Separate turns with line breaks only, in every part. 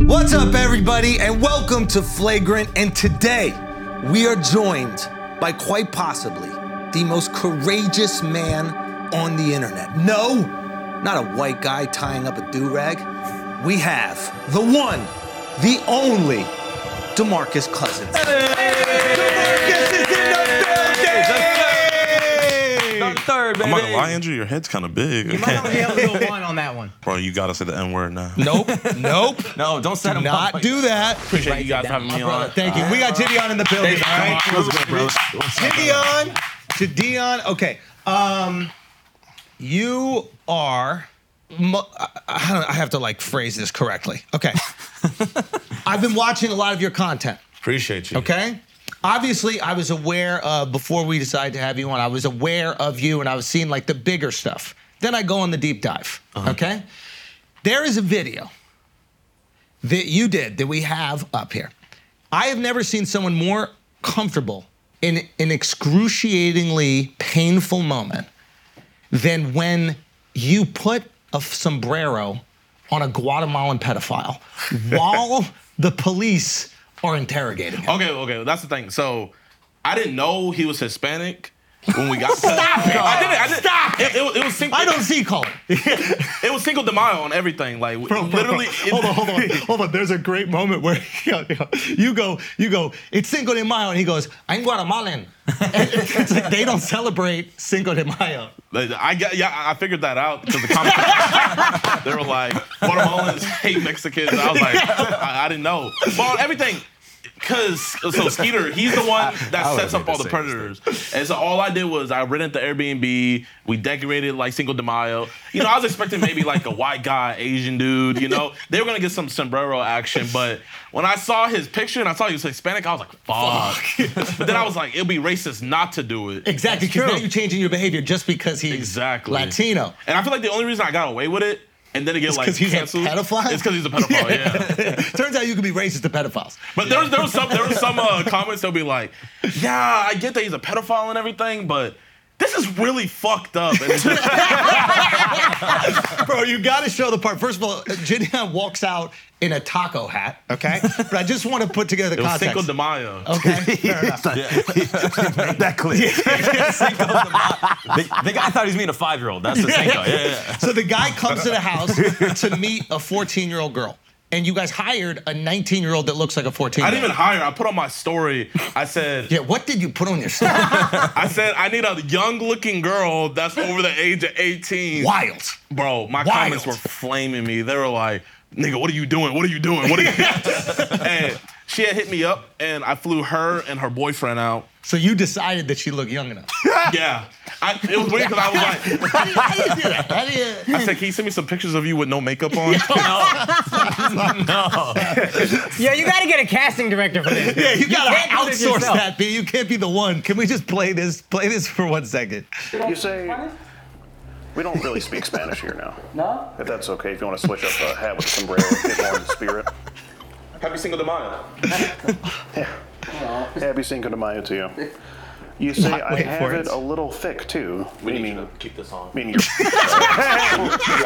What's up, everybody, and welcome to Flagrant. And today we are joined by quite possibly the most courageous man on the internet. No, not a white guy tying up a do rag. We have the one, the only Demarcus Cousins.
Not a third, baby.
I'm not gonna lie, Andrew, your head's kind of big.
You might only be able to go one on that one.
Bro, you gotta say the N word now.
Nope, nope,
No, don't set him up.
not do that.
Appreciate you guys having me on.
Thank you. We got Gideon in the building. All right.
Dion to Dion. Okay. Um, you are.
mo- I, I don't- I have to like phrase this correctly. Okay. I've been watching a lot of your content.
Appreciate you.
Okay. Obviously, I was aware of before we decided to have you on. I was aware of you, and I was seeing like the bigger stuff. Then I go on the deep dive.
Uh-huh.
Okay. There is a video that you did that we have up here. I have never seen someone more comfortable in an excruciatingly painful moment than when you put a f- sombrero on a Guatemalan pedophile while the police are interrogating him.
Okay, okay, that's the thing. So I didn't know he was Hispanic when we got Stop it! I didn't, I didn't. Stop it! It, was- it was single,
I don't see color.
it was single de Mayo on everything. Like literally
hold on, hold on, hold on. There's a great moment where you go, you go. It's Cinco de Mayo, and he goes, "I'm Guatemalan." And it's like they don't celebrate Cinco de Mayo.
Like, I get, yeah, I figured that out because the comments they were like Guatemalans hate Mexicans. And I was like, I, I didn't know, but on everything. Cause so Skeeter, he's the one that sets up all the predators, and so all I did was I rented the Airbnb. We decorated like Cinco de Mayo. You know, I was expecting maybe like a white guy, Asian dude. You know, they were gonna get some sombrero action, but when I saw his picture and I saw he was Hispanic, I was like, fuck. but then I was like, it'd be racist not to do it.
Exactly, because now you're changing your behavior just because he's
Exactly.
Latino.
And I feel like the only reason I got away with it and then it get like
'cause he's a
canceled,
pedophile?
It's because he's a pedophile. yeah.
Turns out you can be racist to pedophiles.
But there was there was some there was some uh, comments they'll be like, yeah, I get that he's a pedophile and everything, but this is really fucked up. And it's just-
Bro, you got to show the part. First of all, Gideon walks out in a taco hat, okay? But I just want to put together the
it was Cinco
context.
de Mayo.
okay, fair enough.
Make that clear. the, the guy thought he was meeting a five-year-old. That's the Cinco. Yeah, yeah, yeah.
So the guy comes to the house to meet a 14 year old girl, and you guys hired a 19 year old that looks like a 14.
I didn't even hire. I put on my story. I said,
Yeah, what did you put on your stuff?
I said, I need a young-looking girl that's over the age of 18.
Wild.
Bro, my
Wild.
comments were flaming me. They were like, nigga, what are you doing? What are you doing? What are you And she had hit me up and I flew her and her boyfriend out.
So you decided that she looked young enough.
Yeah. I, it was weird because I was like,
How do you- how do you do that? How do you-
I said, can you send me some pictures of you with no makeup on?
Yo, you gotta get a casting director for this.
Yeah, you gotta
can't do this
outsource
yourself.
that, B. You can't be the one. Can we just play this? Play this for one second.
You say we don't really speak Spanish here now. No. If that's okay, if you want to switch up a hat with a sombrero, get more in the spirit.
Happy single de Mayo.
Happy Cinco de Mayo to you. You say I
waiting
have
for
it
it.
a little thick too.
We need
meaning,
to keep this on.
meaning you're,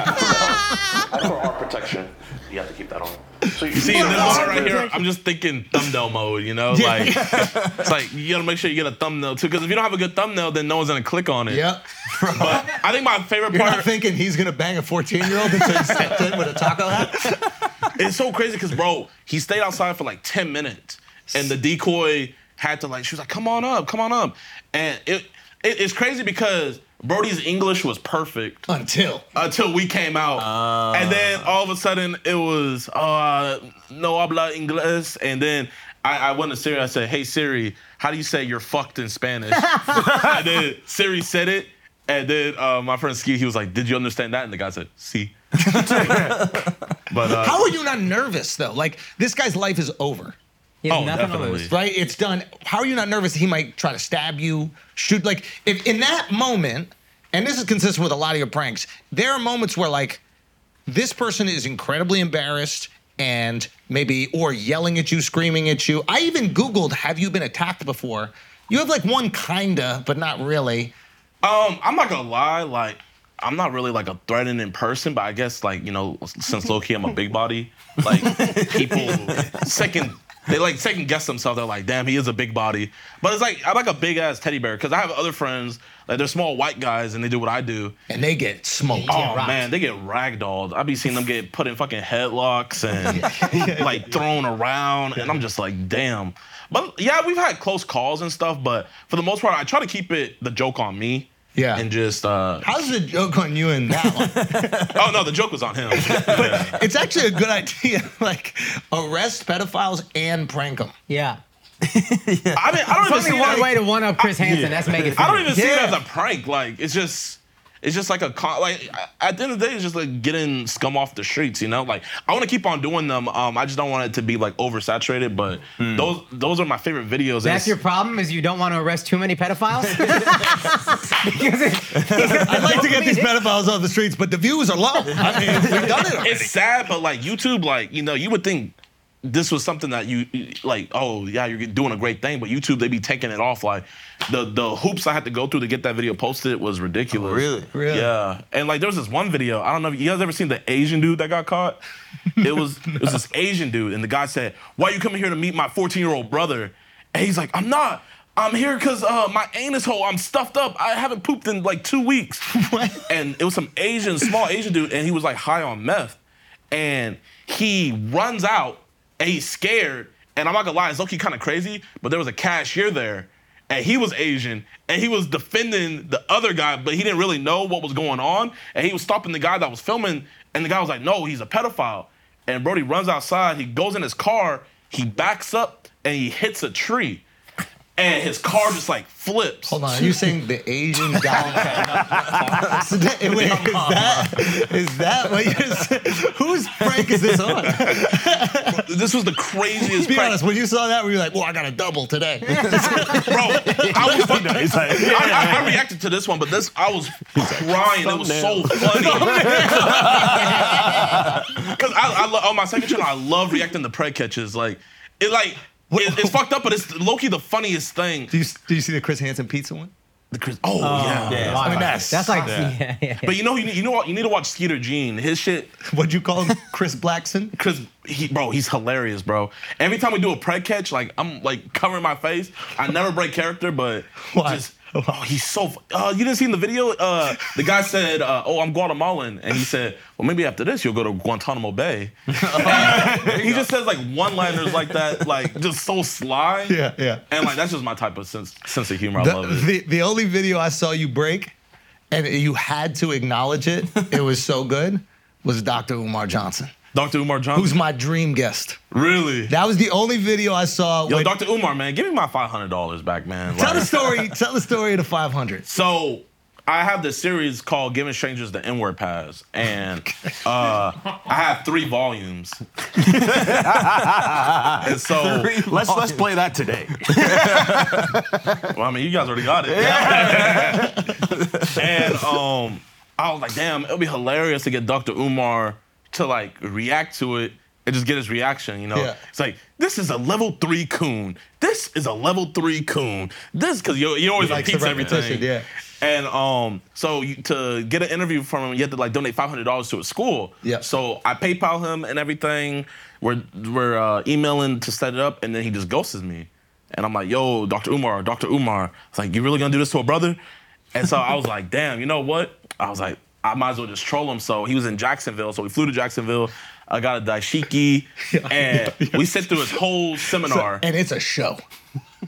For our protection. You have to keep that on.
so you
See, this part right here, I'm just thinking thumbnail mode, you know? Like, it's like, you gotta make sure you get a thumbnail too, because if you don't have a good thumbnail, then no one's gonna click on it.
Yep.
But I think my favorite
You're not
part
thinking he's gonna bang a 14 year old until he's stepped in with a taco hat?
It's so crazy because, bro, he stayed outside for like 10 minutes and the decoy had to, like, she was like, come on up, come on up. And it, it it's crazy because Brody's English was perfect
Until.
Uh,
until we came out. and then all of a sudden it was, uh, no habla ingles. And then I, I went to Siri, I said, hey, Siri, how do you say you're fucked in Spanish? and then Siri said it. And then uh, my friend Ski, he was like, did you understand that? And the guy said, see. but uh,
How are you not nervous though? Like this guy's life is over.
You have
Oh,
nothing to
definitely.
lose.
right? It's done. How are you not nervous? He might try to stab you, shoot. Like if in that moment, and this is consistent with a lot of your pranks, there are moments where like this person is incredibly embarrassed and maybe or yelling at you, screaming at you. I even Googled, have you been attacked before? You have like one kinda, but not really.
Um, I'm not gonna lie, like I'm not really like a threatening person, but I guess like you know since low key I'm a big body, like people second they like second guess themselves. They're like, damn, he is a big body, but it's like I'm like a big ass teddy bear because I have other friends like they're small white guys and they do what I do.
and they get smoked.
Oh man, they get ragdolled. I be seeing them get put in fucking headlocks and like thrown around, and I'm just like, damn. But yeah, we've had close calls and stuff, but for the most part, I try to keep it the joke on me.
Yeah.
And just uh,
How's the joke on you in that one?
oh no, the joke was on him. Yeah.
It's actually a good idea. Like, arrest pedophiles and prank them.
Yeah.
I mean, I don't even
Only
see
one
it.
way to one up Chris Hansen. That's make it.
I don't even see it
Yeah.
as a prank. Like it's just. It's just like a con- like at the end of the day, it's just like getting scum off the streets, you know. Like I want to keep on doing them. Um, I just don't want it to be like oversaturated. But those those are my favorite videos. and
Hmm. That's
it's-
your problem is you don't want to arrest too many pedophiles. because it,
I'd like to get these pedophiles off the streets, but the views are low. I mean, we've done it already.
It's sad, but like YouTube, like you know, you would think this was something that you like. Oh yeah, you're doing a great thing, but YouTube they be taking it off. Like the the hoops I had to go through to get that video posted was ridiculous.
really?
Really?
Yeah. And like there was this one video. I don't know if you guys ever seen the Asian dude that got caught. It was it was this Asian dude, and the guy said, "Why you coming here to meet my 14 year old brother?" And he's like, "I'm not." I'm here because uh, my anus hole, I'm stuffed up. I haven't pooped in like two weeks. And it was some Asian, small Asian dude, and he was like high on meth. And he runs out and he's scared. And I'm not gonna lie, it's low-key kind of crazy, but there was a cashier there, and he was Asian, and he was defending the other guy, but he didn't really know what was going on. And he was stopping the guy that was filming, and the guy was like, no, he's a pedophile. And Brody runs outside, he goes in his car, he backs up, and he hits a tree. And his car just like flips.
Hold on, are you saying the Asian guy? So that- wait, is, that, is that what you're saying? Whose prank is this on?
This was the craziest.
Be
prank.
honest, when you saw that, were you like, well, I got a double today?
bro. I was fucking. I, I, I reacted to this one, but this I was crying. It was so funny. Because I, I lo- on my second channel, I love reacting to prey catches. Like it, like it- it's fucked up, but it's Loki the funniest thing.
do, you, do you see the Chris Hansen pizza one?
The Chris. Oh, yeah.
yeah.
Wow.
Finesse.
That's like yeah, yeah, yeah.
But you know, you need, you know what? You need to watch Skeeter Jean. His shit.
What'd you call him? Chris Blackson?
Cause he, bro, he's hilarious, bro. Every time we do a preg catch, like I'm like covering my face. I never break character, but
Why?
just oh, he's so. fu- Uh, you didn't see in the video? Uh, the guy said, uh, "Oh, I'm Guatemalan," and he said, "Well, maybe after this, you'll go to Guantanamo Bay." he just says like one-liners like that, like just so sly.
Yeah, yeah.
And like that's just my type of sense sense of humor. I
The,
love it.
the, the only video I saw you break, and you had to acknowledge it, it was so good, was Dr. Umar Johnson,
Dr. Umar Johnson.
who's my dream guest.
really?
That was the only video I saw.
Yo,
when-
Dr. Umar, man, give me my five hundred dollars back, man.
tell
Like-
the story. Tell the story of the 500.
So I have this series called Giving Strangers the N-Word Pass, and uh, I have three volumes. and so,
Let's let's play that today.
well, I mean, you guys already got it. and um, I was like, damn, it'll be hilarious to get Dr. Umar to like react to it and just get his reaction, you know?
Yeah.
It's like, this is a level three coon. This is a level three coon. This, because you, you always
likes the
repeats everything.
repetition, yeah.
And um, so you, to get an interview from him, you had to like donate five hundred dollars to a school.
Yeah.
So I PayPal him and everything. We're we're uh, emailing to set it up, and then he just ghosts me. And I'm like, "Yo, Dr. Umar, Dr. Umar." It's like, "You really gonna do this to a brother?" And so I was like, "Damn, you know what?" I was like, "I might as well just troll him." So he was in Jacksonville, so we flew to Jacksonville. I got a dashiki, and we sit through his whole seminar.
And it's a show.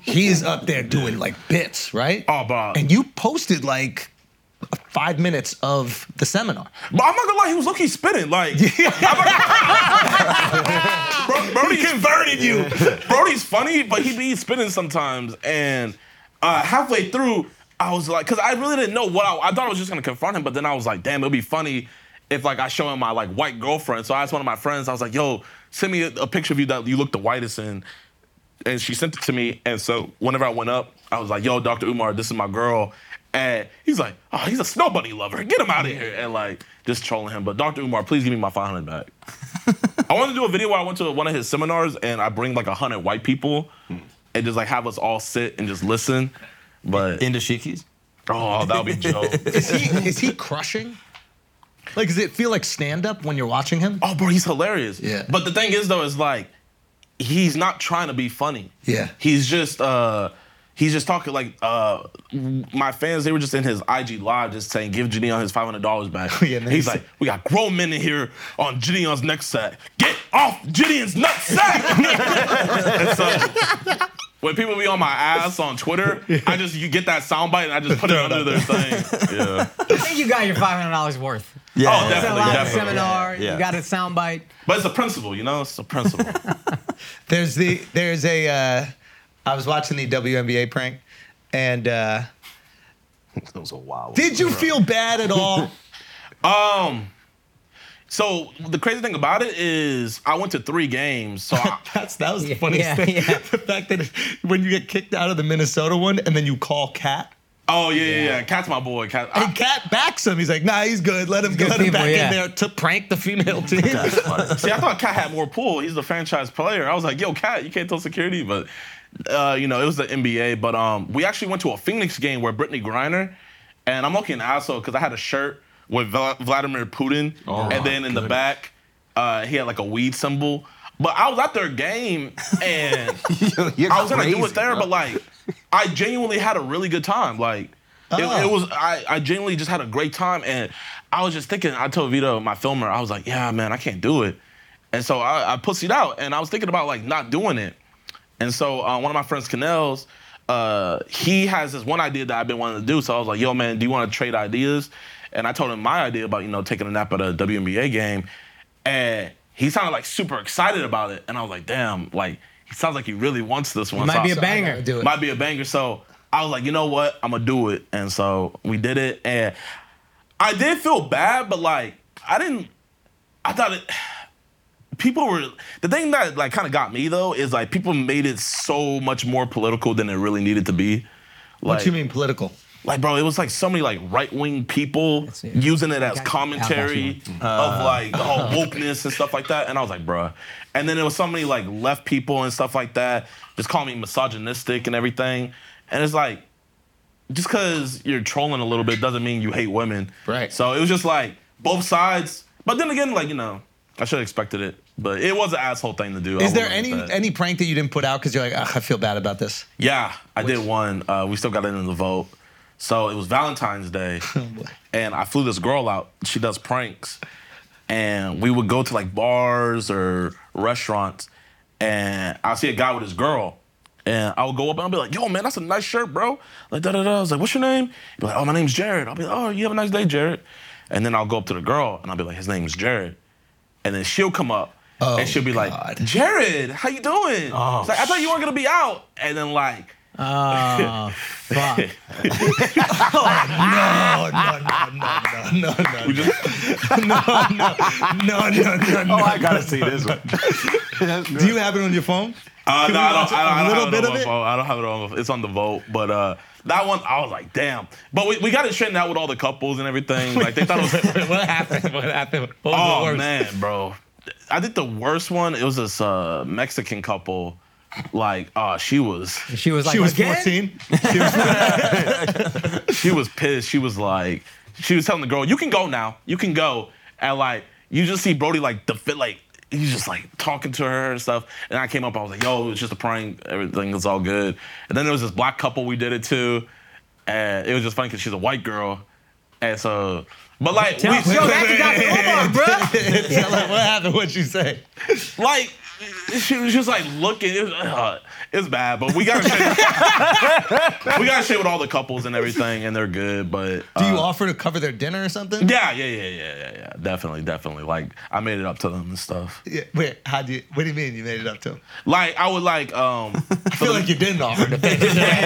He's up there doing like bits, right?
Oh, bro.
And you posted like five minutes of the seminar.
But I'm not gonna lie, he was low key spitting. Like, I'm not- Bro, Brody converted you. Brody's funny, but he be spitting sometimes. And uh, halfway through, I was like, because I really didn't know what I, I thought I was just gonna confront him, but then I was like, damn, it'll be funny if like I show him my like white girlfriend. So I asked one of my friends, I was like, yo, send me a, a picture of you that you look the whitest in and she sent it to me. And so whenever I went up, I was like, "Yo, Dr. Umar, this is my girl." And he's like, "Oh, he's a snow bunny lover. Get him out of here!" And like just trolling him. But Dr. Umar, please give me my 500 back. I wanted to do a video where I went to one of his seminars and I bring like 100 white people and just like have us all sit and just listen. But
Indashikis?
Oh, that'll be Joe.
Is he is he crushing? Like, does it feel like stand up when you're watching him?
oh, bro, he's hilarious.
Yeah.
But the thing is, though, is like he's not trying to be funny.
Yeah.
He's just uh he's just talking like uh my fans they were just in his IG live just saying give Gideon his five hundred dollars back.
Yeah, and then
he's
he
like,
said-
we got grown men in here on Gideon's neck sack. Get off Gideon's nut sack. so, when people be on my ass on Twitter, I just you get that soundbite and I just put it under their thing. Yeah.
I think you got your five hundred dollars worth.
Yeah,
Oh,
yeah,
It's a
definitely,
live
definitely.
seminar.
yeah, yeah.
You got a soundbite.
But it's a principle, you know? It's a principle.
There's the there's a uh, I was watching the WNBA prank, and uh,
That was a wild. one.
did you feel bad at all?
Um. So the crazy thing about it is, I went to three games. So I,
That's that was the
Yeah,
funniest
yeah,
thing.
yeah.
The fact that when you get kicked out of the Minnesota one and then you call Cat.
oh yeah, yeah, yeah. Cat's my boy. Cat. I-
And Cat backs him. He's like, nah, Ah. he's good. Let him
good
let him
people,
back
yeah.
in there to prank the female team.
see, I thought Cat had more pull. He's the franchise player. I was like, yo, Cat, you can't tell security, but uh, you know, it was the NBA. But um, we actually went to a Phoenix game where Brittany Griner, and I'm looking an asshole because I had a shirt with Vla- Vladimir Putin, and then in the back, uh, he had like a weed symbol. But I was at their game and.
You're
I was gonna do
crazy,
it there,
bro.
but like, I genuinely had a really good time. Like, it- it,
Oh.
was I, I genuinely just had a great time, and I was just thinking. I told Vito, my filmer, I was like, yeah, man, I can't do it, and so I, I pussied out, and I was thinking about like not doing it, and so uh, one of my friends, Canels, uh, he has this one idea that I've been wanting to do. So I was like, yo, man, do you want to trade ideas? And I told him my idea about you know taking a nap at a WNBA game, and he sounded like super excited about it, and I was like, damn, like. He sounds like he really wants this one. So
Might
I
be a
was-
banger.
do it.
might be a banger. So I was like, you know what? I'm gonna do it. And so we did it. And I did feel bad, but like I didn't. I thought it. People were the thing that like kind of got me though is like people made it so much more political than it really needed to be. Like,
what do you mean political?
like bro, it was like so many like right wing people
it.
using it as
Got you.
commentary
Uh.
of like the whole wokeness and stuff like that. And I was like, bruh. And then there was so many like left people and stuff like that, just calling me misogynistic and everything. And it's like, just because you're trolling a little bit doesn't mean you hate women.
Right.
So it was just like both sides. But then again, like, you know, I should have expected it. But it was an asshole thing to do. I
Is there
wouldn't
any
like that.
any prank that you didn't put out because you're like, "Ugh, I feel bad about this?
Yeah, I did one. Uh, we still got it in the vote. So it was Valentine's Day, and I flew this girl out. She does pranks, and we would go to like bars or restaurants, and I see a guy with his girl, and I would go up and I'll be like, "Yo, man, that's a nice shirt, bro." Like da da da. I was like, "What's your name?" He'd be like, "Oh, my name's Jared." I'll be like, "Oh, you have a nice day, Jared." And then I'll go up to the girl and I'll be like, "His name's Jared," and then she'll come up.
Oh,
and she'll be
God.
like, Jared, how you doing?
Oh,
It's like, I thought you weren't gonna be out. And then like
Oh fuck!
No, no, no, no, no, no, no, no, no, no, no.
Oh, I gotta see this one.
Do you have it on your phone?
Uh,
Can
no,
we
I
watch
don't, I
a
don't, I
little
don't have
bit
it
of
on my
it?
phone. I don't have it on. my- It's on the vote, but uh, that one I was like, damn. But we, we got it straightened out with all the couples and everything. Like they thought it was.
what happened? What happened? What was the
oh
worst?
man, bro. I think the worst one. It was this uh, Mexican couple. Like, uh, she was
She was like,
She was
"Again?"
14.
she was pissed. She was like, she was telling the girl, "You can go now. You can go." And like, you just see Brody like the fit, like he's just like talking to her and stuff. And I came up, I was like, "Yo, it was just a prank. Everything is all good." And then there was this black couple we did it to, and it was just funny because she's a white girl, and so. But like, we,
Yo, that's Dr. Omar, bro.
Tell her what happened. What'd you say?
like she was just like looking. It was, uh, it's bad, but we got to we got to shit with all the couples and everything, and they're good. But
Do you
uh,
offer to cover their dinner or something?
Yeah, yeah, yeah, yeah, yeah, yeah. Definitely, definitely. Like I made it up to them and stuff.
Yeah, Wait, how do you? What do you mean you made it up to him?
Like I would like um
I feel like you didn't offer to pay. I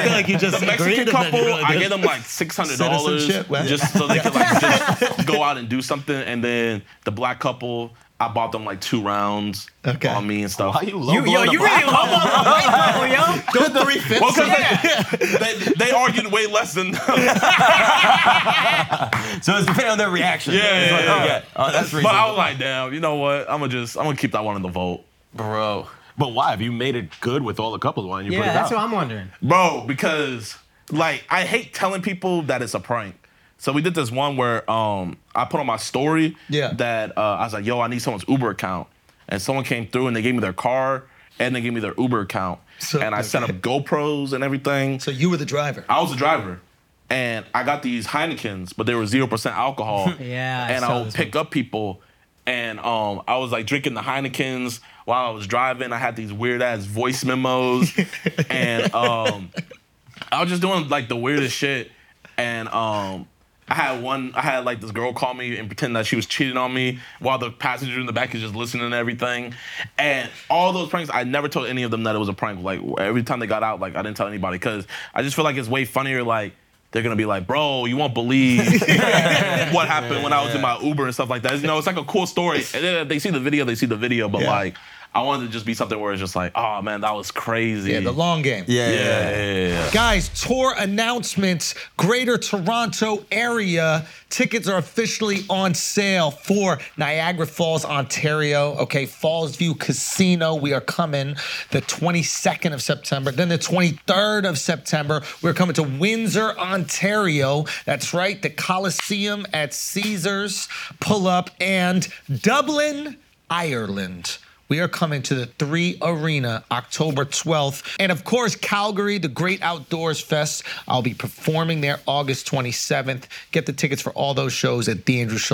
feel like you just
the Mexican couple. I gave them like six hundred dollars
Citizenship, well.
just so they could like just go out and do something. And then the black couple, I bought them like two rounds
Okay.
on me and stuff.
Why you low
You, yo, you really love on the white couple, yo.
Go three
Well,
fifths.
because they, they, they argued way less than
So it's depending on their reaction.
Yeah,
It's
yeah,
like,
yeah,
oh,
yeah.
oh, that's
But I was
reasonable.
like, damn, you know what? I'm gonna just I'm gonna keep that one in the vote.
Bro. But why? Have you made it good with all the couples? Why didn't you put
Yeah,
it
that's
out?
what I'm wondering.
Bro, because like I hate telling people that it's a prank. So we did this one where um I put on my story
Yeah.
that uh, I was like, yo, I need someone's Uber account. And someone came through and they gave me their car and they gave me their Uber account.
So-
and I set up GoPros and everything.
So you were the driver.
I was the driver. And I got these Heinekens, but they were 0% alcohol.
Yeah, I
And
saw
I would
this
pick up people and um, I was like drinking the Heinekens while I was driving. I had these weird ass voice memos. and um, I was just doing like the weirdest shit. And um, I had one, I had like this girl call me and pretend that she was cheating on me while the passenger in the back is just listening to everything. And all those pranks, I never told any of them that it was a prank. Like every time they got out, like I didn't tell anybody because I just feel like it's way funnier. Like they're gonna be like, bro, you won't believe what happened when I was in my Uber and stuff like that. You know, it's like a cool story. And then if they see the video, they see the video, but like, I wanted to just be something where it's just like, oh man, that was crazy.
Yeah, the long game.
Yeah.
yeah, yeah, yeah, yeah.
Guys, tour announcements, Greater Toronto area. Tickets are officially on sale for Niagara Falls, Ontario. Okay, Fallsview Casino. We are coming the 22nd of September. Then the 23rd of September, we're coming to Windsor, Ontario. That's right, the Coliseum at Caesars. Pull up and Dublin, Ireland. We are coming to the Three Arena October 12th. And of course, Calgary, the Great Outdoors Fest. I'll be performing there August 27th. Get the tickets for all those shows at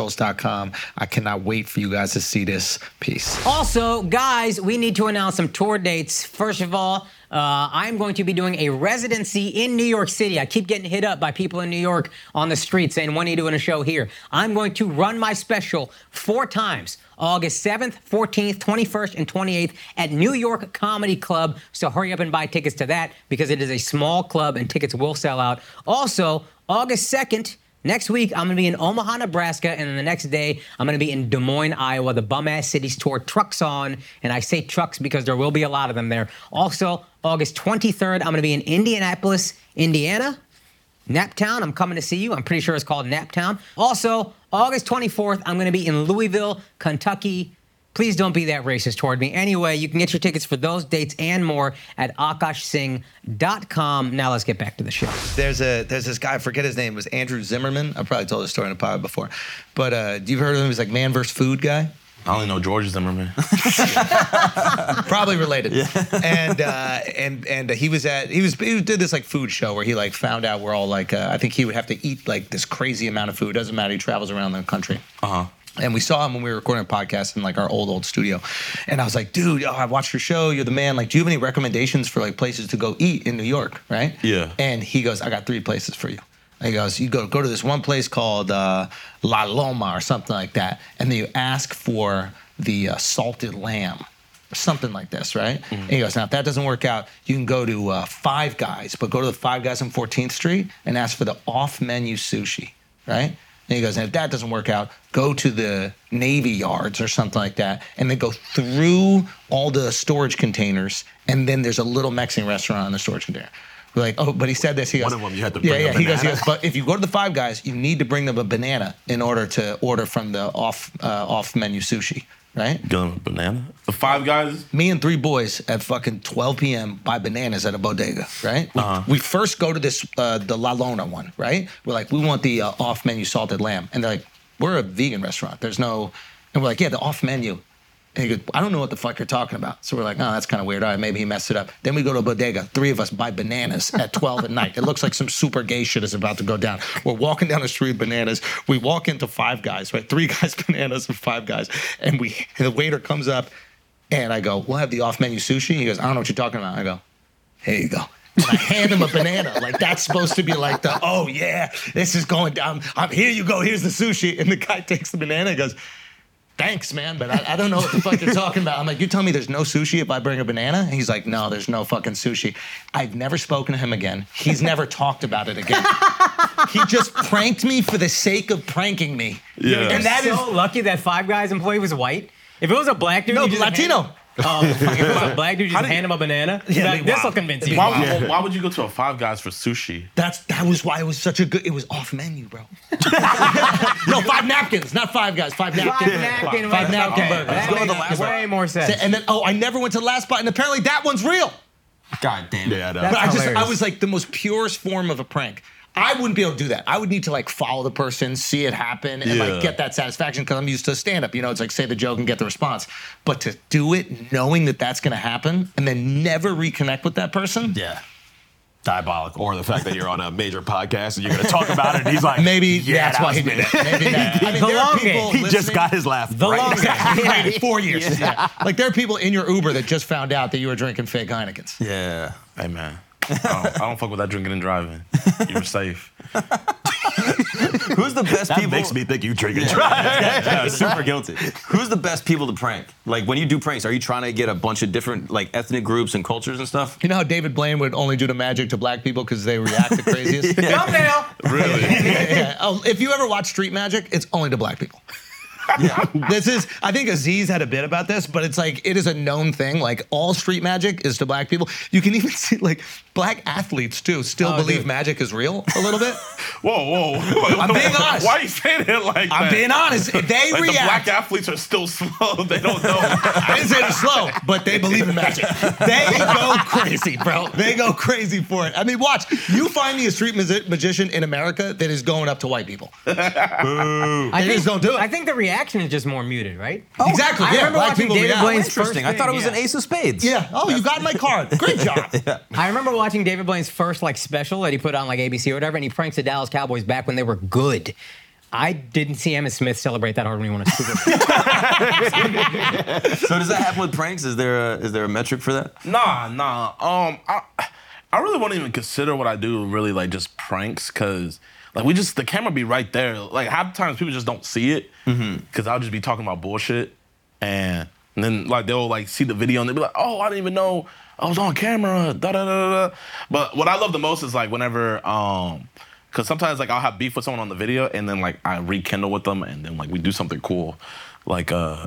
theandrewschultz.com. I cannot wait for you guys to see this. Peace.
Also, guys, we need to announce some tour dates. First of all, uh, I'm going to be doing a residency in New York City. I keep getting hit up by people in New York on the street saying, when are you doing a show here? I'm going to run my special four times August 7th, 14th, 21st, and 28th at New York Comedy Club. So hurry up and buy tickets to that because it is a small club and tickets will sell out. Also, August 2nd, Next week, I'm going to be in Omaha, Nebraska, and then the next day, I'm going to be in Des Moines, Iowa. The Bum Ass Cities Tour trucks on, and I say trucks because there will be a lot of them there. Also, August 23rd, I'm going to be in Indianapolis, Indiana. Naptown, I'm coming to see you. I'm pretty sure it's called Naptown. Also, August 24th, I'm going to be in Louisville, Kentucky. Please don't be that racist toward me. Anyway, you can get your tickets for those dates and more at akashsing.com. Now let's get back to the show.
There's a there's this guy, I forget his name, it was Andrew Zimmerman. I probably told this story in a pod before. But uh, you've heard of him? He's like man versus food guy.
I only know George Zimmerman.
probably related. And uh, and and he was at he was he did this like food show where he like found out we're all like uh, I think he would have to eat like this crazy amount of food. Doesn't matter. He travels around the country. Uh huh. And we saw him when we were recording a podcast in like our old old studio, and I was like, "Dude, oh, I watched your show. You're the man. Like, do you have any recommendations for like places to go eat in New York, right?"
Yeah.
And he goes, "I got three places for you." And he goes, "You go go to this one place called uh, La Loma or something like that, and then you ask for the uh, salted lamb." or something like this, right? And he goes, now if that doesn't work out, you can go to uh, Five Guys, but go to the Five Guys on 14th Street and ask for the off-menu sushi, right? And he goes, and if that doesn't work out, go to the Navy Yards or something like that, and then go through all the storage containers, and then there's a little Mexican restaurant in the storage container. We're like, oh, but he said this. He
One
goes,
of 'em you had to
yeah,
bring a
yeah. He goes, he
banana.
goes, but if you go to the Five Guys, you need to bring them a banana in order to order from the off uh, off menu sushi, right?
Gilliam Banana. The Five Guys.
me and three boys at fucking 12 p.m. buy bananas at a bodega, right? We, we first go to this, uh, the La Lona one, right? We're like, we want the uh, off menu salted lamb. And they're like, we're a vegan restaurant. There's no, and we're like, yeah, the off menu. And he goes, I don't know what the fuck you're talking about. So we're like, oh, that's kind of weird. All right, maybe he messed it up. Then we go to a bodega. Three of us buy bananas at 12 at night. It looks like some super gay shit is about to go down. We're walking down the street with bananas. We walk into Five Guys, right? Three guys, bananas, and Five Guys. And we, the waiter comes up and I go, we'll have the off menu sushi. He goes, I don't know what you're talking about. I go, here you go. And I hand him a banana. Like, that's supposed to be like the, oh, yeah, this is going down. I'm here you go. Here's the sushi. And the guy takes the banana and goes, thanks, man, but I, I don't know what the fuck you're talking about. I'm like, you're telling me there's no sushi if I bring a banana? And he's like, no, there's no fucking sushi. I've never spoken to him again. He's never talked about it again. he just pranked me for the sake of pranking me.
Yeah.
And that is
so lucky that Five Guys employee was white. If it was a black dude,
no,
you just
Latino.
Hand, oh, if it was a black dude, you just hand him a banana.
Yeah,
Yeah,
it'd be
this will
wild.
convince
It'd
you.
be
Why,
wild.
why- why would you go to a Five Guys for sushi?
That's that was why it was such a good. It was off menu, bro. no, five napkins, not five guys. Five napkins.
Five napkin,
Five napkin
okay.
burgers.
That
Go to the
makes
last
way
one.
more sense.
And then oh, I never went to the last spot, and apparently that one's real.
God damn it.
Yeah, I know.
That's
But I just
hilarious.
I was like the most purest form of a prank. I wouldn't be able to do that. I would need to like follow the person, see it happen, and
Yeah.
like get that satisfaction because I'm used to stand up. You know, it's like say the joke and get the response. But to do it knowing that that's going to happen and then never reconnect with that person,
Yeah. Diabolical. Or the fact that you're on a major podcast and you're going to talk about it, and he's like,
maybe
yeah,
that's why he did it. Maybe that. I mean,
The
there are
long
people
game.
He just
listening-
got his laugh.
the
right
long
now.
game. Yeah.
four years. Yeah. Like there are people in your Uber that just found out that you were drinking fake Heinekens.
Yeah.
Hey man, I don't, I don't fuck with that drinking and driving. You were safe.
Who's the best
That
people?
makes me think you drink and drive.
Yeah, super guilty. Who's the best people to prank? Like when you do pranks, are you trying to get a bunch of different like ethnic groups and cultures and stuff?
You know how David Blaine would only do the magic to black people because they react the craziest?
Thumbnail.
Really?
yeah. Oh, if you ever watch Street Magic, it's only to black people. this is I think Aziz had a bit about this, but it's like it is a known thing. Like all street magic is to black people. You can even see like black athletes too still
Oh,
believe
dude.
magic is real a little bit.
Whoa, whoa. I'm
being honest.
Why are you saying it like
I'm
that?
being honest. They
Like the
react.
black athletes are still slow. They don't know.
I didn't say they're slow, but they believe in magic. They go crazy, bro. They go crazy for it. I mean, watch. You find me a street magi- magician in America that is going up to white people.
I
just don't do it.
I think the reaction is just more muted, right?
Oh, exactly.
I
yeah, Oh,
remember
black
watching
people
David
react.
Blaine's
Interesting.
first
I thought it
thing,
was an
yeah.
ace of spades.
Yeah. Oh, you got my card. Great job.
I remember watching David Blaine's first like special that he put on like ABC or whatever, and he pranks the Dallas Cowboys back when they were good. I didn't see Emmitt Smith celebrate that hard when he won a Super Bowl.
So does that happen with pranks? Is there a, is there a metric for that?
Nah, nah. Um, I, I really won't even consider what I do really like just pranks, cause like we just the camera be right there. Like half the times people just don't see it, cause I'll just be talking about bullshit, and, and then like they'll like see the video and they'll be like, oh, I didn't even know I was on camera. Da da da da. But what I love the most is like whenever um. Cause sometimes like I'll have beef with someone on the video and then like I rekindle with them and then like we do something cool, like uh,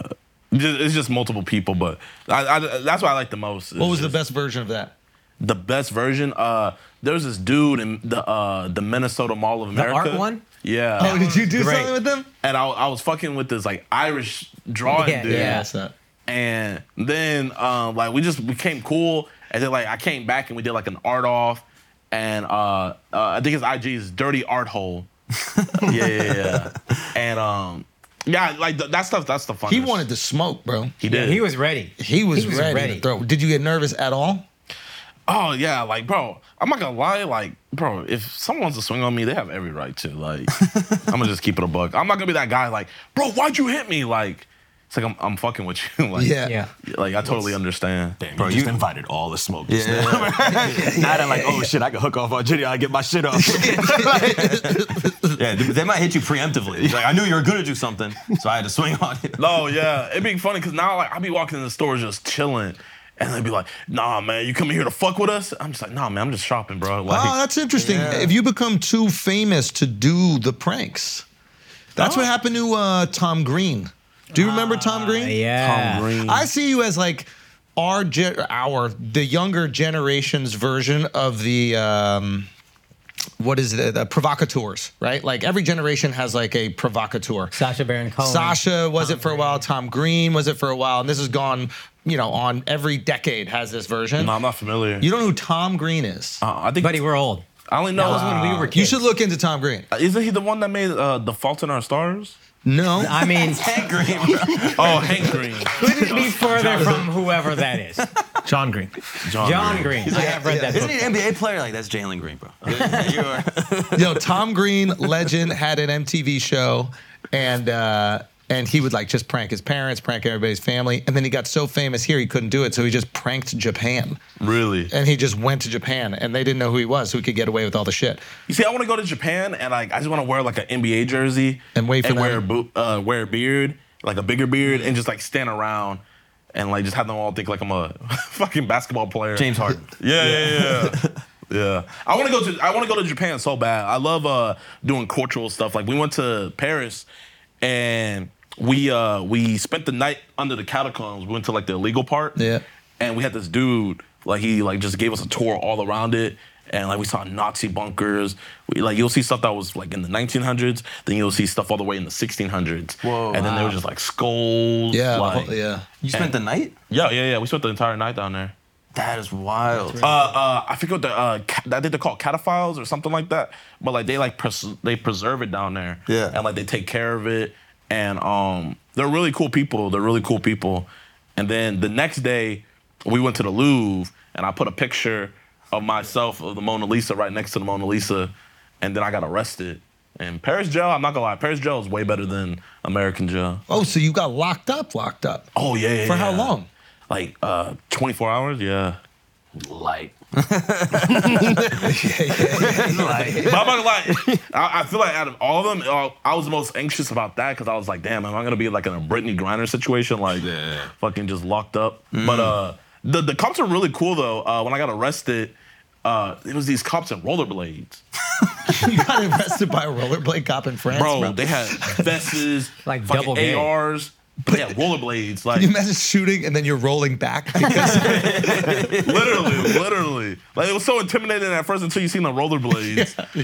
ju- it's just multiple people. But I, I that's what I like the most.
What was the best version of that?
the best version. Uh, there's this dude in the uh, the Minnesota Mall of America.
art one?
Yeah.
Oh, did you do
Great.
something with them?
and I, I was fucking with this like Irish drawing
Yeah,
dude.
yeah.
it's not.
And then um, like we just became cool. And then like I came back and we did like an art off. And uh, uh, I think his IG is Dirty Art Hole. yeah, yeah, yeah. And um, yeah, like th- that stuff. That's the fun.
He wanted to smoke, bro.
He did.
he was ready.
He was,
He was
ready,
ready.
to throw. Did you get nervous at all?
Oh yeah, like bro, I'm not gonna lie, like bro, if someone wants to swing on me, they have every right to. Like, I'm gonna just keep it a buck. I'm not gonna be that guy, like, bro, why'd you hit me? Like, it's like I'm, I'm fucking with you. like,
Yeah.
Yeah.
like I totally understand.
Damn, you just invited all the smoke. just now. now they're like, oh shit, I can hook off on Jimmy. I get my shit off.
Yeah, they they might hit you preemptively. It's Like I knew you were gonna do something, so I had to swing on you.
No, Oh, yeah, it'd be funny because now like I be walking in the store just chilling, and they'd be like, Nah, man, you coming here to fuck with us? I'm just like, Nah, man, I'm just shopping, bro. Like,
Oh, that's interesting. If you become too famous to do the pranks, that's what happened to uh, Tom Green. Do you remember Tom Green?
Ah, Yeah.
I see you as like our ge- our the younger generation's version of the um, what is it? The provocateurs, right? Like every generation has like a provocateur.
Sasha Baron Cohen.
Sasha was it for a while. Tom Green was it for a while, and this has gone. You know, on every decade has this version.
nah, I'm not familiar.
You don't know who Tom Green is.
uh, I think
Buddy, we're old.
I only know.
That was when we were
you
kids.
should look into Tom Green.
Isn't he the one that made uh, the Fault in Our Stars?
No,
I mean,
Oh, Hank Green.
couldn't be further from whoever that is.
John Green.
John Green. I have read that
Isn't
book.
he an NBA player? Like that's Jalen Green, bro. You are-
Yo, Tom Green, legend, had an MTV show, and uh, and he would like just prank his parents, prank everybody's family, and then he got so famous here he couldn't do it, so he just pranked Japan,
Really?
and he just went to Japan, and they didn't know who he was, so he could get away with all the shit.
You see, I want to go to Japan and like I just want to wear like an NBA jersey
And wait for
and wear a
them.
bo- uh, wear a beard, like a bigger beard, and just like stand around and like just have them all think like I'm a fucking basketball player.
James Harden.
Yeah, yeah, yeah. yeah. I want to go to I want to go to Japan so bad. I love uh doing cultural stuff. Like we went to Paris and we uh we spent the night under the catacombs. We went to like the illegal part.
Yeah.
And we had this dude like he like just gave us a tour all around it. And like we saw Nazi bunkers, we, like you'll see stuff that was like in the 1900s, then you'll see stuff all the way in the 1600s. Whoa! And then they were just like skulls.
Yeah,
like-
yeah.
You spent the night?
yeah, yeah, yeah. We spent the entire night down there.
That is wild.
uh, uh, I forget what the uh, ca- I think they're called cataphiles or something like that. But like they like pres- they preserve it down there.
Yeah.
and like they take care of it, and um, they're really cool people. They're really cool people. And then the next day, we went to the Louvre, and I put a picture of myself of the Mona Lisa right next to the Mona Lisa, and then I got arrested. And Paris jail, I'm not gonna lie, Paris jail is way better than American jail.
Oh, so you got locked up, locked up.
Oh yeah, yeah
For how
yeah.
long?
Like uh, 24 hours, yeah. Like but I'm not gonna lie. I, I feel like out of all of them, uh, I was the most anxious about that because I was like, damn, am I gonna be like in a Brittany Griner situation, like fucking just locked up?
Mm.
But uh, the the cops are really cool though. Uh, when I got arrested, uh, it was these cops in rollerblades,
You got arrested by a rollerblade cop in France,
bro.
bro.
They had vests,
Like
fucking
double game.
ARs. But yeah, rollerblades, like
Can you imagine shooting and then you're rolling back? Because
literally, literally. Like it was so intimidating at first until you seen the rollerblades.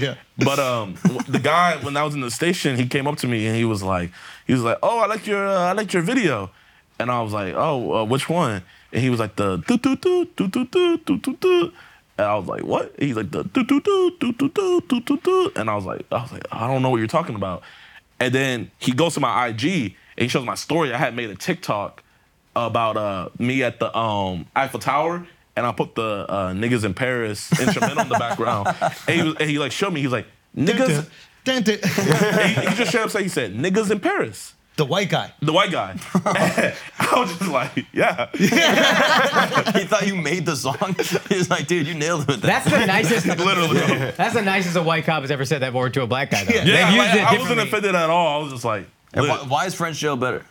yeah.
But um, w- the guy when I was in the station, he came up to me and he was like, he was like, oh, I like your, uh, I like your video, and I was like, oh, uh, which one? And he was like the do do do do do do do do do. And I was like, what? He's like the do do do do do do do do do. And I was like, I was like, I don't know what you're talking about. And then he goes to my IG and he shows my story. I had made a TikTok about uh, me at the um, Eiffel Tower, and I put the uh, niggas in Paris instrumental in the background. And he, was, and he like showed me. He's like niggas.
Dun, dun.
and he, he just straight up said he said niggas in Paris.
the white guy.
The white guy. I was just like, yeah.
he thought you made the song. He was like, dude, you nailed it with that.
That's the nicest.
Literally.
That's the nicest a white cop has ever said that word to a black guy. Though.
Yeah,
They've used
like,
it
I wasn't
differently.
offended at all. I was just like,
And
lit.
why, why is French Joe better?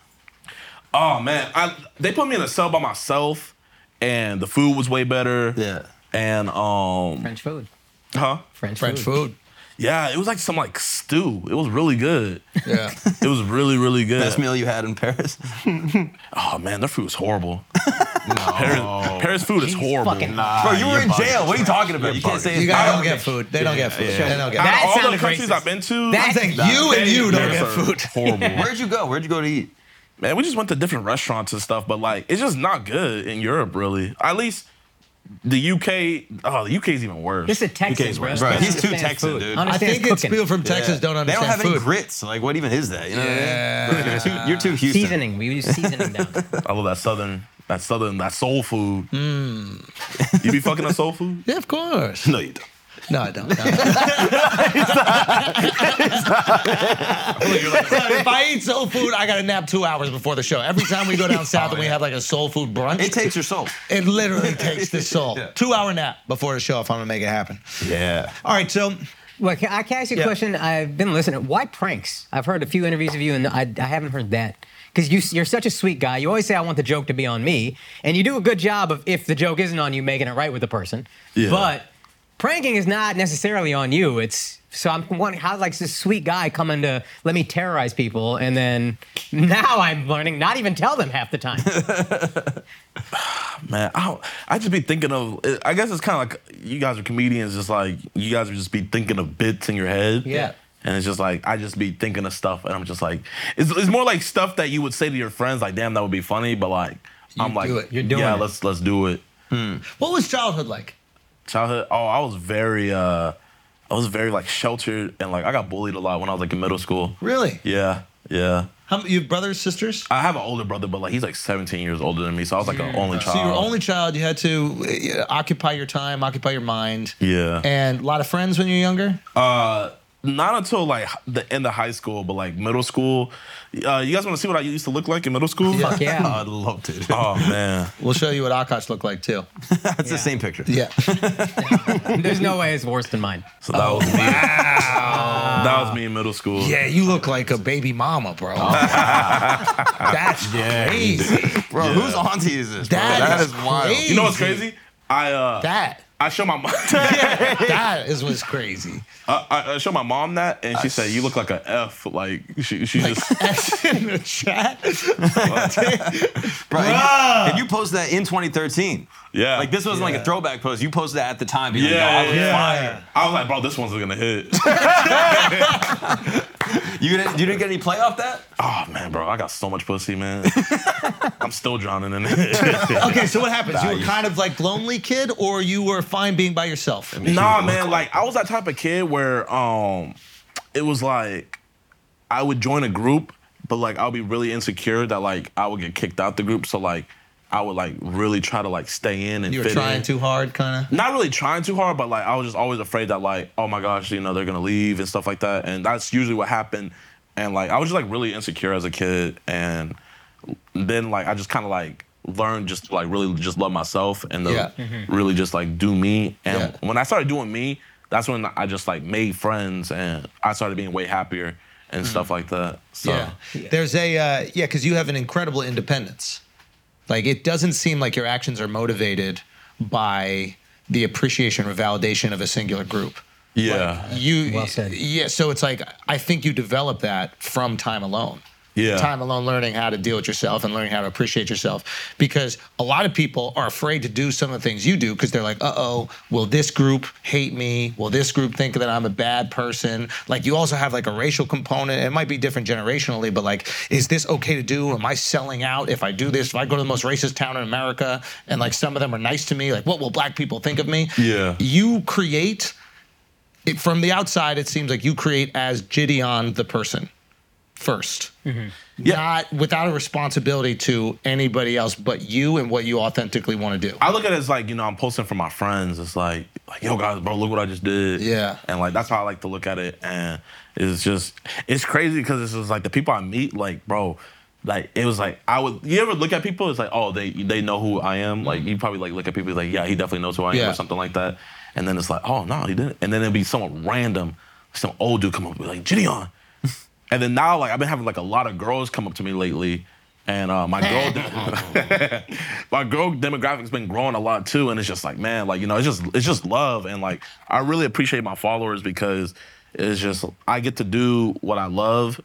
oh man, I, they put me in a cell by myself, and the food was way better.
Yeah.
And um,
French food.
huh?
French,
French
food.
food.
Yeah, it was like some like stew. It was really good.
Yeah.
It was really, really good.
Best meal you had in Paris?
Oh man, their food was horrible. Paris, Paris food is horrible.
fucking-
Bro, you were in jail. What are you talking about? You can't say
You
it's
guys
not.
don't get food. They don't get food. They don't get
That
Out of all the
sounded
countries
racist.
I've been to,
That-
food. I'm saying you and you don't
Paris
get
are
food.
Horrible.
Where'd you go? Where'd you go to eat?
man, we just went to different restaurants and stuff, but like it's just not good in Europe, really. At least the UK. Oh, the UK is even worse.
This is Texas, bro.
Bro, he's too
Understands
Texan,
food.
dude.
I
Understands
think it's
cooking.
people from Texas don't
They don't
understand
have any
food.
grits. Like, what even is that? You know what I mean? You're too, you're too Houston.
seasoning. We use seasoning down. there.
I love that southern, that southern, that soul food. you be fucking a soul food?
Yeah, of course.
No, you don't.
No, I don't. No. if I eat soul food, I gotta nap two hours before the show. Every time we go down south and we have like a soul food brunch,
It takes your soul.
It literally takes the soul. Two hour nap before the show if I'm gonna make it happen.
Yeah.
All right, so
Well, can, I can ask you a
Yeah.
question. I've been listening. Why pranks? I've heard a few interviews of you, and I, I haven't heard that. Because you, you're such a sweet guy. You always say, I want the joke to be on me. And you do a good job of, if the joke isn't on you, making it right with the person.
Yeah.
But pranking is not necessarily on you. It's So I'm wondering, how like this sweet guy coming to let me terrorize people, and then now I'm learning not even tell them half the time.
Man, I, don't- I just be thinking of. I guess it's kind of like you guys are comedians. Just like you guys would just be thinking of bits in your head.
Yeah.
And it's just like I just be thinking of stuff, and I'm just like, it's, it's more like stuff that you would say to your friends, like, "Damn, that would be funny," but like, I'm like,
do it.
You're doing
yeah,
it.
let's let's do it.
what was childhood like?
Childhood. Oh, I was very, uh I was very like sheltered, and like I got bullied a lot when I was like in middle school.
Really?
Yeah, yeah.
How you have brothers, sisters?
I have an older brother, but like he's like 17 years older than me, so I was like an only child.
So you were only child. You had to uh, occupy your time, occupy your mind.
Yeah.
And a lot of friends when you're younger.
not until like h- the end of high school, but like middle school. Uh, you guys want to see what I used to look like in middle school?
Fuck yeah.
I'd love to. It's
Oh man,
We'll show you what Akash looked like too.
the same picture.
Yeah.
There's no way it's worse than mine.
so that was me. That was me in middle school.
yeah, you look like a baby mama, bro. That's crazy.
Bro, whose auntie is this? bro?
that is,
wild.
crazy.
You know what's crazy? I uh,
That.
I show my mom.
That is what's crazy.
I, I- I show my mom that, and she said, "You look like a F." Like she, she just.
That's in the chat.
Bro, if you- if you post that in 2013,
Yeah.
like this wasn't like a throwback post. You posted that at the time. Being
Yeah,
like, "Yo, I was
yeah.
fire.
I was like, bro, this one's gonna hit.
You didn't, you didn't get any play off that?
Oh man, bro, I got so much pussy, man. I'm still drowning in it.
Okay, so what happens? You were kind of like lonely kid, or you were fine being by yourself?
nah, man, like I was that type of kid where um, it was like I would join a group, but like I'll be really insecure that like I would get kicked out the group. So like I would like really try to like stay in and
You were
fit
trying
in.
too hard, kind of.
not really trying too hard, but like I was just always afraid that like, oh my gosh, you know, they're gonna leave and stuff like that. And that's usually what happened. And like I was just like really insecure as a kid. And then like I just kinda like learned just to, like really just love myself and to
Yeah.
really just like do me. And
Yeah.
when I started doing me, that's when I just like made friends and I started being way happier and stuff like that. So
Mm. Yeah. There's a uh, yeah, because you have an incredible independence. Like it doesn't seem like your actions are motivated by the appreciation or validation of a singular group.
yeah.
You
Well said.
yeah, so it's like I think you develop that from time alone.
Yeah.
Time alone learning how to deal with yourself and learning how to appreciate yourself because a lot of people are afraid to do some of the things you do because they're like, "Uh-oh, will this group hate me? Will this group think that I'm a bad person?" Like you also have like a racial component. It might be different generationally, but like is this okay to do? Am I selling out if I do this? If I go to the most racist town in America and like some of them are nice to me, like what will black people think of me?
Yeah.
You create it, from the outside, it seems like you create as Gideon the person 1st
Mm-hmm.
not without a responsibility to anybody else but you and what you authentically want to do.
I look at it as like, you know, I'm posting for my friends. It's like, like, yo guys, bro, look what I just did.
Yeah.
And like that's how I like to look at it. And it's just it's crazy because it's just like the people I meet, like, bro, like it was like I would you ever look at people, it's like, oh, they they know who I am. Like you probably like look at people, like, yeah, he definitely knows who I am
Yeah.
or something like that. And then it's like, oh no, he didn't. And then it'd be someone random, some old dude come up and be like, Gideon. and then now like I've been having like a lot of girls come up to me lately. And uh, my girl, my girl demographic's been growing a lot too, and it's just like, man, like you know, it's just it's just love, and like I really appreciate my followers because it's just I get to do what I love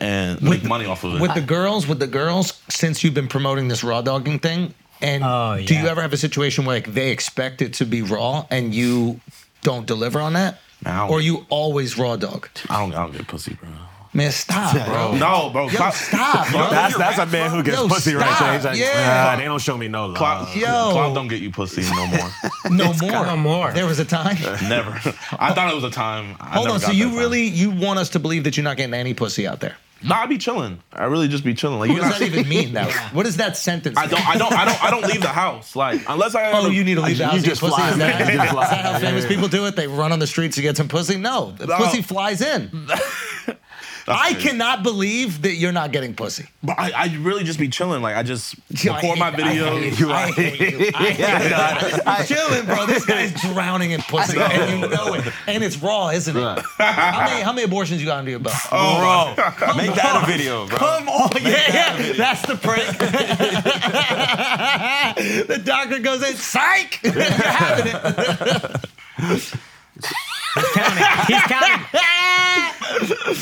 and make money off of it.
with the girls, with the girls, since you've been promoting this raw dogging thing, and
Oh,
do you
yeah.
ever have a situation where like they expect it to be raw and you don't deliver on that?
I don't-
Or you always raw dog?
I don't, I don't get pussy, bro.
Man, stop, bro.
No, bro,
Yo,
clout-
stop, bro.
That's, that's a man who gets
Yo,
pussy right
stop.
there. He's like,
Yeah.
"Nah, they don't show me no love.
clout-
Yo.
clout don't get you pussy no more,
no more.
No more.
There was a time.
never. I thought it was a time. I
Hold
never got
on. So
that
you
time.
really you want us to believe that you're not getting any pussy out there?
Nah, I be chilling. I really just be chilling. Like you
What does
not,
that even mean? That what does that sentence?
I don't, I don't, I don't, I don't leave the house. Like unless I.
Oh, you need to leave the
You
house. to get
just
pussy?
fly,
Is that,
man. You just fly.
is that how famous people do it? They run on the streets to get some pussy. No, the
No.
pussy flies in. I
crazy.
cannot believe that you're not getting pussy.
But I, I really just be chilling. Like I just
I
record
hate-
my
I
videos.
hate you. I hate you. I hate you. I just be chilling, bro. This guy's drowning in pussy, and you know it. And it's raw, isn't it? How many how many abortions you got under your belt?
Oh, bro. Make that a video, bro.
Come on, yeah, yeah. That's the prank. the doctor goes in, psych. You're having it.
He's counting.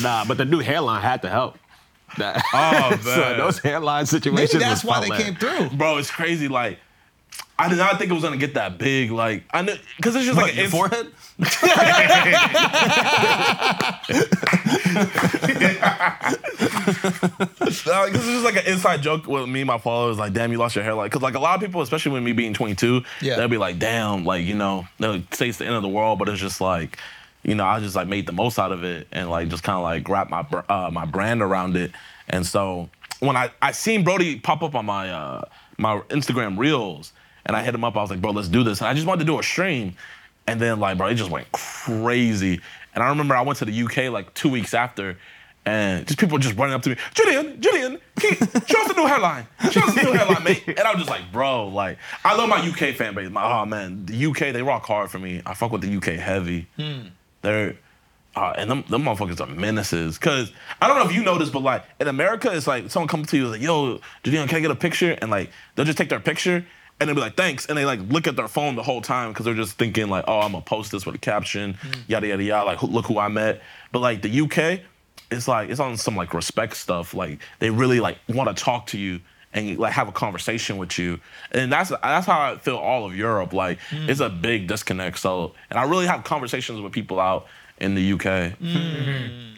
Nah, but the new hairline had to help. That,
Oh man,
so those hairline situations.
Uh, Maybe that's
was
why they
fun, man.
came through.
bro, it's crazy. Like I did not think it was gonna get that big. Like I knew because it's just like an
Your
ins-
forehead?
uh, like, this is just like an inside joke with me and my followers. Like, damn, you lost your hair. Like, cause like a lot of people, especially with me being 22,
Yeah.
they'll be like, damn, like you know, they'll say it's the end of the world, but it's just like, you know, I just like made the most out of it and like just kind of like wrap my br- uh, my brand around it. And so when I I seen Brody pop up on my uh my Instagram reels, and I hit him up. I was like, bro, let's do this. And I just wanted to do a stream. And then like, bro, it just went crazy. And I remember I went to the UK like two weeks after, and just people just running up to me, Julian, Julian, Keith, show us the new headline. Show us the new headline, mate. And I'm just like, bro, like, I love my UK fan base. My oh man, the UK, they rock hard for me. I fuck with the UK heavy. They're uh, and them, them motherfuckers are menaces. Cause I don't know if you know this, but like in America, it's like someone comes to you like, yo, Julian, can I get a picture? And like they'll just take their picture and they'll be like, thanks. And they like look at their phone the whole time because they're just thinking like, oh, I'm gonna post this with a caption, yada yada yada. Like who- look who I met. But like the UK, it's like it's on some like respect stuff. Like they really like want to talk to you and like have a conversation with you. And that's that's how I feel all of Europe. Like it's a big disconnect. So and I really have conversations with people out in the UK.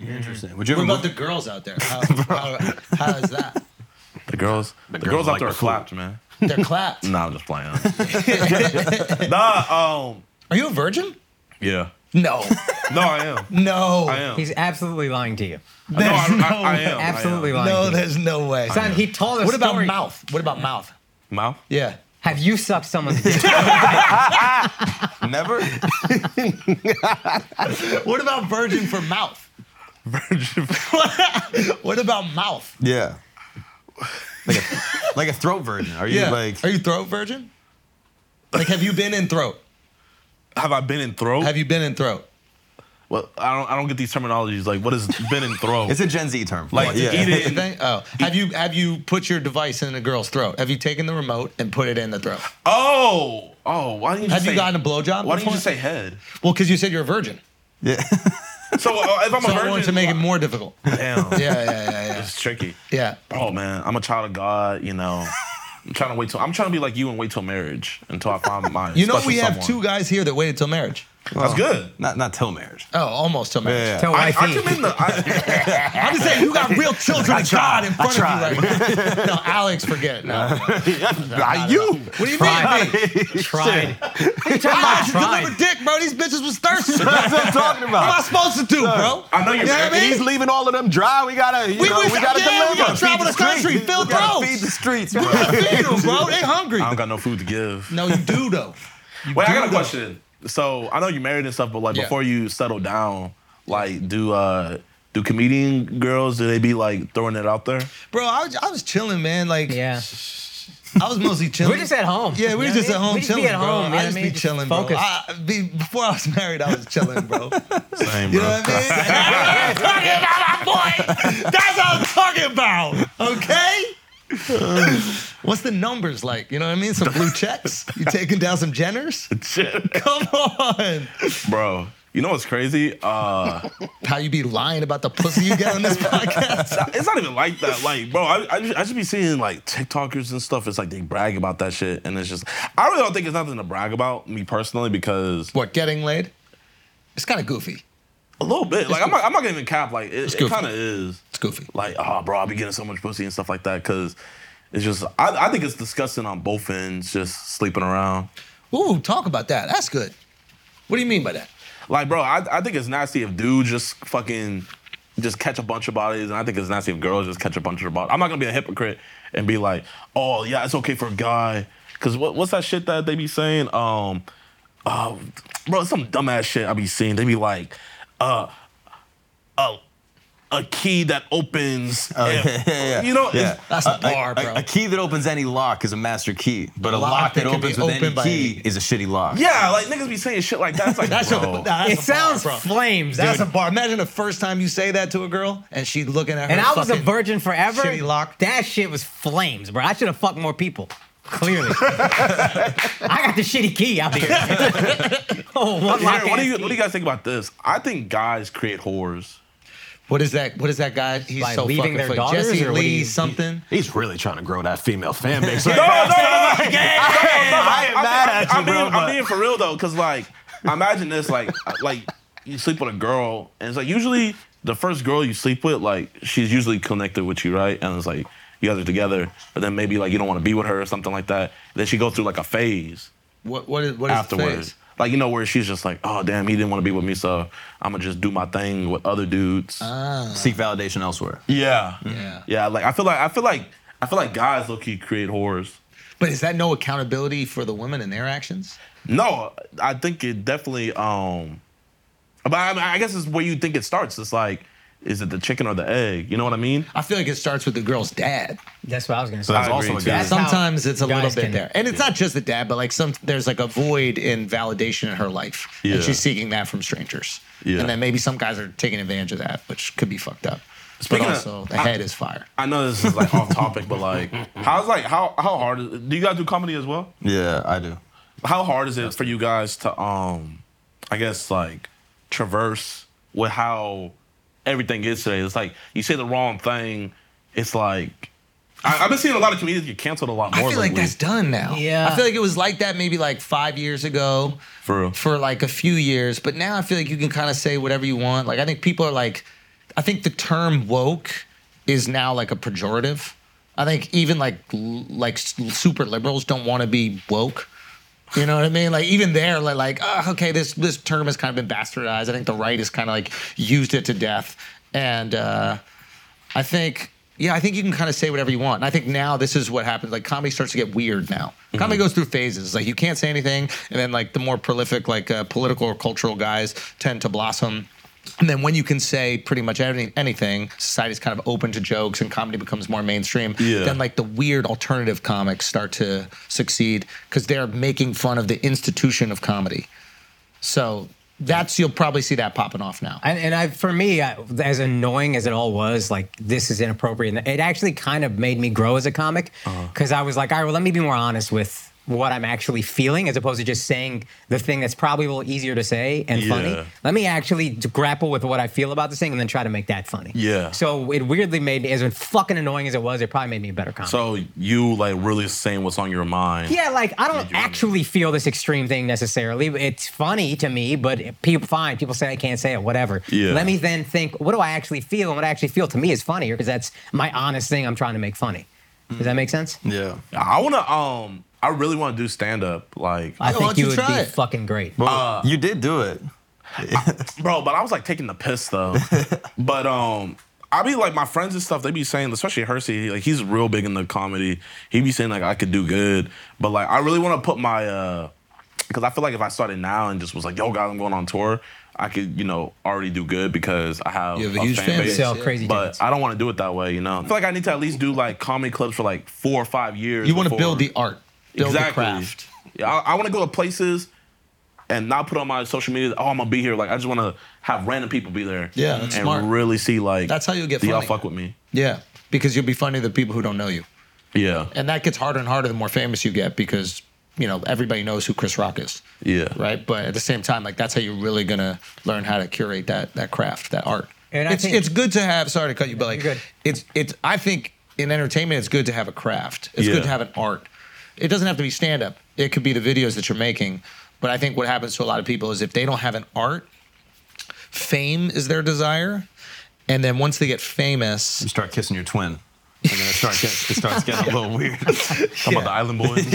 Interesting. Would you
What
ever
about
move?
the girls out there? How, how, how is that?
The girls, the, girls,
girls like
out there
the
are
food.
clapped, man.
They're clapped.
Nah, I'm just playing. nah, um,
Are you a virgin?
yeah.
No.
No, I am.
No.
I am.
He's absolutely lying to you.
no, I, I- I am. Oh, I am.
Absolutely lying.
No,
to you.
there's no way.
Son, he told us.
What about
story.
mouth? What about mouth?
Mouth.
Yeah.
Have you sucked someone's dick?
Never?
What about virgin for mouth? Virgin. what about mouth?
yeah. Like a, like a throat virgin. Are you like.
Are you throat virgin? Like, have you been in throat?
Have I been in throat?
Have you been in throat?
well, I don't. I don't get these terminologies. Like, what has been in throat?
It's a Gen Z term.
like to
yeah.
eat
Is
it.
that- Oh, have you have you put your device in a girl's throat? Have you taken the remote and put it in the throat?
Oh, oh. Why didn't you?
Have
say,
you gotten a blowjob?
Why didn't
before?
you just say head?
Well, because you said you're a virgin.
Yeah.
So uh, if I'm
So
a
I
virgin,
wanted to make it more difficult. Yeah,
damn,
yeah, yeah, yeah.
it's tricky.
yeah.
Oh man, I'm a child of God. You know, I'm trying to wait till I'm trying to be like you and wait till marriage until I find my.
You know,
special
we have
someone.
two guys here that waited till marriage.
That's good.
Not, not till marriage.
Oh, almost till marriage.
Yeah.
Tell
I, I
wifey.
commend the. I,
I'm just saying, you got real children of God in
I
front of you right now. No, Alex, forget it. No, no,
Not you.
What do you mean? me?
Tried.
I
about
should deliver
tried.
dick, bro. These bitches was thirsty. what
That's what I'm talking
am I
about.
supposed to do, bro?
I know you're.
You know what I
And
mean?
he's leaving all of them dry. We gotta, you
We-
know,
we-
we, gotta
yeah, we
deliver.
gotta travel
Feed
the country,
streets.
Phil
We gotta
Gross.
Feed the streets, bro.
Feed 'em, bro. They hungry.
I don't got no food to give.
No, you do though.
Wait, I got
do,
a
though.
question. So I know you're married and stuff, but like
Yeah.
before you settle down, like do uh do comedian girls do they be like throwing it out there?
Bro, I was, I was chilling, man. Like,
Yeah.
I was mostly chilling.
We're just at home.
Yeah, we
You
were
know
just
what
at
I mean?
home
We just be
chilling,
at
bro.
home, you know
I
what
just
I
be
mean? Just
chilling, bro.
focused.
I, be, before I was married, I was chilling, bro.
Same,
You
bro.
know what I mean? That's what I'm talking about, my boy. That's what I'm talking about. Okay. What's the numbers like? You know what I mean? Some blue checks. You taking down some Jenners? Come on.
bro. You know what's crazy? Uh,
How you be lying about the pussy you get on this podcast?
it's not even like that. Like, bro, I, I, just, I just be seeing like TikTokers and stuff. It's like they brag about that shit, and it's just I really don't think it's nothing to brag about me personally because
What getting laid? It's kind of goofy.
a little bit. Like, I'm not, I'm not gonna even cap. Like, it, it
goofy.
kind of is.
It's goofy.
like, oh, bro, I be getting so much pussy and stuff like that because it's just, I, I think it's disgusting on both ends, just sleeping around.
Ooh, talk about that. That's good. What do you mean by that?
Like, bro, I, I think it's nasty if dudes just fucking just catch a bunch of bodies, and I think it's nasty if girls just catch a bunch of bodies. I'm not gonna be a hypocrite and be like, oh, yeah, it's okay for a guy. Cause what, what's that shit that they be saying? Um, uh, bro, it's some dumbass shit I be seeing. They be like, uh, uh, a key that opens.
Oh, yeah,
if-
yeah, yeah.
You know,
Yeah.
it's-
That's a bar,
A-
bro.
A, key that opens any lock is a master key, but a
lock
lock,
that
that,
can be
opens with
opened
any
by
key
any-
is a shitty lock.
Yeah, like niggas be saying shit like that. It's like,
That's a,
bro.
nah, that's
It
a
sounds
bar, bro.
flames.
That's
dude.
a bar. Imagine the first time you say that to a girl and she looking at her.
and I was a
fucking-
virgin forever.
shitty lock.
That shit was flames, bro. I should have fucked more people. Clearly, I got the shitty key out here. oh, one
Aaron, what,
lock.
do
ass
you, what do you guys think about this? I think guys create whores.
What is that? What is that guy? He's
By
so
leaving
fucking
their
funny.
daughters,
Jesse
or what do
Lee
you-
something.
He's really trying to grow that female fan base.
No, no, no, no, no,
I ain't mad at you,
I'm, being,
bro.
I'm
but-
being for real though, because like, imagine this, like, like you sleep with a girl, and it's like usually the first girl you sleep with, like, she's usually connected with you, right? And it's like you guys are together, but then maybe like you don't want to be with her or something like that. Then she goes through like a phase.
What what is what is the
afterwards.
face?
Like you know where she's just like, oh damn, he didn't want to be with me, so I'm gonna just do my thing with other dudes.
Uh, Seek validation elsewhere.
yeah,
Ah. Yeah.
yeah. Like I feel like I feel like I feel like guys low key create whores.
But is that no accountability for the women and their actions?
No, I think it definitely. um But I, mean, I guess it's where you think it starts. It's like, is it the chicken or the egg? You know what I mean?
I feel like it starts with the girl's dad.
That's what I was gonna
So
say.
that's
I
also
agree,
a
too.
guy.
That's how
Sometimes it's a
guys
little bit
can-
there, and it's not just the dad, but like some there's like a void in validation in her life,
Yeah.
and she's seeking that from strangers.
Yeah.
And then maybe some guys are taking advantage of that, which could be fucked up.
Speaking
but
of-
also, the
I-
head is fire.
I know this is like off topic, but like, how's like how how hard? Is, do you guys do comedy as well?
Yeah, I do.
how hard is it for you guys to um i guess like traverse with how everything is today it's like you say the wrong thing it's like I, I've been seeing a lot of comedians get canceled a lot more.
I feel
than
like
we-
that's done now.
Yeah.
I feel like it was like that maybe like five years ago.
For real.
For like a few years. But now I feel like you can kind of say whatever you want. Like I think people are like, I think the term woke is now like a pejorative. I think even like l- like s- super liberals don't want to be woke. You know what I mean? Like even there, like, like ah, okay, this this term has kind of been bastardized. I think the right has kind of like used it to death, and uh, I think yeah, I think you can kind of say whatever you want. And I think now this is what happens. Like comedy starts to get weird now. Comedy goes through phases. Like you can't say anything, and then like the more prolific like uh, political or cultural guys tend to blossom. And then when you can say pretty much any, anything, society's kind of open to jokes and comedy becomes more mainstream.
Yeah.
Then like the weird alternative comics start to succeed because they're making fun of the institution of comedy. So that's you'll probably see that popping off now.
And, and I, for me, I, as annoying as it all was, like this is inappropriate. and It actually kind of made me grow as a comic because I was like, all right, well, let me be more honest with what I'm actually feeling, as opposed to just saying the thing that's probably a little easier to say and
Yeah.
funny. Let me actually d- grapple with what I feel about this thing and then try to make that funny.
Yeah.
So it weirdly made me, as fucking annoying as it was, it probably made me a better comic.
So you like really saying what's on your mind?
Yeah, like I don't
you-
actually feel this extreme thing necessarily. It's funny to me, but people fine. People say I can't say it, whatever.
Yeah.
Let me then think, what do I actually feel? And what I actually feel to me is funnier because that's my honest thing I'm trying to make funny. Does that make sense?
Yeah.
I wanna um I really wanna do stand up like
I
Yeah, why
think
don't
you,
you
would
try
be
it?
fucking great.
you did do it.
bro, but I was like taking the piss though. but um I be like my friends and stuff, they be saying, especially Hersey, like he's real big in the comedy. He be saying like I could do good. But like I really wanna put my uh because I feel like if I started now and just was like, yo guys, I'm going on tour, I could, you know, already do good because I have,
You have a huge fan base,
Sell crazy
But
tickets.
I don't want to do it that way, you know. I feel like I need to at least do like comedy clubs for like four or five years.
You want to
before-
build the art, build the craft.
Yeah, I, I want to go to places and not put on my social media. Oh, I'm gonna be here. Like I just want to have random people be there.
Yeah, that's
and
smart.
really see like
That's how you'll get
Do y'all
funny.
fuck with me?
Yeah, because you'll be funny to the people who don't know you,
Yeah,
and that gets harder and harder the more famous you get because you know everybody knows who Chris Rock is,
yeah,
right? But at the same time, like that's how you're really gonna learn how to curate that that craft, that art.
And I
it's
think-
it's good to have. Sorry to cut you, but like
you're good.
it's it's. I think in entertainment, it's good to have a craft. It's
Yeah.
good to have an art. It doesn't have to be stand up. It could be the videos that you're making. But I think what happens to a lot of people is if they don't have an art, fame is their desire. And then once they get famous,
You start kissing your twin. And then it starts getting, it starts getting a little weird.
Talking about the Island Boys.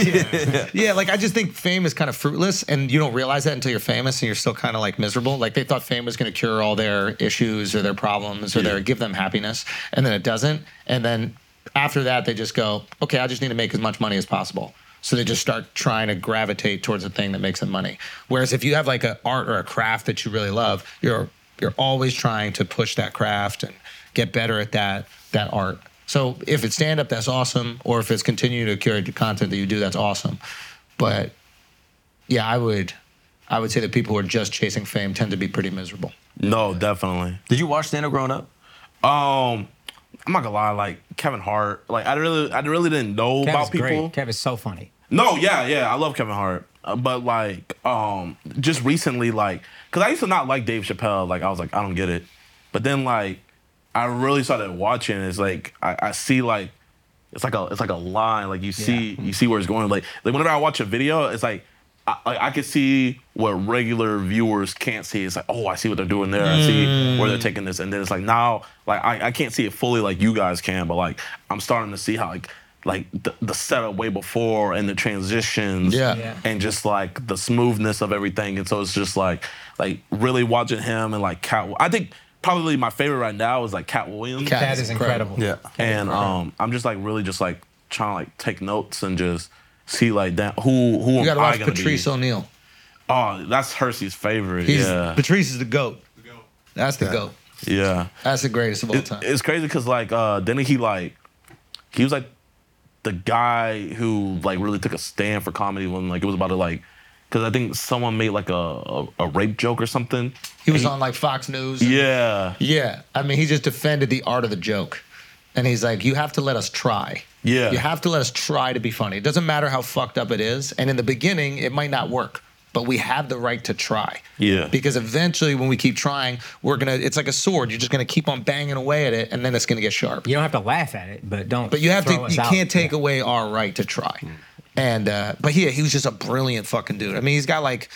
Yeah, like I just think fame is kind of fruitless, and you don't realize that until you're famous, and you're still kind of like miserable. Like they thought fame was going to cure all their issues or their problems or their give them happiness, and then it doesn't. And then after that, they just go, okay, I just need to make as much money as possible. So they just start trying to gravitate towards a thing that makes them money. Whereas if you have like an art or a craft that you really love, you're you're always trying to push that craft and get better at that that art. So if it's stand up, that's awesome. Or if it's continuing to curate the content that you do, that's awesome. But yeah, I would I would say that people who are just chasing fame tend to be pretty miserable.
no, definitely.
Did you watch stand up growing up?
Um, I'm not gonna lie. Like Kevin Hart. Like I really, I really didn't know
Kevin's
about people.
great. Kevin's so funny.
No, yeah, yeah, I love Kevin Hart, Uh, but like, um, just recently, like, cause I used to not like Dave Chappelle. Like, I was like, I don't get it, but then like, I really started watching. It's like I, I see like, it's like a it's like a line. Like you see you see where it's going. Like like whenever I watch a video, it's like. I, like, I can see what regular viewers can't see. It's like, oh, I see what they're doing there. I see where they're
Mm.
taking this, and then it's like now, like I, I can't see it fully like you guys can, but like I'm starting to see how like like the, the setup way before and the transitions
Yeah.
Yeah.
and just like the smoothness of everything and so it's just like like really watching him and like cat i think probably my favorite right now is like cat williams
Cat
that is
is
incredible.
and um i'm just like really just like trying to like take notes and just see like that who who
You
am
got to
i
watch
gonna
Patrice
be
O'Neill.
oh that's hersey's favorite
He's
yeah
Patrice is the goat. That's the goat.
yeah
That's the greatest of all
It-
time.
It's crazy because like uh then he like he was like the guy who like really took a stand for comedy when like it was about to like because I think someone made like a, a a rape joke or something.
he was on like Fox News.
Yeah,
Yeah, I mean, he just defended the art of the joke, and he's like, "You have to let us try.
Yeah.
you have to let us try to be funny. It doesn't matter how fucked up it is, and in the beginning, it might not work.
but we have the right to try.
Yeah.
Because eventually, when we keep trying, we're gonna. It's like a sword. You're just gonna keep on banging away at it, and then it's gonna get sharp.
You don't have to laugh at it, but don't.
But you have to.
throw us
You
out.
can't take
Yeah.
away our right to try. And uh, but yeah, he was just a brilliant fucking dude. I mean, he's got like.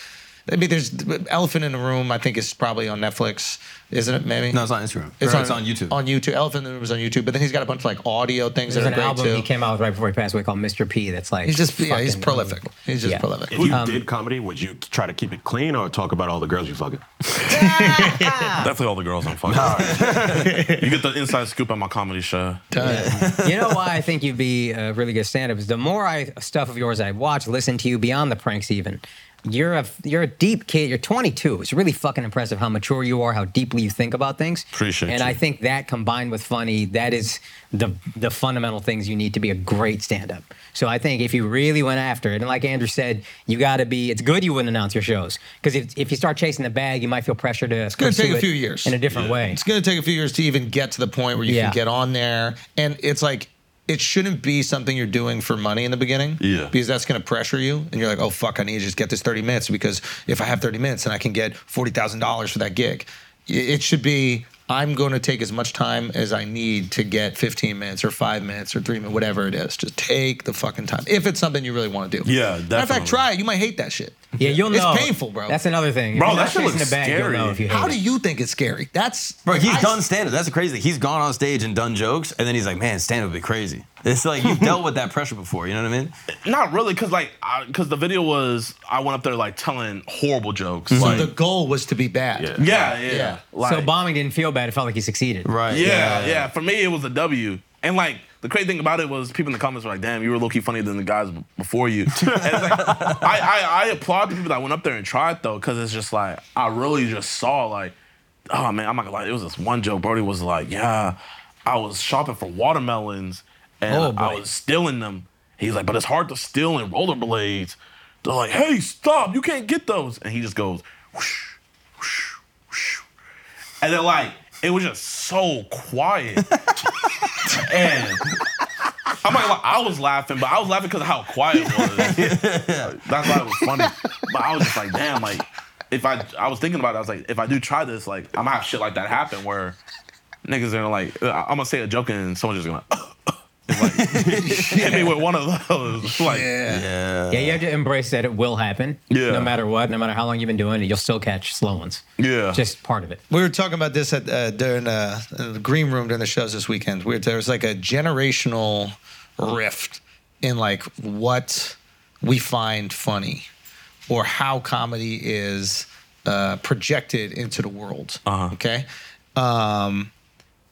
I mean, there's Elephant in the Room. I think is probably on Netflix, isn't it? Maybe
No, it's on Instagram. It's, on, it's on YouTube.
On YouTube, Elephant in the Room is on YouTube. But then he's got a bunch of like audio things
There's
that are
an
great
album
too.
he came out with right before he passed away called Mr. P. That's like
He's just yeah, he's
fucking
prolific.
unbelievable.
He's just
Yeah.
prolific.
If you did comedy, would you try to keep it clean or talk about all the girls you fucking?
Definitely all the girls I'm fucking. you get the inside scoop on my comedy show.
you know why I think you'd be a really good stand-up is the more I stuff of yours I watch, listen to you beyond the pranks even. You're a you're a deep kid. You're 22. It's really fucking impressive how mature you are, how deeply you think about things.
Appreciate
And
you.
I think that combined with funny, that is the the fundamental things you need to be a great stand-up. So I think if you really went after it, and like Andrew said, you got to be. It's good you wouldn't announce your shows because if if you start chasing the bag, you might feel pressure to. It's
gonna take a few years.
in a different way.
It's going to take a few years to even get to the point where you
Yeah.
can get on there. And it's like, it shouldn't be something you're doing for money in the beginning.
Yeah.
Because that's going to pressure you. And you're like, oh, fuck, I need to just get this 30 minutes because if I have 30 minutes, then I can get $40,000 for that gig. I- It should be, I'm going to take as much time as I need to get 15 minutes or five minutes or three minutes, whatever it is. Just take the fucking time if it's something you really want to do.
Yeah,
Matter of
definitely.
fact, try it. You might hate that shit.
Yeah, you'll know.
It's painful, bro.
That's another thing.
Bro,
If you're
that
not
shit looks
chasing the bag,
scary.
You'll know if you hate
How
it.
do you think it's scary? That's
Bro, he's
I-
done stand up. That's the crazy thing. He's gone on stage and done jokes, and then he's like, man, stand up would be crazy. It's like you've dealt with that pressure before, you know what I mean?
Not really, cause like, I, cause the video was I went up there like telling horrible jokes.
Mm-hmm.
So
Like,
the goal was to be bad.
yeah, yeah,
Yeah.
Like,
so bombing didn't feel bad. It felt like he succeeded.
Right.
Yeah, yeah, For me, it was a W. And like the crazy thing about it was people in the comments were like, "Damn, you were low key funnier than the guys b- before you." And it's like, I, I I applaud the people that went up there and tried though, because it's just like I really just saw like, oh man, I'm not gonna lie, it was this one joke. Brody was like, "Yeah, I was shopping for watermelons and
Oh,
I
boy.
was stealing them." He's like, "But it's hard to steal in rollerblades." They're like, "Hey, stop! You can't get those!" And he just goes. Whoosh, and then like it was just so quiet. and I'm like, I was laughing, but I was laughing because of how quiet it was. That's why it was funny. But I was just like, damn, like if I I was thinking about it, I was like, if I do try this, like I'm gonna have shit like that happen where niggas are like, I- I'm gonna say a joke and someone's just gonna and, like, hit me with one of those. Like,
Yeah, you have to embrace that it will happen.
Yeah.
No matter what, no matter how long you've been doing it, you'll still catch slow ones.
Yeah.
Just part of it.
We were talking about this at uh, during uh, the green room during the shows this weekend. We were, there was like a generational rift in like what we find funny or how comedy is uh, projected into the world.
Uh-huh.
Okay. Um,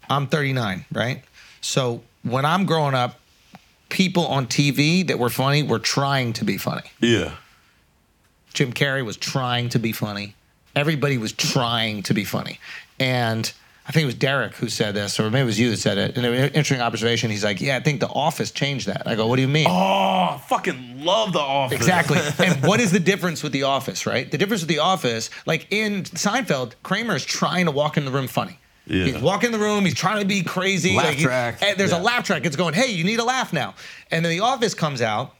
I'm 39, right? So when I'm growing up, people on TV that were funny were trying to be funny.
yeah.
Jim Carrey was trying to be funny. Everybody was trying to be funny. And I think it was Derek who said this, or maybe it was you that said it. And it was an interesting observation. He's like, Yeah, I think The Office changed that. I go, What do you mean?
Oh, I fucking love the office.
Exactly. and what is the difference with The Office, right? The difference with The Office, like in Seinfeld, Kramer is trying to walk in the room funny.
Yeah.
He's walking in the room, he's trying to be crazy.
Laugh
like, he-
track.
and there's a
Yeah.
laugh track. It's going, hey, you need a laugh now. And then The Office comes out,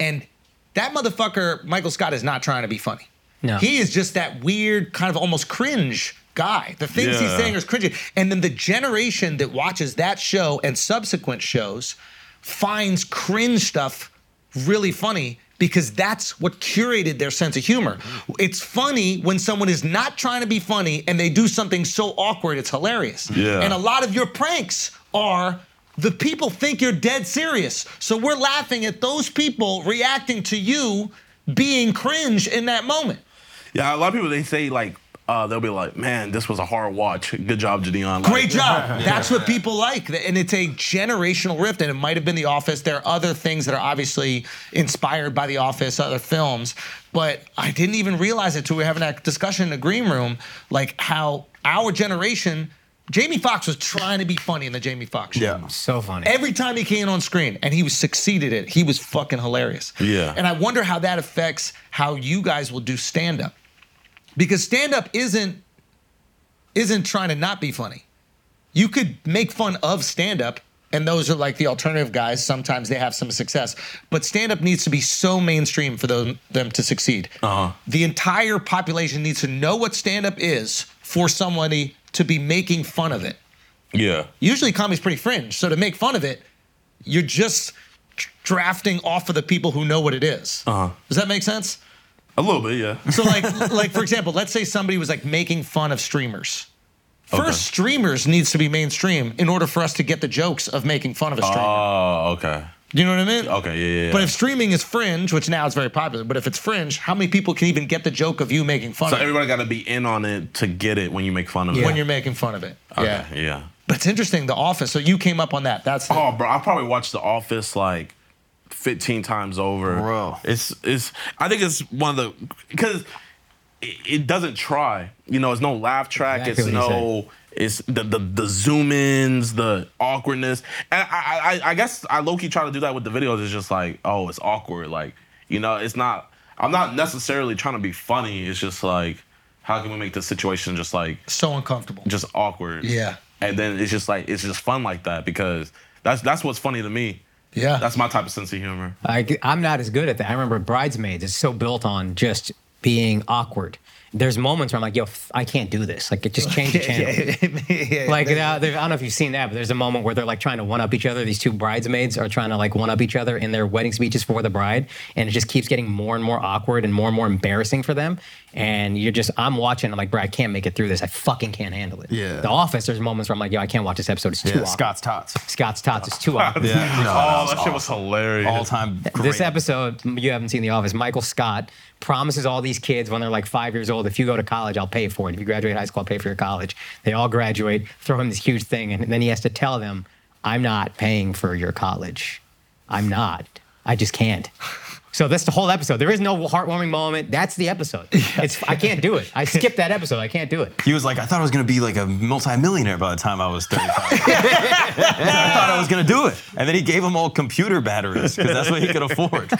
and that motherfucker, Michael Scott, is not trying to be funny.
No.
He is just that weird, kind of almost cringe guy. The things he's
Yeah.
saying are cringy. And then the generation that watches that show and subsequent shows finds cringe stuff really funny because that's what curated their sense of humor. It's funny when someone is not trying to be funny and they do something so awkward it's hilarious.
Yeah.
And a lot of your pranks are the people think you're dead serious. So we're laughing at those people reacting to you being cringe in that moment.
Yeah, a lot of people they say like uh, they'll be like, "Man, this was a hard watch. Good job, Gideon." Like,
Great job. That's what people like. And it's a generational rift. And it might have been The Office. There are other things that are obviously inspired by The Office, other films. But I didn't even realize it till we were having that discussion in the green room, like how our generation, Jamie Foxx was trying to be funny in the Jamie Foxx show.
Yeah.
So funny.
Every time he came on screen and he was succeeded at it, he was fucking hilarious.
Yeah.
And I wonder how that affects how you guys will do stand up. Because stand up isn't isn't trying to not be funny. You could make fun of stand up and those are like the alternative guys. Sometimes they have some success, but stand up needs to be so mainstream for them, them to succeed. Uh-huh. The entire population needs to know what stand up is for somebody to be making fun of it.
Yeah.
Usually comedy's pretty fringe, so to make fun of it, you're just drafting off of the people who know what it is. Uh-huh. Does that make sense?
A little bit, yeah.
So like like for example, let's say somebody was like making fun of streamers. First, streamers needs to be mainstream in order for us to get the jokes of making fun of a streamer.
Oh, okay.
Do you know what I mean?
Okay, yeah, yeah, yeah.
But if streaming is fringe, which now is very popular, but if it's fringe, how many people can even get the joke of you making fun
So
of it
everybody got to be in on it to get it when you make fun of it.
when you're making fun of it?
Okay,
Yeah.
yeah.
But it's interesting, The Office. So you came up on that. That's the-
Oh, bro, I probably watched The Office like 15 times over.
Bro.
it's it's. I think it's one of the because it, it doesn't try. You know, it's no laugh track.
Exactly
it's
what he
no. It's the, the the zoom ins, the awkwardness, and I I, I guess I low key try to do that with the videos. It's just like, oh, it's awkward. Like, you know, it's not. I'm not necessarily trying to be funny. It's just like, how can we make this situation just like
so uncomfortable.
just awkward.
Yeah.
And then it's just like it's just fun like that because that's that's what's funny to me.
Yeah.
That's my type of sense of humor.
I, I'm not as good at that. I remember Bridesmaids is so built on just being awkward. There's moments where I'm like, yo, f- I can't do this. Like, it just changed the channel. Like, uh, there- I don't know if you've seen that, but there's a moment where they're like trying to one up each other. These two bridesmaids are trying to like one up each other in their wedding speeches for the bride, and it just keeps getting more and more awkward and more and more embarrassing for them. And you're just, I'm watching, I'm like, bro, I can't make it through this. I fucking can't handle it.
Yeah.
The Office, there's moments where I'm like, yo, I can't watch this episode. It's too
Yeah,
awkward.
Scott's tots.
Scott's Tots is too awkward.
Yeah.
oh, that, shit was hilarious.
All time great.
This episode, you haven't seen The Office. Michael Scott promises all these kids when they're like five years old, if you go to college, I'll pay for it. If you graduate high school, I'll pay for your college. They all graduate, throw him this huge thing, and then he has to tell them, I'm not paying for your college. I'm not. I just can't. So that's the whole episode. There is no heartwarming moment. That's the episode. It's, I can't do it. I skipped that episode. I can't do it.
He was like, I thought I was gonna be like a multimillionaire by the time I was 35. I thought I was gonna do it. And then he gave them all computer batteries because that's what he could afford.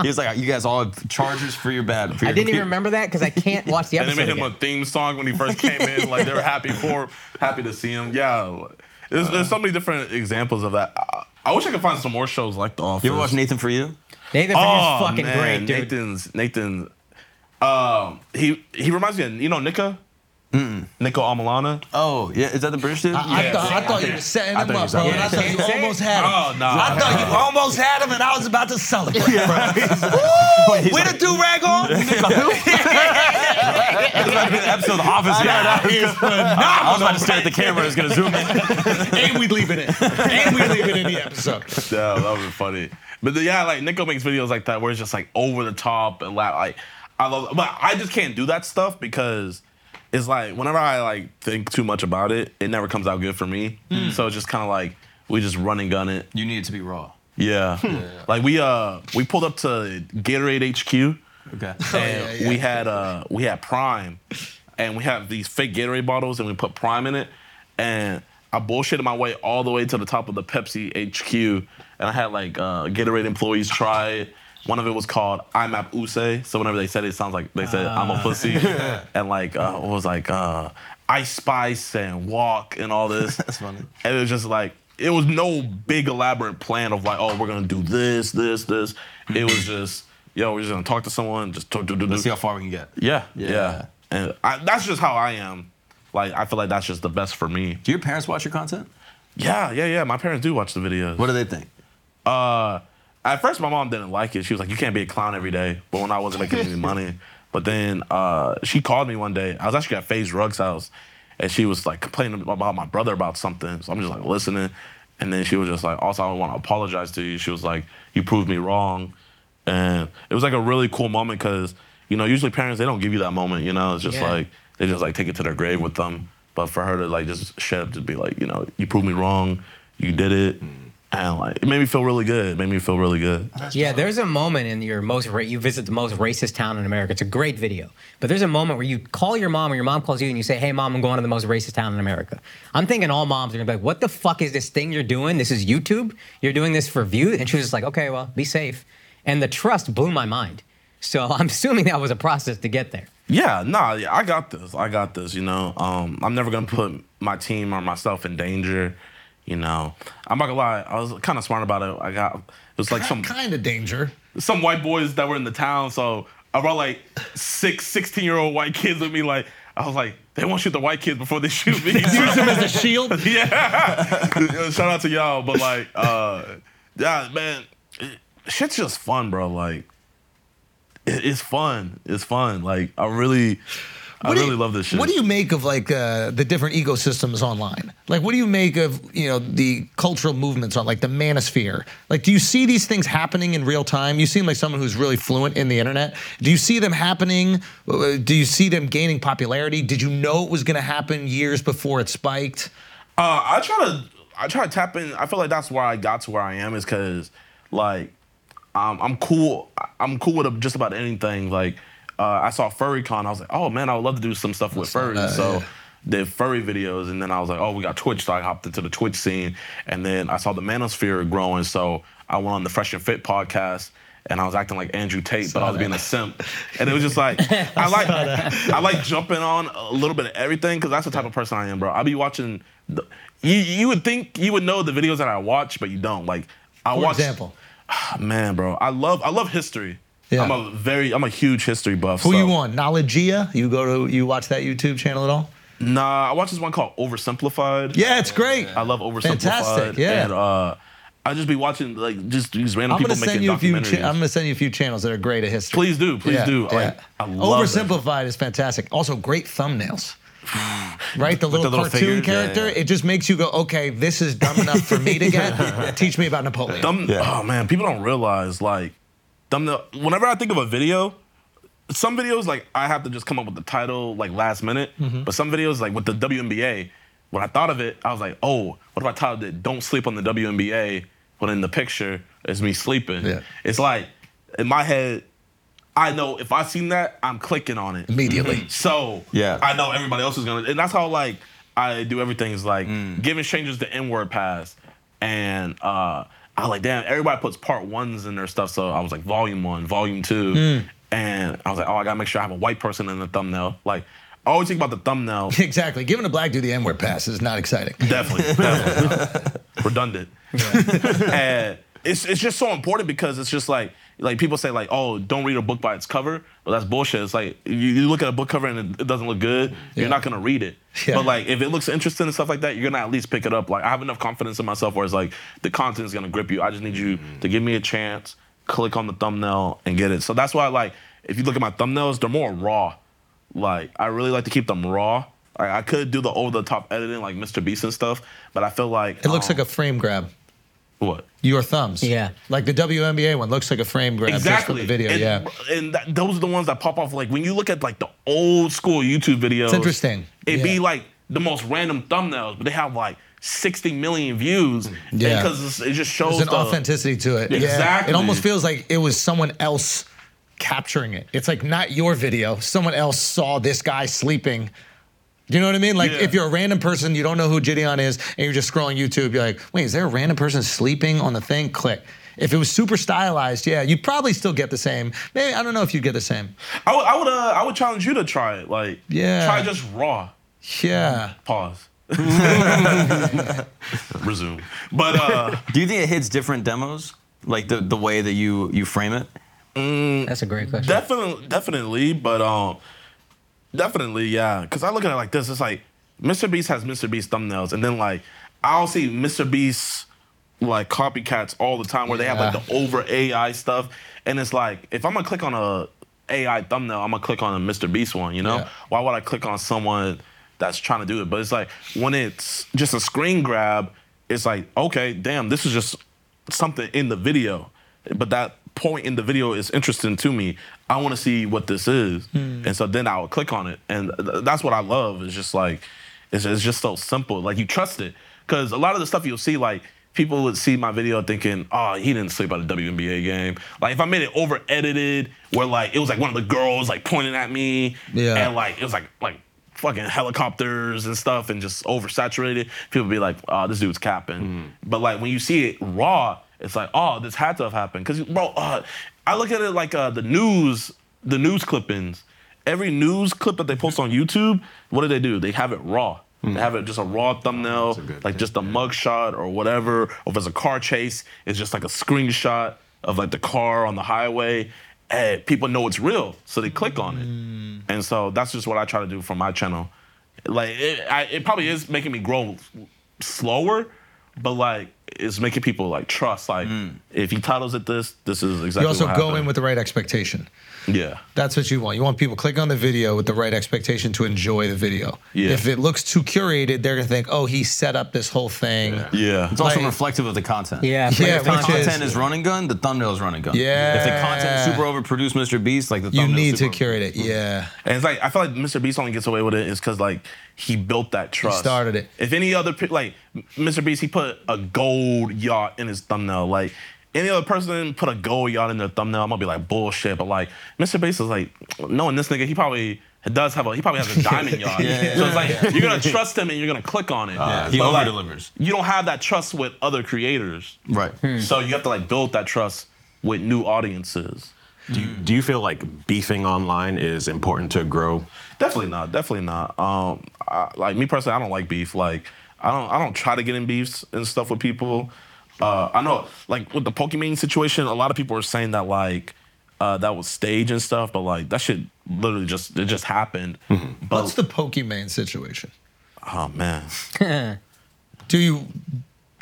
He was like, you guys all have chargers for your battery.
I didn't even remember that because I can't watch the
and they
episode.
made him
again.
a theme song when he first came in. Like they were happy for, happy to see him. Yeah. There's, there's so many different examples of that. I, I wish I could find some more shows like The Office. Oh,
You ever watch Nathan for You?
Nathan Fillion's fucking great, dude.
Nathan's Nathan's. Um, he he reminds me of you know Nika, Nico Amalana.
Oh, yeah. Is that the British dude?
I, thought, I thought you were setting him up, bro. and I thought you
Yeah.
almost had him.
Oh, no.
I thought you almost had him, and I was about to celebrate.
Wait, he's
With a do rag on,
like, the episode of The Office. Yeah, I, I was about to stare at the camera. I was gonna zoom in.
and we leave it in, and we leave it in the episode.
Yeah, that was funny. But the, yeah, like Nico makes videos like that where it's just like over the top and la- like I love, but I just can't do that stuff because it's like whenever I like think too much about it, it never comes out good for me. So it's just kind of like we just run and gun it.
You need it to be raw.
Yeah. Like we uh we pulled up to Gatorade HQ
Okay.
and we had uh we had Prime, and we have these fake Gatorade bottles, and we put Prime in it, and I bullshitted my way all the way to the top of the Pepsi HQ, and I had like uh, Gatorade employees try it. One of it was called IMAP Use, so whenever they said it, it sounds like they said I'm
Ah.
a pussy, and like uh, what was like uh, Ice Spice and Walk and all this. That's
funny.
And it was just like it was no big elaborate plan of like oh we're gonna do this this this. It was just yo we're just gonna talk to someone just talk do do do.
Let's see how far we can get.
Yeah,
Yeah.
yeah. And I, that's just how I am. Like, I feel like that's just the best for me.
Do your parents watch your content?
Yeah, yeah, yeah. My parents do watch the videos.
What do they think?
Uh, at first, my mom didn't like it. She was like, "You can't be a clown every day." But when I wasn't making any money, but then uh, she called me one day. I was actually at Faze Ruggs' house, and she was like complaining about my brother about something. So I'm just like listening, and then she was just like, "Also, I want to apologize to you." She was like, "You proved me wrong," and it was like a really cool moment because you know usually parents they don't give you that moment. You know, it's just
Yeah.
like they just like take it to their grave with them. But for her to like just shut up, just be like, you know, you proved me wrong, you did it, and like it made me feel really good. It made me feel really good.
Yeah, there's a moment in your most ra- you visit the most racist town in America. It's a great video, but there's a moment where you call your mom or your mom calls you and you say, "Hey, mom, I'm going to the most racist town in America." I'm thinking all moms are gonna be like, "What the fuck is this thing you're doing? This is YouTube. You're doing this for view." And she was just like, "Okay, well, be safe." And the trust blew my mind. So I'm assuming that was a process to get there.
Yeah, nah, yeah, I got this. I got this. You know, um, I'm never gonna put my team or myself in danger. You know, I'm not gonna lie. I was kind of smart about it. I got it was like some
kind of danger.
some white boys that were in the town. So I brought like six 16 year old white kids with me. Like I was like, they won't shoot the white kids before they shoot me.
Use him as a shield.
yeah. Yo, Shout out to y'all, but like, uh, yeah, man, it- shit's just fun, bro. Like, it- it's fun. It's fun. Like, I really, I
What do
really
you-
love this shit.
What do you make of like uh, the different ecosystems online? Like, what do you make of you know the cultural movements on like the manosphere? Like, do you see these things happening in real time? You seem like someone who's really fluent in the internet. Do you see them happening? Uh, Do you see them gaining popularity? Did you know it was going to happen years before it spiked?
Uh, I try to I try to tap in. I feel like that's why I got to where I am is because like um, I'm cool. I- I'm cool with just about anything. Like uh, I saw FurryCon, I was like, oh man, I would love to do some stuff with furries. so did furry videos, and then I was like, oh, we got Twitch. So I hopped into the Twitch scene, and then I saw the manosphere growing. So I went on the Fresh and Fit podcast. And I was acting like Andrew Tate, but I was being a simp, and it was just like I like I like jumping on a little bit of everything because that's the type of person I am, bro. I be watching. The, you you would think you would know the videos that I watch, but you don't. Like I
For
watch
example,
Man, bro, I love I love history.
Yeah.
I'm a very I'm a huge history buff.
who
so.
you on? Knowledgeia? You go to you watch that YouTube channel at all?
Nah, I watch this one called Oversimplified.
Yeah, it's great.
I love Oversimplified.
Fantastic, yeah.
And, uh, I just be watching like just these random
I'm
people
gonna
making
send you a few.
documentaries.
Cha- I'm gonna send you a few channels that are great at history.
please do, please
Yeah,
do.
yeah.
Like, I love that.
Oversimplified is fantastic. Also, great thumbnails. Right, the little,
the little
cartoon
figures, yeah,
character.
yeah.
It just makes you go, okay, this is dumb enough for me to get. Teach me about Napoleon.
Thumb- Oh man, people don't realize like thumbnail. Whenever I think of a video, some videos like I have to just come up with the title like last minute. But some videos like with the WNBA, when I thought of it, I was like, oh, what if I titled it "Don't Sleep on the WNBA"? When in the picture is me sleeping.
Yeah.
It's like in my head, I know if I seen that, I'm clicking on it.
Immediately.
So
Yeah.
I know everybody else is gonna, and that's how like I do everything is like giving strangers the N word pass, and uh, I like damn everybody puts part ones in their stuff, so I was like volume one, volume two, and I was like oh I gotta make sure I have a white person in the thumbnail. Like I always think about the thumbnail,
Exactly. Giving a black dude the N-word pass is not exciting.
definitely, definitely not. redundant, and it's it's just so important because it's just like. Like people say, like, oh, don't read a book by its cover. Well, that's bullshit. It's like you, you look at a book cover and it, it doesn't look good.
Yeah.
You're not gonna read it.
Yeah.
But like if it looks interesting and stuff like that, you're gonna at least pick it up. Like I have enough confidence in myself where it's like the content is gonna grip you. I just need you to give me a chance, click on the thumbnail and get it. So that's why like if you look at my thumbnails, they're more raw. Like I really like to keep them raw. Like, I could do the over the top editing like Mr. Beast and stuff, but I feel like
It looks like a frame grab.
a what
Your thumbs.
Yeah.
Like the WNBA one looks like a frame grab just from
exactly
the video.
And,
yeah.
and that, those are the ones that pop off. Like when you look at like the old school YouTube videos,
It's interesting.
It'd
Yeah.
be like the most random thumbnails, but they have like 60 million views.
Yeah.
because it just shows
There's an
the,
authenticity to it. Yeah.
Exactly.
It almost feels like it was someone else capturing it. It's like not your video. Someone else saw this guy sleeping. You know what I mean? Like
Yeah.
if you're a random person, you don't know who Gideon is, and you're just scrolling YouTube, you're like, wait, is there a random person sleeping on the thing? Click. If it was super stylized, yeah, you'd probably still get the same. Maybe I don't know if you'd get the same.
I would, I would, uh, I would challenge you to try it. Like,
Yeah.
try just raw.
Yeah.
Pause. Resume. But uh,
Do you think it hits different demos? Like the, the way that you you frame it?
That's a great question.
definitely, definitely. But um, definitely, yeah. Because I look at it like this. It's like Mr. Beast has Mr. Beast thumbnails, and then like I'll see Mr. Beast like copycats all the time where they have like the over AI stuff, and it's like if I'm gonna click on a AI thumbnail, I'm gonna click on a Mr. Beast one. You know,
Yeah.
why would I click on someone that's trying to do it? But it's like when it's just a screen grab, it's like okay, damn, this is just something in the video, but that point in the video is interesting to me. I want to see what this is, and so then I would click on it, and th- that's what I love. It's just like it's, it's just so simple. Like you trust it, because a lot of the stuff you'll see, like people would see my video thinking, "Oh, he didn't sleep at a WNBA game." Like if I made it over edited, where like it was like one of the girls like pointing at me,
Yeah.
and like it was like like fucking helicopters and stuff, and just oversaturated. People be like, "Oh, this dude's capping." But like when you see it raw, it's like, "Oh, this had to have happened." Because bro, uh, I look at it like uh, the news, the news clippings. Every news clip that they post on YouTube, what do they do? They have it raw. and have it just a raw thumbnail, like just a mugshot or whatever. Or if it's a car chase, it's just like a screenshot of like the car on the highway. Eh, people know it's real, so they click on it.
Mm.
And so that's just what I try to do for my channel. Like it, I, it probably is making me grow slower, but like it's making people like trust. Like if he titles it this, this is exactly.
Mm. You also
what
go in
happened.
with the right expectation.
yeah.
That's what you want. You want people to click on the video with the right expectation to enjoy the video.
Yeah.
If it looks too curated, they're gonna think, "Oh, he set up this whole thing."
Yeah.
It's also
Like-
reflective of the content.
Yeah,
Yeah,
but-
which is-
Content is run and gun. The thumbnail is run and gun.
Yeah.
If the content is super overproduced, Mr. Beast, like the
You
thumbnail.
need to
super
curate it. Yeah.
And it's like I feel like Mr. Beast only gets away with it is because like he built that trust.
started it.
If any other pe- like Mr. Beast, he put a gold yacht in his thumbnail. Like any other person put a gold yacht in their thumbnail, I'm gonna be like bullshit. But like Mr. Beast is like knowing this nigga, he probably. does have a he probably has a diamond yacht. So it's like you're gonna trust him and you're gonna click on it.
Yeah, Uh, he
But, like,
over-delivers.
you don't have that trust with other creators.
Right.
Hmm.
So you have to like build that trust with new audiences.
Do you feel like beefing online is important to grow?
Definitely not. Definitely not. Um, I, like me personally, I don't like beef. Like I don't. I don't try to get in beefs and stuff with people. Uh, I know, like with the Pokemon situation, a lot of people are saying that like uh, that was stage and stuff, but like that shit literally just it just happened. Mm-hmm. But
What's the Pokemon situation?
oh man,
Do you?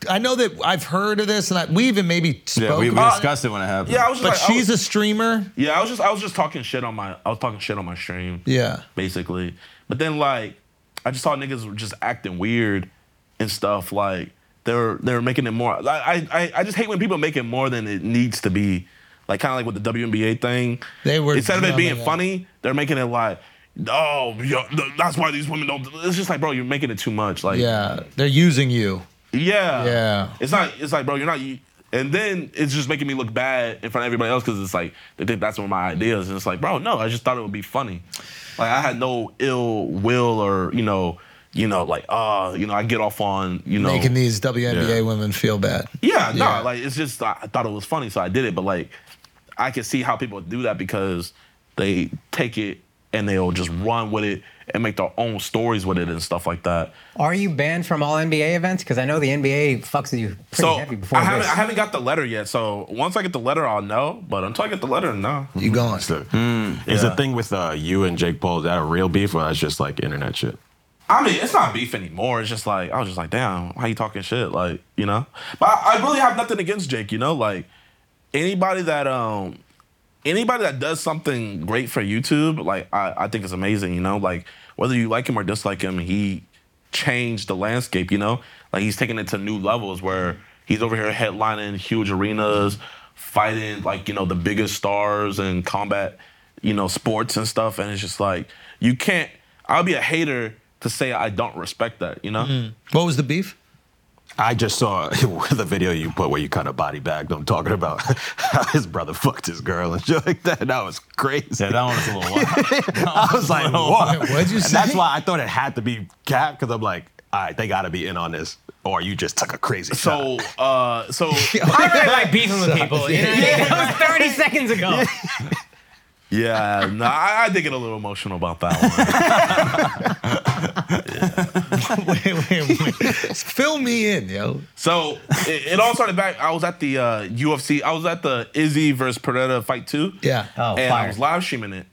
I know that I've heard of this, and I, we even maybe spoke.
Yeah, we, we
Uh,
about it,
discussed it when it happened.
yeah, I was just
but
like, I
she's
was-
a streamer.
yeah, I was just I was just talking shit on my I was talking shit on my stream.
Yeah.
basically. But then like I just saw niggas were just acting weird and stuff. Like they were they were making it more. I I I just hate when people make it more than it needs to be. Like kind of like with the WNBA thing.
They were
instead of it being
drumming up.
funny, they're making it like. Oh, yo, th- that's why these women don't. It's just like, bro, you're making it too much. Like,
Yeah, they're using you.
yeah.
Yeah.
It's not, it's like, bro, you're not, you, and then it's just making me look bad in front of everybody else because it's like, they think that's what my idea is. And it's like, bro, no, I just thought it would be funny. Like, I had no ill will or, you know, you know, like, uh, you know, I get off on, you know.
Making these WNBA women feel bad.
Yeah, no,
Yeah.
like, it's just, I, I thought it was funny, so I did it. But, like, I can see how people do that because they take it and they'll just run with it and make their own stories with it and stuff like that.
Are you banned from all NBA events? Because I know the NBA fucks with you pretty
So
heavy before
I haven't,
this.
I haven't got the letter yet. So once I get the letter, I'll know. But until I get the letter, no.
You gone?
Is
Yeah.
the thing with uh, you and Jake Paul is that a real beef or that's just like internet shit?
I mean, it's not beef anymore. It's just like I was just like, damn, why you talking shit? Like, you know. But I, I really have nothing against Jake. You know, like anybody that um anybody that does something great for YouTube, like I, I think it's amazing. You know, like whether you like him or dislike him, he changed the landscape. You know, like he's taking it to new levels where he's over here headlining huge arenas, fighting like you know the biggest stars and combat, you know, sports and stuff. And it's just like you can't. I'll be a hater to say I don't respect that. You know.
Mm-hmm.
What was the beef?
I just saw the video you put where you kind of body bagged him talking about how his brother fucked his girl and shit like that. That was crazy.
Yeah, that one was a little wild.
I was like, what?
Wait, what'd you
And that's
say?
why I thought it had to be Cap because I'm like, all right, they got to be in on this, or you just took a crazy shot.
So, uh, so
I really like beefing with people. You know? That was 30 seconds ago.
yeah, no, I, I did get a little emotional about that one.
wait, wait, wait. Fill me in, yo.
So it, it all started back. I was at the uh, UFC. I was at the Izzy versus Pereira fight two.
Yeah.
Oh,
and
fire.
I was live streaming it,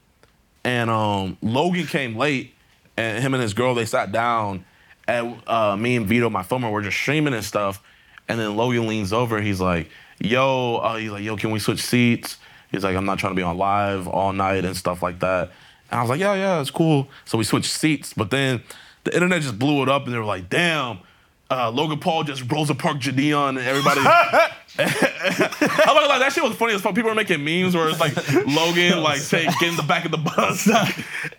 and um, Logan came late, and him and his girl they sat down, and uh, me and Vito, my filmer, were just streaming and stuff, and then Logan leans over. He's like, "Yo," uh, he's like, "Yo, can we switch seats?" He's like, "I'm not trying to be on live all night and stuff like that." And I was like, "Yeah, yeah, it's cool." So we switched seats, but then the internet just blew it up, and they were like, "Damn." Uh, Logan Paul just Rosa Park Jadeon and everybody I'm like, like, that shit was funny as fuck. People were making memes where it's like Logan, like, say, get in the back of the bus.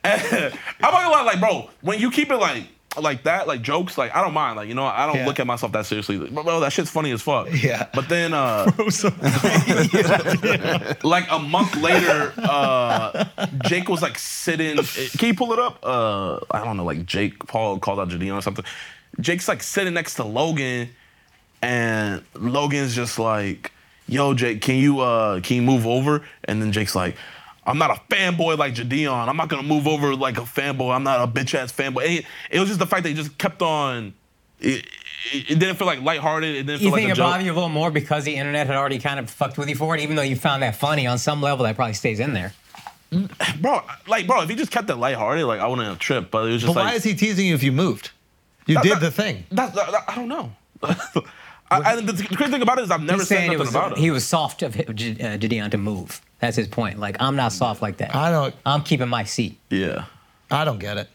And I'm like, like, bro, when you keep it like like that, like jokes, like I don't mind. Like, you know, I don't
Yeah.
look at myself that seriously. Like, bro, that shit's funny as fuck.
Yeah.
But then uh like a month later, uh Jake was like sitting. Can you pull it up? Uh I don't know, like Jake Paul called out Jadine or something. Jake's like sitting next to Logan and Logan's just like, "Yo, Jake, can you uh can you move over?" And then Jake's like, I'm not a fanboy like Jadeon. I'm not gonna move over like a fanboy. I'm not a bitch ass fanboy. It, it was just the fact that he just kept on. It, it, it didn't feel like lighthearted. It didn't feel
You
like
think
a
it
joke.
bothered you a little more because the internet had already kind of fucked with you for it, even though you found that funny on some level that probably stays in there.
bro, like, bro, if he just kept it lighthearted, like, I wouldn't have tripped. But it was just
But
like,
why is he teasing you if you moved? You
That-
did
that-
the thing.
That's, that, that- I don't know. I, I, the crazy thing about it is I've never
He's
said
saying
nothing
it was,
about
he
it.
was soft of him, J- uh, Jadeon to move. That's his point. Like I'm not soft like that.
I don't-
I'm keeping my seat.
Yeah,
I don't get it.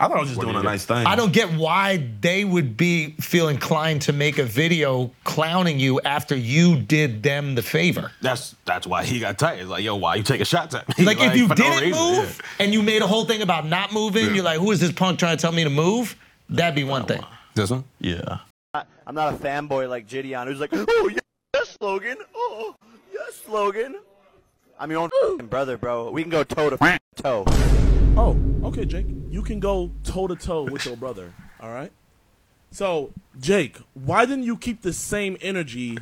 I thought I was just doing a nice thing.
I don't get why they would be feel inclined to make a video clowning you after you did them the favor.
That's that's why he got tight. It's like, yo, why you taking shots at me?
Like, if you
for no
didn't
reason,
move and you made a whole thing about not moving, you're like, who is this punk trying to tell me to move? That'd be one thing.
This one?
Yeah.
I'm not a fanboy like Gideon, who's like, oh, yes, yes, Logan. Oh, yes, Logan. I'm your own f***ing brother, bro. We can go toe to f***ing toe.
Oh, okay, Jake. You can go toe to toe with your brother. All right. So, Jake, why didn't you keep the same energy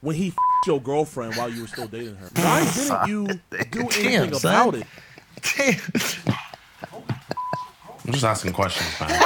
when he f***ed your girlfriend while you were still dating her? Why didn't you do anything
son.
about it?
I'm just asking questions, man.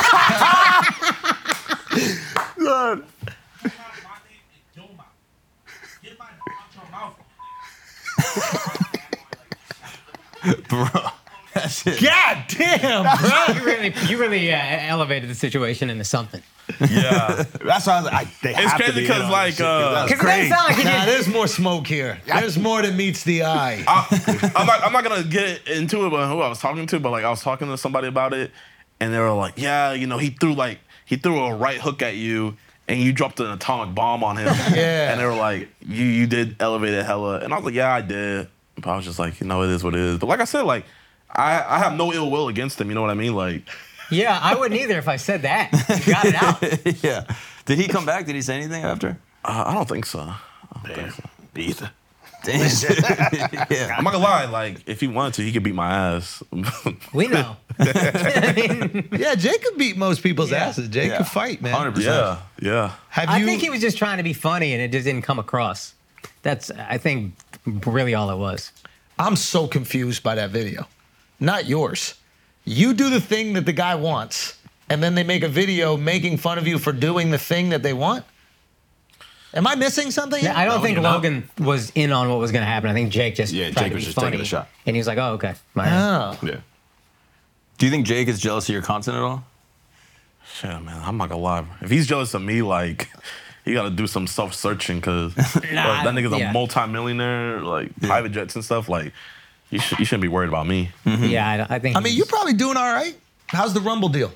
God damn, bro.
You really, you really uh, elevated the situation into something.
yeah,
yeah. That's why I was like, I, they
it's
have to
crazy
be in
because
on
like,
this shit, 'cause
uh,
that's
Because it doesn't
crazy.
sound like he
nah,
did.
there's more smoke here. There's more than meets the eye.
I, I'm not, I'm not gonna get into it, but who I was talking to, but like, I was talking to somebody about it, and they were like, yeah, you know, he threw like, he threw a right hook at you. And you dropped an atomic bomb on him.
Yeah.
And they were like, you you did elevate it hella. And I was like, yeah, I did. But I was just like, you know, it is what it is. But like I said, like, I, I have no ill will against him. You know what I mean? Like,
Yeah, I wouldn't either if I said that. You got it out.
yeah. Did he come back? Did he say anything after?
Uh, I don't think so.
Either.
Damn.
I'm not gonna lie. Like, if he wanted to, he could beat my ass.
We know. I, mean,
Yeah, Jake could beat most people's
Yeah.
asses. Jake
Yeah.
could fight, man.
100%.
yeah, yeah.
Have
I
you?
think he was just trying to be funny, and it just didn't come across. That's, I think, really all it was.
I'm so confused by that video. Not yours. You do the thing that the guy wants, and then they make a video making fun of you for doing the thing that they want. Am I missing something? here?
I don't think
you're not.
Logan was in on what was going to happen. I think Jake just
Yeah,
tried
Jake
to
was
be
just
funny,
taking a shot.
and he was like, "Oh, okay." My
Oh.
Yeah.
Do you think Jake is jealous of your content at all?
Yeah, man. I'm not gonna lie. If he's jealous of me, like, he gotta do some self searching because that nigga's
yeah.
a multi-millionaire, like private jets and stuff. Like, you, sh- you shouldn't be worried about me.
Mm-hmm.
Yeah, I, don't- I think.
I mean,
he
you're
was-
probably doing all right. How's the Rumble deal?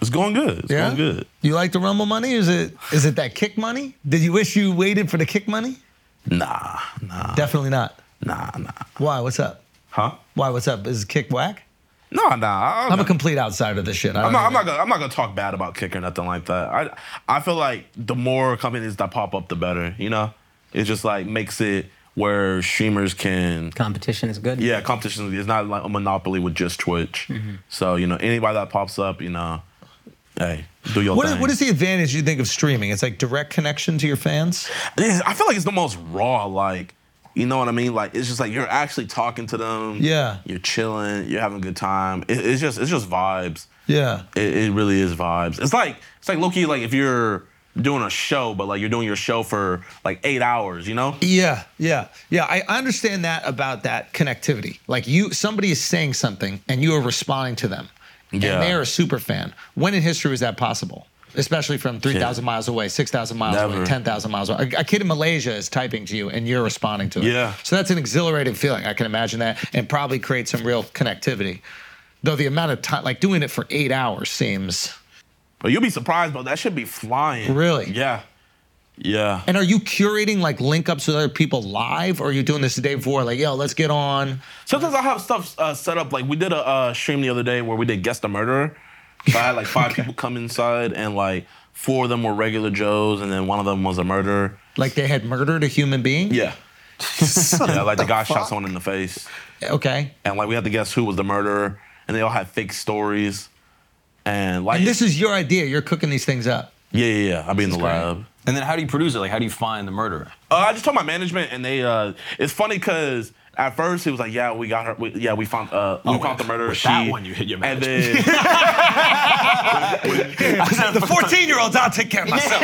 It's going good. It's going good.
You like the Rumble money? Is it is it that kick money? Did you wish you waited for the kick money?
Nah, nah,
Definitely not.
nah, nah.
Why? What's up?
Huh?
Why? What's up? Is kick whack?
Nah, nah.
I'm a complete outsider of this shit. I don't
I'm not, I'm
even-
not gonna I'm not gonna talk bad about Kick or nothing like that. I I feel like the more companies that pop up, the better. You know, it just like makes it where streamers can.
competition is good.
Yeah, competition is not like a monopoly with just Twitch.
Mm-hmm.
So you know, anybody that pops up, you know, hey, do your
What is,
thing.
what is the advantage you think of streaming? It's like direct connection to your fans.
It's- I feel like it's the most raw. Like, you know what I mean? Like, it's just like you're actually talking to them.
Yeah.
you're chilling. You're having a good time. It, it's just it's just vibes.
Yeah.
It, it really is vibes. It's like it's like Loki. Like if you're doing a show, but like you're doing your show for like eight hours, you know?
Yeah, yeah, yeah. I I understand that about that connectivity. Like you, somebody is saying something, and you are responding to them,
Yeah.
and they are a super fan. When in history was that possible? Especially from three thousand miles away, six thousand miles away,
Never.
ten thousand miles away. A, a kid in Malaysia is typing to you, and you're responding to it.
Yeah.
So that's an exhilarating feeling. I can imagine that, and probably create some real connectivity. Though the amount of time, like doing it for eight hours, seems.
But you'll be surprised, bro. That should be flying.
Really?
Yeah. Yeah.
And are you curating like link ups with other people live, or are you doing this the day before? Like, yo, let's get on.
Sometimes I have stuff uh, set up. Like we did a uh, stream the other day where we did guess the murderer. So I had like five people come inside, and like four of them were regular Joes, and then one of them was a murderer.
Like they had murdered a human being?
Yeah. yeah, like the guy shot someone in the face,
Okay.
and like we had to guess who was the murderer, and they all had fake stories, and like
And this is your idea. You're cooking these things up.
yeah, yeah, yeah. I'll be in the lab.
And then how do you produce it? Like, how do you find the murderer?
Uh, I just told my management, and they. Uh, it's funny because At first, he was like, "Yeah, we got her. We, yeah, we found. Uh, we found the murderer.
Oh, with
She."
that one, you hit your
And
match.
then
the 14 year olds, I'll take care of myself.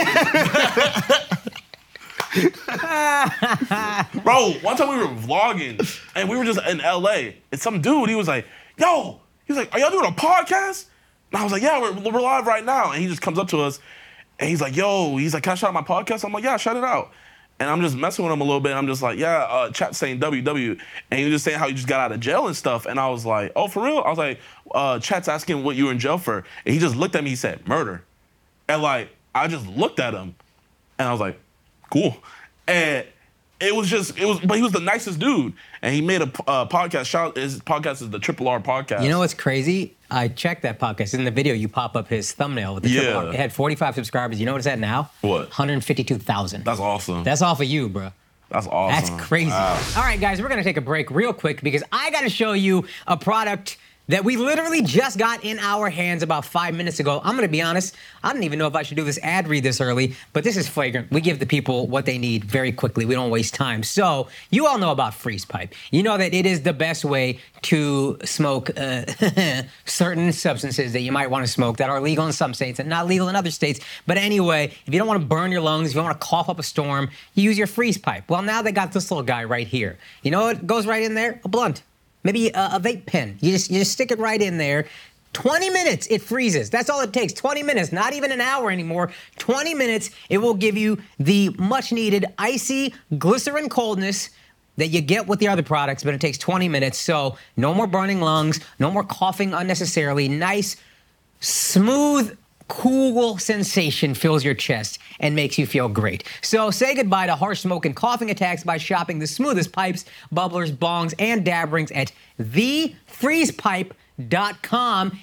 Bro, one time we were vlogging and we were just in LA, and some dude, he was like, yo, he was like, are y'all doing a podcast? And I was like, yeah, we're, we're live right now. And he just comes up to us and he's like, yo, he's like, can I shout out my podcast? I'm like, yeah, shout it out. And I'm just messing with him a little bit. And I'm just like, yeah, uh, chat saying WW. And he was just saying how he just got out of jail and stuff. And I was like, oh, for real? I was like, uh, chat's asking what you were in jail for. And he just looked at me, he said, murder. And like, I just looked at him and I was like, cool. And it was just, it was, but he was the nicest dude. And he made a p- uh, podcast. Shout, his podcast is the Triple R Podcast.
You know what's crazy? I checked that podcast. In the video, you pop up his thumbnail with the
Yeah.
triple R. It had 45 subscribers. You know what it's at now?
What?
152,000.
That's awesome. That's,
That's off of you, bro. That's
awesome.
crazy. All right, guys, we're going to take a break real quick because I got to show you a product that we literally just got in our hands about five minutes ago. I'm going to be honest, I didn't even know if I should do this ad read this early, but this is flagrant. We give the people what they need very quickly, we don't waste time. So, you all know about Freeze Pipe. You know that it is the best way to smoke uh, certain substances that you might want to smoke that are legal in some states and not legal in other states. But anyway, if you don't want to burn your lungs, if you don't want to cough up a storm, you use your freeze pipe. Well, now they got this little guy right here. You know what goes right in there? A blunt. Maybe a, a vape pen. You just you just stick it right in there. 20 minutes it freezes. That's all it takes. 20 minutes, not even an hour anymore. 20 minutes it will give you the much needed icy glycerin coldness that you get with the other products, but it takes 20 minutes. So, no more burning lungs, no more coughing unnecessarily. Nice smooth, cool sensation fills your chest and makes you feel great. So say goodbye to harsh smoke and coughing attacks by shopping the smoothest pipes, bubblers, bongs, and dab rings at thefreezepipe.com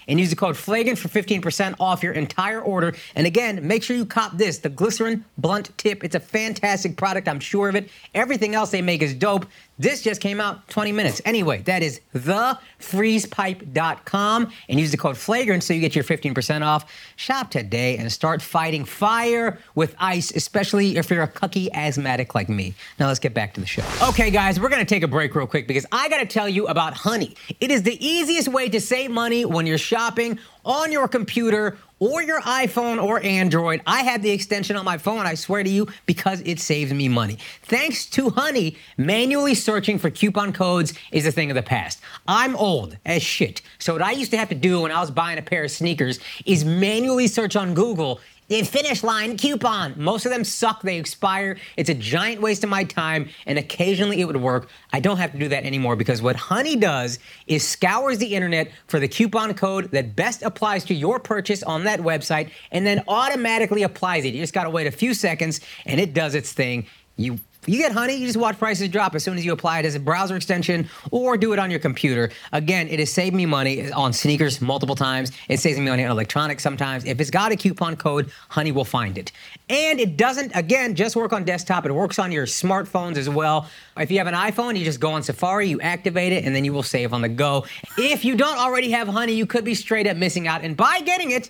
and use the code Flagon for 15% off your entire order. And again, make sure you cop this, the glycerin blunt tip. It's a fantastic product, I'm sure of it. Everything else they make is dope. This just came out 20 minutes. Anyway, that is thefreezepipe.com and use the code flagrant so you get your 15% off. Shop today and start fighting fire with ice, especially if you're a cucky asthmatic like me. Now let's get back to the show. Okay, guys, we're gonna take a break real quick because I gotta tell you about honey. It is the easiest way to save money when you're shopping on your computer or your iPhone or Android. I have the extension on my phone, I swear to you, because it saves me money. Thanks to Honey, manually searching for coupon codes is a thing of the past. I'm old as shit. So, what I used to have to do when I was buying a pair of sneakers is manually search on Google the finish line coupon. Most of them suck, they expire. It's a giant waste of my time, and occasionally it would work. I don't have to do that anymore because what Honey does is scours the internet for the coupon code that best applies to your purchase on that website and then automatically applies it. You just gotta wait a few seconds and it does its thing. You you get Honey, you just watch prices drop as soon as you apply it as a browser extension or do it on your computer. Again, it has saved me money on sneakers multiple times. It saves me money on electronics sometimes. If it's got a coupon code, Honey will find it. And it doesn't, again, just work on desktop. It works on your smartphones as well. If you have an iPhone, you just go on Safari, you activate it, and then you will save on the go. If you don't already have Honey, you could be straight up missing out. And by getting it,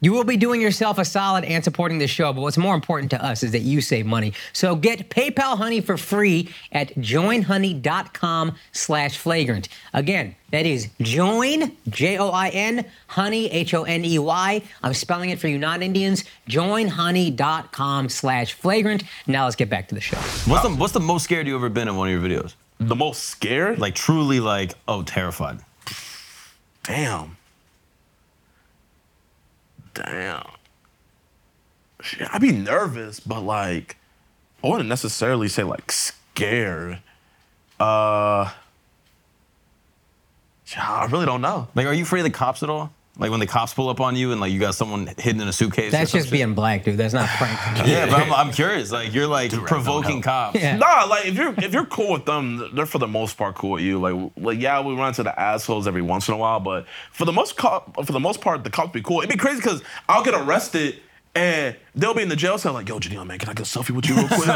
you will be doing yourself a solid and supporting the show, but what's more important to us is that you save money. So get PayPal Honey for free at joinhoney.com slash flagrant. Again, that is join, J-O-I-N, honey, H-O-N-E-Y. E I'm spelling it for you non-Indians, joinhoney.com slash flagrant. Now let's get back to the show.
What's
Uh,
the, what's the most scared you ever been in one of your videos?
the most scared?
Like truly, like oh, terrified.
Damn. Damn. Shit, I'd be nervous, but like, I wouldn't necessarily say like scared. Uh, yeah, I really don't know.
Like, are you afraid of the cops at all? Like when the cops pull up on you and like you got someone hidden in a suitcase. or
That's
some
just
shit?
being black, dude. That's not prank.
Yeah, but I'm, I'm curious. Like you're like provoking cops.
Yeah.
Nah, like if you're if you're cool with them, they're for the most part cool with you. Like, like yeah, we run into the assholes every once in a while, but for the most cop, for the most part, the cops be cool. It'd be crazy because I'll get arrested and they'll be in the jail cell like, "Yo, Janine, man, can I get a selfie with you real quick?" and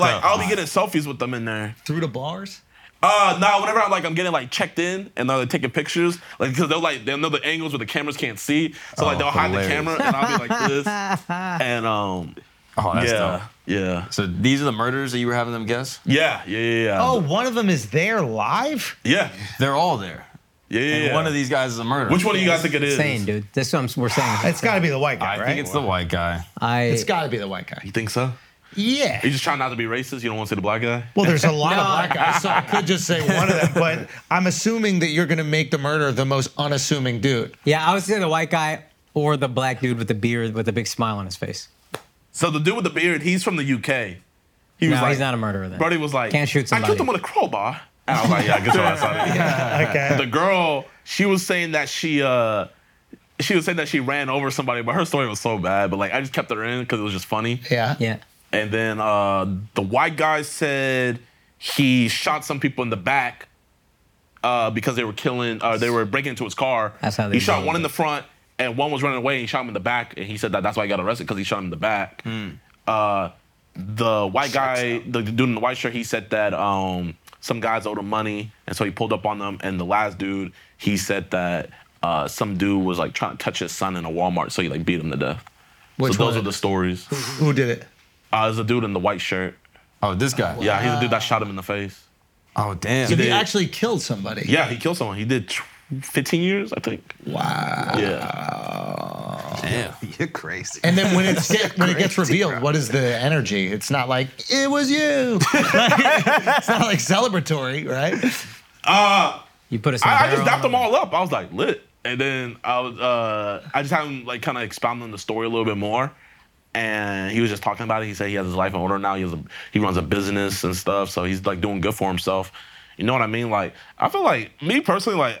like I'll be getting selfies with them in there.
Through the bars?
Uh, nah, whenever I'm like I'm getting like checked in and they're like, taking pictures, like because they'll like they'll know the
Oh,
angles where the cameras can't see, so like they'll hide the
hilarious.
camera and I'll be like this, and um,
Oh, that's
yeah,
dope.
yeah,
So these are the murders that you were having them guess?
yeah, yeah, yeah, yeah.
Oh, one of them is there live?
yeah,
They're all there.
yeah, yeah.
And
yeah.
one of these guys is a murderer.
Which one do you guys think it is?
Insane, dude. That's what I'm- we're saying.
It's got to be the white guy,
I
right?
think it's the white guy.
I.
it's got to be the white guy.
You think so?
Yeah.
You just trying not to be racist. You don't want to see the black guy.
Well, there's a lot of black guys, so I could just say one of them. But I'm assuming that you're going to make the murderer the most unassuming dude.
Yeah, I would say the white guy or the black dude with the beard with a big smile on his face.
So the dude with the beard, he's from the UK. He
No, he's not a murderer then.
Brody was like,
Can't shoot
I killed
somebody."
him with a crowbar. And I was like, yeah, I guess what I saw. that.
Okay.
The girl, she was saying that she, uh, she was saying that she ran over somebody, but her story was so bad. But like, I just kept her in because it was just funny.
Yeah.
Yeah.
And then uh, the white guy said he shot some people in the back uh, because they were killing, uh, they were breaking into his car.
That's how they
he shot
do it.
one in the front and one was running away and he shot him in the back. And he said that that's why he got arrested because he shot him in the back.
Hmm.
Uh, the white guy, the dude in the white shirt, he said that um, some guys owed him money. And so he pulled up on them. And the last dude, he said that uh, some dude was like trying to touch his son in a Walmart. So he like beat him to death.
Which
so those
one?
are the stories.
Who did it?
Uh, there's a dude in the white shirt.
Oh, this guy.
Yeah, he's the dude that shot him in the face.
Oh, damn.
Did he
Did-
actually kill somebody?
Yeah, he killed someone. He did tw- 15 years, I think.
Wow.
Yeah.
Damn.
You're crazy.
And then when it's get, when it gets revealed, what is the energy? It's not like it was you. it's not like celebratory, right?
You put us. in a
I, I just
barrel.
dapped them all up. I was like, lit. And then I was, uh, I just had him like kind of expound on the story a little bit more. And he was just talking about it. He said he has his life in order now. He has a, he runs a business and stuff. So he's like doing good for himself. You know what I mean? Like, I feel like me personally, like,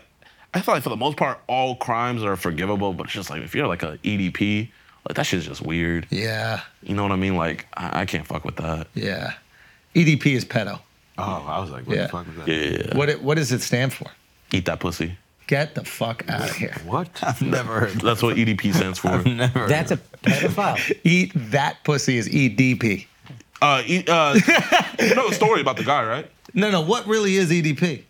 I feel like for the most part, all crimes are forgivable. But it's just like if you're like a EDP, like that shit's just weird.
Yeah.
You know what I mean? Like, I, I can't fuck with that.
Yeah. EDP is pedo.
Oh, I was like, what
Yeah.
the fuck was that?
Yeah.
What it, what does it stand for?
Eat that pussy.
Get the fuck out of here.
What? I've never heard.
That's what EDP stands for.
Never.
That's a pedophile.
Eat that pussy is E EDP.
uh, e- uh, you know the story about the guy, right?
No, no. What really is E EDP?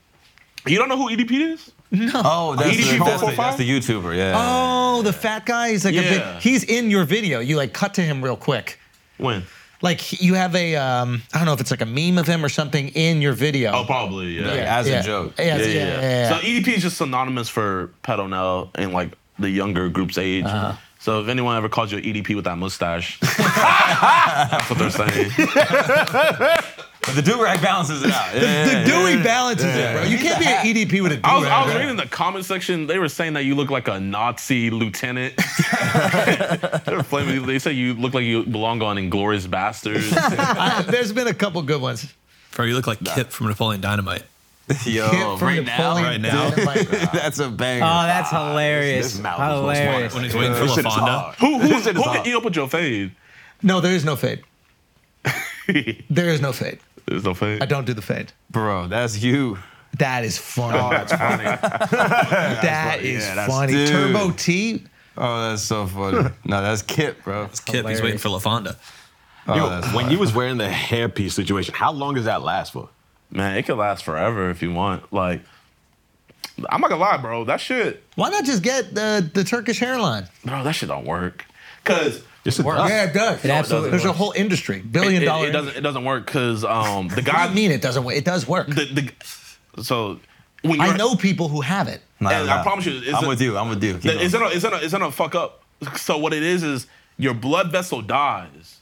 You don't know who EDP is?
oh, that's,
EDP
the, that's, the,
445?
that's the YouTuber. Yeah.
Oh, the fat guy. He's like a
Yeah.
big, he's in your video. You like cut to him real quick.
When?
Like he- you have a um, I don't know if it's like a meme of him or something in your video.
Oh, probably. Yeah.
Yeah. as a joke.
Yeah,
Yeah,
yeah,
yeah,
yeah,
yeah.
yeah.
So EDP is just synonymous for pedo now in like the younger group's age.
Uh-huh.
So if anyone ever calls you an EDP with that mustache, that's what they're saying.
But the do rag balances it out. Yeah,
the
yeah, yeah.
Dewey balances it, bro. You can't be an EDP with a
I was,
do-rag,
I was
bro.
reading the comment section. They were saying that you look like a Nazi lieutenant. they were flaming. They say you look like you belong on Inglorious Bastards.
I- There's been a couple good ones.
Bro, you look like Kip from Napoleon Dynamite.
Yo,
Oh,
Hit from
right now,
Napoleon
right now.
Dynamite, bro.
that's a banger.
Oh, that's hilarious.
His mouth was what's
Hilarious.
When he's waiting for
This shit is
LaFonda.
hot.
who who,
This shit
who
is
can
hot.
eat up with your fade?
no, there is no fade. there is no fade.
There's no fade.
I don't do the fade.
Bro, that's you.
That is funny.
That's funny.
that is
Yeah, that's-
funny.
Dude.
Turbo T.
Oh, that's so funny. no, that's Kip, bro.
Kip, he's waiting for LaFonda.
Oh,
Yo,
that's
when you was wearing the hairpiece situation, how long does that last for?
Man, it could last forever if you want. Like, I'm not gonna lie, bro. That shit,
Why not just get the, the Turkish hairline?
bro, that shit don't work. Cause
Just a
Yeah, it does.
It absolutely
There's a
works.
whole industry,
it,
billion
it,
dollar.
it doesn't it doesn't work because um the
What do
guy
you mean it doesn't work? It does work.
the, the so when
I
you're-
know people who have it.
Nah,
And I
nah.
promise you, it's
I'm
a-
with you. I'm with you. Keep
that
going.
it's gonna it's gonna it's gonna fuck up. So what it is is your blood vessel dies,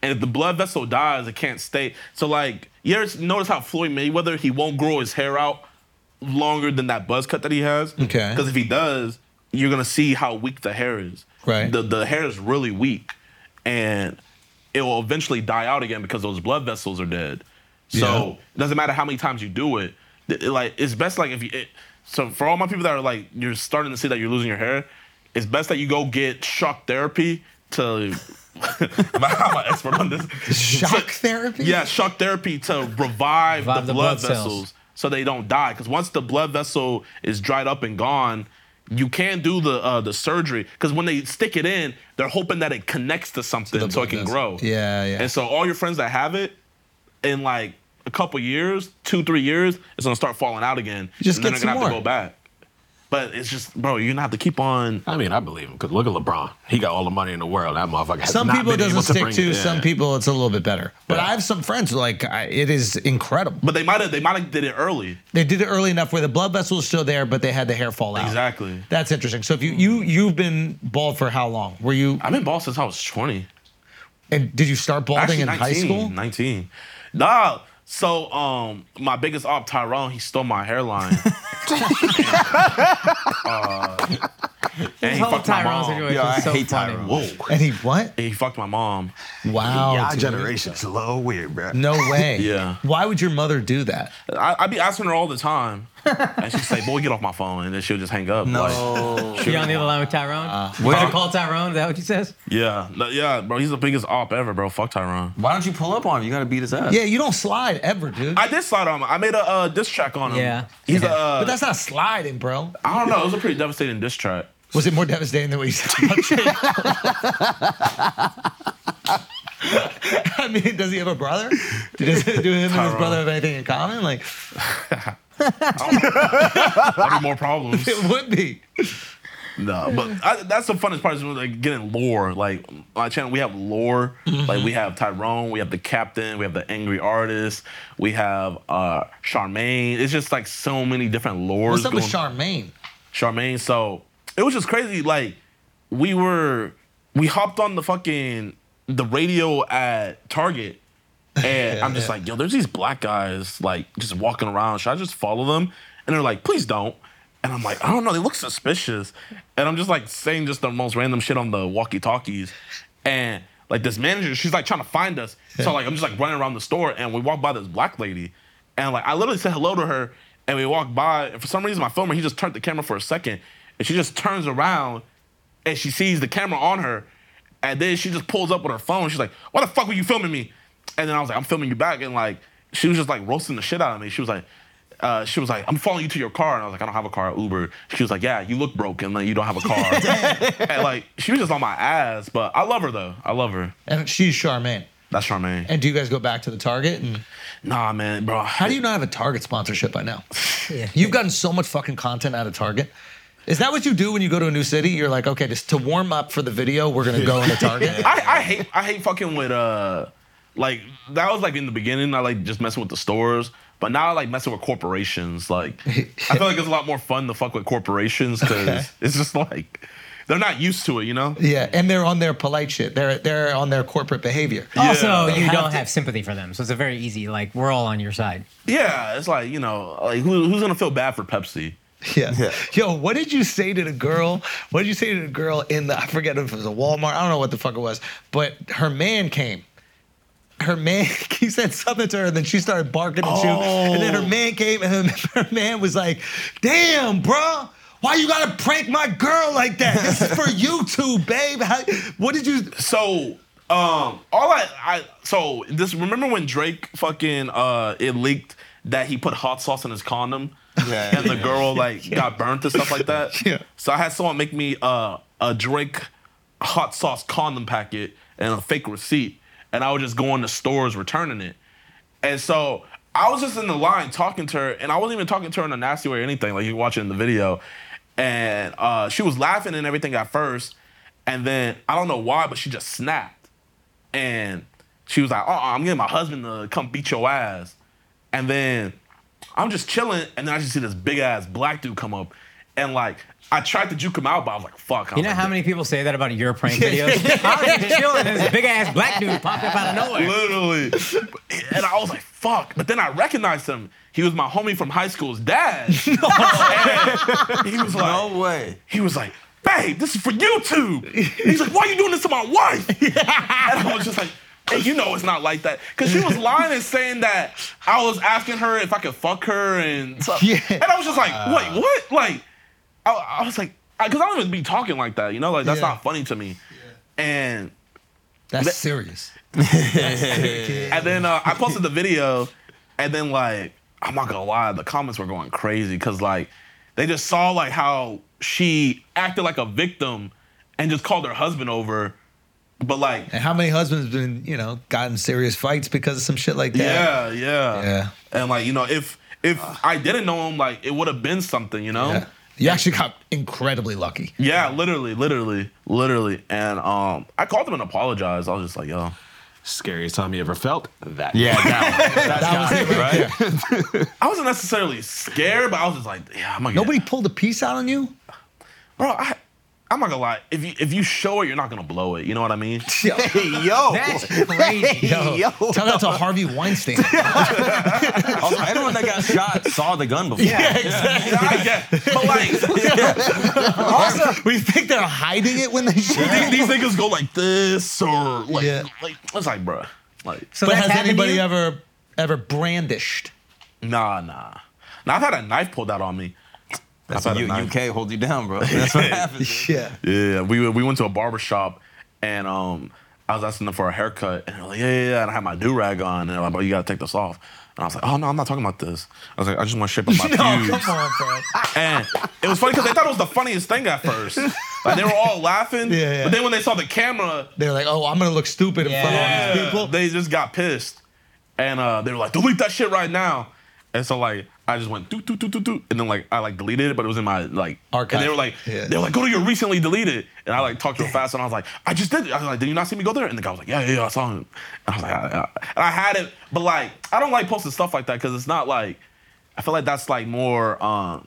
and if the blood vessel dies, it can't stay. So like you ever notice how Floyd Mayweather he won't grow his hair out longer than that buzz cut that he has.
Okay.
Because if he does, you're gonna see how weak the hair is.
Right.
The the hair is really weak, and it will eventually die out again because those blood vessels are dead. So it doesn't matter how many times you do it. th- it, like it's best like if you. It, so for all my people that are like you're starting to see that you're losing your hair, it's best that you go get shock therapy to. I'm an expert on this.
Shock therapy?
Yeah, shock therapy to revive the blood,
Revive the blood cells.
vessels so they don't die. Because once the blood vessel is dried up and gone, you can do the uh, the surgery. Because when they stick it in, they're hoping that it connects to something so it can
vessel.
grow.
Yeah, yeah.
And so all your friends that have it, in like a couple years, two three years, it's gonna start falling out again.
Just
and then
get
they're gonna
some
have to
more.
go back. But it's just, bro, you're gonna have to keep on.
I mean, I believe him because look at LeBron. He got all the money in the world. That motherfucker. Has
Some
not
people it
been able
doesn't
to
stick
bring
to.
it.
Some
Yeah.
people it's a little bit better. But
Yeah.
I have some friends who are like I, it is incredible.
But they might have, they might have did it early.
They did it early enough where the blood vessel is still there, but they had the hair fall out.
Exactly.
That's interesting. So if you you you've been bald for how long? Were you
I've been bald since I was 20.
and did you start balding
Actually,
in
19,
high school?
19. Nah. So um, my biggest op, Tyrone, he stole my hairline. and, uh, and he
whole
fucked my
Tyrone
mom.
situation
Yo, I
is so
hate
funny.
Tyrone.
Whoa.
And he what?
And he fucked my mom.
Wow.
Our
dude.
generation's a little weird, bro.
No way.
Yeah.
Why would your mother do that?
I, I be asking her all the time, and she'd say, "Boy, get off my phone," and then she'll just hang up. No.
You on the other line with Tyrone?
Uh,
Better call Tyrone. Is that what you says?
yeah, no, yeah, bro. He's the biggest op ever, bro. Fuck Tyrone.
Why don't you pull up on him? You gotta beat his ass.
Yeah, you don't slide ever, dude.
I did slide on him. I made a uh, diss track on him.
Yeah.
He's a.
but
Uh,
that's not sliding, bro.
I don't know. It was a pretty devastating diss track.
Was it more devastating than what you said? about Drake? I mean, does he have a brother? Does, do him and his
Tyrone.
brother have anything in common? Like,
There'd be more problems.
it would be.
No, but I, that's the funnest part is when, like getting lore. Like my channel, we have lore.
Mm-hmm.
Like we have Tyrone, we have the Captain, we have the Angry Artist, we have uh Charmaine. It's just like so many different lores.
What's up with
going-
Charmaine?
Charmaine. So it was just crazy. Like we were, we hopped on the fucking the radio at Target, and I'm just like, yo, there's these black guys like just walking around. Should I just follow them? And they're like, please don't. And I'm like, I don't know. They look suspicious. And I'm just like saying just the most random shit on the walkie talkies, and. Like this manager, she's like trying to find us. So like I'm just like running around the store, and we walk by this black lady, and like I literally said hello to her, and we walked by. And for some reason, my filmer he just turned the camera for a second, and she just turns around, and she sees the camera on her, and then she just pulls up with her phone. She's like, "Why the fuck were you filming me?" And then I was like, "I'm filming you back," and like she was just like roasting the shit out of me. She was like. Uh, she was like, I'm following you to your car. And I was like, I don't have a car, Uber. She was like, Yeah, you look broken. Like, you don't have a car. and like, she was just on my ass, but I love her though. I love her.
And she's Charmaine.
That's Charmaine.
And do you guys go back to the Target? And
nah, man, bro.
how do you not have a Target sponsorship by now?
Yeah.
You've gotten so much fucking content out of Target. Is that what you do when you go to a new city? You're like, okay, just to warm up for the video, we're gonna go into Target.
I, I hate I hate fucking with uh like that was like in the beginning I like just messing with the stores but now I like messing with corporations like I feel like it's a lot more fun to fuck with corporations because it's just like they're not used to it you know
yeah, and they're on their polite shit. They're they're on their corporate behavior.
Also,
They
you
have
don't
to-
have sympathy for them, so it's a very easy. Like we're all on your side.
yeah it's like you know like who, who's gonna feel bad for Pepsi
Yeah. Yo, what did you say to the girl? What did you say to the girl in the, I forget if it was a Walmart, I don't know what the fuck it was, but her man came. Her man, he said something to her, and then she started barking at you. And then her man came, and her man was like, Damn, bruh, why you gotta prank my girl like that? This is for YouTube, babe. How, what did you.
so um all I, I so this remember when Drake fucking uh it leaked that he put hot sauce in his condom
Yeah,
and the girl like got burnt and stuff like that.
Yeah.
So I had someone make me uh, a Drake hot sauce condom packet and a fake receipt, and I would just go in the stores returning it. And so I was just in the line talking to her, and I wasn't even talking to her in a nasty way or anything, like you watch it in the video. And uh, she was laughing and everything at first, and then I don't know why, but she just snapped. And she was like, uh I'm getting my husband to come beat your ass. And then I'm just chilling, and then I just see this big ass black dude come up. And like, I tried to juke him out, but I was like, fuck. I
You
was
know
like,
how many people say that about your prank videos? I was just chilling, and this big ass black dude popped up out of nowhere.
Literally. And I was like, fuck. But then I recognized him. He was my homie from high school's dad. And he was like,
No way.
he was like, babe, this is for YouTube. And he's like, why are you doing this to my wife? and I was just like, hey, you know it's not like that. Because she was lying and saying that I was asking her if I could fuck her and stuff.
Yeah. Uh.
And I was just like, wait, what? Like, I, I was like, because I, don't even be talking like that, you know? Like, that's
Yeah.
not funny to me. And
That's serious.
and then uh, I posted the video, and then like I'm not gonna lie, the comments were going crazy because like they just saw like how she acted like a victim and just called her husband over, but like
And how many husbands have been, you know, gotten serious fights because of some shit like that?
yeah, yeah,
Yeah.
and like you know if if I didn't know him, like it would have been something, you know.
Yeah. You actually got incredibly lucky.
Yeah, literally, literally, literally. And um, I called him and apologized. I was just like, yo.
Scariest time you ever felt? That.
Yeah, that one. That's
That was
got
it
it,
right
right?
I wasn't necessarily scared, but I was just like, yeah, I'm gonna get-
Nobody pulled a piece out on you?
bro. I, I'm not gonna lie. If you if you show it, you're not gonna blow it. You know what I mean?
Yo,
Yo.
That's crazy.
yo, tell that to Harvey Weinstein.
Also, everyone that got shot saw the gun before.
Yeah, I get- But like,
we think they're hiding it when they shoot.
these, these niggas go like this or like,
Yeah.
like it's like, bro, like
So
But
that's
has
happened to
anybody
you?
ever ever brandished?
nah, nah. Now I've had a knife pulled out on me.
That's
I've had
what
a
U-
knife.
UK hold you down, bro. That's what happens.
Yeah.
Yeah, we we went to a barber shop and um I was asking them for a haircut and they're like, yeah, yeah, yeah. And I had my do rag on and they're like, bro, you gotta take this off. And I was like, oh no, I'm not talking about this. I was like, I just want to shape up my pubes.
on, bro.
And it was funny because they thought it was the funniest thing at first. Like they were all laughing.
Yeah, yeah.
But then when they saw the camera,
They're like, oh, I'm gonna look stupid in front of all these
yeah,
people.
they just got pissed. And uh, they were like, delete that shit right now. And so like I just went doot doot doot doot doot. And then like I like deleted it, but it was in my like
Archive.
And they were like,
Yeah.
they were like, go to your recently deleted. And I like talked to him fast and I was like, I just did it. I was like, did you not see me go there? And the guy was like, yeah, yeah, yeah I saw him. And I was like, I, I, and I had it, but like I don't like posting stuff like that because it's not like I feel like that's like more um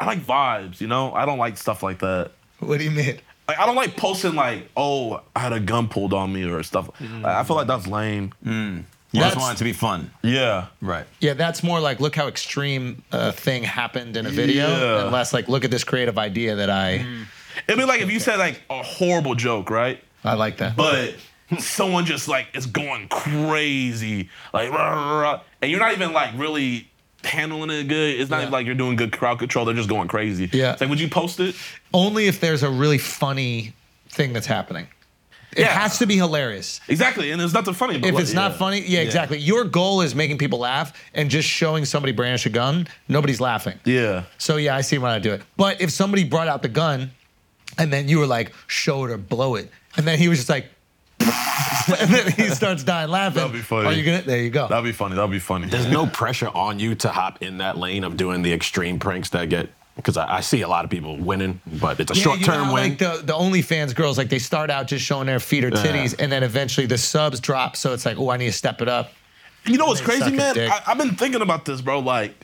I like vibes, you know? I don't like stuff like that.
What do you mean?
Like I don't like posting like, oh, I had a gun pulled on me or stuff.
Mm.
Like, I feel like that's lame.
You
That's-
just want it to be fun.
Yeah.
Right.
Yeah, that's more like look how extreme a thing happened in a video,
Yeah. Mm.
and less like look at this creative idea that I
It'd be like if you said like a horrible joke, right?
I like that.
But someone just like is going crazy, like rah, rah, rah, and you're not even like really handling it good. It's not even like you're doing good crowd control. They're just going crazy.
Yeah.
It's like, would you post it?
Only if there's a really funny thing that's happening. It
Yeah.
has to be hilarious.
Exactly. And there's nothing funny about
If
it.
it's not
Yeah.
funny, yeah, exactly. Your goal is making people laugh and just showing somebody brandish a gun, nobody's laughing.
Yeah.
So yeah, I see why I do it. But if somebody brought out the gun and then you were like, show it or blow it, and then he was just like, and then he starts dying laughing.
That'd be funny.
Are you gonna? There you go.
That'd be funny. That'd be funny.
There's no pressure on you to hop in that lane of doing the extreme pranks that get because I, I see a lot of people winning, but it's a
Yeah,
short
you know
term
how,
win.
Like the, the OnlyFans girls, like they start out just showing their feet or titties, and then eventually the subs drop. So it's like, oh, I need to step it up.
You know what's
They suck
crazy,
a
man?
dick.
I, I've been thinking about this, bro. Like,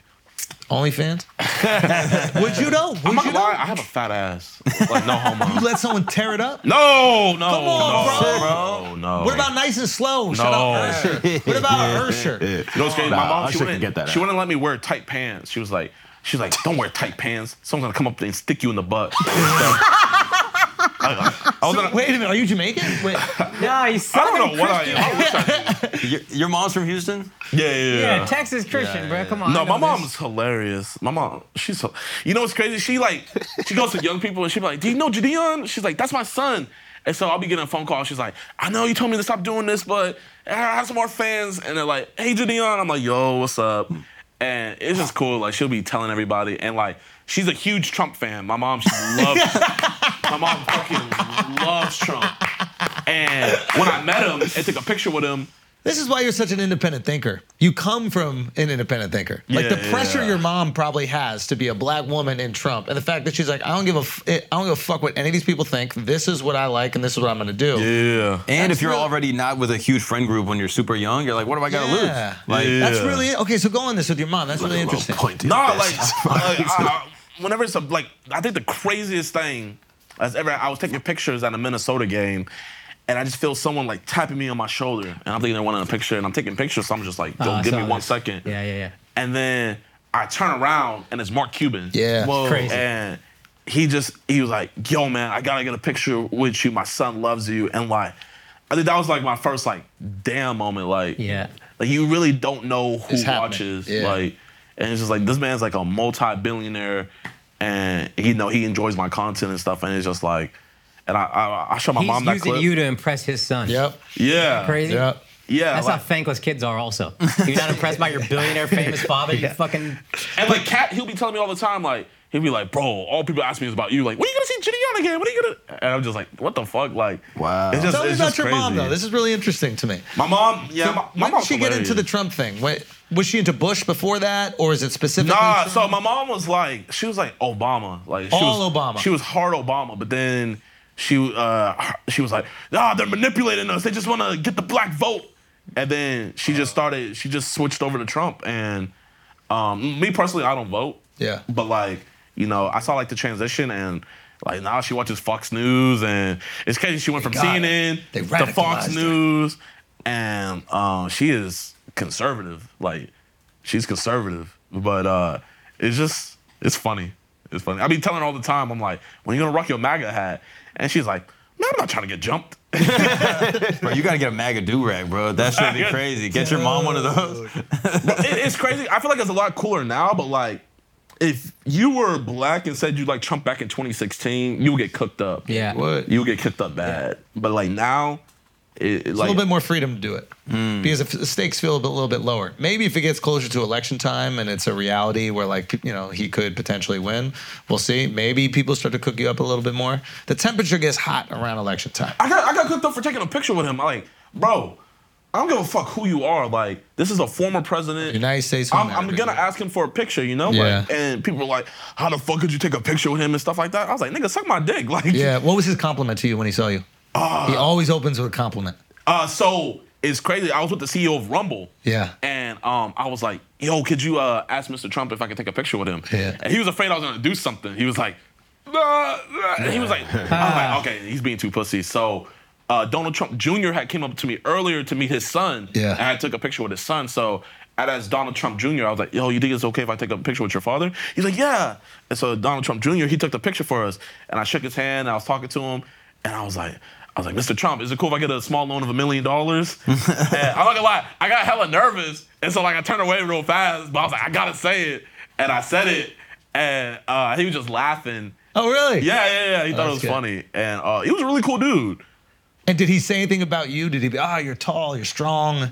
OnlyFans? Would you know? Would
I'm not
you
gonna
know?
lie, I have a fat ass. Like, no homo.
You let someone tear it up?
No, no, Come
on,
no,
bro.
Oh,
bro. no, no.
What about nice and slow? Shut
No.
up, Ursher. What about Ursher?
You know what's crazy? My
Nah,
mom,
I
she
shouldn't
wouldn't,
get that
she
out.
wouldn't let me wear tight pants. She was like, she's like, don't wear tight pants. Someone's gonna come up and stick you in the butt. I was like,
Wait a minute, are you Jamaican? Wait.
No, he's
I don't
Southern
know what I
Christian.
am. I wish I could.
Your, your mom's from Houston?
Yeah, yeah,
Yeah,
yeah.
Texas Christian, bro. Come on. I
no,
know
my
this.
mom's hilarious. My mom, she's, so- you know what's crazy? She like, she goes to young people and she be like, do you know Jadeon? She's like, that's my son. And so I'll be getting a phone call. She's like, I know you told me to stop doing this, but I have some more fans. And they're like, hey, Jadeon. I'm like, yo, what's up? And it's just cool. Like, she'll be telling everybody. And like, she's a huge Trump fan. My mom, she loves, my mom fucking loves Trump. And when I met him and took a picture with him,
This is why you're such an independent thinker. You come from an independent thinker. Like the
Yeah,
pressure
yeah.
your mom probably has to be a black woman in Trump, and the fact that she's like, I don't give a, f- eh, I don't give a fuck what any of these people think. This is what I like, and this is what I'm gonna do.
yeah.
And
That's
if you're
really-
already not with a huge friend group when you're super young, you're like, what do I got to
Yeah.
lose? Like,
That's
Yeah.
really okay. So go on this with your mom. That's really
Little
interesting.
pointy
No,
like
like,
this.
like, I- I- whenever it's a, like, I think the craziest thing as ever, I was taking pictures at a Minnesota game, and I just feel someone like tapping me on my shoulder, and I'm thinking they wanted a picture, and I'm taking pictures, so I'm just like, yo,
I
give me
saw
one
this.
second.
Yeah, yeah, yeah.
And then I turn around, and it's Mark Cuban.
Yeah. Whoa.
Crazy.
And he just, he was like, yo, man, I gotta get a picture with you. My son loves you, and like, I think that was like my first like damn moment, like,
Yeah.
like you really don't know who
It's happening.
watches,
Yeah.
like, and it's just like this man's like a multi-billionaire, and you know he enjoys my content and stuff, and it's just like, and I I, I show my
He's
mom that
using
clip.
you to impress his son.
Yep.
yeah,
Crazy.
Yep.
yeah,
That's
like-
how thankless kids are. Also, you're not impressed by your billionaire, famous father. You fucking
and like Cat, he'll be telling me all the time like. He'd be like, bro, all people ask me is about you. Like, when are you gonna see Gideon again? When are you gonna? And I'm just like, what the fuck? Like,
Wow.
It's just,
Tell me
it's
about
just
your
crazy.
mom though. This is really interesting to me.
my mom, yeah, my, my
When did
mom's
she get into
hilarious.
the Trump thing? Wait, was she into Bush before that, or is it specifically?
Nah,
Trump?
so my mom was like, she was like Obama, like she
All
was,
Obama.
She was hard Obama, but then she uh she was like, nah, they're manipulating us. They just want to get the black vote. And then she
Uh.
just started, she just switched over to Trump. And um, me personally, I don't vote.
Yeah.
But like, you know, I saw like the transition and. Like now she watches Fox News and it's crazy she went from
got her.
CNN
They
to
radicalized
Fox
her.
News and um, she is conservative. Like she's conservative, but uh, it's just it's funny. It's funny. I be telling her all the time. I'm like, when you gonna rock your MAGA hat? And she's like, man, I'm not trying to get jumped.
Bro, you gotta get a MAGA do rag, bro. That should be crazy. Get your mom one of those.
it, it's crazy. I feel like it's a lot cooler now, but like. If you were black and said you like Trump back in 2016, you would get cooked up.
Yeah.
What?
You would get cooked up bad. But like now, it, it
a
like Mm.
little bit more freedom to do it because if the stakes feel a bit- little bit lower. Maybe if it gets closer to election time and it's a reality where, like, you know, he could potentially win, we'll see. Maybe people start to cook you up a little bit more. The temperature gets hot around election time.
I got I got cooked up for taking a picture with him. I'm like, bro, I don't give a fuck who you are. Like, this is a former president.
United States
I'm,
Homeland
I'm gonna
Security.
ask him for a picture, you know?
Yeah.
Like, and people were like, how the fuck could you take a picture with him and stuff like that? I was like, nigga, suck my dick. Like,
Yeah. What was his compliment to you when he saw you?
Ah.
he always opens with a compliment.
Uh, so it's crazy. I was with the CEO of Rumble.
Yeah.
And um, I was like, yo, could you uh, ask Mr. Trump if I could take a picture with him?
Yeah.
And he was afraid I was gonna do something. He was like, nah, nah. And he was like, I was like, okay, he's being too pussy. So uh, Donald Trump Jr. had came up to me earlier to meet his son.
Yeah.
And I took a picture with his son. So and as Donald Trump Jr., I was like, yo, you think it's okay if I take a picture with your father? He's like, yeah. And so Donald Trump Jr., he took the picture for us. And I shook his hand and I was talking to him. And I was like, I was like, Mr. Trump, is it cool if I get a small loan of a million dollars? And I'm not gonna lie, I got hella nervous. And so like I turned away real fast, but I was like, I gotta say it. And I said it. And uh, he was just laughing.
Oh, really?
Yeah, yeah, yeah. He thought
that's
it was
good.
funny. And uh, he was a really cool dude.
And did he say anything about you? Did he be, ah, you're tall, you're strong?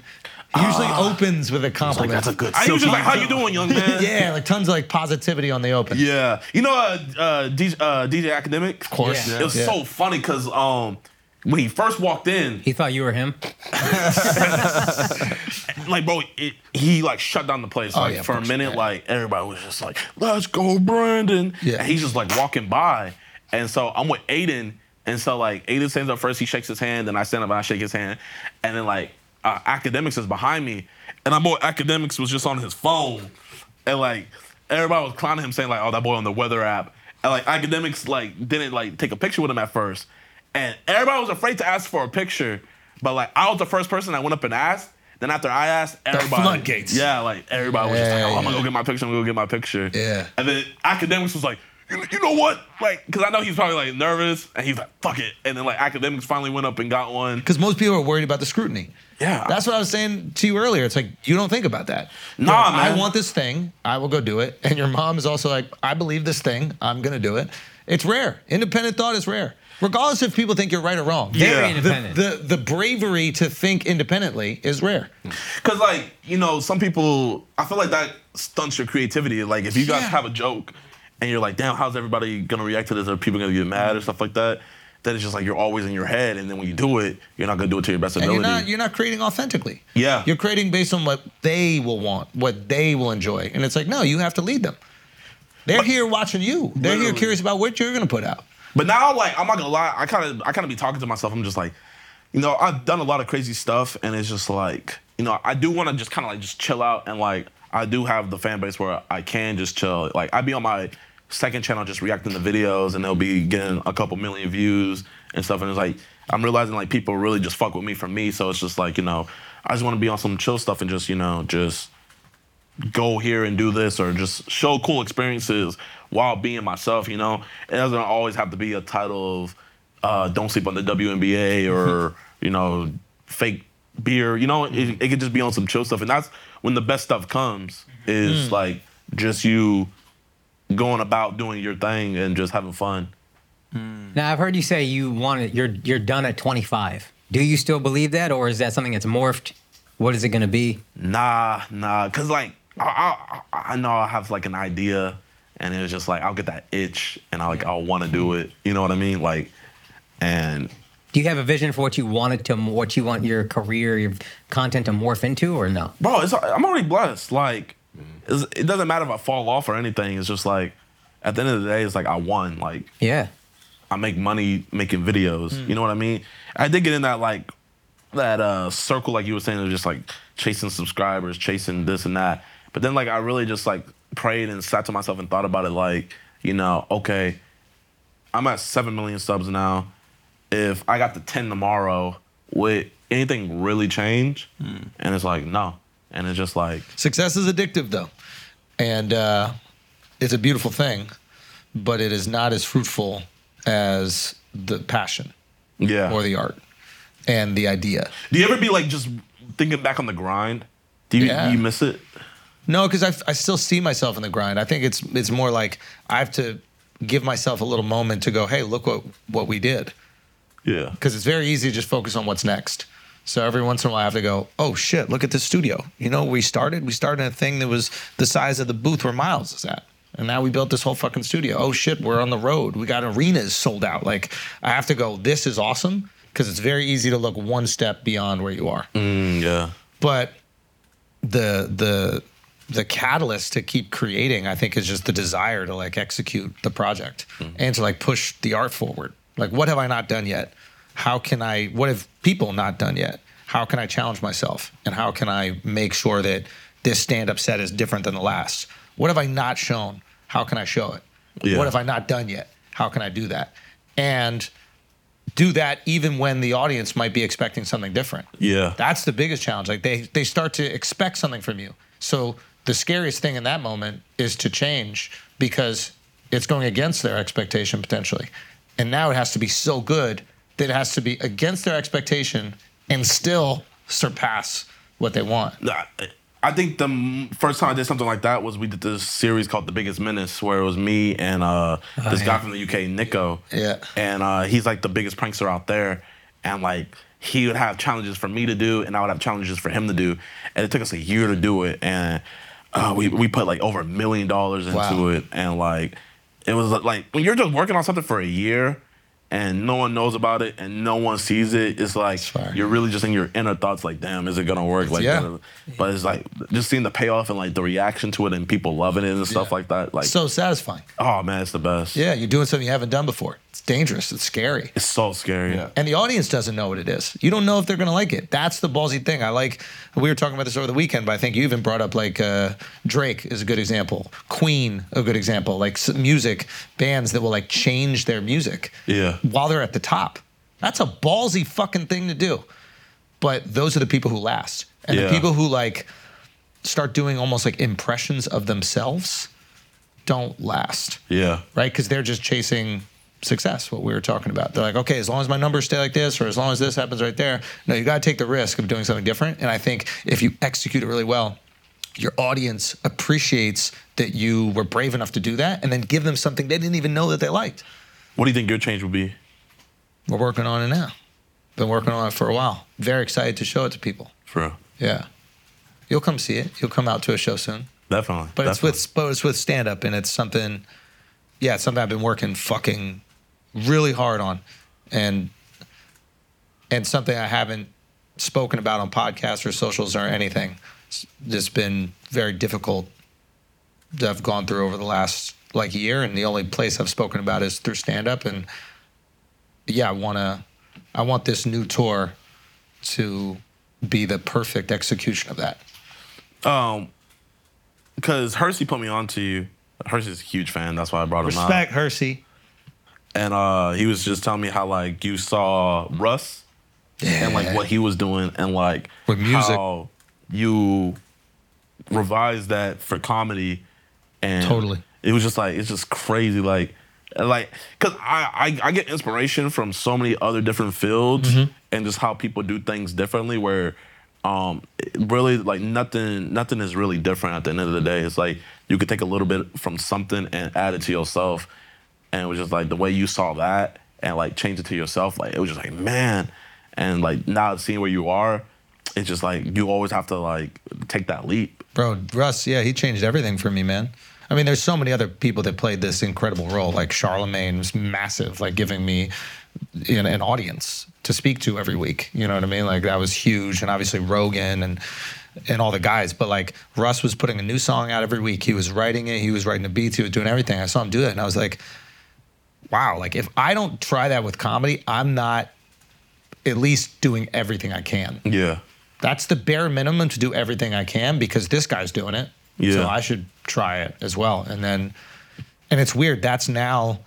He usually
Ah.
opens with a compliment.
That's a good.
I he was just
silky
like, how you doing, young man?
yeah, like tons of like positivity on the open.
Yeah, you know, uh, uh, DJ, uh, DJ Academic. Of
course. Yeah.
it was
Yeah.
so funny because um, when he first walked in,
He thought you were him.
like, bro, it, he like shut down the place like
Oh, yeah, of
for a
course.
minute. Like everybody was just like, "Let's go, Brandon!"
Yeah.
and he's just like walking by, and so I'm with Aiden, and so like Aiden stands up first, he shakes his hand, then I stand up and I shake his hand, and then like uh, Academics is behind me, and I'm boy Academics was just on his phone, and like everybody was clowning him, saying like, "Oh, that boy on the weather app," and like Academics like didn't like take a picture with him at first, and everybody was afraid to ask for a picture, but like I was the first person that went up and asked. Then after I asked, everybody
floodgates.
Yeah, like everybody was just like,
Yeah,
"Oh,
yeah.
I'm gonna go get my picture. I'm gonna go get my picture."
Yeah.
And then academics was like, "You, you know what? Like, because I know he's probably like nervous, and he's like, "Fuck it." And then like academics finally went up and got one.
Because most people are worried about the scrutiny.
Yeah.
That's what I was saying to you earlier. It's like, you don't think about that. You're
Nah,
like, I
man.
want this thing. I will go do it. And your mom is also like, I believe this thing. I'm going to do it. It's rare. Independent thought is rare. Regardless if people think you're right or wrong.
Very
Yeah.
independent.
The, the, the bravery to think independently is rare.
Because like you know, some people, I feel like that stunts your creativity. Like if you guys
Yeah.
have a joke, and you're like, "Damn, how's everybody gonna react to this? Are people gonna get mad or stuff like that?" Then it's just like you're always in your head, and then when you do it, you're not gonna do it to your best
And
ability.
you're not you're not creating authentically.
Yeah.
You're creating based on what they will want, what they will enjoy. And it's like, no, you have to lead them. They're here watching you. They're here
Literally.
curious about what you're going to put out.
But now, like, I'm not gonna lie, I kind of, I kind of be talking to myself. I'm just like, you know, I've done a lot of crazy stuff, and it's just like, you know, I do want to just kind of like just chill out, and like, I do have the fan base where I can just chill. Like, I'd be on my second channel just reacting to videos, and they'll be getting a couple million views and stuff, and it's like, I'm realizing like people really just fuck with me for me, so it's just like, you know, I just want to be on some chill stuff and just, you know, just go here and do this or just show cool experiences while being myself, you know? It doesn't always have to be a title of uh, don't sleep on the WNBA or, you know, fake beer. You know, it, it could just be on some chill stuff. And that's when the best stuff comes is like just you going about doing your thing and just having fun.
Now I've heard you say you wanted you're you're done at 25. Do you still believe that, or is that something that's morphed? What is it going to be?
Nah, nah, cause like I, I, I know I have like an idea, and it was just like I'll get that itch, and I like I'll want to do it. You know what I mean? Like, and
Do you have a vision for what you want it to, what you want your career, your content to morph into, or no?
bro, it's, I'm already blessed. Like, it's, it doesn't matter if I fall off or anything. It's just like at the end of the day, it's like I won. Like,
Yeah.
I make money making videos. You know what I mean? I did get in that like that uh circle like you were saying of just like chasing subscribers, chasing this and that. But then like I really just like prayed and sat to myself and thought about it like, you know, okay, I'm at seven million subs now. If I got to ten tomorrow, would anything really change?
Hmm.
And it's like, no. And it's just like
Success is addictive, though, and uh, it's a beautiful thing, but it is not as fruitful as the passion
Yeah.
or the art and the idea.
Do you ever be like just thinking back on the grind? Do you,
Yeah.
you miss it?
No, because I, I still see myself in the grind. I think it's it's more like I have to give myself a little moment to go, hey, look what what we did,
Yeah.
because it's very easy to just focus on what's next. So every once in a while, I have to go, oh shit, look at this studio. You know, we started we started a thing that was the size of the booth where Miles is at. And now we built this whole fucking studio. Oh shit, we're on the road. We got arenas sold out. Like I have to go, this is awesome because it's very easy to look one step beyond where you are
Mm, Yeah.
but the the the catalyst to keep creating i think is just the desire to like execute the project and to like push the art forward like what have i not done yet how can i what have people not done yet how can i challenge myself and how can i make sure that this stand-up set is different than the last what have i not shown how can i show it
Yeah.
what have i not done yet how can i do that and do that even when the audience might be expecting something different
Yeah.
that's the biggest challenge. Like they they start to expect something from you. So the scariest thing in that moment is to change because it's going against their expectation potentially. And now it has to be so good that it has to be against their expectation and still surpass what they want.
I- I think the m- first time I did something like that was we did this series called The Biggest Menace, where it was me and uh, this guy from the UK, Nico.
Yeah.
And uh, he's like the biggest prankster out there. And like he would have challenges for me to do, and I would have challenges for him to do. And it took us a year to do it. And uh, we, we put like over a million dollars into
Wow.
it. And like it was uh, like when you're just working on something for a year and no one knows about it and no one sees it, it's like
fire.
you're really just in your inner thoughts like, damn, is it gonna work? Like
Yeah.
da- da- da. but it's like just seeing the payoff and like the reaction to it and people loving it and stuff
Yeah.
like that. Like
So satisfying.
oh man, it's the best.
Yeah, you're doing something you haven't done before. It's dangerous. It's scary.
It's so scary. Yeah.
and the audience doesn't know what it is. You don't know if they're going to like it. That's the ballsy thing. I like. We were talking about this over the weekend, but I think you even brought up like uh, Drake is a good example, Queen a good example, like s- music bands that will like change their music
Yeah.
while they're at the top. That's a ballsy fucking thing to do. But those are the people who last, and
Yeah.
the people who like start doing almost like impressions of themselves don't last
Yeah.
right? Because they're just chasing success, what we were talking about. They're like, okay, as long as my numbers stay like this, or as long as this happens right there. No, you got to take the risk of doing something different. And I think if you execute it really well, your audience appreciates that you were brave enough to do that and then give them something they didn't even know that they liked.
What do you think your change would be?
We're working on it now. Been working on it for a while. Very excited to show it to people.
For real.
Yeah. You'll come see it. You'll come out to a show soon.
Definitely.
But it's
Definitely.
with but it's with stand up and it's something yeah, it's something I've been working fucking really hard on and and something I haven't spoken about on podcasts or socials or anything. It's just been very difficult that I've gone through over the last like year and the only place I've spoken about is through stand up and yeah, I want to I want this new tour to be the perfect execution of that.
um because Hersey put me on to you. Hersey's a huge fan, that's why I brought him out.
Respect Hersey.
and uh, he was just telling me how like you saw Russ and like what he was doing and like
With music.
how you revised that for comedy and
Totally.
it was just like it's just crazy like like because I, I i get inspiration from so many other different fields and just how people do things differently where um it really like nothing nothing is really different at the end of the day it's like you could take a little bit from something and add it to yourself and it was just like the way you saw that and like change it to yourself like it was just like man and like now seeing where you are it's just like you always have to like take that leap
Bro, Russ, yeah, he changed everything for me, man. I mean, there's so many other people that played this incredible role. Like Charlemagne was massive, like giving me you know, an audience to speak to every week. You know what I mean? Like that was huge, and obviously Rogan and and all the guys. But like Russ was putting a new song out every week. He was writing it. He was writing the beats. He was doing everything. I saw him do it, and I was like, wow. Like if I don't try that with comedy, I'm not at least doing everything I can.
Yeah.
That's the bare minimum to do everything I can because this guy's doing it.
Yeah.
So I should try it as well. And then, and it's weird. That's now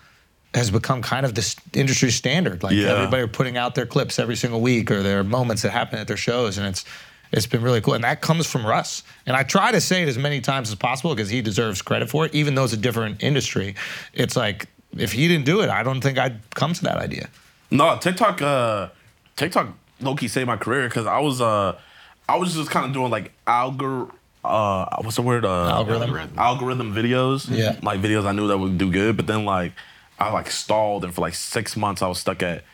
has become kind of this industry standard. Like
Yeah.
everybody are putting out their clips every single week or their moments that happen at their shows. And it's, it's been really cool. And that comes from Russ. And I try to say it as many times as possible because he deserves credit for it, even though it's a different industry. It's like, if he didn't do it, I don't think I'd come to that idea.
No, TikTok, uh, TikTok low key saved my career because I was, uh, I was just kind of doing like algor, uh, what's the word? Uh,
Algorithm?
Algorithm videos.
Yeah.
Like videos I knew that would do good, but then like I like stalled and for like six months I was stuck at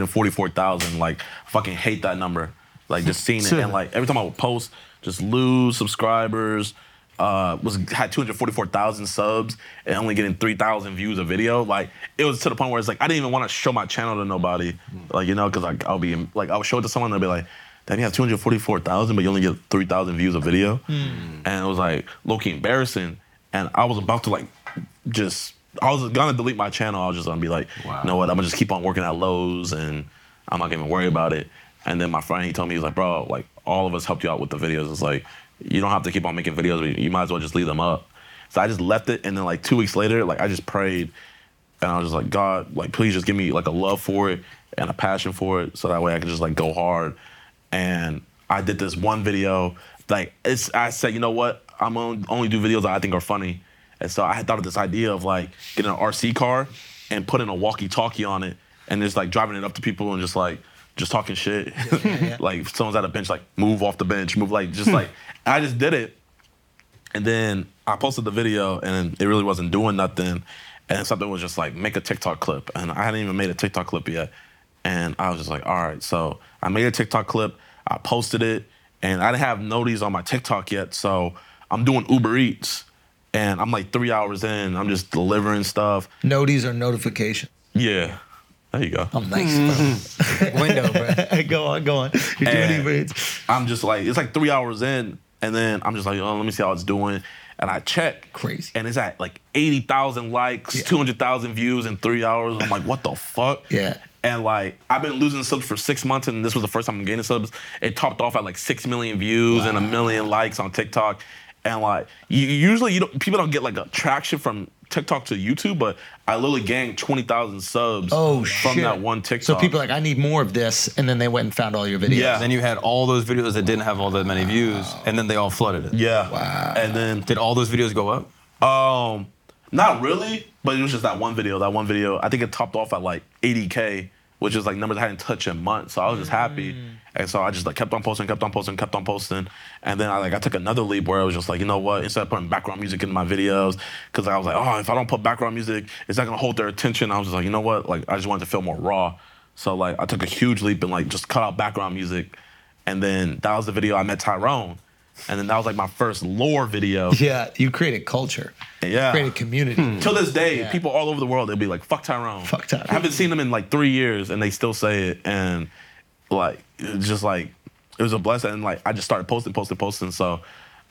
244,000. Like fucking hate that number. Like just seeing it and like every time I would post, just lose subscribers. Uh, was had 244,000 subs and only getting 3,000 views a video. Like it was to the point where it's like I didn't even want to show my channel to nobody. Like you know, because like I'll be like I'll show it to someone and they'll be like, "Damn, you have 244,000, but you only get 3,000 views a video." And it was like low key embarrassing. And I was about to like just I was gonna delete my channel. I was just gonna be like, you know what? I'm gonna just keep on working at Lowe's and I'm not gonna even worry about it. And then my friend he told me he was like, bro, like all of us helped you out with the videos. It's like you don't have to keep on making videos. But you might as well just leave them up. So I just left it, and then like two weeks later, like I just prayed, and I was just like, God, like please just give me like a love for it and a passion for it, so that way I can just like go hard. And I did this one video, like it's I said, you know what? I'm on, only do videos that I think are funny. And so I had thought of this idea of like getting an RC car and putting a walkie-talkie on it and just like driving it up to people and just like just talking shit. like if someone's at a bench, like move off the bench, move like just like I just did it. And then I posted the video and it really wasn't doing nothing. And something was just like, make a TikTok clip. And I hadn't even made a TikTok clip yet. And I was just like, all right. So I made a TikTok clip, I posted it, and I didn't have noties on my TikTok yet. So I'm doing Uber Eats and I'm like three hours in, I'm just delivering stuff.
Noties or notifications.
Yeah. There you go.
I'm nice.
Window, bro.
bro. go on, go on. You're doing
And-
Uber Eats.
I'm just like, it's like three hours in, and then I'm just like, oh, let me see how it's doing. And I check.
Crazy.
And it's at like 80,000 likes, 200,000 views in three hours. I'm like, what the fuck?
Yeah.
And like, I've been losing subs for six months, and this was the first time I'm gaining subs. It topped off at like 6 million views and a million likes on TikTok. And like, you, usually you don't, people don't get like a traction from TikTok to YouTube, but I literally gained 20,000 subs
Oh
from
shit.
that one TikTok.
So people are like, I need more of this, and then they went and found all your videos.
Yeah.
Then you had all those videos that didn't have all that many views, and then they all flooded it.
yeah. Wow. And then
Did all those videos go up?
Um, not really, but it was just that one video. That one video, I think it topped off at like 80k, which is like numbers I hadn't touched in months. So I was just happy, and so I just like kept on posting, kept on posting, kept on posting, and then I like I took another leap where I was just like, you know what? Instead of putting background music in my videos, because I was like, oh, if I don't put background music, it's not gonna hold their attention. I was just like, you know what? Like I just wanted to feel more raw. So like I took a huge leap and like just cut out background music, and then that was the video I met Tyrone, and then that was like my first lore video.
Yeah, you created culture.
Yeah. Hmm.
Created community.
Till this day, people all over the world they'll be like, "Fuck Tyrone."
Mm. Fuck Tyrone.
I haven't seen them in like three years, and they still say it, and like it's just like it was a blessing. And like I just started posting, posting, posting. So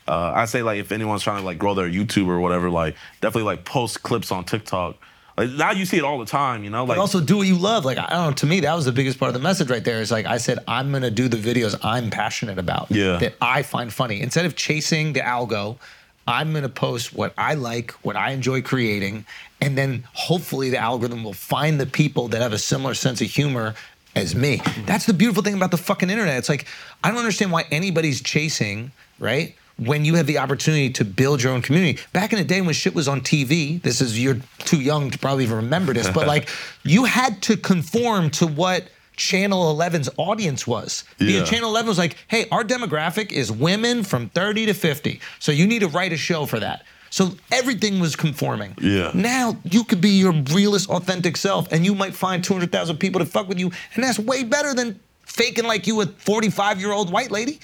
uh, I say like if anyone's trying to like grow their YouTube or whatever, like definitely like post clips on TikTok. Like now you see it all the time, you know. Like
But also do what you love. Like I don't know. To me, that was the biggest part of the message right there. Is like I said, I'm gonna do the videos I'm passionate about.
Yeah.
That I find funny instead of chasing the algo. I'm gonna post what I like, what I enjoy creating, and then hopefully the algorithm will find the people that have a similar sense of humor as me.
Hmm.
That's the beautiful thing about the fucking internet. It's like I don't understand why anybody's chasing right? When you have the opportunity to build your own community. Back in the day when shit was on TV, this is you're too young to probably even remember this, but like you had to conform to what Channel 11's audience was.
Yeah.
Because Channel 11 was like, hey, our demographic is women from 30 to 50. So you need to write a show for that. So everything was conforming.
Yeah.
Now you could be your realest, authentic self, and you might find 200,000 people to fuck with you, and that's way better than faking like you a
Hmm.
45 year old white lady.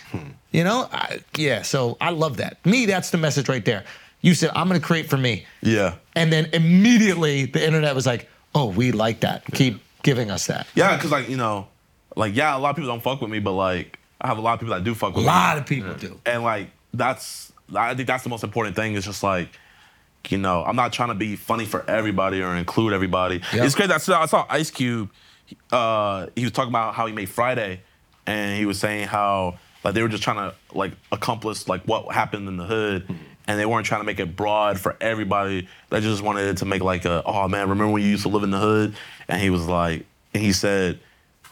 You know? I, yeah, so I love that. Me, that's the message right there. You said, I'm going to create for me.
Yeah.
And then immediately the internet was like, oh, we like that. Keep giving us that.
Yeah, because like you know, like yeah, a lot of people don't fuck with me, but like I have a lot of people that do fuck
A
with me,
lot of people do.
and like that's I think that's the most important thing. Is just like. You know, I'm not trying to be funny for everybody or include everybody.
Yeah.
It's crazy. I saw, I saw Ice Cube. Uh, he was talking about how he made Friday, and he was saying how like they were just trying to like accomplish like what happened in the hood, and they weren't trying to make it broad for everybody. They just wanted to make like a oh man, remember when you used to live in the hood? And he was like, and he said,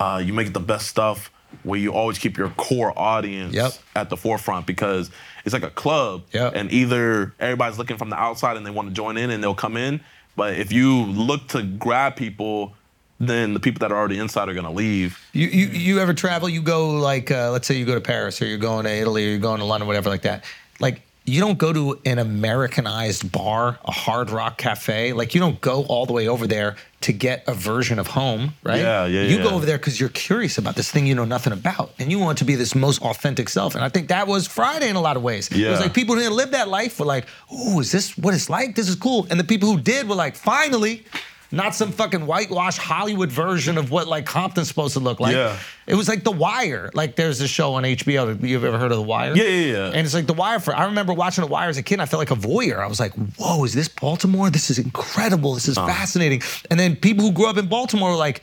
uh, you make the best stuff where you always keep your core audience
Yep.
at the forefront because it's like a club
Yep.
and either everybody's looking from the outside and they want to join in and they'll come in but if you look to grab people then the people that are already inside are going to leave
You, you you ever travel? You go like uh, let's say you go to Paris or you're going to Italy or you're going to London, whatever like that. Like you don't go to an Americanized bar, a Hard Rock cafe. Like you don't go all the way over there to get a version of home, right?
Yeah, yeah,
You go
yeah.
over there because you're curious about this thing you know nothing about, and you want to be this most authentic self. And I think that was Friday in a lot of ways. It was
Yeah.
like people who didn't live that life were like, "Ooh, is this what it's like? This is cool." And the people who did were like, "Finally." Not some fucking whitewashed Hollywood version of what like Compton's supposed to look like.
Yeah.
It was like The Wire. Like there's a show on HBO. That, you've ever heard of The Wire?
Yeah, yeah, yeah.
And it's like The Wire. For I remember watching The Wire as a kid. And I felt like a voyeur. I was like, "Whoa, is this Baltimore? This is incredible. This is fascinating." And then people who grew up in Baltimore were like.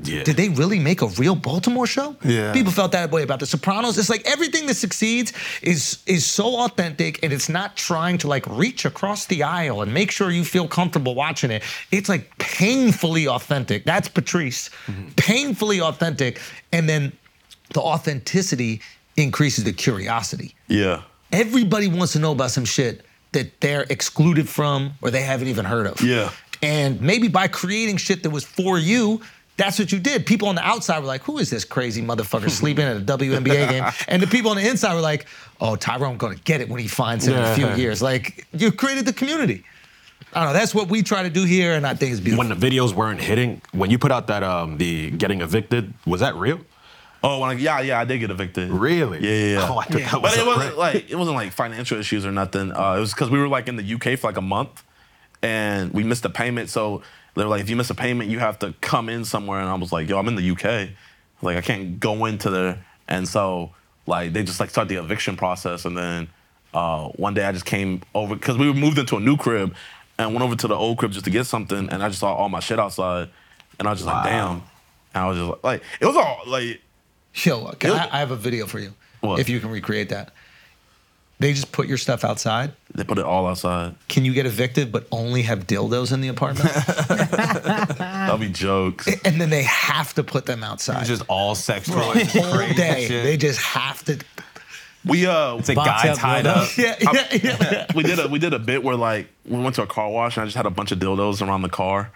Did they really make a real Baltimore show?
Yeah.
People felt that way about The Sopranos. It's like everything that succeeds is is so authentic, and it's not trying to like reach across the aisle and make sure you feel comfortable watching it. It's like painfully authentic. That's Patrice, painfully authentic, and then the authenticity increases the curiosity.
yeah
Everybody wants to know about some shit that they're excluded from or they haven't even heard of.
Yeah.
And maybe by creating shit that was for you, that's what you did. People on the outside were like, who is this crazy motherfucker sleeping at a WNBA game? And the people on the inside were like, oh, Tyrone gonna get it when he finds him in a
Yeah.
few years. Like, you created the community. I don't know. That's what we try to do here, and I think it's beautiful.
When the videos weren't hitting, when you put out that um the getting evicted, was that real?
oh when I, yeah yeah i did get evicted
Really?
yeah yeah, yeah.
Oh, I thought that was
but
a
it wasn't
prank.
like it wasn't like financial issues or nothing uh, it was because we were like in the uk for like a month and we missed a payment so they were like if you miss a payment you have to come in somewhere and i was like yo i'm in the uk like i can't go into there and so like they just like start the eviction process and then uh, one day i just came over because we moved into a new crib and went over to the old crib just to get something and i just saw all my shit outside and i was just like damn and i was just like it was all like
Yo, can I, I have a video for you
What?
if you can recreate that. They just put your stuff outside.
they put it all outside
Can you get evicted but only have dildos in the apartment?
That'll be jokes.
and then they have to put them outside.
It's
Just
just all sex
all
toys.
day.
crazy shit.
They just have to.
We uh
It's a
Box
guy
up,
tied
dildo.
up.
Yeah, yeah, yeah.
we did a we did a bit where like we went to a car wash and I just had a bunch of dildos around the car.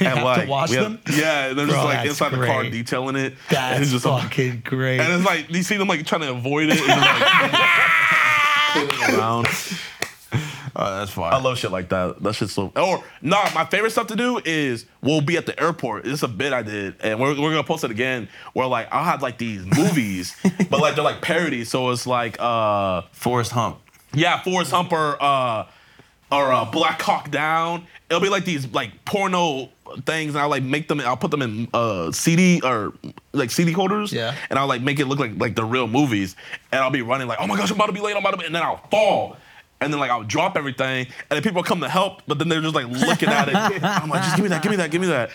And
have to wash
we had-
them?
yeah, and they're just
Bro,
like
that's
inside the car
great.
detailing it. and
That's
it's just
fucking great.
and it's like you see them like trying to avoid it. And they're, like, flailing around.
Oh, that's fine.
I love shit like that. That shit's so. Or Oh, nah, my favorite stuff to do is we'll be at the airport. It's a bit I did, and we're, we're gonna post it again. Where like I'll have like these movies, but like they're like parodies. So it's like uh
Forrest Hump.
Yeah, Forrest Hump or, uh, or uh, Black Hawk Down. It'll be like these like porno things, and I'll like make them. I'll put them in uh, CD or like CD holders.
Yeah.
And I'll like make it look like like the real movies, and I'll be running like, oh my gosh, I'm about to be late, I'm about to, be, and then I'll fall. And then like I'll drop everything, and then people come to help, but then they're just like looking at it. I'm like, just give me that, give me that, give me that.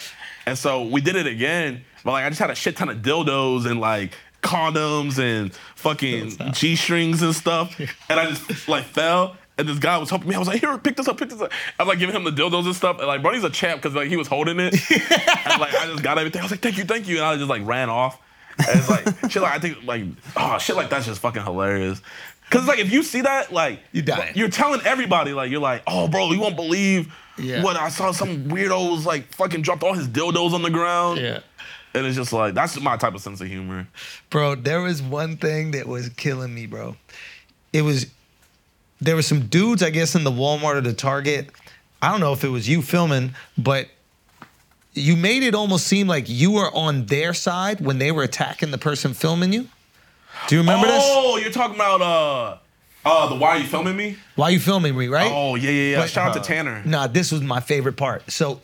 And so we did it again, but like I just had a shit ton of dildos and like condoms and fucking g strings and stuff, and I just like fell. And this guy was helping me. I was like, "Here, pick this up, pick this up." I'm like giving him the dildos and stuff. And like, Brony's a champ because like he was holding it. and like, I just got everything. I was like, "Thank you, thank you," and I just like ran off. And it's like shit. Like I think like oh shit like that's just fucking hilarious. Cause like if you see that like
You die.
you're telling everybody like you're like oh bro you won't believe
Yeah.
what I saw some weirdos like fucking dropped all his dildos on the ground
Yeah.
and it's just like that's my type of sense of humor
Bro, there was one thing that was killing me, bro. It was there were some dudes, I guess, in the Walmart or the Target. I don't know if it was you filming, but you made it almost seem like you were on their side when they were attacking the person filming you. Do you remember this?
oh you're talking about uh Uh, the Why Are You Filming Me?
Why you filming me, right?
Oh, yeah, yeah, yeah.
But- uh,
Shout out to Tanner.
Nah, this was my favorite part. So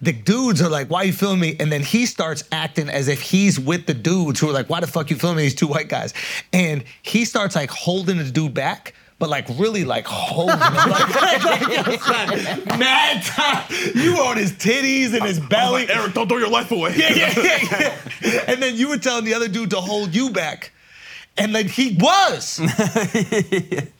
the dudes are like, why you filming me? And then he starts acting as if he's with the dudes who are like, why the fuck you filming these two white guys? And he starts like holding the dude back. But like really like holding him. Like, like, it's like, mad time. You on his titties and his belly.
Like, Eric, don't throw your life away.
Yeah, yeah, yeah, yeah. And then you were telling the other dude to hold you back. And then he was.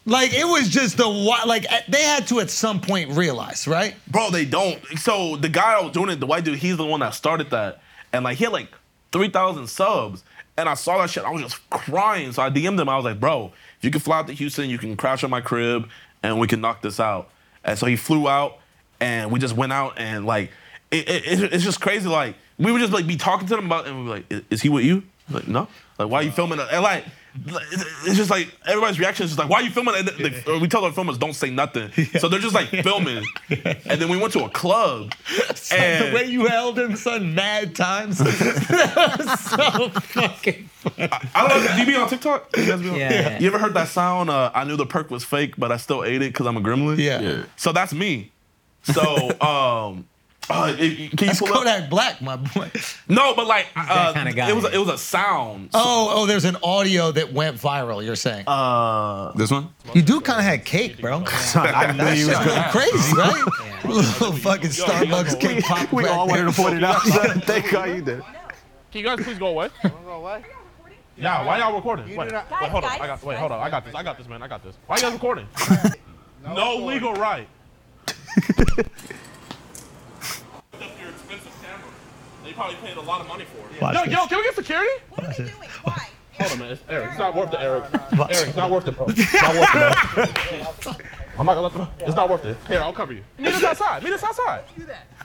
like it was just the wi- like eh, they had to at some point realize, right?
Bro, they don't. So the guy I was doing it, the white dude, he's the one that started that. And like he had like 3,000 subs. And I saw that shit. I was just crying. So I DM'd him. I was like, bro, if you can fly out to Houston, you can crash at my crib and we can knock this out. And so he flew out and we just went out and like, it, it, it- it's just crazy. Like we would just like be talking to them about and we were like, "I- is he with you? Like, no. Like, why are you filming? that?" And like, it's just like everybody's reaction is just like, why are you filming? that?" And they- we tell our filmers don't say nothing, so they're just like filming. And then we went to a club,
Like, the way
and
you held him, son, mad times. That was so fucking
I don't know. Do you be on TikTok? You, guys be on-
Yeah.
you ever heard that sound? Uh, I knew the perk was fake, but I still ate it because I'm a gremlin.
Yeah.
So that's me. So um, uh, it- can you pull up?
Kodak Black, my boy.
No, but like uh,
kinda guy.
it was a, it was a sound. So-
Oh, oh, there's an audio that went viral, you're saying.
This one?
you do kind of had cake, bro.
I knew you was gonna.
Crazy, right? Little fucking Starbucks cake pop.
We
back
all
there.
wanted to point it out. son. Thank God you did.
Can you guys please go away? Yeah, why y'all recording? Wait, wait, hold on. I got, wait, hold on. I got this. I got this, man. I got this. Why you guys recording? no legal right.
They probably paid a lot of money for it.
Yo, yo, can we get security? What are we doing? Why? Hold on, man. It's Eric. It's not worth it, Eric. Eric, it's not worth it, bro. It's not worth it, bro. I'm not gonna let them. It's not worth it. Here, I'll cover you. Meet us outside. Meet us outside.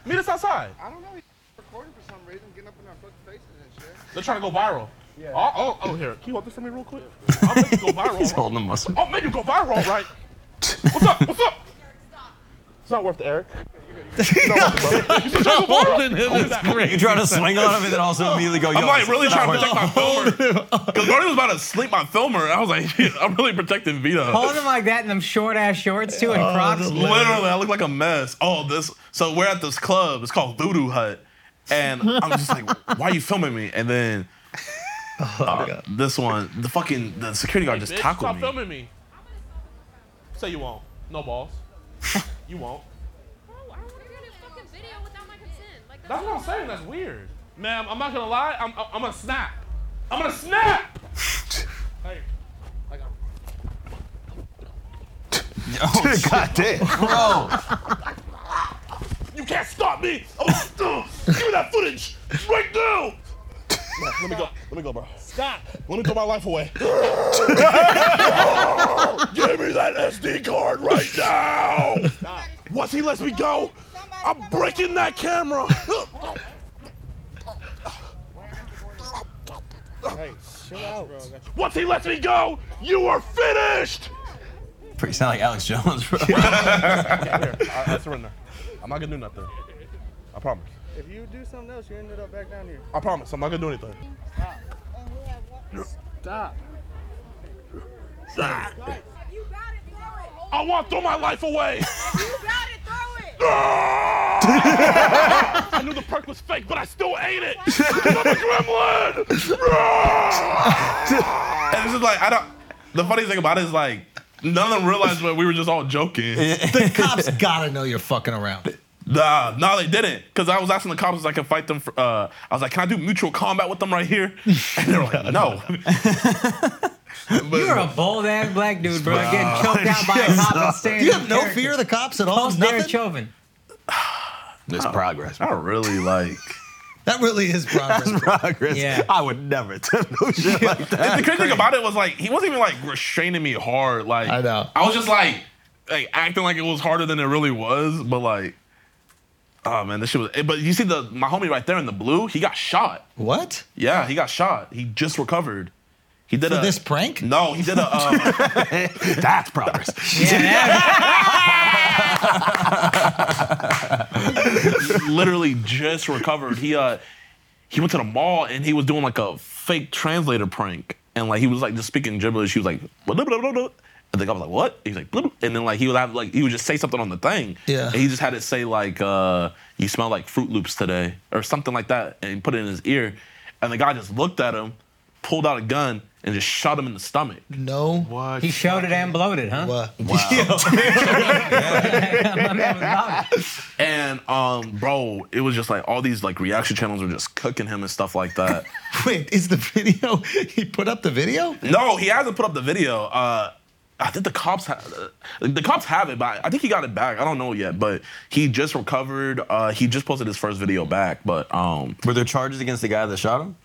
Meet us outside.
I don't know. He's recording for some reason, getting up in our fucking faces and shit.
They're trying to go viral. Yeah. Oh, oh, oh, here. Can you hold this for me real quick? I'll make you go viral. He's holding the muscle. I'll make you oh, go viral, all right? What's up? What's up? It's not worth it, Eric.
Holding him is
You
crazy.
trying to swing on him and then also immediately go, yo.
I'm like really
it's not
trying to
working.
protect my filmer. Because Gordy was about to sleep my filmer. and I was like, I'm really protecting Vita.
Hold him like that in them short ass shorts too and Crocs.
Literally, I look like a mess. Oh, this. So we're at this club. It's called Voodoo Hut, and I'm just like, "Why are you filming me?" And then uh, this one, the fucking the security guard just
Bitch,
tackled
stop
me.
filming me. Say you won't. No balls. you won't. That's what I'm saying. That's weird. Ma'am, I'm not gonna lie. I'm, I'm, I'm gonna snap. I'm gonna snap. hey, like I'm-
God damn.
you can't stop me. Oh, ugh, give me that footage right now. Let me go. Let me go, bro. Stop. Let me throw my life away. Give me that SD card right now. Once he lets me go, I'm breaking that camera. Once he lets me go, you are finished.
You sound like Alex Jones, bro.
I, I surrender. I'm not gonna do nothing. I promise.
If you do something else, you ended up back down here.
I promise. I'm not gonna do anything.
Stop.
I want to throw my life away. I knew the perk was fake, but I still ate it. 'Cause I'm a gremlin.
And it's just like I don't. The funniest thing about it is like none of them realized that we were just all joking.
The cops gotta know you're fucking around.
Nah, nah, they didn't. Cause I was asking the cops if I could fight them. For, uh, I was like, "Can I do mutual combat with them right here?" And they were like, "No."
You're a bold ass black dude, bro. Getting choked out by a cop and standing.
Do you have no fear of the cops at all?
Derek
Nothing?
Chauvin.
It's progress.
I really like.
That really is progress.
Progress.
Yeah.
I would never attempt no shit like that.
the crazy thing about it was like he wasn't even like restraining me hard. Like
I know.
I was just like like acting like it was harder than it really was, but like oh man, this shit was. But you see the my homie right there in the blue, he got shot.
what?
Yeah, he got shot. He just recovered. He did
For
a,
this prank?
No, he did a. Um,
That's progress.
literally just recovered. He uh he went to the mall and he was doing like a fake translator prank. And like he was like just speaking gibberish. He was like "Blah, blah, blah, blah, blah," And the guy was like, "What?" He's like, Bloop. and then like he would have like he would just say something on the thing.
Yeah.
And he just had it say like, uh, "You smell like Fruit Loops today," or something like that, and he put it in his ear. And the guy just looked at him, pulled out a gun, and just shot him in the stomach.
No.
What?
He showed it and bloated, huh?
What?
My man was bloated.
And um, bro, it was just like all these like reaction channels were just cooking him and stuff like that.
Wait, is the video? He put up the video?
No, he hasn't put up the video. Uh, I think the cops have the cops have it, but I think he got it back. I don't know yet, but he just recovered. Uh, he just posted his first video back, but um,
Were there charges against the guy that shot him?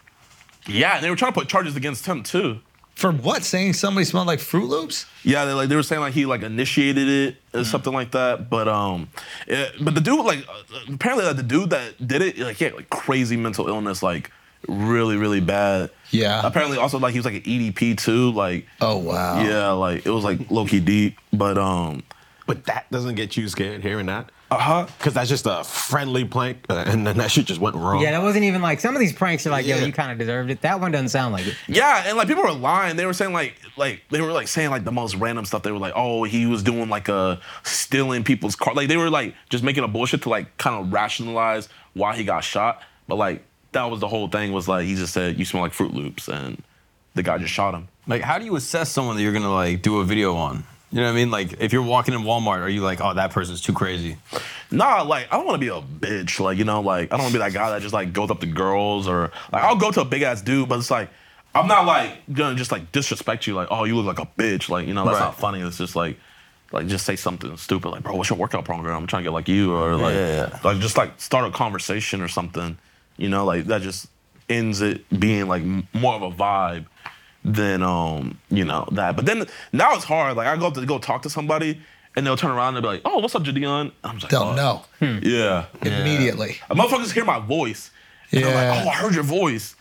yeah, they were trying to put charges against him too.
For what? Saying somebody smelled like Fruit Loops?
Yeah, they like they were saying like he like initiated it or
Mm-hmm.
something like that. But um, it, but the dude like uh, apparently like, the dude that did it like he had like crazy mental illness like really really bad.
Yeah.
Apparently also like he was like an EDP too like.
Oh wow.
Yeah, like it was like low key deep, but um,
But that doesn't get you scared hearing that.
uh huh.
Because that's just a friendly plank, uh, and then that shit just went wrong.
Yeah, that wasn't even like some of these pranks are like, yo,
Yeah.
you kind of deserved it. That one doesn't sound like it.
Yeah, and like people were lying. They were saying like like they were like saying like the most random stuff. They were like, oh, he was doing like a stealing people's car. Like they were like just making a bullshit to like kind of rationalize why he got shot. But like that was the whole thing was like he just said you smell like Fruit Loops, and the guy just shot him.
Like, how do you assess someone that you're gonna like do a video on? You know what I mean? Like, if you're walking in Walmart, are you like, oh, that person's too crazy?
Nah, like I don't want to be a bitch. Like you know, like I don't want to be that guy that just like goes up to girls or like I'll go to a big ass dude, but it's like I'm not like gonna just like disrespect you. Like oh, you look like a bitch. Like you know, that's
Right.
not funny. It's just like like just say something stupid. Like bro, what's your workout program? I'm trying to get like you or like
Yeah, yeah.
like just like start a conversation or something. You know, like that just ends it being like m- more of a vibe than um you know that. But then now it's hard. Like I go up to go talk to somebody. And they'll turn around and be like, "Oh, what's up, Jadeon?" I'm just like,
Don't
"Oh,
know
yeah.
immediately.
And Motherfuckers hear my voice. And yeah.
Yeah.
like, oh, I heard your voice.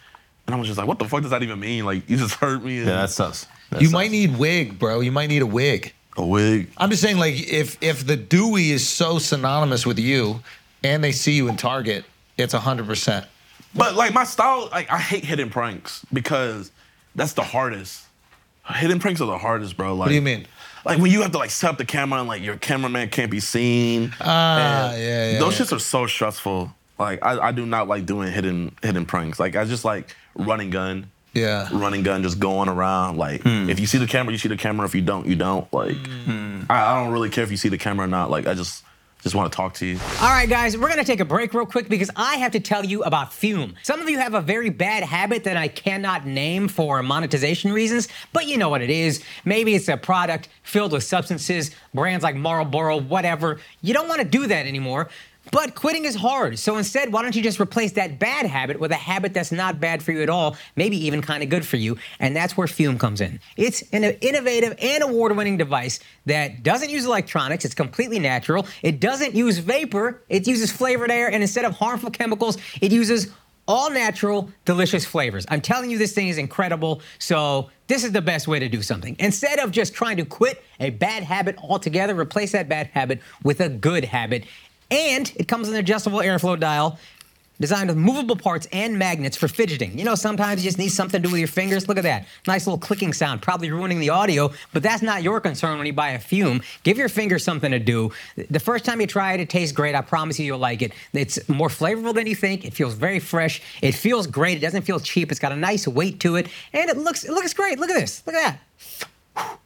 And I was just like, what the fuck does that even mean? Like, you just heard me. And
Yeah, that's sus. That
you
sucks.
might need wig, bro. You might need a wig.
a wig.
I'm just saying, like, if if the Dewey is so synonymous with you, and they see you in Target, it's hundred percent.
But like my style, like I hate hidden pranks because that's the hardest. Hidden pranks are the hardest, bro. Like,
What do you mean?
Like when you have to like set up the camera and like your cameraman can't be seen.
Ah,
And
yeah, yeah,
Those
yeah.
shits are so stressful. Like I, I do not like doing hidden hidden pranks. Like I just like running gun.
Yeah. Hmm.
running gun just going around. Like if you see the camera, you see the camera. If you don't, you don't. Like I, I don't really care if you see the camera or not. Like I just just want to talk to you.
All right, guys, we're gonna take a break real quick because I have to tell you about Fume. Some of you have a very bad habit that I cannot name for monetization reasons, but you know what it is. Maybe it's a product filled with substances, brands like Marlboro, whatever. You don't wanna do that anymore. But quitting is hard, so instead, why don't you just replace that bad habit with a habit that's not bad for you at all, maybe even kind of good for you? And that's where Fume comes in. It's an innovative and award winning device that doesn't use electronics, it's completely natural, it doesn't use vapor, it uses flavored air, and instead of harmful chemicals, it uses all natural, delicious flavors. I'm telling you, this thing is incredible. So, this is the best way to do something. Instead of just trying to quit a bad habit altogether, replace that bad habit with a good habit. And it comes with an adjustable airflow dial designed with movable parts and magnets for fidgeting. You know, sometimes you just need something to do with your fingers. Look at that. Nice little clicking sound, probably ruining the audio, but that's not your concern when you buy a fume. Give your fingers something to do. The first time you try it, it tastes great. I promise you, you'll like it. It's more flavorful than you think. It feels very fresh. It feels great. It doesn't feel cheap. It's got a nice weight to it, and it looks it looks great. Look at this. Look at that.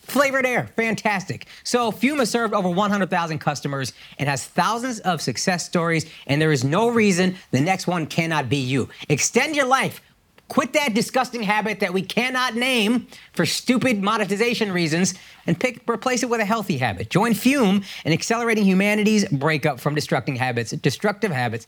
Flavored air, fantastic. So Fume has served over 100,000 customers and has thousands of success stories, and there is no reason the next one cannot be you. Extend your life. Quit that disgusting habit that we cannot name for stupid monetization reasons and pick replace it with a healthy habit. Join Fume in accelerating humanity's breakup from destructing habits, destructive habits.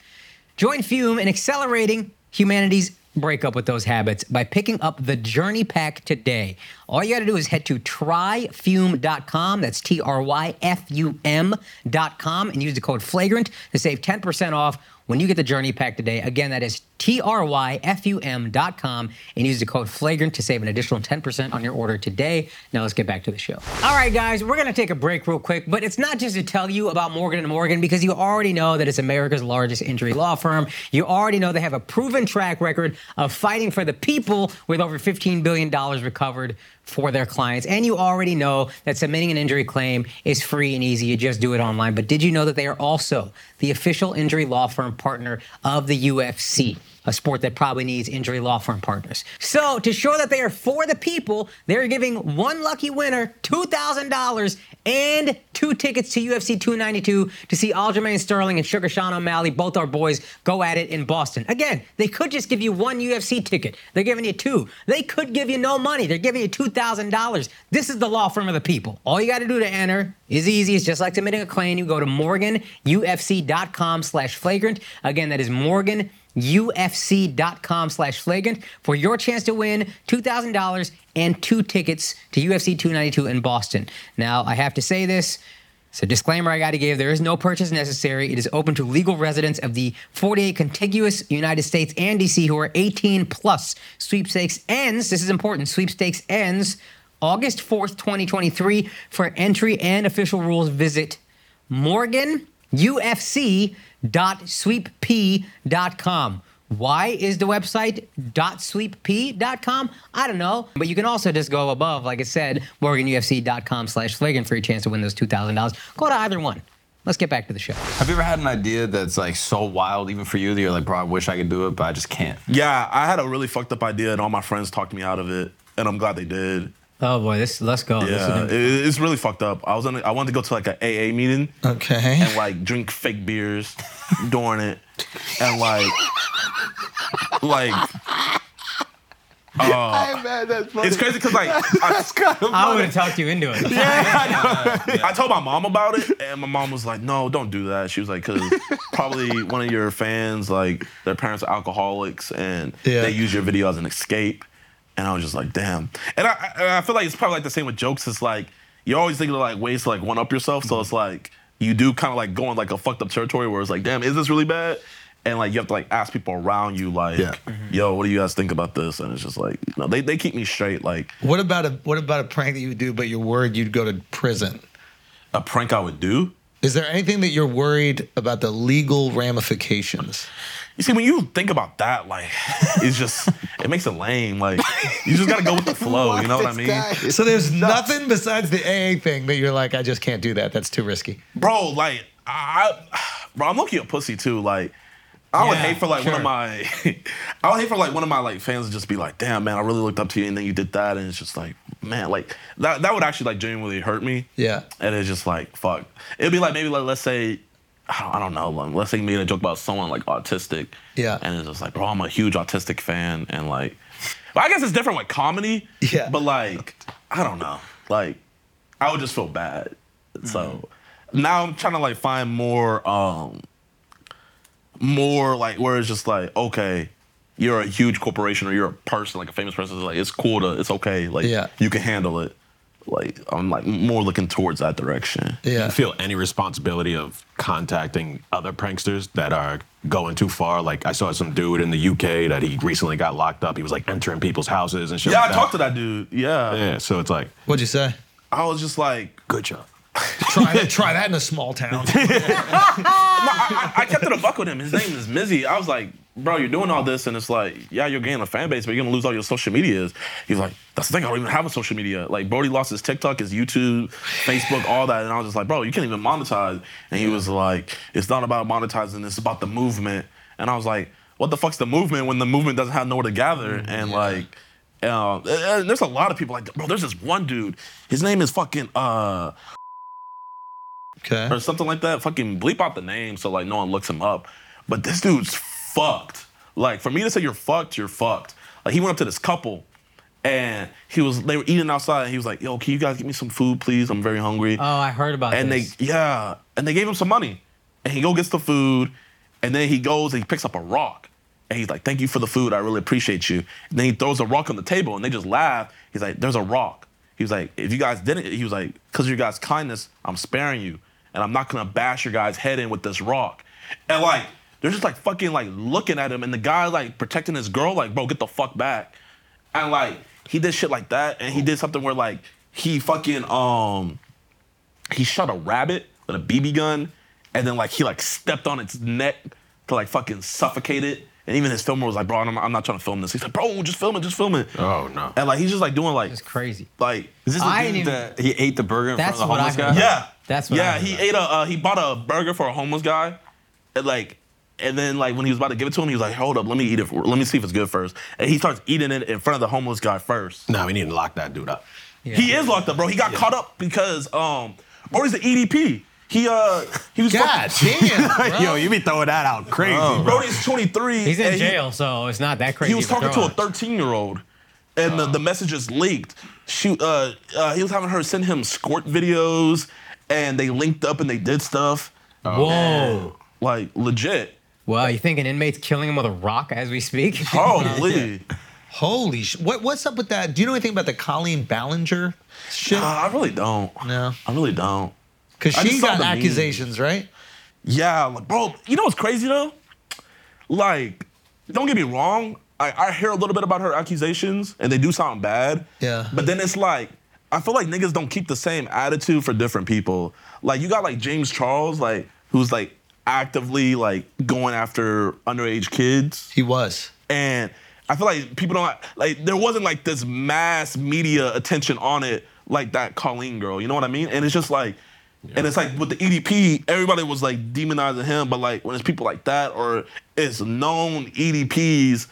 Join Fume in accelerating humanity's breakup with those habits by picking up the Journey Pack today. All you got to do is head to tryfume.com, that's T R Y F U M.com, and use the code FLAGRANT to save 10% off when you get the Journey Pack today. Again, that is T R Y F U M.com, and use the code FLAGRANT to save an additional 10% on your order today. Now let's get back to the show. All right, guys, we're going to take a break real quick, but it's not just to tell you about Morgan and Morgan because you already know that it's America's largest injury law firm. You already know they have a proven track record of fighting for the people with over $15 billion recovered for their clients. And you already know that submitting an injury claim is free and easy. You just do it online. But did you know that they are also the official injury law firm partner of the UFC? a sport that probably needs injury law firm partners. So, to show that they are for the people, they're giving one lucky winner $2,000 and two tickets to UFC 292 to see Aljamain Sterling and Sugar Sean O'Malley, both our boys, go at it in Boston. Again, they could just give you one UFC ticket. They're giving you two. They could give you no money. They're giving you $2,000. This is the law firm of the people. All you got to do to enter is easy. It's just like submitting a claim. You go to morganufc.com slash flagrant. Again, that is Morgan ufc.com slash flagrant for your chance to win $2,000 and two tickets to UFC 292 in Boston. Now, I have to say this. So, disclaimer I got to give there is no purchase necessary. It is open to legal residents of the 48 contiguous United States and DC who are 18 plus. Sweepstakes ends, this is important, sweepstakes ends August 4th, 2023. For entry and official rules, visit Morgan ufc.sweepp.com. Why is the website .sweepp.com? I don't know. But you can also just go above, like I said, morganufc.com slash flagrant for your chance to win those $2,000. Go to either one. Let's get back to the show.
Have you ever had an idea that's like so wild, even for you, that you're like, bro, I wish I could do it, but I just can't?
Yeah, I had a really fucked up idea, and all my friends talked me out of it, and I'm glad they did.
Oh boy, this let's go. This is
Yeah,
gonna
it,
be-
it's really fucked up. I was on. a- I wanted to go to like an AA meeting.
Uh,
Okay.
And like drink fake beers during it, and like, like. uh,
Hey, man, that's funny.
it's crazy because like I,
I would have talked you into it.
I told my mom about it, and my mom was like, "No, don't do that." She was like, "Cause probably one of your fans, like their parents are alcoholics, and
Yeah.
they use your video as an escape." And I was just like, "Damn!" And I, and I feel like it's probably like the same with jokes. It's like you're always thinking of like ways to like one up yourself. So it's like you do kind of like go in like a fucked up territory where it's like, "Damn, is this really bad?" And like you have to like ask people around you, like,
Yeah.
"Yo, what do you guys think about this?" And it's just like, no, they they keep me straight. Like
What about a what about a prank that you would do, but you're worried you'd go to prison?
a prank I would do.
Is there anything that you're worried about the legal ramifications?
You see, when you think about that, like, it's just, it makes it lame. Like, you just gotta go with the flow, you know what I mean?
So there's nothing besides the AA thing that you're like, I just can't do that. That's too risky.
Bro, like, I, I- bro, I'm looking a pussy too. Like, I would
Yeah,
hate for like one of
sure.
my, I would hate for like one of my like fans to just be like, damn, man, I really looked up to you and then you did that. And it's just like, man, like, that, that would actually like genuinely hurt me.
Yeah.
And it's just like, fuck. It'd be like maybe like let's say, I don't, I don't know, like, let's say you made a joke about someone like autistic.
Yeah.
And it's just like, bro, I'm a huge autistic fan, and like, well, I guess it's different with comedy.
Yeah.
But like, I don't know, like, I would just feel bad.
Mm-hmm.
So now I'm trying to like find more, um more like where it's just like, okay. You're a huge corporation, or you're a person, like a famous person. It's like it's cool to, it's okay, like
Yeah.
you can handle it like I'm like more looking towards that direction.
Yeah.
You feel any responsibility of contacting other pranksters that are going too far? Like I saw some dude in the UK that he recently got locked up. He was like entering people's houses and shit.
Yeah,
like
I talked to that dude. Yeah.
Yeah, so it's like
What'd you say?
I was just like,
good job.
try, that, try that in a small town.
no, I, I, I kept it a buck with him. His name is Mizzy. I was like, bro, you're doing all this, and it's like, yeah, you're gaining a fan base, but you're gonna lose all your social medias. He's like, that's the thing. I don't even have a social media. Like, Brody lost his TikTok, his YouTube, Facebook, all that, and I was just like, bro, you can't even monetize. And he was like, it's not about monetizing. It's about the movement. And I was like, what the fuck's the movement when the movement doesn't have nowhere to gather? And like. Um, and- and there's a lot of people like, bro. There's this one dude. His name is fucking uh,
Okay.
or something like that. Fucking bleep out the name so like no one looks him up. But this dude's fucked. Like for me to say you're fucked, you're fucked. Like he went up to this couple and he was they were eating outside and he was like, yo, can you guys give me some food, please? I'm very hungry.
Oh, I heard about
and they
this.
yeah. And they gave him some money. And he go gets the food. And then he goes and he picks up a rock. And he's like, thank you for the food. I really appreciate you. And then he throws a rock on the table and they just laugh. He's like, there's a rock. He was like, if you guys didn't, he was like, because of your guys' kindness, I'm sparing you. And I'm not gonna bash your guys' head in with this rock. And like, they're just like fucking like looking at him. And the guy like protecting his girl, like, bro, get the fuck back. And like, he did shit like that. And he did something where like he fucking um he shot a rabbit with a BB gun, and then like he like stepped on its neck to like fucking suffocate it, And even his filmer was like, bro, I'm, I'm not trying to film this. He's like, bro, just film it, just film it.
Oh, no.
And like he's just like doing like
It's crazy.
like
Is this the
I
dude
didn't
that he ate the burger in front
That's
of the
what I
homeless guy?
heard.
yeah.
That's what I
Yeah,
heard
he
about.
ate a uh, he bought a burger for a homeless guy, and like and then like when he was about to give it to him, he was like, hold up, let me eat it. For, let me see if it's good first. And he starts eating it in front of the homeless guy first.
No, we need to lock that dude up.
He is locked up, bro. He got caught up because um, bro, he's the EDP. He uh, he was
God
fucking-
damn, bro. Oh,
Yo, you be throwing that out crazy, bro.
Brody's 23.
He's in
and he-
jail, so it's not that crazy.
He was
of a
talking to a
throw-out.
13 year old, and the, the messages leaked. She, uh, uh, he was having her send him squirt videos, and they linked up and they did stuff
Whoa.
like legit.
Wow, you think an inmate's killing him with a rock as we speak?
Holy,
Holy sh! What, what's up with that? Do you know anything about the Colleen Ballinger shit?
Uh, I really don't.
No.
I really don't.
Because
I
she
just saw
got
the meme.
accusations, right?
Yeah, like, bro, you know what's crazy though? Like, don't get me wrong. I, I hear a little bit about her accusations, and they do sound bad.
Yeah.
But then it's like, I feel like niggas don't keep the same attitude for different people. Like, you got like James Charles, like, who's like actively like going after underage kids.
He was.
And I feel like people don't like there wasn't like this mass media attention on it like that Colleen girl. You know what I mean? And it's just like and it's like with the EDP, everybody was like demonizing him, but like when it's people like that or it's known EDPs,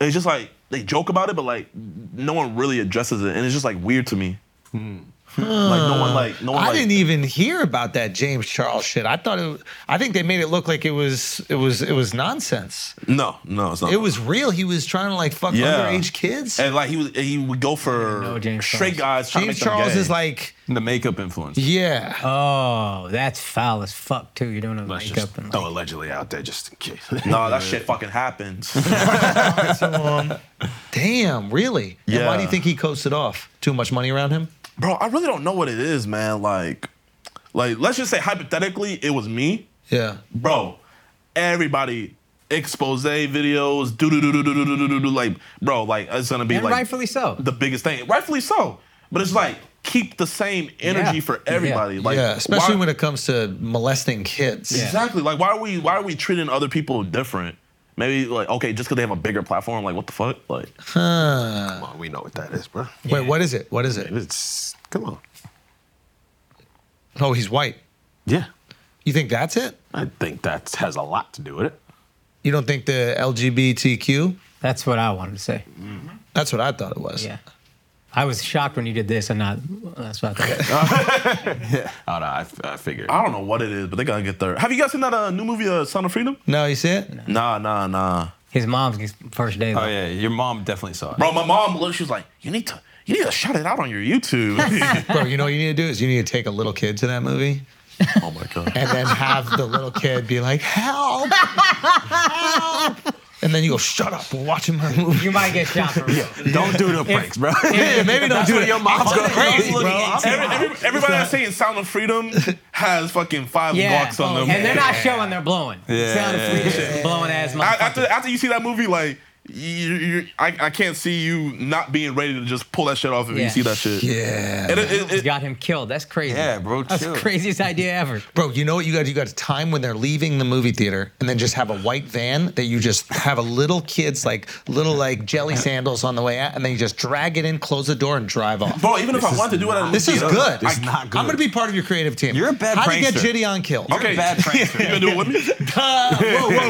it's just like they joke about it, but like no one really addresses it. And it's just like weird to me. Like no one like no one
I
like,
didn't even hear about that James Charles shit. I thought it. was- I think they made it look like it was. It was. It was nonsense.
No, no, it's not.
It was real. He was trying to like fuck
Yeah.
underage kids.
and like he was he would go for
No, James
straight guys trying
James
to make them
Charles
gay.
is like,
The makeup influence.
yeah.
Oh, that's foul as fuck too. You're doing a
Let's just
makeup and
throw allegedly out there just in case.
No, that shit fucking happens.
um, Damn, really? And why do you
Yeah.
think he coasted off? Too much money around him?
bro i really don't know what it is man like like let's just say hypothetically it was me
Yeah.
bro everybody expose videos do do do do do do do do do like bro like it's gonna be
and
like
rightfully so.
the biggest thing rightfully so but it's like keep the same energy
Yeah.
for everybody like
yeah, especially
why-
when it comes to molesting kids.
Yeah.
exactly like why are we why are we treating other people different maybe like okay just because they have a bigger platform like what the fuck like
Come on, we know what that is, bro.
Wait, what is it? What is it?
It's come on.
Oh, he's white.
Yeah,
You think that's it?
I think that has a lot to do with it.
You don't think the LGBTQ?
That's what I wanted to say.
That's what I thought it was.
Yeah. I was shocked when you did this and not that's what I thought.
Oh no, I, f- I figured.
i don't know what it is but they gotta get there have you guys seen that uh, new movie uh, son of freedom
No, you see it?
nah nah nah
His mom's first day.
Oh
Though.
yeah, your mom definitely saw it.
Bro, my mom looked, she was like, you need to you need to shout it out on your YouTube.
Bro, you know what you need to do is you need to take a little kid to that movie
oh my god.
and then have the little kid be like, help! Help! And then you go, shut up, we're watching my movie.
You might get shot for real.
Don't do the pranks, bro.
Yeah, maybe don't do it. Your mom's
going crazy, bro.
Every, every, everybody that's saying Sound of Freedom has fucking five
Yeah.
blocks on them.
And they're not showing, they're blowing. Yeah. Sound of freedom, blowing ass
I-
motherfucker.
after after you see that movie, like you, you, I, I can't see you not being ready to just pull that shit off if
Yeah.
you see that shit.
Yeah.
And it- it- it-
Got him killed. That's crazy.
Yeah, bro,
That's
chill.
the craziest idea ever.
Bro, you know what you got? to You got to time when they're leaving the movie theater, and then just have a white van that you just have a little kids like little like jelly sandals on the way out, and then you just drag it in, close the door, and drive off.
bro, even if I wanted to do it, at a
This
movie
is
theater,
good.
This is not good.
I'm gonna be part of your creative team.
You're a bad
How to get
prankster.
Gideon killed?
You're
Okay.
a bad
You
prankster.
gonna do it with me?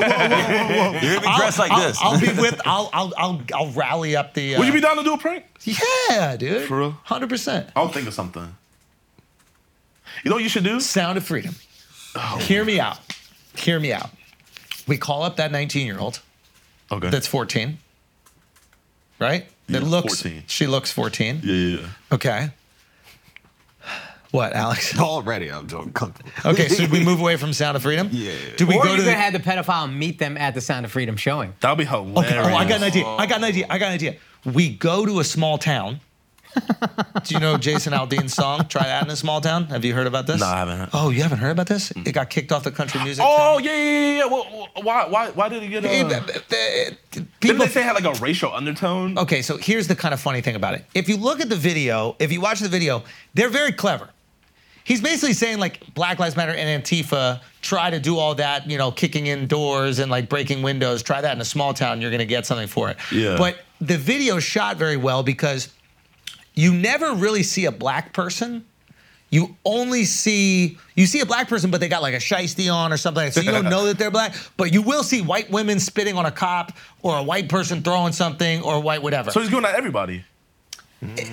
You're gonna be dressed like
I'll,
this.
I'll be with. I'll I'll I'll, I'll rally up the. Uh,
Would you be down to do a prank?
Yeah, dude.
For real?
Hundred percent.
I'll think of something. You know what you should do?
Sound of freedom. Hear me out. Hear me out. We call up that 19 year old.
Okay.
that's 14, right? That
Yeah,
looks,
14.
she looks 14.
yeah, yeah, yeah.
Okay. What, Alex?
Already, I'm doing comfortable.
Okay, so we move away from Sound of Freedom?
Yeah.
Do we
or
go
you
to
could
the.
have the pedophile meet them at the Sound of Freedom showing.
That'd be hilarious.
Okay, oh, I got an idea. I got an idea. I got an idea. We go to a small town. Do you know Jason Aldean's song, Try That in a Small Town? Have you heard about this?
No, I haven't.
Oh, you haven't heard about this? It got kicked off the country music.
Oh yeah, yeah, yeah, yeah. Well, why, why, why did he get? Uh,
Hey, but-
didn't
but- but-
they
People
say it had like a racial undertone?
okay, so here's the kind of funny thing about it. If you look at the video, if you watch the video, they're very clever. he's basically saying like Black Lives Matter and Antifa try to do all that, you know, kicking in doors and like breaking windows. Try that in a small town, you're gonna get something for it.
Yeah.
But the video shot very well because you never really see a black person. You only see you see a black person, but they got like a shiesty on or something, so you don't know that they're black. But you will see white women spitting on a cop, or a white person throwing something, or white whatever.
So he's going at everybody.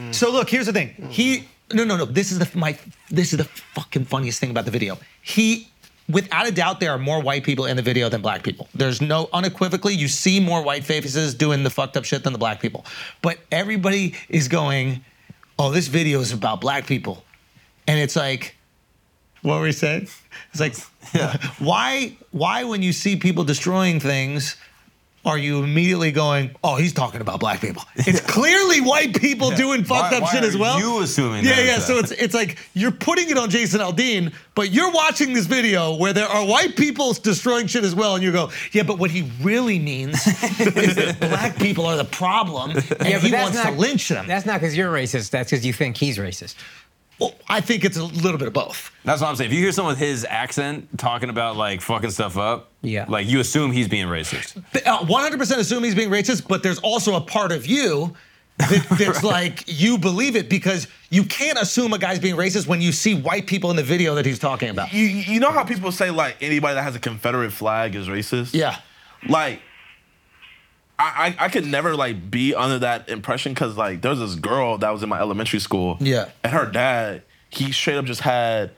So look, here's the thing. He no no no. This is the my this is the fucking funniest thing about the video. He without a doubt there are more white people in the video than black people. There's no unequivocally you see more white faces doing the fucked up shit than the black people. But everybody is going, "Oh, this video is about black people." And it's like what were we saying? It's like why why when you see people destroying things are you immediately going, oh, he's talking about black people? It's clearly white people doing fucked
Why-
up
why
shit as
are
well.
You assuming?
yeah,
that
yeah.
is
So
that?
it's it's like you're putting it on Jason Aldean, but you're watching this video where there are white people destroying shit as well, and you go, yeah, but what he really means is that black people are the problem, and
but
he wants to lynch them.
That's not because you're racist. That's because you think he's racist.
Well, I think it's a little bit of both.
That's what I'm saying. If you hear someone with his accent talking about like fucking stuff up,
Yeah.
like you assume he's being racist.
Th- uh, 100% assume he's being racist, but there's also a part of you that, that's like you believe it because you can't assume a guy's being racist when you see white people in the video that he's talking about.
You you know how people say like anybody that has a Confederate flag is racist?
Yeah.
Like I, I, I could never like be under that impression because like there's this girl that was in my elementary school.
Yeah.
And her dad, he straight up just had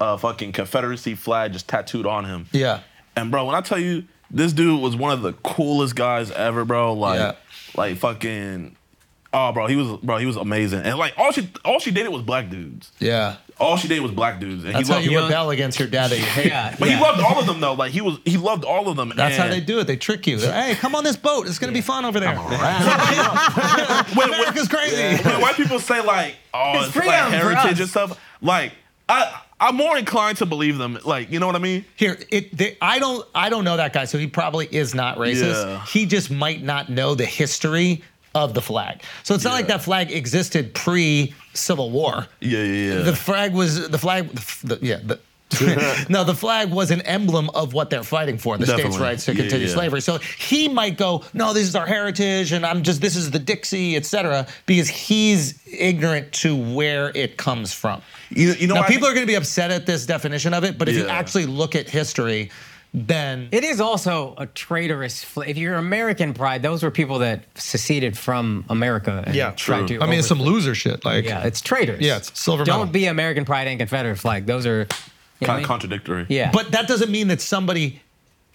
a fucking Confederacy flag just tattooed on him.
Yeah.
And bro, when I tell you this dude was one of the coolest guys ever, bro. Like,
Yeah.
like fucking, oh, bro, he was, bro, he was amazing. And like, all she, all she dated was black dudes.
Yeah.
All she dated was black dudes, and
That's
he
how
loved.
you rebel against your dad that you hate.
Yeah.
but
yeah.
he loved all of them though. Like he was, he loved all of them.
That's how
and-
they do it. They trick you. They're, hey, come on this boat. It's gonna be fun over there.
When, when,
America's crazy.
when white people say like, oh,
It's
it's
freedom
like
for us.
heritage and stuff, like I, I'm more inclined to believe them. Like, you know what I mean?
Here, it. They, I don't. I don't know that guy, so he probably is not racist.
Yeah.
He just might not know the history of the flag. So it's not like that flag existed pre Civil War.
Yeah, yeah, yeah.
The flag was the flag. The, the- yeah. The, no, the flag was an emblem of what they're fighting for, the states'
Definitely.
rights to
Yeah,
continue
yeah.
slavery. So he might go, no, this is our heritage, and I'm just this is the Dixie, etc., because he's ignorant to where it comes from.
you, you know,
now
what I
people
think?
are going to be upset at this definition of it, but if you
Yeah.
actually look at history, then
It is also a traitorous. Fl- if you're American pride, those were people that seceded from America. And
Yeah,
tried
true.
To
I mean, it's
over-
some loser shit. Like,
Yeah, it's traitors.
Yeah, it's silver
Don't
medal.
be American pride and Confederate flag. Those are. You know what I
kind
mean?
of contradictory.
yeah.
but that doesn't mean that somebody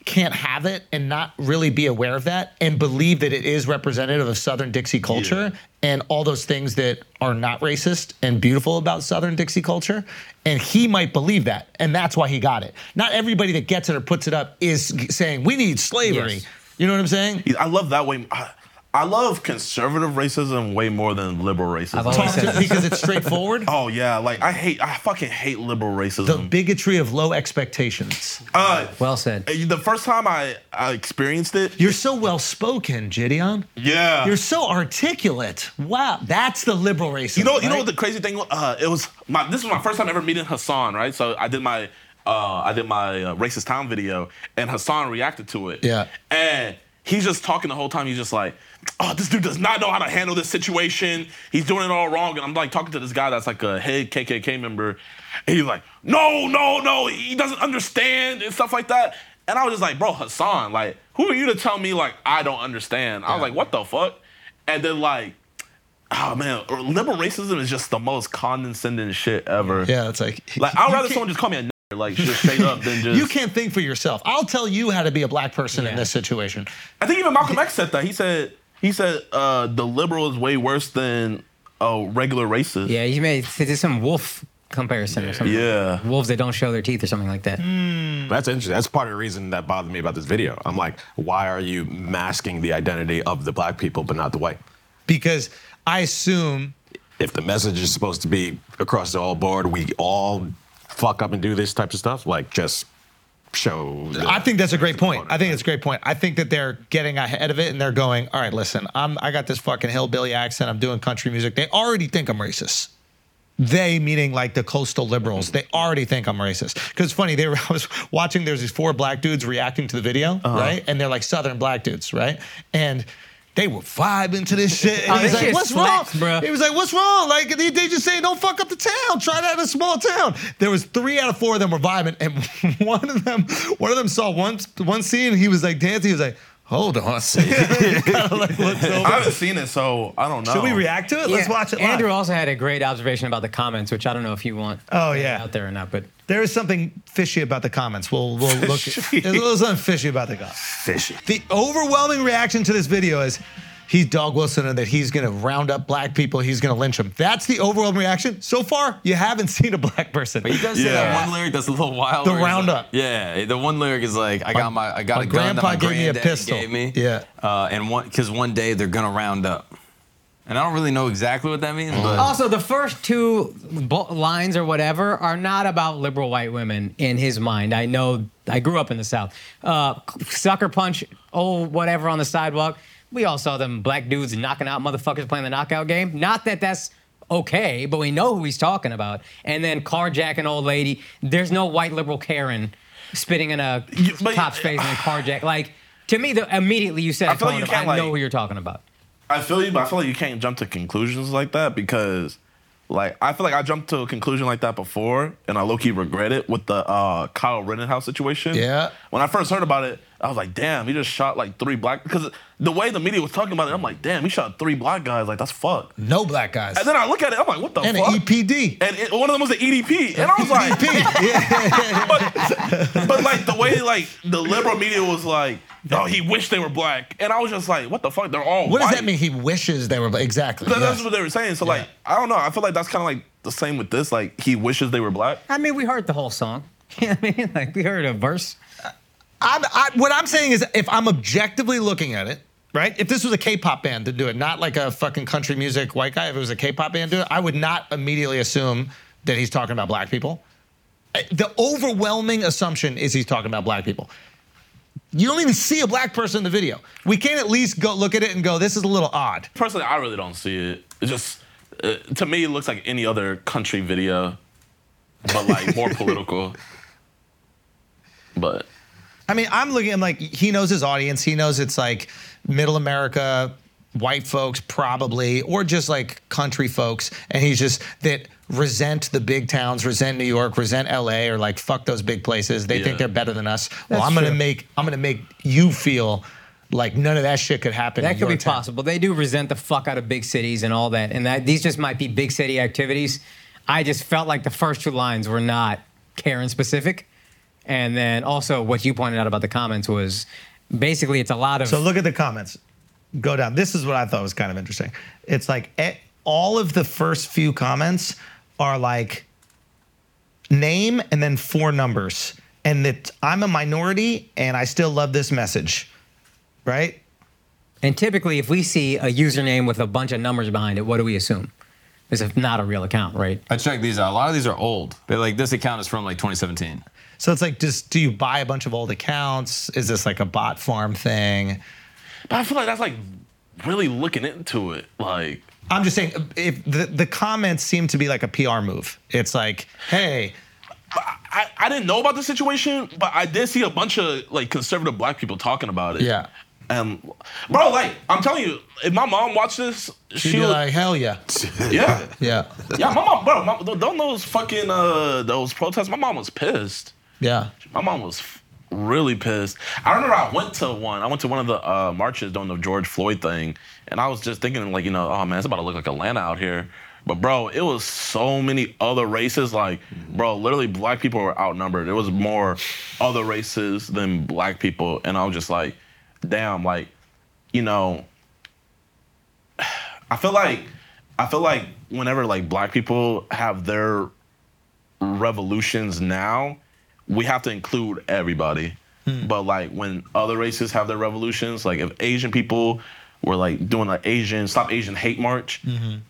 can't have it and not really be aware of that and believe that it is representative of Southern Dixie culture and all those things that are not racist and beautiful about Southern Dixie culture. And he might believe that, and that's why he got it. Not everybody that gets it or puts it up is g- saying we need slavery.
Yes.
You know what I'm saying?
I love that way. I, I love conservative racism way more than liberal racism.
I've always
Talk
said
to-
that.
because it's straightforward.
Oh yeah, like I hate, I fucking hate liberal
The
racism.
bigotry of low expectations.
uh,
well said.
the first time I, I experienced it,
You're so well spoken, Gideon.
yeah,
You're so articulate. Wow, that's the liberal racism.
you know, you know
right?
what the crazy thing was? Uh, it was my. This was my first time ever meeting Hassan, right? So I did my, uh, I did my uh, racist town video, and Hassan reacted to it.
Yeah.
and he's just talking the whole time. He's just like, "Oh, this dude does not know how to handle this situation. He's doing it all wrong." And I'm like talking to this guy that's like a head KKK member, and he's like, "No, no, no, he doesn't understand and stuff like that." And I was just like, "Bro, Hassan, like, who are you to tell me like I don't understand?" I was like, "What the fuck?" And then like. Oh man, liberal racism is just the most condescending shit ever.
yeah, it's like,
Like I'd
you
rather
can't-
someone just call me a n- like just straight up than just.
You can't think for yourself. I'll tell you how to be a black person in
Yeah.
this situation.
I think even Malcolm X said that. He said he said uh, the liberal is way worse than a regular racist.
Yeah, you made did some wolf comparison or something.
Yeah.
Wolves that don't show their teeth or something like that.
Mm,
That's interesting. That's part of the reason that bothered me about this video. I'm like, why are you masking the identity of the black people but not the white?
Because I assume
If the message is supposed to be across the all board, we all fuck up and do this type of stuff, like just show. the-
I think that's a great point. I think it's a great point. I think that they're getting ahead of it and they're going, all right, listen, I'm I got this fucking hillbilly accent. I'm doing country music. They already think I'm racist. They, meaning like the coastal liberals, they already think I'm racist. Because it's funny, they were, I was watching, there's these four black dudes reacting to the video,
Uh-huh.
right? And they're like southern black dudes, right? And they were vibing to this shit. And
Oh,
he was
this
like,
shit
what's wrong?
slaps, bruh.
He was like, what's wrong? Like, they, they just say, don't fuck up the town. Try that in a small town. There was three out of four of them were vibing. And one of them, one of them saw one, one scene, he was like dancing. He was like, hold on. Kinda like looks over.
I haven't seen it, so I don't know.
Should we react to it? Let's
Oh. Yeah,
watch it live.
Andrew also had a great observation about the comments, which I don't know if you want
Oh, yeah.
out there or not, but
There is something fishy about the comments. We'll, we'll look. There's a little something fishy about the comments.
Fishy.
The overwhelming reaction to this video is he's dog Wilson and that he's going to round up black people. He's going to lynch them. That's the overwhelming reaction. So far, you haven't seen a black person.
But he does say that
Yeah.
one lyric that's a little wild.
The
where he's like-
roundup.
yeah, the one lyric is like, I got my, I got
my
a gun that
grandpa
my
gave me a
granddaddy
pistol.
Gave me.
Yeah.
Uh, and one, because one day they're gonna round up, and I don't really know exactly what that means, but
Also, the first two bo- lines or whatever are not about liberal white women in his mind. I know I grew up in the South. Uh, sucker punch, oh, whatever on the sidewalk. We all saw them black dudes knocking out motherfuckers playing the knockout game. Not that that's okay, but we know who he's talking about. And then carjack an old lady. There's no white liberal Karen spitting in a
You- but-
cop's face and then carjack. Like, to me, the, immediately you said,
I
I,
feel like you
I
can't,
know
like-
who you're talking about.
I feel you, but I feel like you can't jump to conclusions like that because, like, I feel like I jumped to a conclusion like that before, and I low key regret it with the uh, Kyle Rittenhouse situation.
Yeah.
When I first heard about it, I was like, damn, he just shot like three black. Because the way the media was talking about it, I'm like, damn, he shot three black guys. Like, that's fucked.
No black guys.
And then I look at it, I'm like, what the
And an E
fuck?
EPD.
And it, one of them was an EDP, and I was like, but, but like the way like the liberal media was like, oh, he wished they were black, and I was just like, what the fuck? They're all
What does
white.
that mean? He wishes they were black. Exactly. yeah.
That- That's what they were saying. So like, I don't know. I feel like that's kind of like the same with this. Like he wishes they were black.
I mean, we heard the whole song. You know what I mean? Like, we heard a verse.
I'm, I, what I'm saying is, if I'm objectively looking at it, right? If this was a K-pop band to do it, not like a fucking country music white guy, if it was a K-pop band to do it, I would not immediately assume that he's talking about black people. Uh, The overwhelming assumption is he's talking about black people. You don't even see a black person in the video. We can't at least go look at it and go, this is a little odd.
Personally, I really don't see it. It's just uh, to me, it looks like any other country video, but like more political. But
I mean, I'm looking, I'm like, he knows his audience. He knows it's like middle America, white folks probably, or just like country folks. And he's just that resent the big towns, resent New York, resent LA, or like fuck those big places. They
Yeah.
think they're better than us. well, I'm gonna make I'm gonna make you feel like none of that shit could happen.
That
in
could
your
be
town.
possible. They do resent the fuck out of big cities and all that, and that these just might be big city activities. I just felt like the first two lines were not Karen specific, and then also what you pointed out about the comments was basically it's a lot of
So look at the comments. Go down. This is what I thought was kind of interesting. It's like eh, all of the first few comments are like name and then four numbers, and that I'm a minority and I still love this message, right?
and typically if we see a username with a bunch of numbers behind it, what do we assume? It's a, not a real account, right?
I checked these out. A lot of these are old. They're like this account is from like 2017.
So it's like, just do you buy a bunch of old accounts? Is this like a bot farm thing?
but I feel like that's like really looking into it. Like
I'm just saying, if the, the comments seem to be like a PR move. It's like, hey,
I, I didn't know about the situation, but I did see a bunch of like conservative black people talking about it.
Yeah.
And bro, like I'm telling you, if my mom watched this,
she'd
she
be
would
like, hell yeah,
yeah.
yeah,
Yeah, my mom, bro, my, don't those fucking uh those protests. My mom was pissed.
yeah.
My mom was f- really pissed. I remember I went to one. I went to one of the uh, marches during the George Floyd thing, and I was just thinking like, you know, oh man, it's about to look like Atlanta out here. But bro, it was so many other races. Like, bro, literally black people were outnumbered. It was more other races than black people, and I was just like, damn, like, you know, I feel like I feel like whenever like black people have their revolutions now, we have to include everybody. But like when other races have their revolutions, like if Asian people were like doing an Asian stop Asian hate march,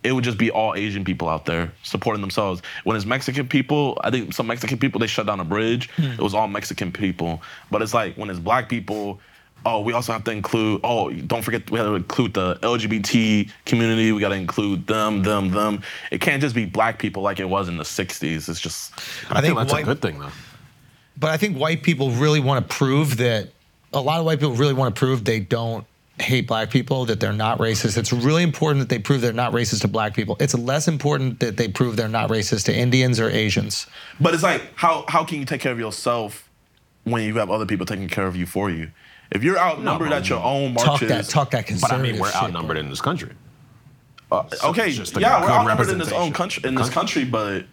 it would just be all Asian people out there supporting themselves. When it's Mexican people, I think some Mexican people they shut down a bridge. It was all Mexican people. But it's like when it's black people, oh, we also have to include, oh, don't forget, we have to include the LGBT community. We got to include them, them, them. It can't just be black people like it was in the 60s. It's just,
I think
that's
white-
a good thing though.
But I think white people really want to prove that a lot of white people really want to prove they don't hate black people, that they're not racist. It's really important that they prove they're not racist to black people. It's less important that they prove they're not racist to Indians or Asians.
But it's like, how how can you take care of yourself when you have other people taking care of you for you? If you're outnumbered
No,
at your own
Talk
marches,
that talk that
But I
conservative
mean, we're
shit, bro.
outnumbered in this country.
okay,
It's just a
yeah,
good
we're outnumbered in this
representation.
own country, in this country, but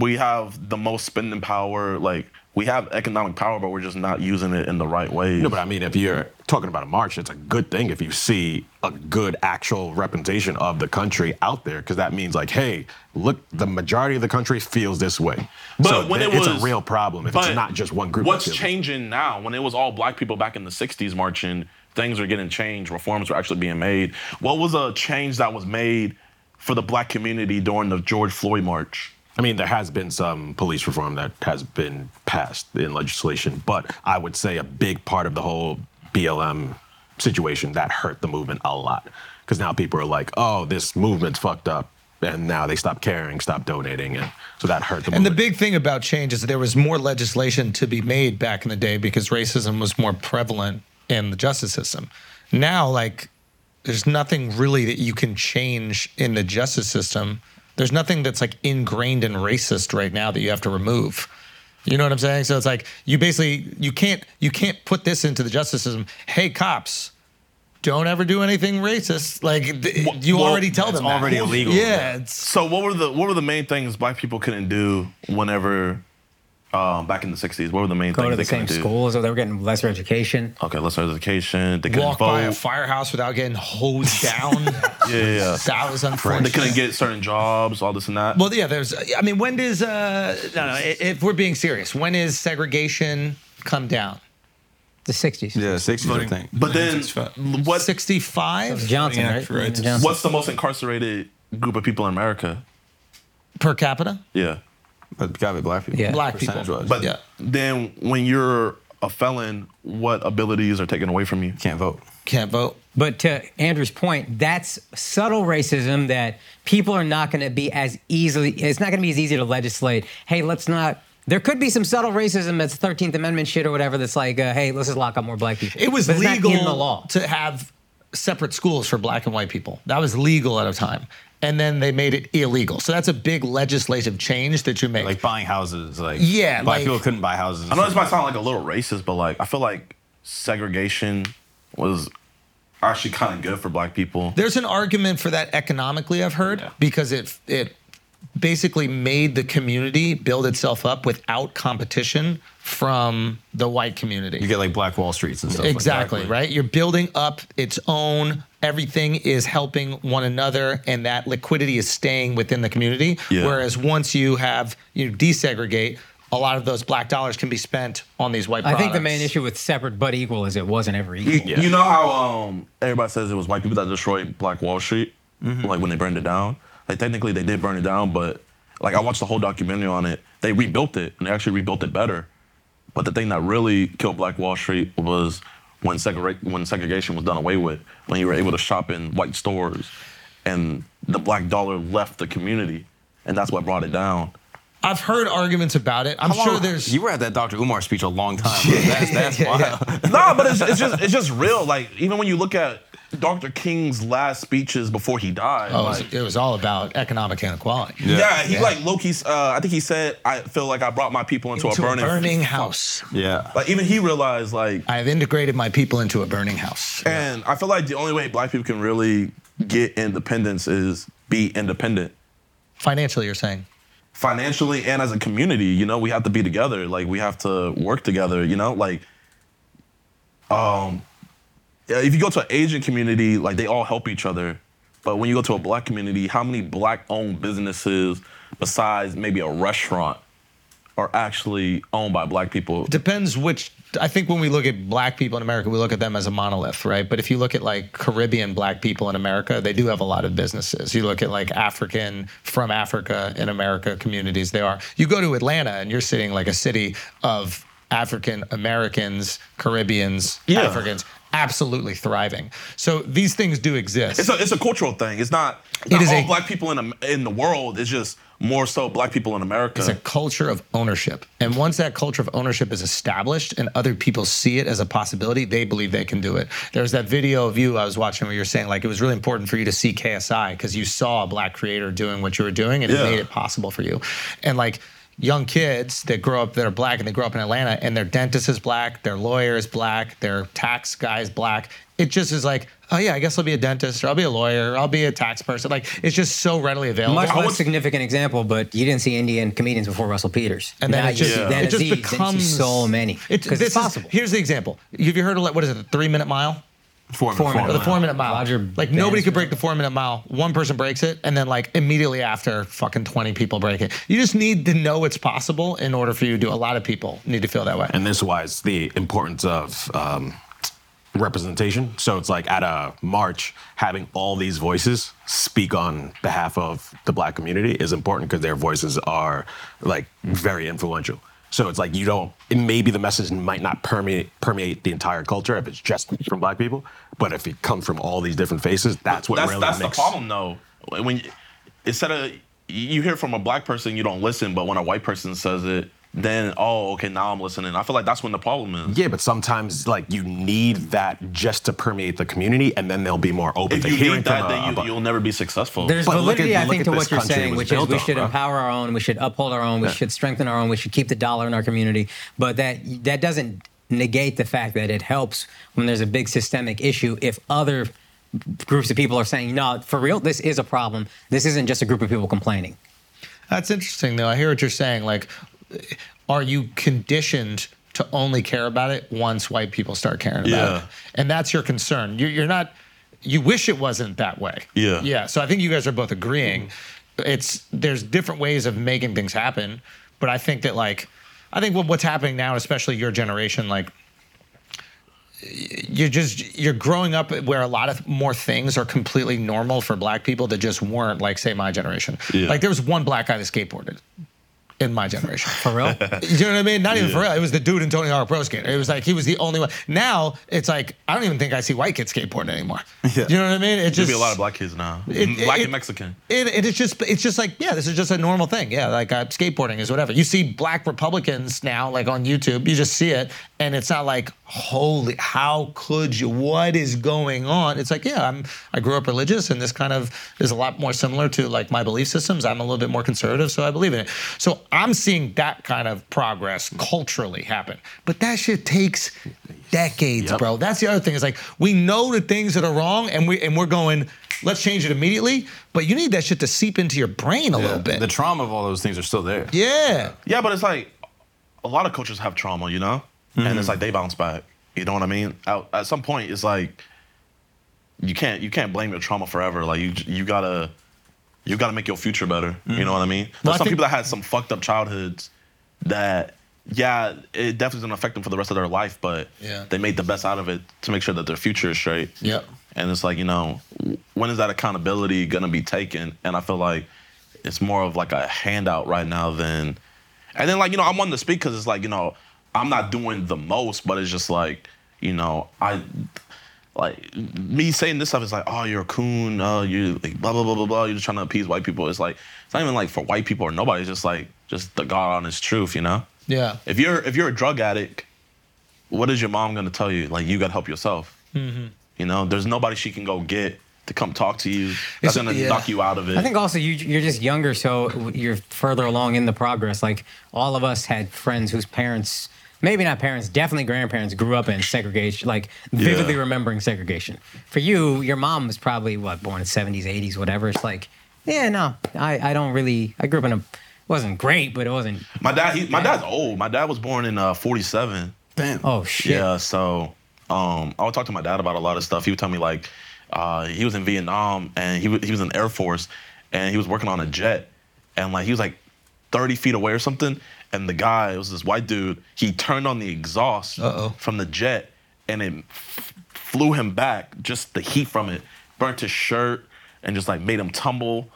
we have the most spending power. Like we have economic power, but we're just not using it in the right way.
No, but I mean, if you're talking about a march, it's a good thing if you see a good actual representation of the country out there, because that means like, hey, look, the majority of the country feels this way.
But
so
when
th-
it was,
it's a real problem if it's
but
not just one group. that
What's
feels it.
changing now? When it was all black people back in the '60s marching, things are getting changed. Reforms were actually being made. What was a change that was made for the black community during the George Floyd march?
I mean, there has been some police reform that has been passed in legislation, but I would say a big part of the whole BLM situation that hurt the movement a lot. Because now people are like, oh, this movement's fucked up. And now they stop caring, stop donating. And so that hurt the
And the
movement.
big thing about change is there was more legislation to be made back in the day because racism was more prevalent in the justice system. Now, like, there's nothing really that you can change in the justice system. There's nothing that's like ingrained and racist right now that you have to remove. You know what I'm saying? So it's like you basically you can't you can't put this into the justice system. Hey, cops, don't ever do anything racist. Like th-
Well-
you
well,
already tell
that's
them
already
that.
illegal.
Yeah, it's
So what were the what were the main things black people couldn't do whenever um, back in the '60s? What were the main
Go
things
to the
they
same
couldn't do?
schools, or they were getting lesser education.
Okay, lesser education. They couldn't
walk by a
vote.
firehouse without getting hosed down.
yeah, yeah.
That was
yeah. They
unfortunate.
couldn't get certain jobs. All this and that.
Well, yeah, there's. I mean, when does uh, no, no? i- If we're being serious, when is segregation come down?
The 60s.
Yeah, 60s, I think.
but then what?
Sixty-five
Johnson,
Yeah,
right?
right.
Johnson.
What's the most incarcerated group of people in America?
per capita.
Yeah.
But gotta be black people.
Yeah.
Black people.
Percentage-wise.
But
Yeah.
then when you're a felon, what abilities are taken away from you?
Can't vote.
Can't vote.
But to Andrew's point, that's subtle racism that people are not going to be as easily, it's not going to be as easy to legislate. Hey, let's not, there could be some subtle racism that's 13th Amendment shit or whatever that's like, uh, hey, let's just lock up more black people.
It was
But it's not
legal
in the law.
to have separate schools for black and white people. That was legal at a time, and then they made it illegal. So that's a big legislative change that you make.
Like buying houses. Like
Yeah,
black
like-
people couldn't buy houses.
I know this might sound like a little racist, but like I feel like segregation was actually kind of good for black people.
There's an argument for that economically, I've heard, because it it basically made the community build itself up without competition from the white community.
You get like Black Wall Streets and stuff. like that.
exactly, right? You're building up its own everything is helping one another and that liquidity is staying within the community
Yeah.
whereas once you have you desegregate a lot of those black dollars can be spent on these white
I think the
products.
main issue with separate but equal is it wasn't ever equal.
You- You know how um, everybody says it was white people that destroyed Black Wall Street, like when they burned it down. Like technically they did burn it down, but like I watched the whole documentary on it. They rebuilt it and they actually rebuilt it better. But the thing that really killed Black Wall Street was when segre- when segregation was done away with, when you were able to shop in white stores, and the black dollar left the community, and that's what brought it down.
i've heard arguments about it i'm
How
sure
long-
there's
You were at that Dr. Umar speech a long time. ago. That's, that's wild.
no, but it's, it's just it's just real. Like even when you look at Dr. King's last speeches before he died,
oh, it,
like,
was, it was all about economic inequality
Yeah, he like Loki. Uh, I think he said, "I feel like I brought my people into,
into
a burning."
house.
Yeah.
Like even he realized, like,
I have integrated my people into a burning house.
and I feel like the only way Black people can really get independence is be independent
Financially, you're saying.
financially and as a community. You know, we have to be together. Like we have to work together. You know, like, um, yeah, if you go to an Asian community, like they all help each other. But when you go to a Black community, how many Black-owned businesses besides maybe a restaurant? Are actually owned by black people.
Depends which. I think when we look at black people in America, we look at them as a monolith, right? But if you look at like Caribbean black people in America, they do have a lot of businesses. You look at like African from Africa in America communities, they are. You go to Atlanta and you're sitting like a city of African Americans, Caribbeans,
Yeah.
Africans,
absolutely thriving. So these things do exist.
It's a it's a cultural thing. It's not,
It
not
is
all
a-
black people in Am- in the world. It's just more so black people in America.
It's a culture of ownership. And once that culture of ownership is established and other people see it as a possibility, they believe they can do it. There's that video of you I was watching where you're saying, like, it was really important for you to see KSI because you saw a black creator doing what you were doing and
Yeah.
it made it possible for you. And, like, young kids that grow up that are black and they grow up in Atlanta and their dentist is black, their lawyer is black, their tax guy is black. It just is like, oh yeah, I guess I'll be a dentist or I'll be a lawyer or I'll be a tax person. Like it's just so readily available.
Much
I
less
would-
significant example, but you didn't see Indian comedians before Russell Peters.
and then
Now
it just,
you see that
it just
Aziz, then you see
becomes
so many.
It-
Because
this
it's
is-
possible.
here's the example. Have you heard of like, what is it? The three minute mile.
Four minute,
Four
four
minute.
Or the
minute.
four minute mile.
Roger
like nobody
Bannister.
could break the four minute mile. One person breaks it, and then like immediately after, fucking twenty people break it. You just need to know it's possible in order for you to do. A lot of people need to feel that way.
And this is why it's the importance of um, representation. So it's like at a march, having all these voices speak on behalf of the black community is important because their voices are like very influential. So it's like you don't. It maybe the message might not permeate permeate the entire culture if it's just from black people, but if it comes from all these different faces, that's what
that's
really
that's
makes.
the problem though. When you- instead of you hear from a black person, you don't listen, but when a white person says it, then oh okay now I'm listening. I feel like that's when the problem is.
Yeah, but sometimes like you need that just to permeate the community, and then they'll be more open
If
to
you
hearing
need that,
from a-
then
a,
you, you'll never be successful.
There's
But look at-
validity, I
look
think,
at
to
this
what you're
country
saying,
was
which is
built
we
on,
should
bro.
empower our own, we should uphold our own, we should strengthen our own, we should keep the dollar in our community. But that that doesn't negate the fact that it helps when there's a big systemic issue if other groups of people are saying, no, for real, this is a problem. This isn't just a group of people complaining.
That's interesting, though. I hear what you're saying. Like, are you conditioned to only care about it once white people start caring about
Yeah.
it? And that's your concern. You're, you're not. You wish it wasn't that way.
Yeah.
Yeah. So I think you guys are both agreeing. It's there's different ways of making things happen, but I think that like, I think what, what's happening now, especially your generation, like you're just you're growing up where a lot of more things are completely normal for black people that just weren't like say my generation
Yeah.
like there was one black guy that skateboarded in my generation
For real?
you know what I mean? Not even for real. It was the dude in Tony Hawk Pro Skater. It was like he was the only one. Now it's like I don't even think I see white kids skateboarding anymore. You know what I mean? It
There'll
just
be a lot of black kids now,
it-
black
it-
and Mexican.
It, it is just it's just like yeah, this is just a normal thing. Yeah, like uh, skateboarding is whatever. You see black Republicans now like on YouTube. You just see it, and it's not like holy, how could you? What is going on? It's like yeah, I'm I grew up religious, and this kind of is a lot more similar to like my belief systems. I'm a little bit more conservative, so I believe in it. So I'm seeing that kind of progress culturally happen, but that shit takes decades,
Yep.
bro. That's the other thing. Is like we know the things that are wrong, and we and we're going, let's change it immediately. But you need that shit to seep into your brain a little bit.
The trauma of all those things are still there.
yeah.
Yeah, but it's like a lot of cultures have trauma, you know? And
Mm-hmm.
it's like they bounce back. You know what I mean? At, at some point it's like you can't you can't blame your trauma forever. Like you you got to you got to make your future better. You know what I mean? There's
Well, Mm. I
some
think-
people that had some fucked up childhoods that yeah, it definitely doesn't affect them for the rest of their life, but
Yeah.
they made the best out of it to make sure that their future is straight.
Yep.
And it's like, you know, when is that accountability gonna be taken? And I feel like it's more of like a handout right now than. And then like you know, I'm wanting to speak because it's like you know, I'm not doing the most, but it's just like you know, I like me saying this stuff is like, oh, you're a coon, oh, you like blah blah blah blah blah. You're just trying to appease white people. It's like it's not even like for white people or nobody. It's just like just the God honest truth, you know.
Yeah.
If you're if you're a drug addict, what is your mom gonna tell you? Like you gotta help yourself. You know, there's nobody she can go get to come talk to you.
It's-
That's gonna
yeah.
knock you out of it.
I think also you, you're just younger, so you're further along in the progress. Like all of us had friends whose parents, maybe not parents, definitely grandparents, grew up in segregation, like vividly
Yeah.
remembering segregation. For you, your mom was probably what born in '70s, '80s, whatever. It's like, yeah, no, I, I don't really. I grew up in a it wasn't great, but it wasn't.
my dad, he, my dad's old. My dad was born in uh, 47.
Damn.
Oh shit.
Yeah, so um, I would talk to my dad about a lot of stuff. He would tell me like uh, he was in Vietnam and he wa- he was in the Air Force and he was working on a jet and like he was like 30 feet away or something and the guy it was this white dude he turned on the exhaust
Uh-oh.
from the jet and it f- flew him back just the heat from it burnt his shirt and just like made him tumble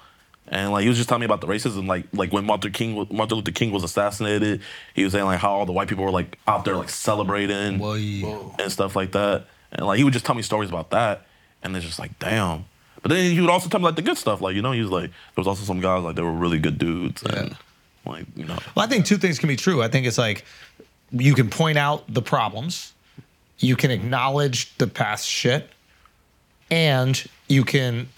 and like he was just telling me about the racism, like like when Martin Luther King was, Martin Luther King was assassinated, he was saying like how all the white people were like out there like celebrating and stuff like that. And like he would just tell me stories about that. And it's just like, damn. But then he would also tell me like the good stuff. Like, you know, he was like, there was also some guys like they were really good dudes. And like, you know.
Well, I think two things can be true. I think it's like you can point out the problems, you can acknowledge the past shit, and you can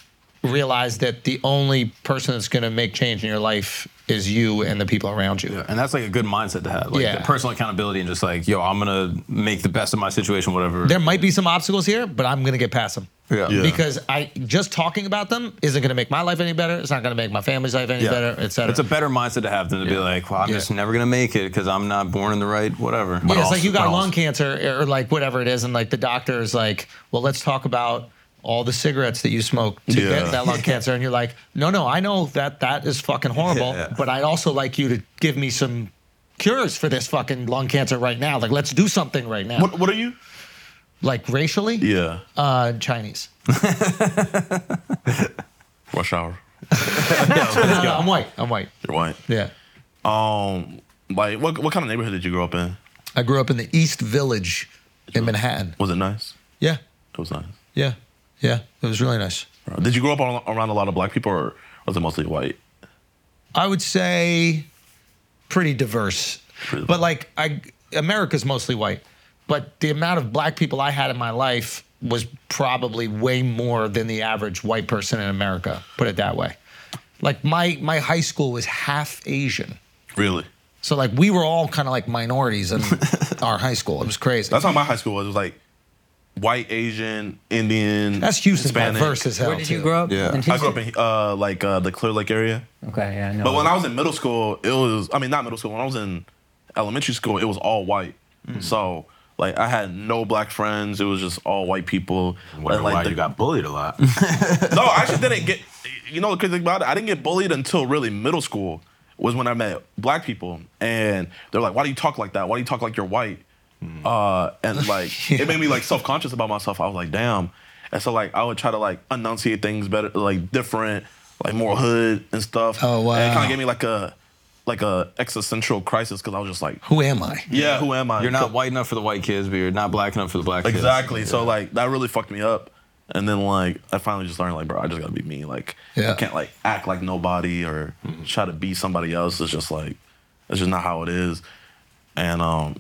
realize that the only person that's going to make change in your life is you and the people around you.
And that's like a good mindset to have. Like
Yeah.
the personal accountability and just like, yo, I'm gonna make the best of my situation, whatever.
There might be some obstacles here, but I'm going to get past them.
Yeah. Yeah.
Because I just talking about them isn't going to make my life any better. It's not going to make my family's life any
Yeah.
better, et cetera.
It's a better mindset to have than to be like, well, I'm
Yeah.
just never gonna make it because I'm not born in the right whatever.
yeah, it's like you got lung cancer or like whatever it is, and like the doctor is like, well, let's talk about all the cigarettes that you smoke to
Yeah.
get that lung cancer, and you're like, no, no, I know that that is fucking horrible,
Yeah.
but I'd also like you to give me some cures for this fucking lung cancer right now. Like, let's do something right now.
What, what are you?
Like racially,
Yeah.
uh, Chinese.
Rush hour.
No, no, I'm white. I'm white.
You're white.
Yeah.
Um, like what what kind of neighborhood did you grow up in?
I grew up in the East Village in Manhattan.
Was it nice?
Yeah,
It was nice.
yeah, yeah. It was really nice.
Uh, Did you grow up on, around a lot of black people, or was it mostly white?
I would say pretty diverse.
Pretty
But like I America's mostly white. But the amount of black people I had in my life was probably way more than the average white person in America, put it that way. Like my my high school was half Asian.
Really?
So like we were all kind of like minorities in our high school. It was crazy.
That's how my high school was. It was like white, Asian, Indian.
That's Houston
Hispanic.
diverse as hell.
Where did you
too.
grow up?
Yeah.
In
I grew up
Houston?
in uh, like uh, the Clear Lake area.
Okay, yeah, no.
But when I was in middle school, it was I mean not middle school. When I was in elementary school, it was all white.
Mm.
So like I had no black friends. It was just all white people.
Wonder
And, like,
why
the-
you got bullied a lot.
no, I actually didn't get. You know the crazy thing about it, I didn't get bullied until really middle school was when I met black people, and they're like, "Why do you talk like that? Why do you talk like you're white?"
Hmm.
Uh, and like it made me like self conscious about myself. I was like, "Damn," and so like I would try to like enunciate things better, like different, like more hood and stuff.
Oh, wow.
And it kind of gave me like a like a existential crisis because I was just like,
Who am I?
"Yeah, who am I?"
You're not white enough for the white kids, but you're not black enough for the black kids.
Exactly. So like that really fucked me up. And then like I finally just learned like, bro, I just gotta be me. Like
Yeah.
I can't like act like nobody or try to be somebody else. It's just like it's just not how it is. And um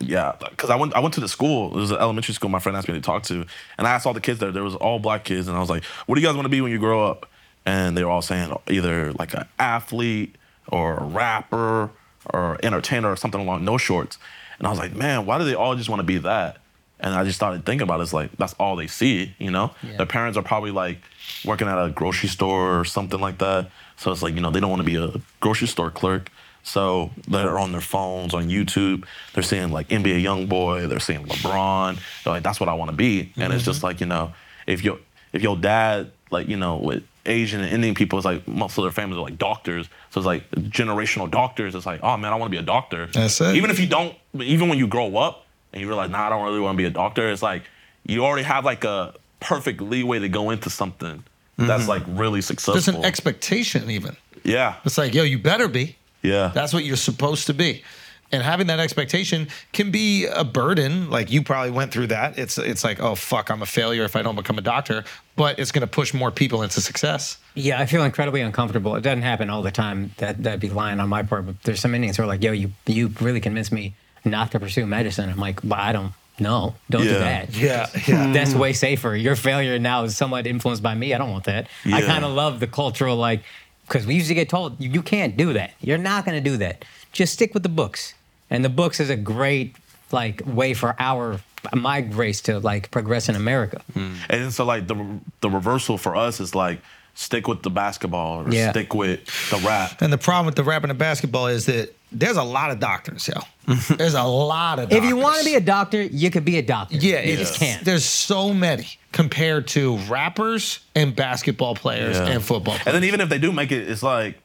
yeah, because I went I went to the school. It was an elementary school my friend asked me to talk to. And I asked all the kids there, there was all black kids, and I was like, What do you guys want to be when you grow up? And they were all saying either like an athlete or a rapper or entertainer or something along those shorts. And I was like, man, why do they all just want to be that? And I just started thinking about it. It's like that's all they see, you know. Their parents are probably like working at a grocery store or something like that. So it's like you know they don't want to be a grocery store clerk. So they're on their phones, on YouTube. They're seeing like NBA YoungBoy. They're seeing LeBron. They're like that's what I want to be. And it's
Mm-hmm.
just like you know if your if your dad like you know with Asian and Indian people, it's like most of their families are like doctors. So it's like generational doctors. It's like oh man, I want to be a doctor.
That's it.
Even if you don't, even when you grow up and you realize, nah, I don't really want to be a doctor, it's like you already have like a perfect leeway to go into something that's like really successful.
There's Mm-hmm. an expectation even.
yeah,
It's like, yo, you better be.
yeah.
That's what you're supposed to be. And having that expectation can be a burden. Like you probably went through that. It's it's like, oh fuck, I'm a failure if I don't become a doctor, but it's gonna push more people into success.
Yeah, I feel incredibly uncomfortable. It doesn't happen all the time. That that'd be lying on my part. But there's some Indians who are like, "Yo, you you really convinced me not to pursue medicine." I'm like, "Well, I don't know. Don't do
Yeah.
that.
Yeah, yeah.
That's way safer. Your failure now is somewhat influenced by me. I don't want that. I
Yeah.
kind of love the cultural like because we used to get told you, you can't do that. You're not going to do that. Just stick with the books. And the books is a great like way for our my grace to like progress in America.
Mm.
Mm. And then so like the the reversal for us is like stick with the basketball or
Yeah.
stick with the rap.
And the problem with the rap and the basketball is that there's a lot of doctors, yo. There's a lot of doctors.
If you want to be a doctor, you could be a doctor.
Yeah,
you
it's-
just can't.
There's so many compared to rappers and basketball players
Yeah.
and football players.
And then even if they do make it, it's like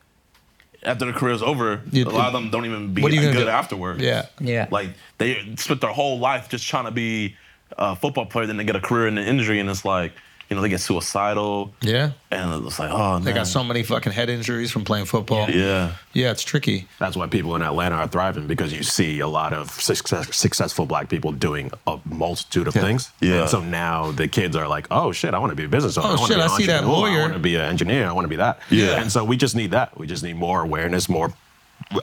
after their career's over,
You-
a lot of them don't even be
What are you
good
gonna do?
afterwards.
Yeah.
Yeah.
Like they spent their whole life just trying to be a football player, then they get a career in the industry, and it's like You know, they get suicidal.
Yeah.
And it was like, oh,
They
man.
got so many fucking head injuries from playing football.
Yeah.
Yeah, it's tricky.
That's why people in Atlanta are thriving because you see a lot of success, successful black people doing a multitude of things.
Yeah.
And so now the kids are like, oh shit, I want to be a business owner.
Oh,
wanna
shit,
be an
I see that
entrepreneur.
lawyer."
I want to be an engineer. I want to be that.
Yeah.
And so we just need that. We just need more awareness, more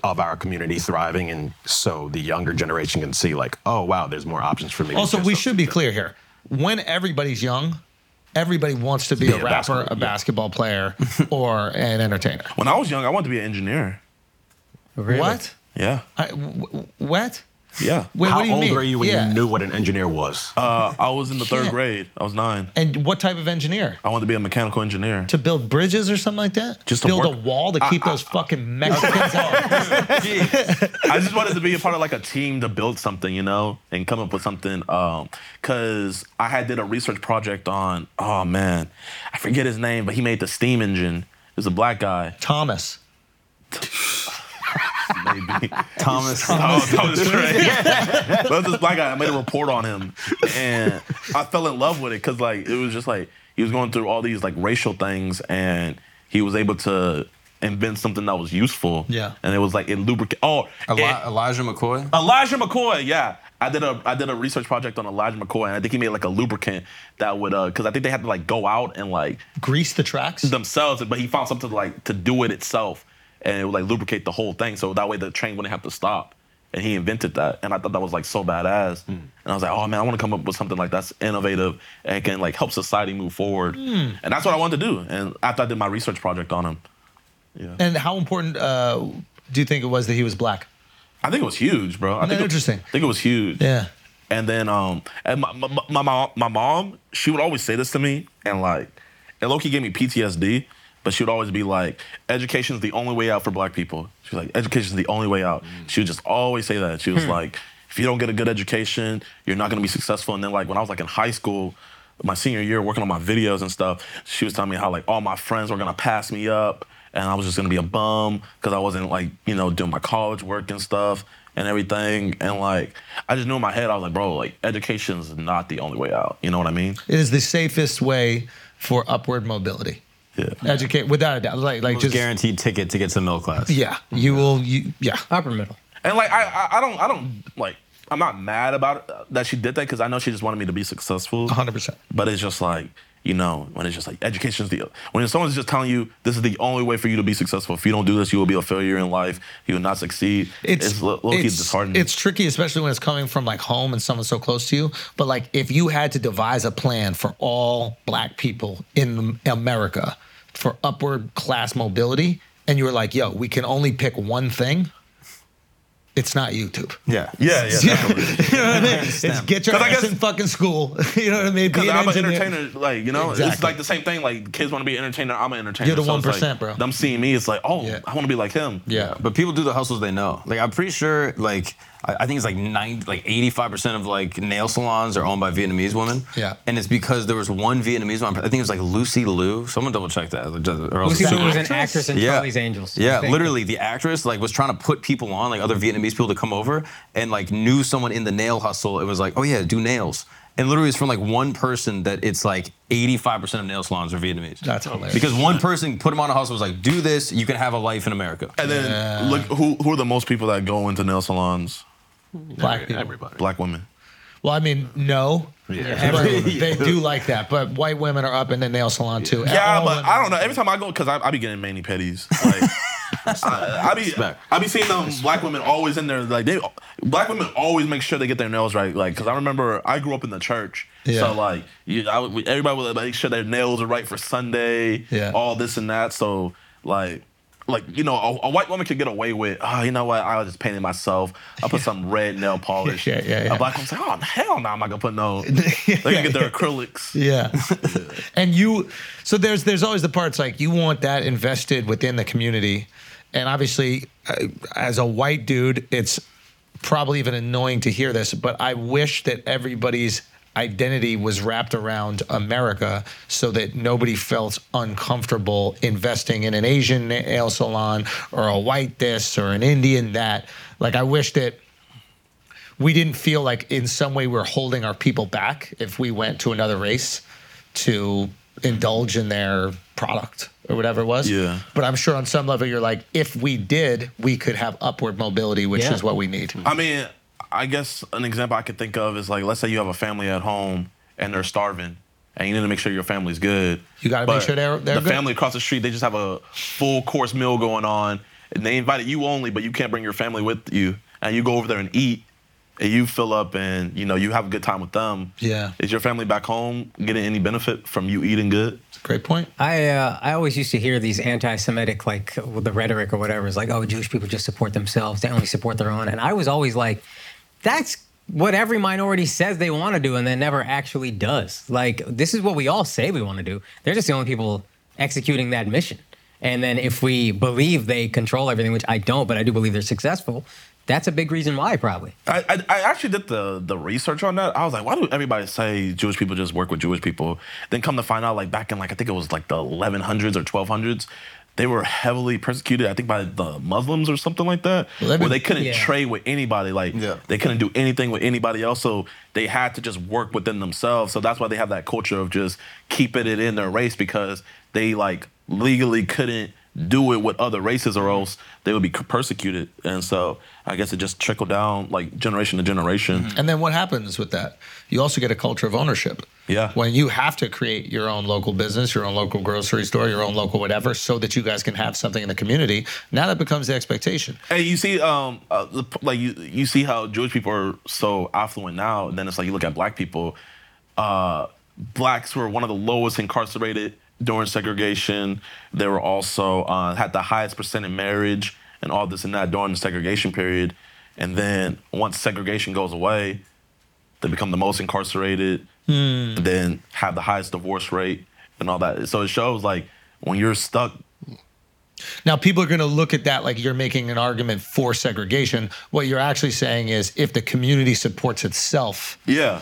of our community thriving, and so the younger generation can see like, oh wow, there's more options for me. to
Also,
do
we
something.
should be clear here. When everybody's young, everybody wants to be
Be
a
a
rapper,
basketball-
a basketball player, or an entertainer.
When I was young, I wanted to be an engineer.
What?
Yeah.
I, w- w- what?
Yeah.
Wait,
How
what do you
old
mean?
were you when
Yeah.
you knew what an engineer was?
Uh, I was in the third
Shit.
grade. I was nine.
And what type of engineer?
I wanted to be a mechanical engineer.
To build bridges or something like that?
Just to
build
work-
a wall to
I-
keep
I-
those fucking Mexicans off.
I just wanted to be a part of like a team to build something, you know, and come up with something. Um, Cause I had did a research project on, oh man, I forget his name, but he made the steam engine. It was a black guy,
Thomas.
maybe.
Thomas.
Oh, that was right. but this black guy, I made a report on him, and I fell in love with it because like it was just like he was going through all these like racial things, and he was able to invent something that was useful.
Yeah.
and it was like it lubricate. Oh,
Eli-
Eh.
and-
Elijah McCoy.
Elijah McCoy, yeah. I did a I did a research project on Elijah McCoy, and I think he made like a lubricant that would uh because I think they had to like go out and like
Grease the tracks.
themselves, but he found something to like to do it itself, and it would like lubricate the whole thing, so that way the train wouldn't have to stop. And he invented that, and I thought that was like so badass.
Hmm.
And I was like, oh man, I want to come up with something like that's innovative and can like help society move forward.
Hmm.
And that's what I wanted to do. And after I did my research project on him,
and how important uh, do you think it was that he was black?
I think it was huge, bro. I
Isn't
think it-
that interesting?
I think it was huge.
Yeah.
And then um, and my my, my mom, my mom, she would always say this to me, and like, and Loki gave me PTSD, but she would always be like, "Education is the only way out for Black people." She was like, "Education is the only way out." She would just always say that. She was like, "If you don't get a good education, you're not gonna be successful." And then like when I was like in high school. My senior year, working on my videos and stuff, she was telling me how like all my friends were gonna pass me up, and I was just gonna be a bum because I wasn't like you know doing my college work and stuff and everything. And like, I just knew in my head, I was like, bro, like education's not the only way out. You know what I mean?
It is the safest way for upward mobility.
Yeah.
Educate without a doubt. Like, like
Just
just
guaranteed ticket to get to middle class.
yeah, you will. You yeah.
Upper middle.
And like, I, I, I don't, I don't like, I'm not mad about it, that she did that because I know she just wanted me to be successful.
100%.
But it's just like, you know, when it's just like education's the when someone's just telling you this is the only way for you to be successful. If you don't do this, you will be a failure in life. You will not succeed. It's, low key disheartening.
It's tricky, especially when it's coming from like home and someone so close to you. But like, if you had to devise a plan for all Black people in America for upward class mobility, and you were like, "Yo, we can only pick one thing," it's not YouTube.
Yeah.
yeah, yeah.
you know what I mean? It's get your
'Cause I
ass
guess-
in fucking school. you know what I mean? Be
Because
an
I'm an
engineer.
entertainer, like you know, it's
Exactly.
like the same thing. Like kids want to be an entertainer, I'm an entertainer.
You're the
So it's like,
1%, bro.
Them seeing me, it's like, oh,
Yeah.
I want to be like him.
Yeah.
But people do the hustles they know. Like I'm pretty sure, like I, I think it's like nine, like 85 percent of like nail salons are owned by Vietnamese women.
Yeah.
And it's because there was one Vietnamese woman. I think it was like Lucy Liu. Someone double check that. or else
Lucy
it's-
Liu was an
actress?
actress in
Yeah.
Charlie's Angels. I
Yeah,
think.
literally, the actress like was trying to put people on, like other Vietnamese people, to come over, and like knew someone in the nail hustle. It was like, oh yeah, do nails, and literally, it's from like one person that it's like 85% of nail salons are Vietnamese.
That's hilarious.
because one person put them on a hustle was like, do this, you can have a life in America.
And then look, who who are the most people that go into nail salons?
Black people.
Everybody.
Black women.
Well, I mean, no.
Yeah.
But they do like that, but white women are up in the nail salon too.
Yeah,
All
but
women.
I don't know. Every time I go, because I, I be getting mani pedis. Like, I, I be I be seeing them black women always in there. Like they, black women always make sure they get their nails right. Like, because I remember I grew up in the church,
Yeah.
so like you, I, would- everybody would make sure their nails are right for Sunday.
Yeah.
all this and that. So like. Like you know, a, a white woman could get away with, oh, you know what? I was just painting myself. I put some red nail polish.
Yeah, yeah, yeah.
A black woman's like, oh hell no, I'm not gonna put no. They can get their acrylics.
Yeah. and you so there's there's always the parts like you want that invested within the community. And obviously uh, as a white dude, it's probably even annoying to hear this, but I wish that everybody's identity was wrapped around America so that nobody felt uncomfortable investing in an Asian nail salon or a white this or an Indian that. Like I wish that we didn't feel like in some way we are holding our people back if we went to another race. to indulge in their product or whatever it was.
Yeah.
But I'm sure on some level you're like, if we did, we could have upward mobility, which
Yeah.
is what we need.
I mean, I guess an example I could think of is like, let's say you have a family at home and they're starving, and you need to make sure your family's good.
You gotta make
But
sure they're- they're
the
good.
family across the street. They just have a full course meal going on, and they invited you only, but you can't bring your family with you, and you go over there and eat, and you fill up, and you know you have a good time with them.
Yeah.
Is your family back home getting any benefit from you eating good?
Great point.
I uh, I always used to hear these anti-Semitic like with the rhetoric or whatever is like, oh, Jewish people just support themselves; they only support their own. And I was always like, that's what every minority says they want to do and then never actually does. Like this is what we all say we want to do. They're just the only people executing that mission. And then if we believe they control everything, which I don't, but I do believe they're successful, that's a big reason why probably.
I, I, I actually did the the research on that. I was like, why do everybody say Jewish people just work with Jewish people? Then come to find out, like back in like I think it was like the 1100s or 1200s, they were heavily persecuted. I think by the Muslims or something like that,
Well, that'd
where
be-
they couldn't
yeah.
trade with anybody. Like they couldn't do anything with anybody else, so they had to just work within themselves. So that's why they have that culture of just keeping it in their race because they like legally couldn't do it with other races or else they would be c- persecuted. And so I guess it just trickled down like generation to generation.
And then what happens with that? You also get a culture of ownership.
Yeah.
When you have to create your own local business, your own local grocery store, your own local whatever, so that you guys can have something in the community, now that becomes the expectation.
Hey, you see, um, uh, the, p- like you, you see how Jewish people are so affluent now, and then it's like you look at black people. Uh, blacks were one of the lowest incarcerated during segregation. They were also uh, had the highest percent in marriage and all this and that during the segregation period. And then once segregation goes away, they become the most incarcerated
Hmm.
then have the highest divorce rate and all that. So it shows like when you're stuck
Now, people are going to look at that like you're making an argument for segregation. What you're actually saying is if the community supports itself,
Yeah.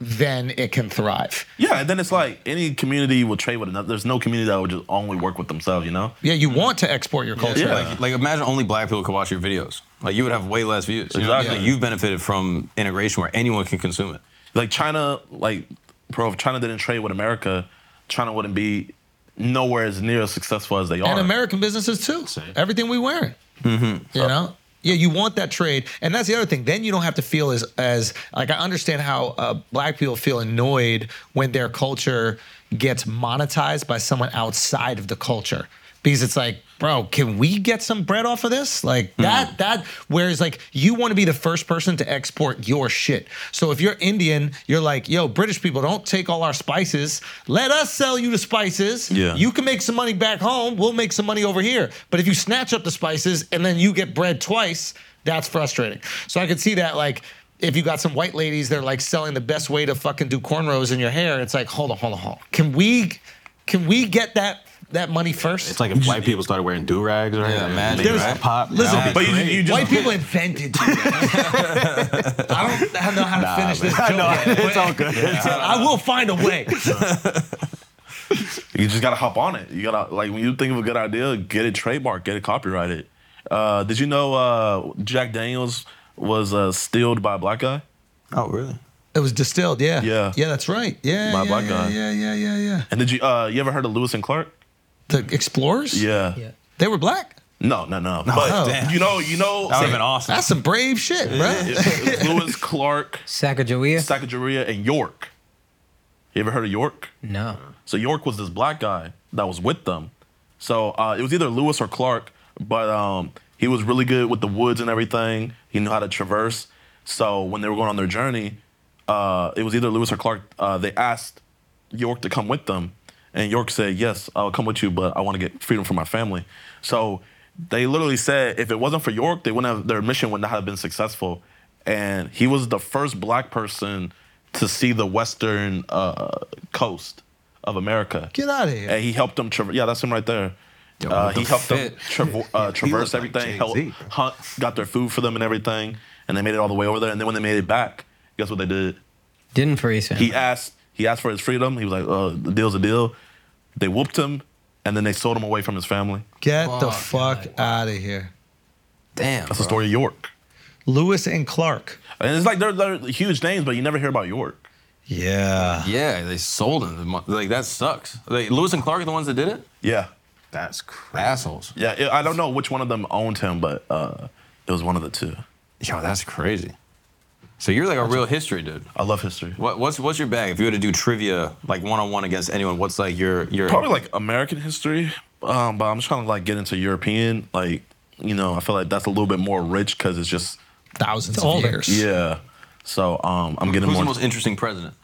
then it can thrive.
Yeah, and then it's like any community will trade with another. There's no community that would just only work with themselves, you know?
Yeah, you want to export your culture.
Yeah.
Like, like imagine only black people could watch your videos. Like you would have way less views. You know what I mean?
Exactly.
Like, you've benefited from integration where anyone can consume it.
Like China, like, bro, if China didn't trade with America, China wouldn't be nowhere as near as successful as they are. Mm-hmm.
and American businesses too. Everything we wear, you know. Yeah, you want that trade, and that's the other thing. Then you don't have to feel as as like I understand how uh, black people feel annoyed when their culture gets monetized by someone outside of the culture. Because it's like, bro, can we get some bread off of this?
Hmm.
Like that, that. Whereas, like, you want to be the first person to export your shit. So if you're Indian, you're like, yo, British people, don't take all our spices. Let us sell you the spices.
Yeah.
You can make some money back home. We'll make some money over here. But if you snatch up the spices and then you get bread twice, that's frustrating. So I could see that like if you got some white ladies, they're like selling the best way to fucking do cornrows in your hair. It's like, hold on, hold on, hold on. Can we can we get that that money first?
It's like if white people started wearing do rags, right? Yeah,
There's-
imagine pop.
Listen,
that'd be great.
white people invented. you. I don't, I don't know how to
Nah,
finish
man.
this joke.
No,
yet.
it's all good. It's all-
I will find a way.
You just gotta hop on it. You gotta like when you think of a good idea, get it trademarked, get it copyrighted. Uh, did you know uh, Jack Daniels was uh, stealed by a black guy?
Oh, really?
It was distilled, yeah.
Yeah.
Yeah, that's right. Yeah.
By a
yeah,
black
yeah,
guy.
Yeah, yeah, yeah, yeah.
And did you uh, you ever heard of Lewis and Clark?
The explorers?
Yeah.
They were black?
No, no, no.
No,
but
damn.
you know, you know,
That would've been awesome. That's some brave shit, bro.
Lewis Clark,
Sacagawea,
Sacagawea, and York. You ever heard of York?
No.
So York was this black guy that was with them. So uh, it was either Lewis or Clark, but um, he was really good with the woods and everything. He knew how to traverse. So when they were going on their journey, uh, it was either Lewis or Clark. Uh, they asked York to come with them, and York said, "Yes, I'll come with you, but I want to get freedom for my family." So they literally said, if it wasn't for York, they wouldn't have their mission would not have been successful. And he was the first black person to see the western uh, coast of America.
Get out of here.
And he helped them. Tra- yeah, that's him right there.
Yo,
Uh,
what
he
the
helped them
fit.
traver- uh, traverse everything. Helped hunt, got their food for them and everything, and they made it all the way over there. And then when they made it back, guess what they did?
didn't freeze him.
He asked. He asked for his freedom. He was like, uh, "The deal's a deal." They whooped him, and then they sold him away from his family.
Get the fuck out of here.
Damn.
That's the story of York.
Lewis and Clark.
And it's like they're, they're huge names, but you never hear about York.
Yeah.
Yeah, they sold him. Like that sucks. Like Lewis and Clark are the ones that did it.
Yeah, that's crazy.
Assholes.
Yeah, it, I don't know which one of them owned him, but uh, it was one of the two.
Yo, that's crazy. So you're like a real history dude.
I love history.
What, what's what's your bag? If you were to do trivia, like one on one against anyone, what's like your your
Probably like American history, um, but I'm just trying to like get into European. Like, you know, I feel like that's a little bit more rich because it's just
Thousands of
older.
years.
yeah. So um, I'm getting
who's
more
the most interesting president?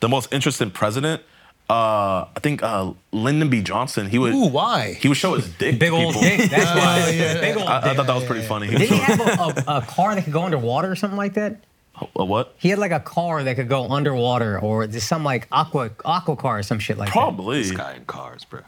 the most interesting president. Uh, I think uh, Lyndon B. Johnson. He would
Ooh, why?
he would show his dick.
Big old
people.
dick. That's why.
yeah.
Big old
I, I
dick.
thought that was pretty funny. He would
Did he
show-
have a, a, a car that could go underwater or something like that?
a uh, what?
He had like a car that could go underwater or just some like aqua aqua car or some shit like
Probably.
Guy in cars, bro.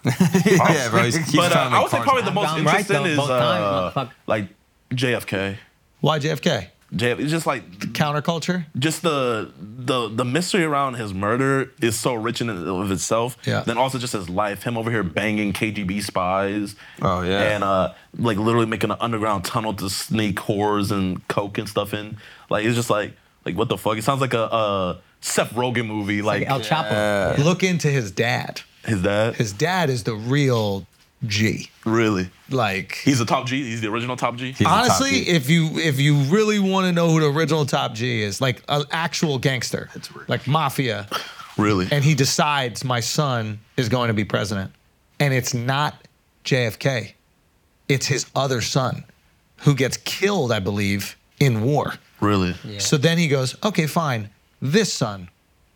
yeah, bro. He's, he's
But uh,
trying to
I
make
would say
cars
probably
now.
the most
I'm right,
interesting
though,
is
both times,
uh,
motherfucker.
like JFK.
Why JFK?
JF, it's just like
Counterculture?
just the the the mystery around his murder is so rich in and of itself.
Yeah.
Then also just his life, him over here banging KGB spies.
Oh, yeah.
And uh, like literally making an underground tunnel to sneak whores and coke and stuff in. Like it's just like like what the fuck? It sounds like a uh, Seth Rogen movie.
that.
Like,
El Chapo.
Look into his dad.
his dad.
His dad is the real G.
really.
Like
He's the top G. He's the original top G.
He's the top
honestly,
dude.
if you if you really want to know who the original top G is, like an actual gangster, like mafia,
really.
and he decides my son is going to be president, and it's not JFK, it's his other son, who gets killed, I believe, in war.
really.
So then he goes, okay, fine, this son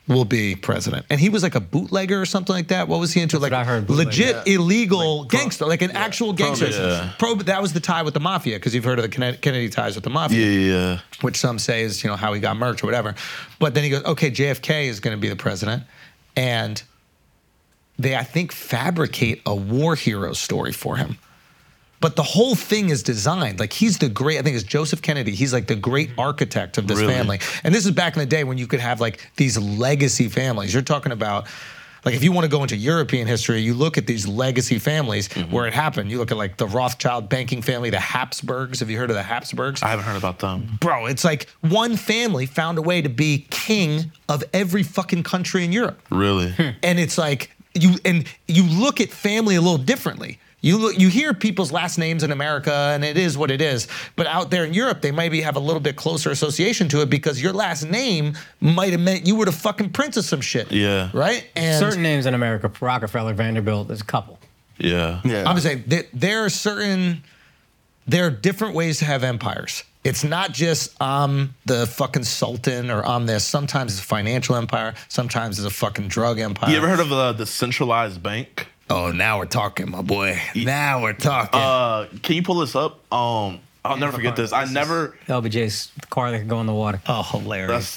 will be president. And he was like a bootlegger or something like that. What was he into? like
what I heard, bootlegger.
legit illegal gangster, like an actual gangster.
yeah.
Prob- that was the tie with the mafia because you've heard of the Kenne- Kennedy ties with the mafia
Yeah, yeah, yeah.
which some say is you know how he got murked or whatever. But then he goes, okay, JFK is going to be the president, and they I think fabricate a war hero story for him. But the whole thing is designed like he's the great. I think it's Joseph Kennedy. He's like the great architect of this
Really?
family. And this is back in the day when you could have like these legacy families. You're talking about. Like if you want to go into European history, you look at these legacy families where it happened. You look at like the Rothschild banking family, the Habsburgs. Have you heard of the Habsburgs?
I haven't heard about them.
bro, it's like one family found a way to be king of every fucking country in Europe.
Really.
And it's like you and you look at family a little differently. You look, you hear people's last names in America, and it is what it is. But out there in Europe, they maybe have a little bit closer association to it because your last name might have meant you were the fucking prince of some shit.
Yeah.
Right. And
Certain names in America, Rockefeller, Vanderbilt, there's a couple.
Yeah.
Yeah.
I'm just saying that there are certain, there are different ways to have empires. It's not just I'm the fucking sultan or I'm this. Sometimes it's a financial empire. Sometimes it's a fucking drug empire.
You ever heard of uh, the centralized bank?
oh, now we're talking, my boy. Now we're talking.
Uh, can you pull this up? Um, I'll never forget this. I never.
LBJ's car that could go in the water.
oh, hilarious.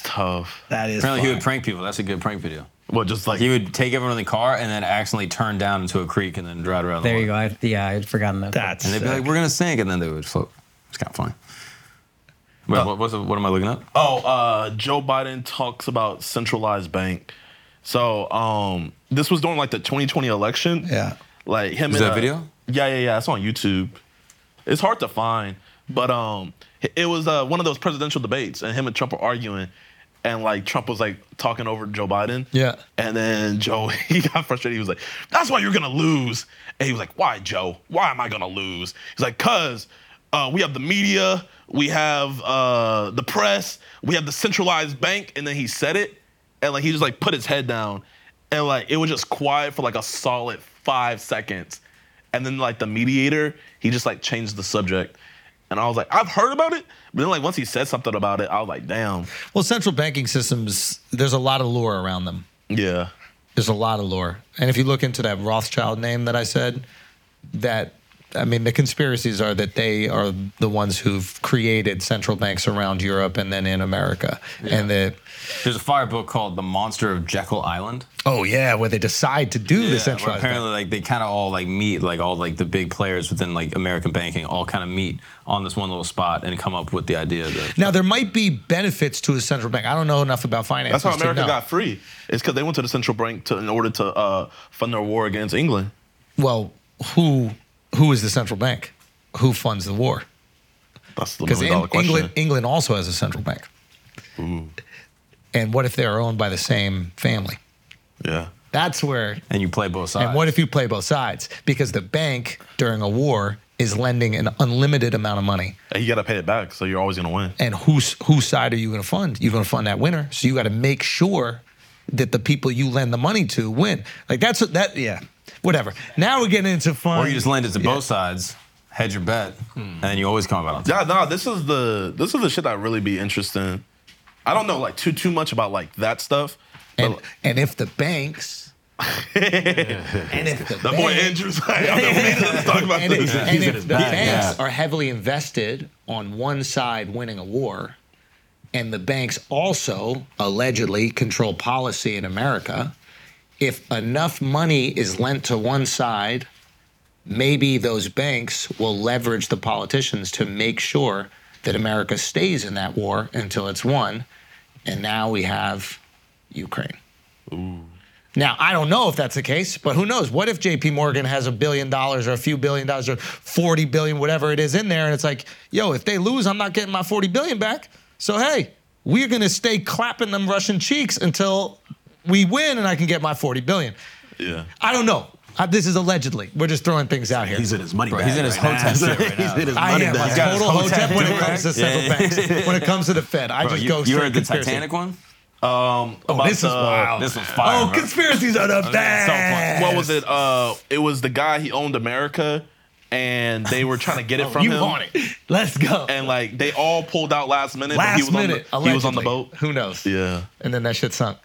That's tough.
That is.
Apparently, he would prank people. That's a good prank video.
Well, just like
He would take everyone in the car and then accidentally turn down into a creek and then drive around.
There
the
you
water.
go. I, yeah, I'd forgotten that.
And they'd be like, "We're gonna sink," and then they would float. It's kind of funny. Wait, what, what's, what am I looking up?
Oh, uh, Joe Biden talks about centralized bank. So um, this was during like the 2020 election.
Yeah.
Like him.
Is
and,
that
uh,
video?
Yeah, yeah, yeah. It's on YouTube. It's hard to find, but um, it was uh, one of those presidential debates, and him and Trump were arguing, and like Trump was like talking over Joe Biden.
Yeah.
And then Joe, he got frustrated. He was like, "That's why you're gonna lose." And he was like, "Why, Joe? Why am I gonna lose?" He's like, "Cause uh, we have the media, we have uh, the press, we have the centralized bank." And then he said it, and like he just like put his head down, and like it was just quiet for like a solid five seconds. And then like the mediator, he just like changed the subject. And I was like, I've heard about it. But then like once he said something about it, I was like, damn.
well, central banking systems. There's a lot of lore around them.
Yeah.
There's a lot of lore. And if you look into that Rothschild name that I said, that I mean, the conspiracies are that they are the ones who've created central banks around Europe and then in America, and that
There's a fire book called "The Monster of Jekyll Island."
oh yeah, where they decide to do the
Yeah, where
centralized. bank.
apparently, like they kind of all like meet, like all like the big players within like American banking, all kind of meet on this one little spot and come up with the idea that
Now there might be benefits to a central bank. I don't know enough about finance.
That's how America got free. It's because they went to the central bank to, in order to uh, fund their war against England.
Well, who who is the central bank? Who funds the war?
That's the
Because
million dollar question.
England England also has a central bank. And what if they're owned by the same family?
Yeah.
That's where.
And you play both sides.
And what if you play both sides? Because the bank during a war is lending an unlimited amount of money.
And you gotta pay it back, so you're always gonna win.
And whose whose side are you going to fund? You're going to fund that winner. So you got to make sure that the people you lend the money to win. Like that's that. Yeah. Whatever. Now we're getting into fun.
Or you just lend it to both sides, hedge your bet, and then you always come out on top.
Yeah, no, this is the this is the shit that really be interesting. I don't know like too too much about like that stuff. but-
And, and if the banks. and if the
that boy
banks-
Andrew's like, I don't need to talk about
and
this.
if, and if the
back.
banks are heavily invested on one side winning a war, and the banks also allegedly control policy in America, if enough money is lent to one side, maybe those banks will leverage the politicians to make sure that America stays in that war until it's won. And now we have Ukraine. Now, I don't know if that's the case, but who knows? What if JP Morgan has a billion dollars or a few billion dollars or 40 billion, whatever it is in there, and it's like, yo, if they lose, I'm not getting my 40 billion back. So, hey, we're going to stay clapping them Russian cheeks until we win and I can get my 40 billion.
Yeah.
I don't know. I, this is allegedly. We're just throwing things out here.
He's in his money
Bro,
bag.
he's in his
right now.
hotel shit right
He's in his
I
money
am
bag.
a
He's got his
total
whole
hotep when it
tactic,
comes to
right?
central
Yeah.
banks. When it comes to the Fed, I
Bro,
just
you,
go
you
straight
heard the
conspiracy.
Titanic one?
Oh, this is
the-
wild.
This one's fire.
oh,
bro.
conspiracies are the best.
What was it? Uh, it was the guy he owned America, and they were trying to get it from
Oh, you
him.
want it? Let's go.
And like they all pulled out last minute. but
Last
he was
minute,
on the, he was on the
allegedly.
boat.
Who knows?
Yeah.
And then that shit sunk.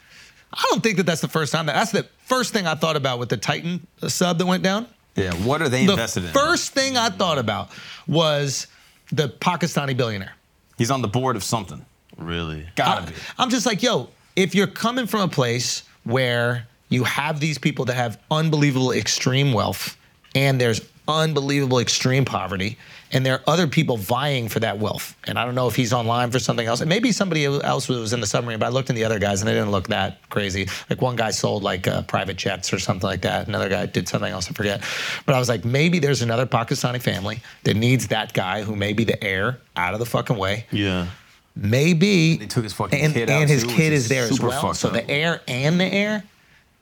I don't think that that's the first time. That, that's the first thing I thought about with the Titan sub that went down.
Yeah, what are they
The
invested in?
first thing I thought about was the Pakistani billionaire.
He's on the board of something.
Really?
Gotta be.
I'm just like, yo, if you're coming from a place where you have these people that have unbelievable extreme wealth and there's unbelievable extreme poverty and there are other people vying for that wealth and i don't know if he's online for something else and maybe somebody else was in the submarine but i looked in the other guys and they didn't look that crazy like one guy sold like uh, private jets or something like that another guy did something else i forget but i was like maybe there's another pakistani family that needs that guy who may be the heir out of the fucking way
Yeah.
Maybe they
took his fucking
and,
kid out,
and his
too,
kid
which
is
is
there as
super
well.
fucked
So the
up.
heir and the heir.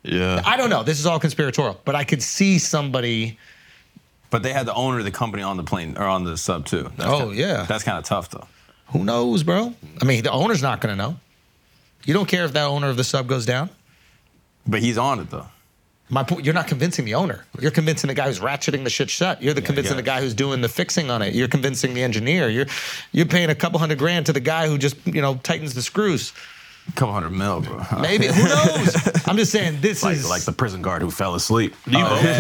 Yeah.
I don't know. This is all conspiratorial, but I could see somebody.
But they had the owner of the company on the plane or on the sub too. That's
Oh,
kinda,
yeah.
That's kind of tough though.
Who knows, bro? I mean, the owner's not going to know. You don't care if that owner of the sub goes down.
But he's on it though.
My point, you're not convincing the owner. You're convincing the guy who's ratcheting the shit shut. You're the convincing the
guess.
guy who's doing the fixing on it. You're convincing the engineer. You're you're paying a couple hundred grand to the guy who just you know tightens the screws.
Couple hundred mil, bro.
Maybe who knows? I'm just saying this
Like,
is
like the prison guard who fell asleep. Oh,
yeah,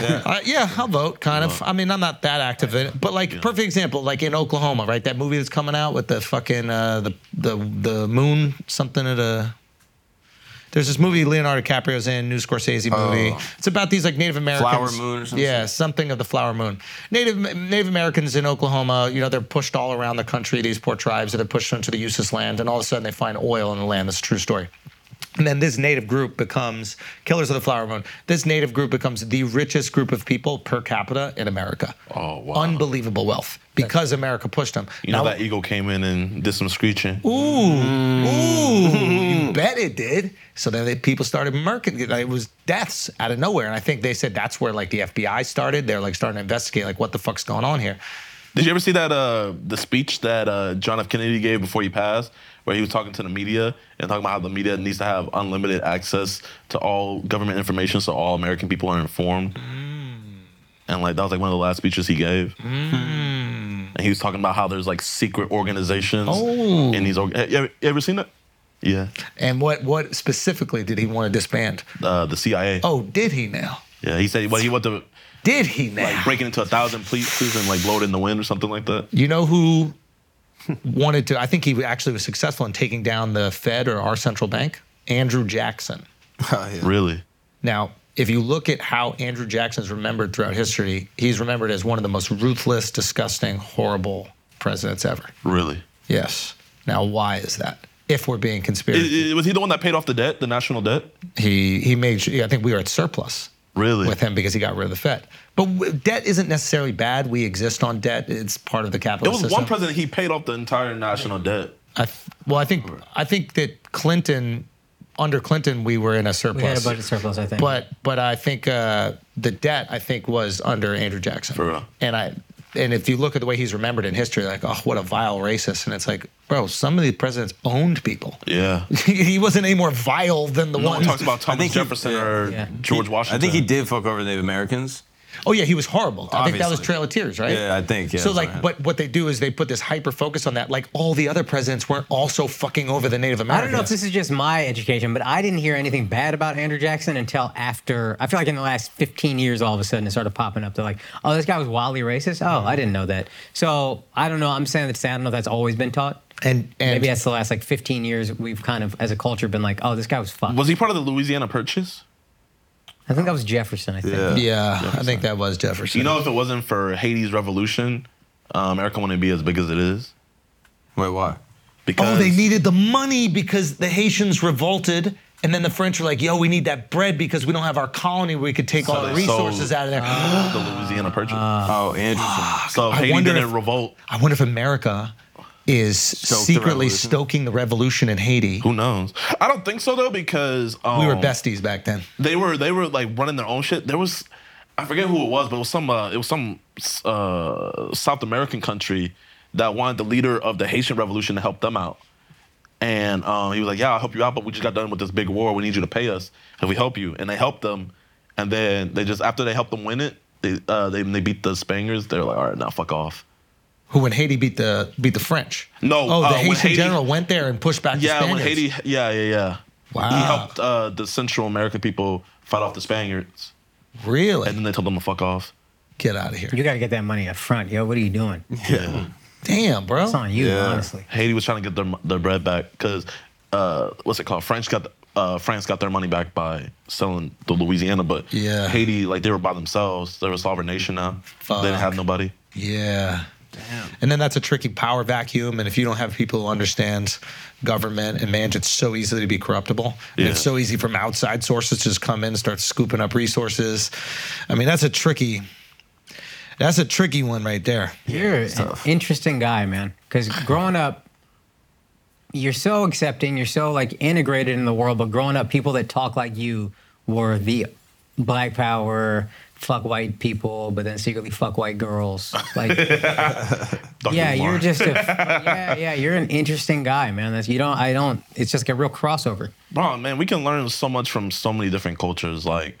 yeah.
Uh, yeah, I'll vote, kind of. I mean, I'm not that active in it, but like perfect example, like in Oklahoma, right? That movie that's coming out with the fucking uh, the the the moon something at a. There's this movie Leonardo DiCaprio's in, new Scorsese movie.
Oh.
It's about these like Native Americans.
Flower moon or some
Yeah, something of the flower moon. Native Native Americans in Oklahoma, you know, they're pushed all around the country. These poor tribes that are pushed into the useless land, and all of a sudden they find oil in the land. That's a true story. And then this native group becomes Killers of the Flower Moon. This native group becomes the richest group of people per capita in America.
Oh, wow.
Unbelievable wealth because America pushed them.
You know that eagle came in and did some screeching.
Ooh, you bet it did. So then they, people started murking. It was deaths out of nowhere, and I think they said that's where like the FBI started. They're like starting to investigate, like what the fuck's going on here.
Did you ever see that uh the speech that uh John F. Kennedy gave before he passed, where he was talking to the media and talking about how the media needs to have unlimited access to all government information so all American people are informed?
Mm.
And like that was like one of the last speeches he gave. And he was talking about how there's like secret organizations
Mm. Oh.
in these. Org- eh, you ever, you ever seen that? Yeah,
And what what specifically did he want to disband?
uh, the CIA.
Oh, did he now?
Yeah, he said well he went to
Did he now?
like breaking into a thousand pieces and like blow it in the wind or something like that.
You know who wanted to? I think he actually was successful in taking down the Fed or our central bank, Andrew Jackson.
Really?
Now, if you look at how Andrew Jackson's remembered throughout history, he's remembered as one of the most ruthless, disgusting, horrible presidents ever.
Really?
Yes. Now, why is that? If we're being conspiracy,
I- I- was he the one that paid off the debt, the national debt?
he he made. sure- I think we were at surplus.
Really?
With him because he got rid of the Fed. But w- debt isn't necessarily bad. We exist on debt. It's part of the
There
capitalist
was
system.
one president he paid off the entire national debt.
I th- well, I think I think that Clinton, under Clinton, we were in a surplus.
We had a budget surplus, I think.
But but I think uh, the debt I think was under Andrew Jackson. For
real.
And I and if you look at the way he's remembered in history, like oh what a vile racist, and it's like bro, some of these presidents owned people.
Yeah.
he wasn't any more vile than the
No one
ones.
talks about Thomas
think he-
Jefferson or
yeah.
George
I
Washington.
think he did fuck over Native Americans.
oh yeah, he was horrible. I think that was
Obviously.
Trail of Tears, right?
Yeah, I think, yeah,
so
that's what I
like,
had.
but what they do is they put this hyper focus on that. Like all the other presidents weren't also fucking over the Native
I
Americans.
don't know if this is just my education, but I didn't hear anything bad about Andrew Jackson until after. I feel like in the last 15 years, all of a sudden, it started popping up. They're like, oh, this guy was wildly racist. Oh, I didn't know that. So I don't know. I'm saying that's, I don't know if that's always been taught.
and and
Maybe that's the last like 15 years we've kind of, as a culture, been like, oh, this guy was fucked.
was he part of the Louisiana Purchase?
I think that was Jefferson, I think.
yeah, I think that was Jefferson.
You know, if it wasn't for Haiti's revolution, um, America wouldn't be as big as it is.
Wait, why?
Because
Oh, they needed the money because the Haitians revolted. And then the French were like, yo, we need that bread because we don't have our colony where we could take all
they
the resources
sold-
out of there.
the Louisiana Purchase.
Oh, interesting.
so Haiti
Ah. wonder
didn't
if-
revolt.
I wonder if America is
the
secretly
revolution.
stoking the revolution in Haiti.
Who knows? I don't think so though, because um,
We were besties back then.
They were they were like running their own shit. There was I forget who it was, but it was some uh, it was some uh, South American country that wanted the leader of the Haitian Revolution to help them out. And um, he was like, "Yeah, I'll help you out, but we just got done with this big war. We need you to pay us if we help you." And they helped them, and then they just after they helped them win it, they uh, they, they beat the Spaniards. They're like, "All right, now fuck off."
Who, when Haiti beat the beat the French?
No,
Oh, the
uh, when
Haitian
Haiti-
general went there and pushed back.
Yeah,
the
when
Spaniards.
Haiti, yeah, yeah, yeah.
Wow.
He helped uh, the Central American people fight off the Spaniards,
Really?
and then they told them to fuck off.
Get out of here.
You got to get that money up front. Yo, what are you doing? It's
Yeah.
Damn, bro.
on you, honestly.
Haiti was trying to get their their bread back because uh, what's it called? France got the, uh, France got their money back by selling the Louisiana, but
Yeah.
Haiti like they were by themselves. They were a sovereign nation now. They didn't have nobody.
Yeah. Damn. And then that's a tricky power vacuum. And if you don't have people who understand government and manage, it's so easily to be corruptible. And
Yeah.
It's so easy from outside sources to just come in and start scooping up resources. I mean, that's a tricky. That's a tricky one right there.
You're an interesting guy, man. Because growing up, you're so accepting, you're so like integrated in the world. But growing up, people that talk like you were the black power, fuck white people, but then secretly fuck white girls. Like,
Dr.
yeah,
Lamar.
you're just a yeah, yeah. You're an interesting guy, man. That's you don't, I don't. It's just like a real crossover.
bro, man. We can learn so much from so many different cultures. Like,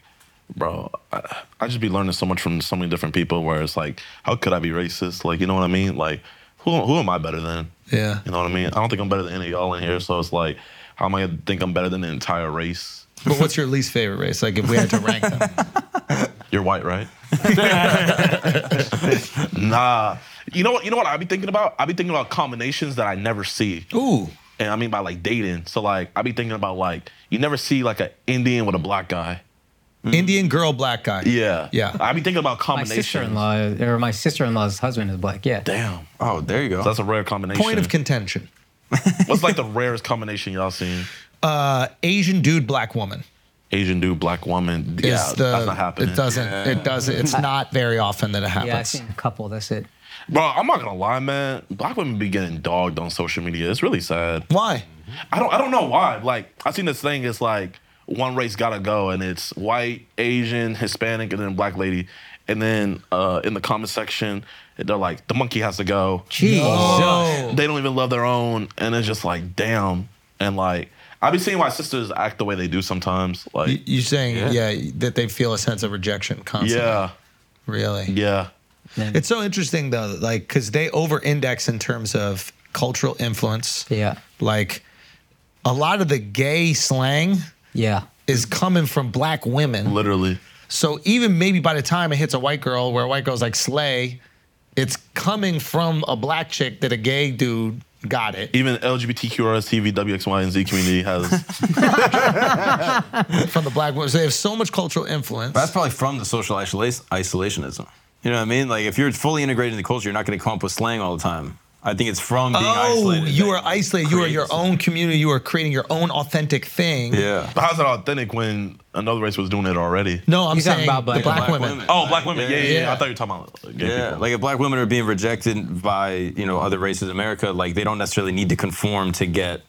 bro, I, I just be learning so much from so many different people. Where it's like, how could I be racist? Like, you know what I mean? Like, who who am I better than?
Yeah.
You know what I mean? I don't think I'm better than any of y'all in here. So it's like, how am I gonna think I'm better than the entire race?
But what's your least favorite race? Like if we had to rank them.
You're white, right? nah. You know what? You know what I be thinking about? I be thinking about combinations that I never see.
Ooh.
And I mean by like dating. So like I be thinking about like you never see like an Indian with a black guy.
Indian girl, black guy.
Mm-hmm. Yeah.
Yeah.
I be thinking about
My
combinations.
sister-in-law or my sister-in-law's husband is black. Yeah,
Damn.
Oh, there you go.
That's a rare combination.
Point of contention.
What's like the rarest combination y'all seen?
Uh, Asian dude, black woman.
Asian dude, black woman.
Is
yeah,
the,
that's not happening.
It doesn't. It doesn't. It's not very often that it happens.
yeah. I've seen a couple. That's it.
Bro, I'm not gonna lie, man. Black women be getting dogged on social media. It's really sad.
Why?
I don't I don't know why. Like I seen this thing. It's like one race gotta go, and it's white, Asian, Hispanic, and then black lady. And then uh, in the comment section, they're like, the monkey has to go.
Jeez.
They don't even love their own, and it's just like, damn. And like I be seeing my sisters act the way they do sometimes.
You-
Like
You're saying, yeah. that they feel a sense of rejection constantly.
yeah,
Really?
yeah.
It's so interesting, though, like, because they over index in terms of cultural influence.
Yeah,
Like, a lot of the gay slang
yeah.
is coming from black women.
Literally.
So even maybe by the time it hits a white girl, where a white girl's like, slay, it's coming from a black chick that a gay dude got it
Even LGBTQRS, TV, WXY, and Z community has
from the black woman. So they have so much cultural influence.
That's probably from the social isola- isolationism. You know what I mean? Like if you're fully integrated in the culture, you're not going to come up with slang all the time. I think it's from being
Oh,
isolated.
you
that
are isolated. You are your
creates-
own community. You are creating your own authentic thing.
Yeah.
How's it authentic when another race was doing it already?
No, I'm
He's talking
saying
about
the
black-
black,
black
women.
women.
Oh, black women. Yeah, yeah. yeah.
Yeah.
I thought you were talking about gay
Yeah,
people.
like if black women are being rejected by you know other races in America, like they don't necessarily need to conform to get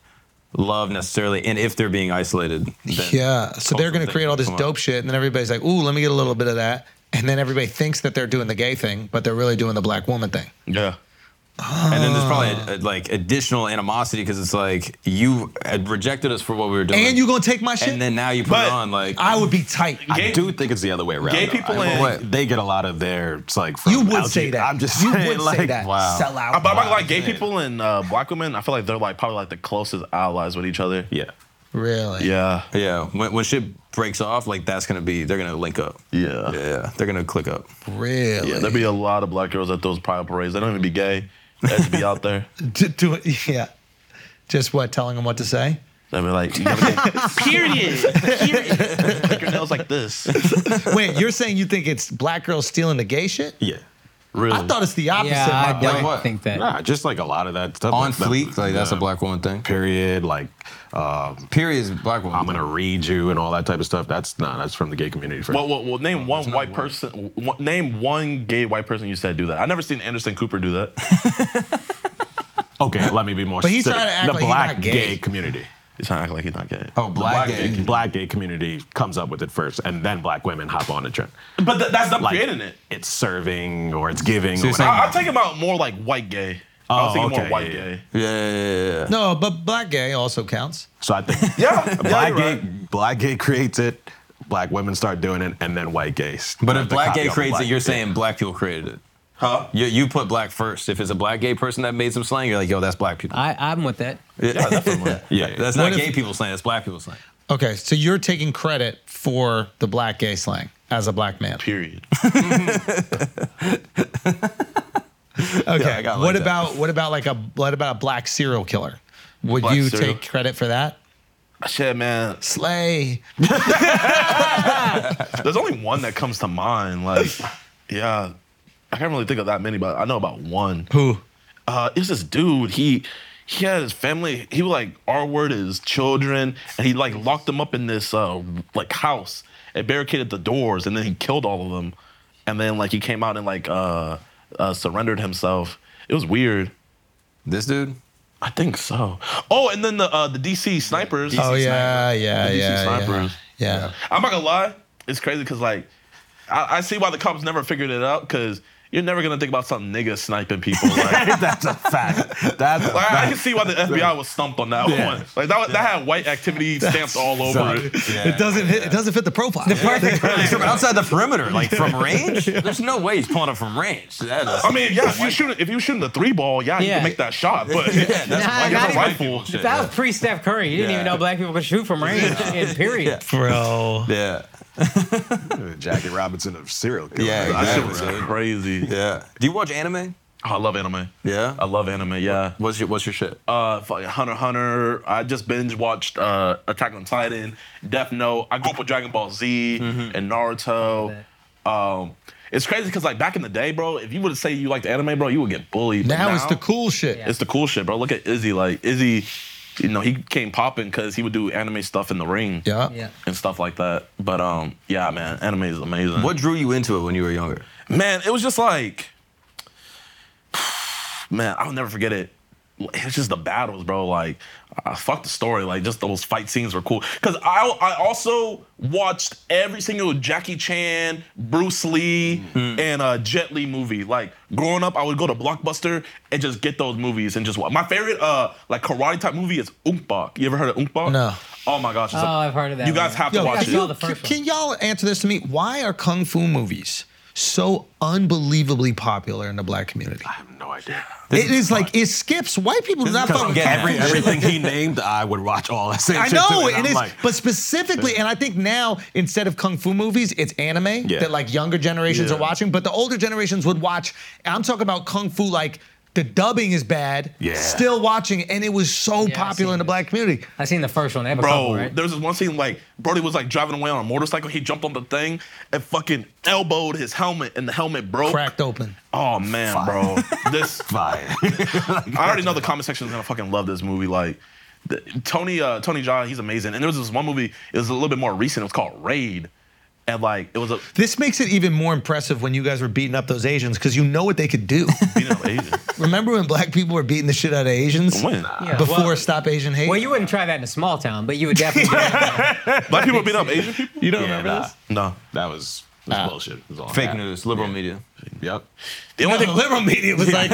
love necessarily, and if they're being isolated, then
Yeah. So they're
cultural
going to
thing
create all this
come up.
dope shit, and then everybody's like, "Ooh, let me get a little bit of that," and then everybody thinks that they're doing the gay thing, but they're really doing the black woman thing.
yeah.
And then there's probably uh, like additional animosity because it's like you had rejected us for what we were doing,
And you gonna take my shit?
and then now you put
But
it on like
I would be tight.
Gay-
I do think it's the other way around.
Gay
though.
people
I-
in-
what- they get a lot of their it's like. From
You would
algae.
say that.
I'm just
you
saying,
would
like,
say that.
wow.
Sell
I-
out.
Uh, But I'm not gonna lie, gay
Wow.
people and uh, black women, I feel like they're like probably like the closest allies with each other.
Yeah,
Really?
Yeah.
yeah, when, when shit breaks off, like that's gonna be they're gonna link up.
Yeah. Yeah.
Yeah, they're gonna click up.
Really?
There'd be a lot of black girls at those pride parades. They don't even be gay. They just be out there.
To- to- yeah. Just what? Telling them what to say?
They'd be like, you gotta go, period. Period. Like your nails like this.
Wait, you're saying you think it's black girls stealing the gay shit?
yeah.
Really?
I thought it's the opposite.
Yeah, I
my
don't
brain.
think that.
Nah, just like a lot of that stuff
On
that-
fleek, like that's a
yeah.
black woman thing.
period. Like uh,
Period is a black woman.
I'm gonna read you and all that type of stuff. That's not. That's from the gay community. For
Well, well, well name one white person. One, name one gay white person you said do that. I never seen Anderson Cooper do that.
okay, let me be more.
But he's
specific.
trying to act
the
like he's
black
not gay.
community.
He's trying to act like he's not gay.
Oh, black,
Black
gay.
gay, black gay community comes up with it first, and then black women hop on the trend.
But th- that's them
Like-
creating it.
It's serving or it's giving. or
you're
whatever.
saying-
I, I'm thinking about more like white gay. I was
Oh,
thinking more
okay,
white
yeah, yeah.
gay.
Yeah, yeah, yeah, yeah.
No, but black gay also counts.
so I think
Yeah, yeah,
black
you're
gay,
right.
black gay creates it. Black women start doing it, and then white gays.
But
have
if
to
black
copy
gay
off of
creates
black
it, you're
gay.
saying black people created it.
Huh?
You, you put black first. If it's a black gay person that made some slang, you're like, yo, that's black people.
I, I'm with that.
yeah, definitely.
Yeah, yeah.
That's not
What if-
gay people slang. That's black people slang.
Okay, so you're taking credit for the black gay slang as a black man.
Period.
Okay.
I got
what
like that.
about what about like a what about a black serial killer? Would
Black
you
serial-
take credit for that?
Shit, man.
Slay.
There's only one that comes to mind. Like, yeah, I can't really think of that many, but I know about one.
Who?
Uh, it's this dude. He he had his family. He would like R word his children, and he like locked them up in this uh like house and barricaded the doors, and then he killed all of them, and then like he came out and like uh, uh surrendered himself. It was weird.
This dude?
I think so. Oh, and then the uh, the DC snipers.
Oh yeah, yeah,
The
yeah,
DC
yeah,
snipers.
yeah.
I'm not gonna lie, it's crazy because like I, I see why the cops never figured it out because you're never gonna think about some nigga sniping people. Like,
that's a fact. That's a
like, I can
fact.
see why the FBI was stumped on that
Yeah.
one. Like that, was- that had white activity stamped all over it.
It doesn't hit, it doesn't fit the profile.
Perfect crime. But outside the perimeter, like from range? There's no way he's pulling up from range. That is,
I mean, yeah, if you shoot if you shooting the three ball, yeah, you
Yeah.
can make that shot. But
yeah, that's
Nah,
like,
not
that's
even-
a rifle.
Shit,
That was pre Steph Curry. You didn't
Yeah.
even know black people could shoot from range. and Period.
Bro.
Yeah.
Jackie Robinson of serial killer.
Yeah,
that shit
exactly.
was
dude.
crazy.
Yeah. Do you watch anime?
Oh, I love anime.
Yeah.
I love anime. Yeah.
What's your What's your shit?
uh fucking Hunter x Hunter. I just binge watched uh Attack on Titan, Death Note. I grew up with Dragon Ball Z and Naruto. Um it's crazy because like back in the day, bro, if you would say you liked anime, bro, you would get bullied. But
Now, it's the cool shit.
It's the cool shit, bro. Look at Izzy. Like Izzy, you know, he came popping because he would do anime stuff in the ring.
Yeah.
Yeah.
And stuff like that. But um, yeah, man, anime is amazing.
What drew you into it when you were younger?
Man, it was just like, man, I'll never forget it. It's just the battles, bro. Like, I fuck the story. Like, just those fight scenes were cool. Cause I I also watched every single Jackie Chan, Bruce Lee, and uh, Jet Li movie. Like growing up, I would go to Blockbuster and just get those movies and just watch. My favorite uh like karate type movie is Unk Bak. You ever heard of Unk Bak?
No.
Oh my gosh. it's a-
Oh, I've heard of that
You guys
one.
have
Yo,
to watch
I
can,
it.
saw
you,
the first
can- can y'all answer this to me? Why are kung fu movies so unbelievably popular in the black community?
I have no idea.
it is like it skips white people. Do not
because I'm
fucking
getting at.
Every, everything he named, I would watch all that same
I
shit too,
know
and
it
I'm
is,
like-
but specifically, and I think now instead of kung fu movies, it's anime
Yeah.
that like younger generations
Yeah.
are watching, but the older generations would watch. I'm talking about kung fu like The dubbing is bad.
Yeah.
Still watching, and it was so
Yeah, I've
popular in
seen
the
it.
black community.
I seen the first one. They have a couple,
Bro,
right?
there was this one scene like Brody was like driving away on a motorcycle. He jumped on the thing and fucking elbowed his helmet, and the helmet broke.
Cracked open.
Oh man, bro, this
Fire.
I already know the comment section is gonna fucking love this movie. Like the, Tony, uh, Tony Jaa, he's amazing. And there was this one movie. It was a little bit more recent. It was called Raid, and like it was a
This makes it even more impressive when you guys were beating up those Asians because you know what they could do.
you know, Asian.
Remember when black people were beating the shit out of Asians
When?
Yeah,
before
well-
Stop Asian Hate?
Well, you wouldn't try that in a small town, but you would definitely.
black people beat up Asian people.
You don't
Yeah,
remember
nah.
this?
No,
That was, was bullshit. It was all
Fake
that.
news, liberal media.
Yep.
the only
The
thing.
liberal media was like,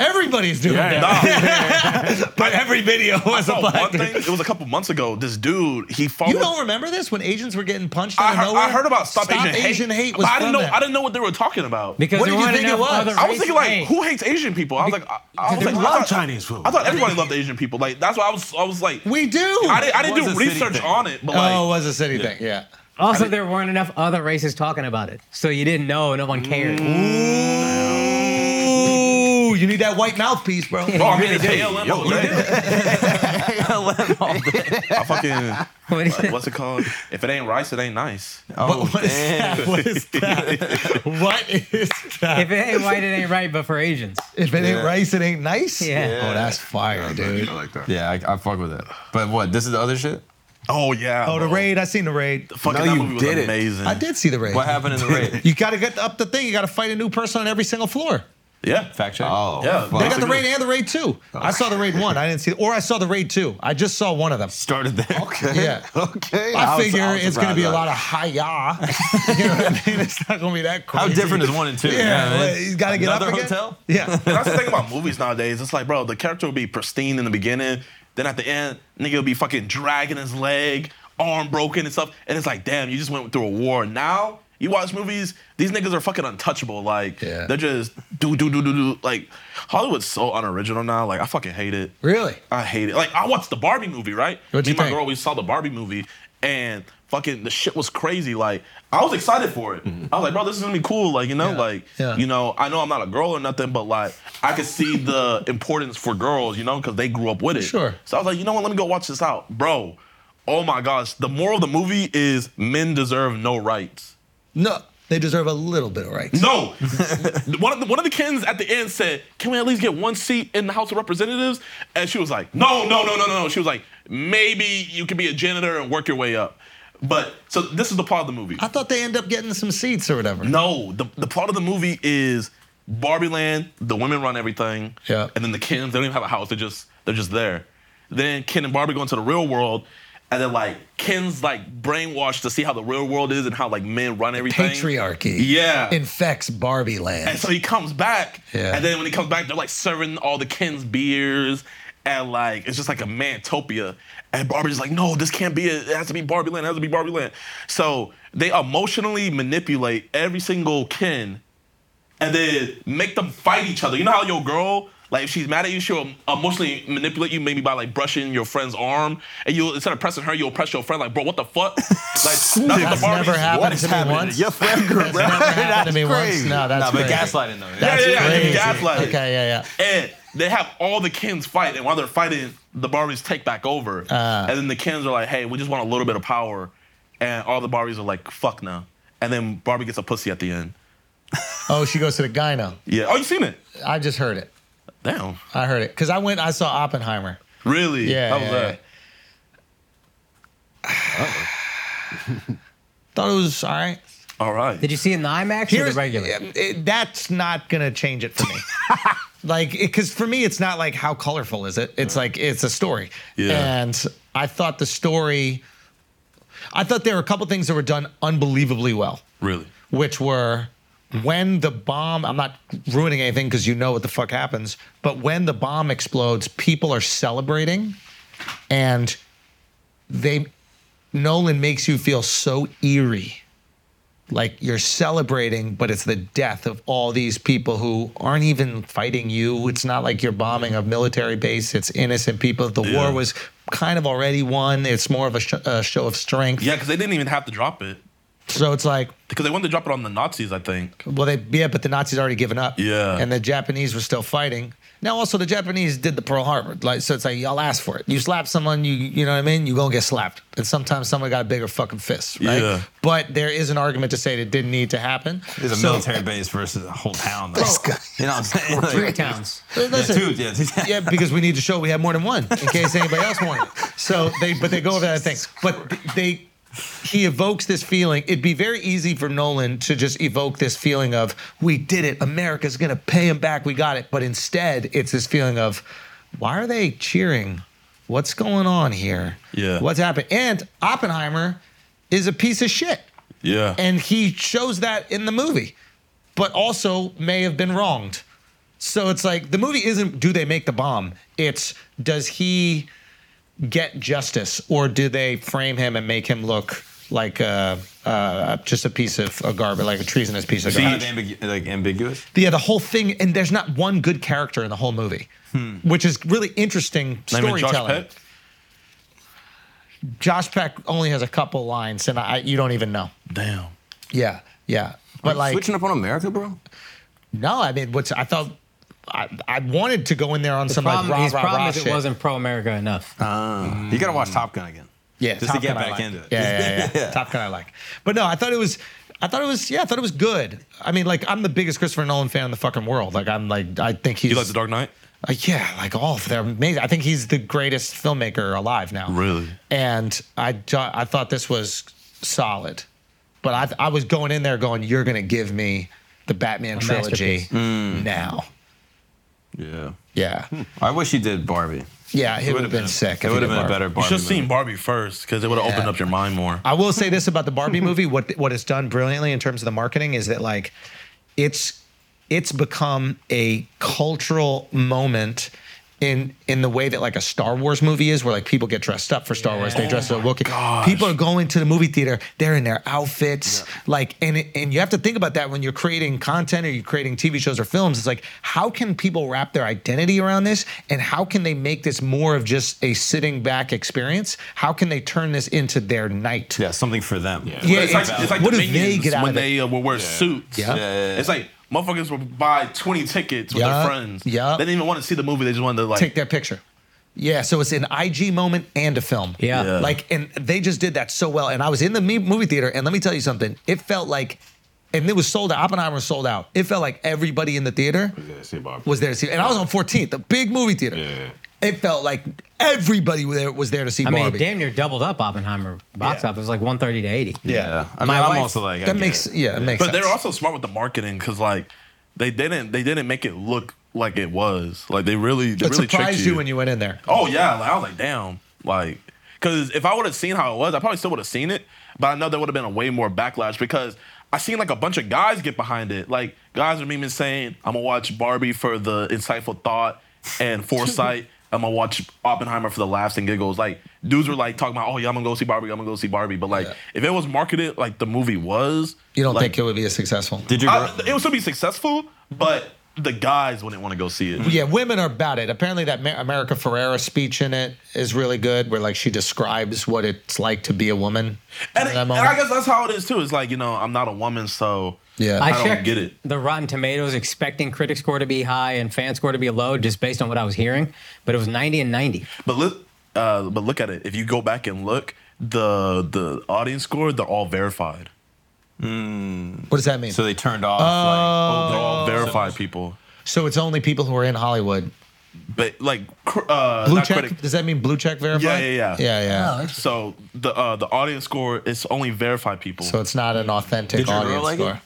everybody's doing that. but every video was a
So one
black
thing,
thing.
it was a couple months ago. This dude, he followed.
You don't remember this when Asians were getting punched out
I,
of
heard,
nowhere?
I heard about Stop, Asian, Hate,
was
but I didn't
from
know.
that.
I didn't know what they were talking about.
Because
What
there
did you
weren't
think it
enough
was?
other
I was
races-
thinking like,
Hey,
who hates Asian people? I was like, I, I was
They
like, I
love
thought-
Chinese food.
I thought everybody loved Asian people. Like that's why I was. I was like,
we do.
I didn't, I didn't
was
do
a city
research
thing.
on it, but like,
oh, it was a city thing. Yeah.
Also, there weren't enough other races talking about it, so you didn't know. No one cared.
Mm. Ooh, you need that white mouthpiece, bro.
oh, I'm in ALM.
Yo,
over there.
ALM all day.
I fucking.
What is
like, what's it called? If it ain't rice, it ain't nice.
Oh,
What is that? What is that? What is that?
If it ain't white, it ain't right, but for Asians.
If it ain't rice, it ain't nice.
Yeah. Yeah.
Oh, that's fire, dude.
like that.
Yeah, I, I fuck with it. But what? This is the other shit.
Oh yeah.
Oh, the raid. I seen the raid.
Fucking
No,
that
you
movie was
didn't.
amazing.
I did see the raid.
What happened in the raid?
You got to get up the thing. You got to fight a new person on every single floor.
Yeah.
Fact check.
Oh,
Yeah.
fuck.
They got the raid and the raid two.
Oh,
I saw the raid one. I didn't see, or I saw the raid two. I just saw one of them.
started there.
Okay.
Yeah.
Okay.
I
was-
figure
I was
it's going to be a
surprised
lot of hi ya. you know what I mean? It's not going to be that
How
crazy.
different is one and two?
Yeah,
man.
well, he's gotta get up
Another
again?
hotel.
Yeah.
And that's the thing about movies nowadays. It's like, bro, the character will be pristine in the beginning, then at the end, nigga will be fucking dragging his leg, arm broken and stuff. And it's like, damn, you just went through a war. Now you watch movies, these niggas are fucking untouchable. Like
Yeah.
they're just do do do do do. Like Hollywood's so unoriginal now. Like I fucking hate it.
Really?
I hate it. Like I watched the Barbie movie, right?
What'd
Me
you
and my
think?
girl, we saw the Barbie movie, and fucking the shit was crazy. Like I was excited for it. I was like, bro, this is gonna be cool. Like you know,
Mm-hmm. Yeah.
like
Yeah.
you know, I know I'm not a girl or nothing, but like I could see the importance for girls, you know, because they grew up with it.
Sure.
So I was like, you know what? Let me go watch this out, bro. Oh my gosh, the moral of the movie is men deserve no rights.
No, they deserve a little bit of rights.
No. one of the one of the kids at the end said, "Can we at least get one seat in the House of Representatives?" And she was like, "No, no, no, no, no." no." She was like, "Maybe you can be a janitor and work your way up." But so this is the part of the movie.
I thought they end up getting some seats or whatever.
No, the, the plot of the movie is Barbie Land, the women run everything.
Yeah.
And then the Kens, they don't even have a house. They're just they're just there. Then Ken and Barbie go into the real world. And then like Ken's like brainwashed to see how the real world is and how like men run everything.
Patriarchy
Yeah.
infects Barbie
And
land.
so he comes back,
Yeah.
and then when he comes back, they're like serving all the Ken's beers, and like it's just like a mantopia. And Barbie's like, no, this can't be it. It has to be Barbie Land. It has to be Barbie Land. So they emotionally manipulate every single Ken, and then make them fight each other. You know how your girl. Like if she's mad at you, she'll emotionally manipulate you, maybe by like brushing your friend's arm, and you will instead of pressing her, you'll press your friend. Like, bro, what the fuck? like, that's what
That's
the
never
Barbies-
happened
is
to me
happening?
once.
Your friend group,
Never
bro.
happened to me once.
crazy.
No, that's
Nah, but
crazy.
gaslighting though.
That's
Yeah, yeah, yeah,
crazy.
gaslighting.
Okay, yeah, yeah.
And they have all the Kens fight, and while they're fighting, the Barbies take back over.
Uh.
and then the Kens are like, hey, we just want a little bit of power. And all the Barbies are like, fuck no. And then Barbie gets a pussy at the end.
Oh, she goes to the gyno.
Yeah. Oh, you seen it?
I just heard it.
Damn.
I heard it because I went. I saw Oppenheimer.
Really?
Yeah,
How was
yeah,
that?
Thought it was all right.
All right.
Did you see it in the IMAX or
Here's-
the regular?
yeah, it- that's not gonna change it for me. like, because for me, it's not like how colorful is it. It's like it's a story.
Yeah.
And I thought the story. I thought there were a couple things that were done unbelievably well,
really?
which were when the bomb. I'm not ruining anything because you know what the fuck happens. But when the bomb explodes, people are celebrating, and they Nolan makes you feel so eerie. Like you're celebrating, but it's the death of all these people who aren't even fighting you. It's not like you're bombing a military base, it's innocent people. The
Yeah.
war was kind of already won, it's more of a, sh- a show of strength.
Yeah, because they didn't even have to drop it.
So it's like,
Because they wanted to drop it on the Nazis, I think.
well, they yeah, but the Nazis already given up.
Yeah.
and the Japanese were still fighting. Now, also the Japanese did the Pearl Harbor, like so. It's like y'all asked for it. You slap someone, you you know what I mean. You gonna get slapped, and sometimes someone got a bigger fucking fist, right?
Yeah.
But there is an argument to say that it didn't need to happen.
There's a
So-
military base versus a whole town. though.
guy-
You know what I'm saying? Like,
Three towns.
Listen,
two, yeah, two-
yeah, because we need to show we have more than one in case anybody else wanted. it. So they, but they go over that thing. But th- they, he evokes this feeling. It'd be very easy for Nolan to just evoke this feeling of we did it. America's gonna pay him back. We got it. But instead, it's this feeling of why are they cheering? What's going on here?
Yeah.
What's happening? And Oppenheimer is a piece of shit.
Yeah.
And he shows that in the movie, but also may have been wronged. So it's like the movie isn't do they make the bomb? It's does he get justice or do they frame him and make him look like uh, uh, just a piece of a garbage, like a treasonous piece of
Kind of
garbage?
ambigu- like ambiguous.
yeah, the whole thing, and there's not one good character in the whole movie, which is really interesting
Name it
storytelling.
Josh Peck.
Josh Peck only has a couple lines, and I, you don't even know.
Damn.
Yeah, yeah, but like
switching up on America, bro.
No, I mean, what's I thought I, I wanted to go in there on some
Problem,
like
his
rah rah
problem
rah
is
shit.
it wasn't pro America enough.
You gotta watch Top Gun again.
yeah,
just
Top
to get
Gun I
back
like.
into it.
Yeah, yeah, yeah. yeah. Top Gun I like, but no, I thought it was. I thought it was, yeah, I thought it was good. I mean, like, I'm the biggest Christopher Nolan fan in the fucking world. Like, I'm like, I think he's,
You like The Dark Knight?
Uh, yeah, like all of them. Amazing. I think he's the greatest filmmaker alive now.
Really?
And I, ju- I thought this was solid, but I, I was going in there going, you're gonna give me the Batman trilogy
masterpiece.
Hmm.
now.
Yeah.
Yeah,
I wish you did Barbie.
yeah, it would have been,
a-
sick. if
Hmm. It
he
would have
did
been a
Barbie.
better
You
Barbie.
should have seen
movie.
Barbie first because it would have opened up your mind more.
I will say this about the Barbie movie: what what it's done brilliantly in terms of the marketing is that like, it's it's become a cultural moment. In, in the way that like a Star Wars movie is, where like people get dressed up for Star Wars, they dress as a Wookiee. People are going to the movie theater; they're in their outfits, like, and it, and you have to think about that when you're creating content or you're creating TV shows or films. It's like, how can people wrap their identity around this, and how can they make this more of just a sitting back experience? How can they turn this into their night?
Yeah, something for them. Yeah.
Yeah,
It's like, it's like
what
the
do they
Minions
get out
when
of it?
they uh, will wear suits.
Yeah. Yeah,
yeah, yeah.
It's like motherfuckers will buy 20 tickets with
Yeah,
their friends.
yeah.
They didn't even want to see the movie. They just wanted to like
Take their picture. Yeah, so it's an IG moment and a film.
Yeah. Yeah.
Like, and they just did that so well. And I was in the me- movie theater, and let me tell you something. It felt like, and it was sold out. Oppenheimer was sold out. It felt like everybody in the theater
Yeah, see Barbie.
was there to see. And I was on 14th, the big movie theater.
Yeah.
It felt like everybody was there, was there to see
I mean,
Barbie.
it damn near doubled up Oppenheimer box
Yeah.
office. It was like 130 to 80.
Yeah. I mean,
My
I'm
wife-
also like. I
that
get
makes
it.
yeah, it makes
But
sense.
they're also smart with the marketing because like they didn't they didn't make it look like it was. Like they really they
it
really tricked
surprised
you.
you when you went in there.
oh yeah, like, I was like damn, like because if I would have seen how it was, I probably still would have seen it. But I know there would have been a way more backlash because I seen like a bunch of guys get behind it. Like guys are memeing saying I'm gonna watch Barbie for the insightful thought and foresight. I'm gonna watch Oppenheimer for the laughs and giggles. Like dudes were like talking about, oh yeah, I'm gonna go see Barbie. I'm gonna go see Barbie. But like, if it was marketed like the movie was,
You don't
like,
think it would be as successful?
Did your girl?
I, it would still be successful, but the guys wouldn't want to go see it.
Yeah, women are about it. Apparently, that Ma- America Ferrera speech in it is really good, where like she describes what it's like to be a woman.
And,
in
it-
that
and
moment.
I guess that's how it is too. It's like you know, I'm not a woman, so
Yeah.
I,
I
don't
checked
get it.
The Rotten Tomatoes expecting critic score to be high and fan score to be low, just based on what I was hearing. But it was 90 and 90.
But look, uh, but look at it. If you go back and look, the the audience score, they're all verified.
what does that mean?
So
So,
they turned off.
uh,
like,
They're all
Oh.
overall
verified people.
it's only people who are in Hollywood.
But like cr- uh,
Blue
not
check?
critic.
Does that mean blue check verified?
Yeah, yeah, yeah.
yeah, yeah.
So the uh, the audience score is only verified people.
So it's not an authentic
Did your girl
audience
like it?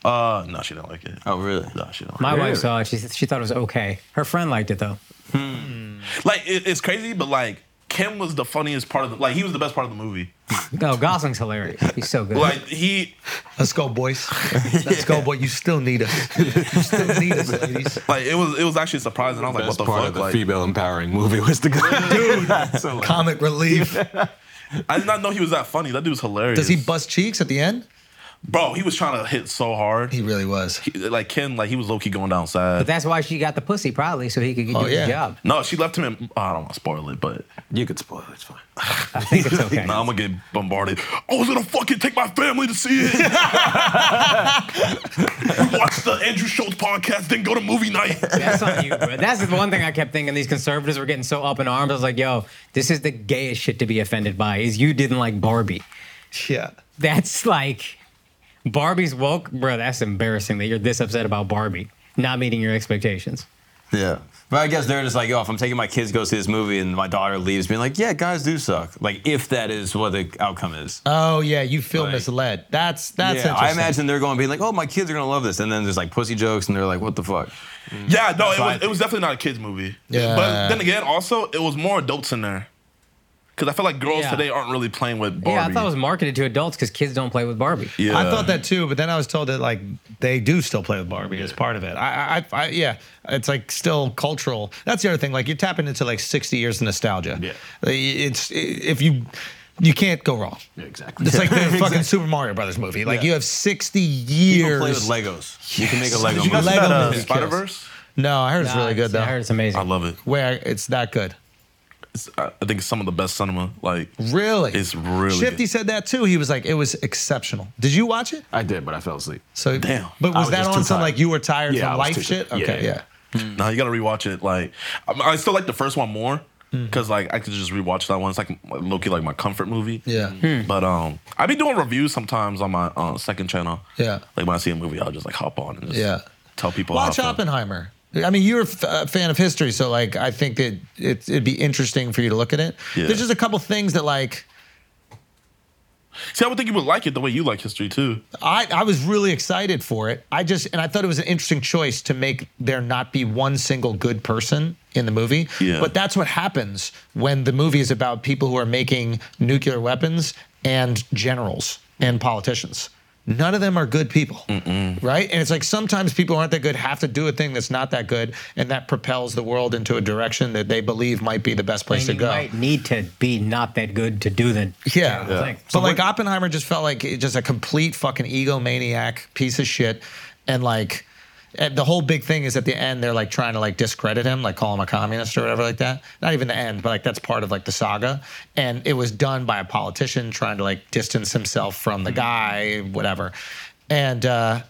score.
uh, no, she didn't like it.
Oh really?
No, she didn't. Like
My
it.
wife saw it. She, she thought it was okay. Her friend liked it though.
Like it, it's crazy, but like Kim was the funniest part of the. Like he was the best part of the movie.
No, Oh, Gosling's hilarious. He's so good.
Like he
Let's go, boys. Let's go, boy. You still need us. You still need us, ladies.
Like it was, it was actually surprising. I was like,
Best
"What the
part
fuck?"
of the
like,
female empowering movie was the guy. Dude, so like,
Comic relief.
I did not know he was that funny. That dude was hilarious.
Does he bust cheeks at the end?
Bro, he was trying to hit so hard.
He really was.
He- like Ken, like he was low key going downside.
But that's why she got the pussy, probably, so he could do
Oh, yeah.
his job.
No, she left him in. oh, I don't want to spoil it, but
You could spoil it. It's fine.
I think it's okay.
nah, I'm gonna get bombarded. I was gonna fucking take my family to see it. we watched the Andrew Schultz podcast, then go to movie night.
That's on you, bro. That's the one thing I kept thinking. These conservatives were getting so up in arms. I was like, yo, this is the gayest shit to be offended by is you didn't like Barbie.
Yeah.
That's like Barbie's woke, bro. That's embarrassing that you're this upset about Barbie not meeting your expectations.
Yeah. But I guess they're just like, yo, if I'm taking my kids to go see this movie and my daughter leaves, being like, yeah, guys do suck. Like, if that is what the outcome is.
Oh yeah, you feel misled. That's that's
yeah, I
interesting.
imagine they're going to be like, oh, my kids are going to love this. And then there's like pussy jokes and they're like, what the fuck?
Yeah, no,
That's
it
what I
was, it was definitely not a kids movie.
Yeah.
But then again, also it was more adults in there. Cause I feel like girls
Yeah.
today aren't really playing with Barbie.
Yeah, I thought it was marketed to adults because kids don't play with Barbie.
Yeah.
I thought that too, but then I was told that like they do still play with Barbie as part of it. I, I, I, yeah, it's like still cultural. That's the other thing. Like you're tapping into like 60 years of nostalgia. Uh,
Yeah.
it's if you you can't go wrong.
Yeah, exactly.
It's like the fucking Super Mario Brothers movie. Like
Yeah.
you have 60
People play with
years.
Legos. You can make a
Yes.
Lego
Did you
movie.
guys- Lego movie kills.
Spider Verse.
no, I heard it's
Nah,
really good though.
I heard it's
uh, I
amazing.
love it.
Where it's that good.
It's, I I think it's some of the best cinema. Like
Really?
It's really
Shifty
good.
said that too. He was like, it was exceptional. Did you watch it?
I did, but I fell asleep.
So
Damn.
But
I
was
was
that
just
on
too
some
tired.
like you were tired
Yeah, I
from
was
life
too
shit?
tired.
Okay,
Yeah,
yeah.
No, you gotta rewatch it. Like I, I still like the first one more
Mm.
because like I could just rewatch that one. It's like Loki, like my comfort movie.
Yeah.
But um, I be doing reviews sometimes on my uh, second channel.
Yeah.
Like when I see a movie, I'll just like hop on and just
Yeah.
tell people. how I
Watch
feel.
Oppenheimer. I mean, you're a f- a fan of history, so like, I think that it, it'd be interesting for you to look at it.
Yeah.
There's just a couple things that like
See, I would think you would like it the way you like history too.
I, I was really excited for it. I just and I thought it was an interesting choice to make there not be one single good person in the movie.
Yeah.
But that's what happens when the movie is about people who are making nuclear weapons and generals and politicians. None of them are good people, right? And it's like sometimes people aren't that good have to do a thing that's not that good, and that propels the world into a direction that they believe might be the best place
And you
to go.
might need to be not that good to do the
Yeah.
terrible thing.
But like Oppenheimer just felt like it- just a complete fucking egomaniac piece of shit. And like and the whole big thing is at the end they're like trying to like discredit him, like call him a communist or whatever like that. Not even the end, but like that's part of like the saga. And it was done by a politician trying to like distance himself from the guy, whatever. And uh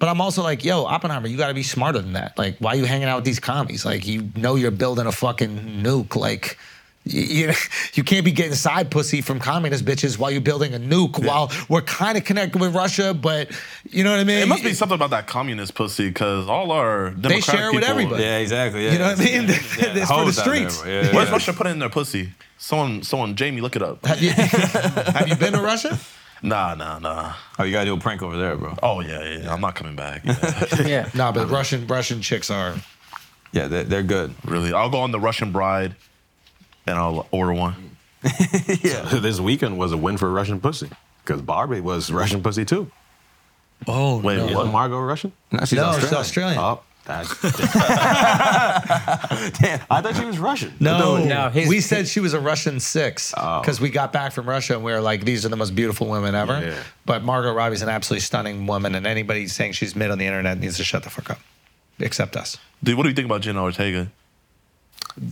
but I'm also like, yo, Oppenheimer, you got to be smarter than that. Like, why are you hanging out with these commies? Like, you know you're building a fucking nuke. Like, you, you, you can't be getting side pussy from communist bitches while you're building a nuke. While we're kind of connected with Russia, but you know what I mean?
It must be something about that communist pussy because all our Democratic
share it with
people-
everybody.
Yeah, exactly. Yeah.
You know what I mean? it's for the
Hoes out there,
streets.
yeah,
Where's
yeah.
Russia putting in their pussy? Someone, someone, Jamie, look it up.
Have you, have you been to Russia?
Nah, nah, nah.
Oh, you got to do a prank over there, bro.
Oh yeah, yeah. yeah. I'm not coming back. Yeah.
Yeah.
No, but Russian Russian chicks are.
Yeah, they're, they're good.
Really, I'll go on the Russian Bride, and I'll order one.
this weekend was a win for Russian pussy because Barbie was Russian pussy too.
Mm.
Oh
Wait,
no.
Wasn't Margot Russian?
No, she's
No, she's
Australian.
Australian.
Oh, that's. Damn, I thought she was Russian.
No,
No, his-
we said she was a Russian six because we got back from Russia and we were like, these are the most beautiful women ever.
Yeah.
But Margot Robbie's an absolutely stunning woman, and anybody saying she's mid on the internet needs to shut the fuck up, except us.
Dude, what do you think about Jenna Ortega?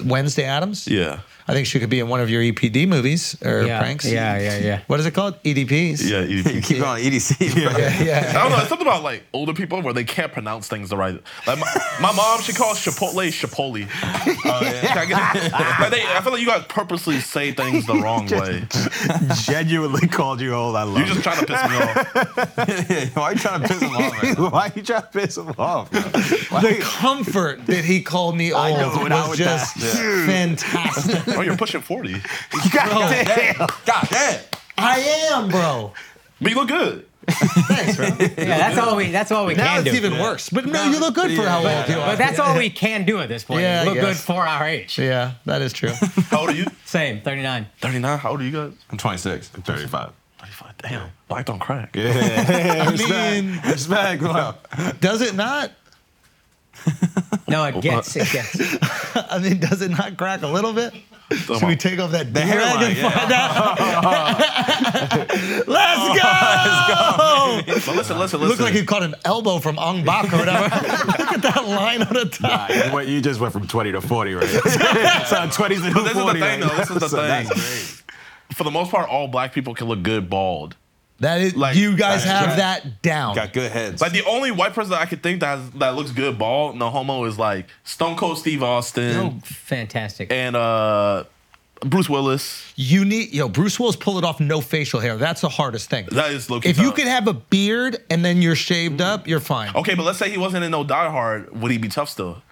Wednesday Adams.
Yeah,
I think she could be in one of your EPD movies or
Yeah,
pranks.
yeah, yeah, yeah.
What is it called? E EDPs.
yeah.
You
EDP.
keep going on EDC, bro.
Yeah,
I
yeah.
don't know. It's something about like older people where they can't pronounce things the right. Like my, my mom, she calls Chipotle Chipotle. Like, they- I feel like you guys purposely say things the wrong way.
Genuinely called you old. I love
You're just trying to piss me off.
Why are you trying to piss him off? Right now?
Why you trying to piss him off?
Oh, The comfort that he called me old
know, when I
was
was
just fantastic.
Oh, you're pushing forty,
God damn. God damn.
I am, bro.
but you look good.
Thanks, bro.
Yeah, that's all we that's all we
Now
can
it's
do.
even worse. But no, you look good for how old you
But
are.
that's all we can do at this point.
Yeah, I
Look good
guess.
for our age.
Yeah, that is true.
How old are you?
Same, 39.
Thirty nine. How old are you guys?
I'm 26.
I'm 35.
Thirty five. Damn, black don't crack.
Yeah.
I mean,
Respect. Wow.
does it not?
No, it gets it gets.
I mean, does it not crack a little bit? Should we take off that do-rag
hairline,
and
yeah.
find out? Let's go!
But listen, listen, listen.
Looked like you caught an elbow from Ong Bak or whatever. Look at that line on the top.
You went- you just went from 20 to 40, right? so 20s to
But this is the
40.
thing, though. This is the
So
thing.
that's
For the most part, all black people can look good bald.
That is,
Like,
you guys
that's
have
right.
that down.
Got good heads.
Like the only white person that I could think that has, that looks good bald, no homo, is like Stone Cold Steve Austin
Oh, fantastic.
and uh, Bruce Willis.
You need, yo, Bruce Willis pull it off, no facial hair. That's the hardest thing.
That is low-key
If you
tough.
could have a beard and then you're shaved up, you're fine.
Okay, but let's say he wasn't in no Die Hard, would he be tough still?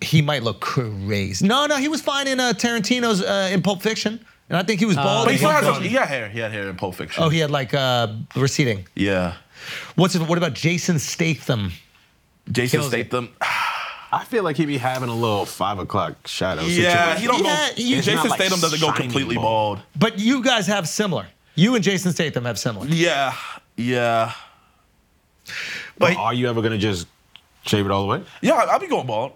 He might look crazy. No, no, he was fine in uh, Tarantino's uh, in Pulp Fiction, and I think he was bald.
Uh, But he
and
still
looked
has a,
good.
he had hair. He had hair in Pulp Fiction.
oh, he had like uh, receding.
yeah.
What's it, what about Jason Statham?
Jason
Kills it.
Statham.
I feel like he'd be having a little five o'clock shadow
Yeah,
situation.
he don't
Yeah,
go.
he- It's
not
Jason
like
Statham doesn't go
shiny
completely
bald.
bald.
But you guys have similar. You and Jason Statham have similar.
Yeah, yeah,
But are you ever gonna just shave it all the way?
yeah. I- I'll be going bald.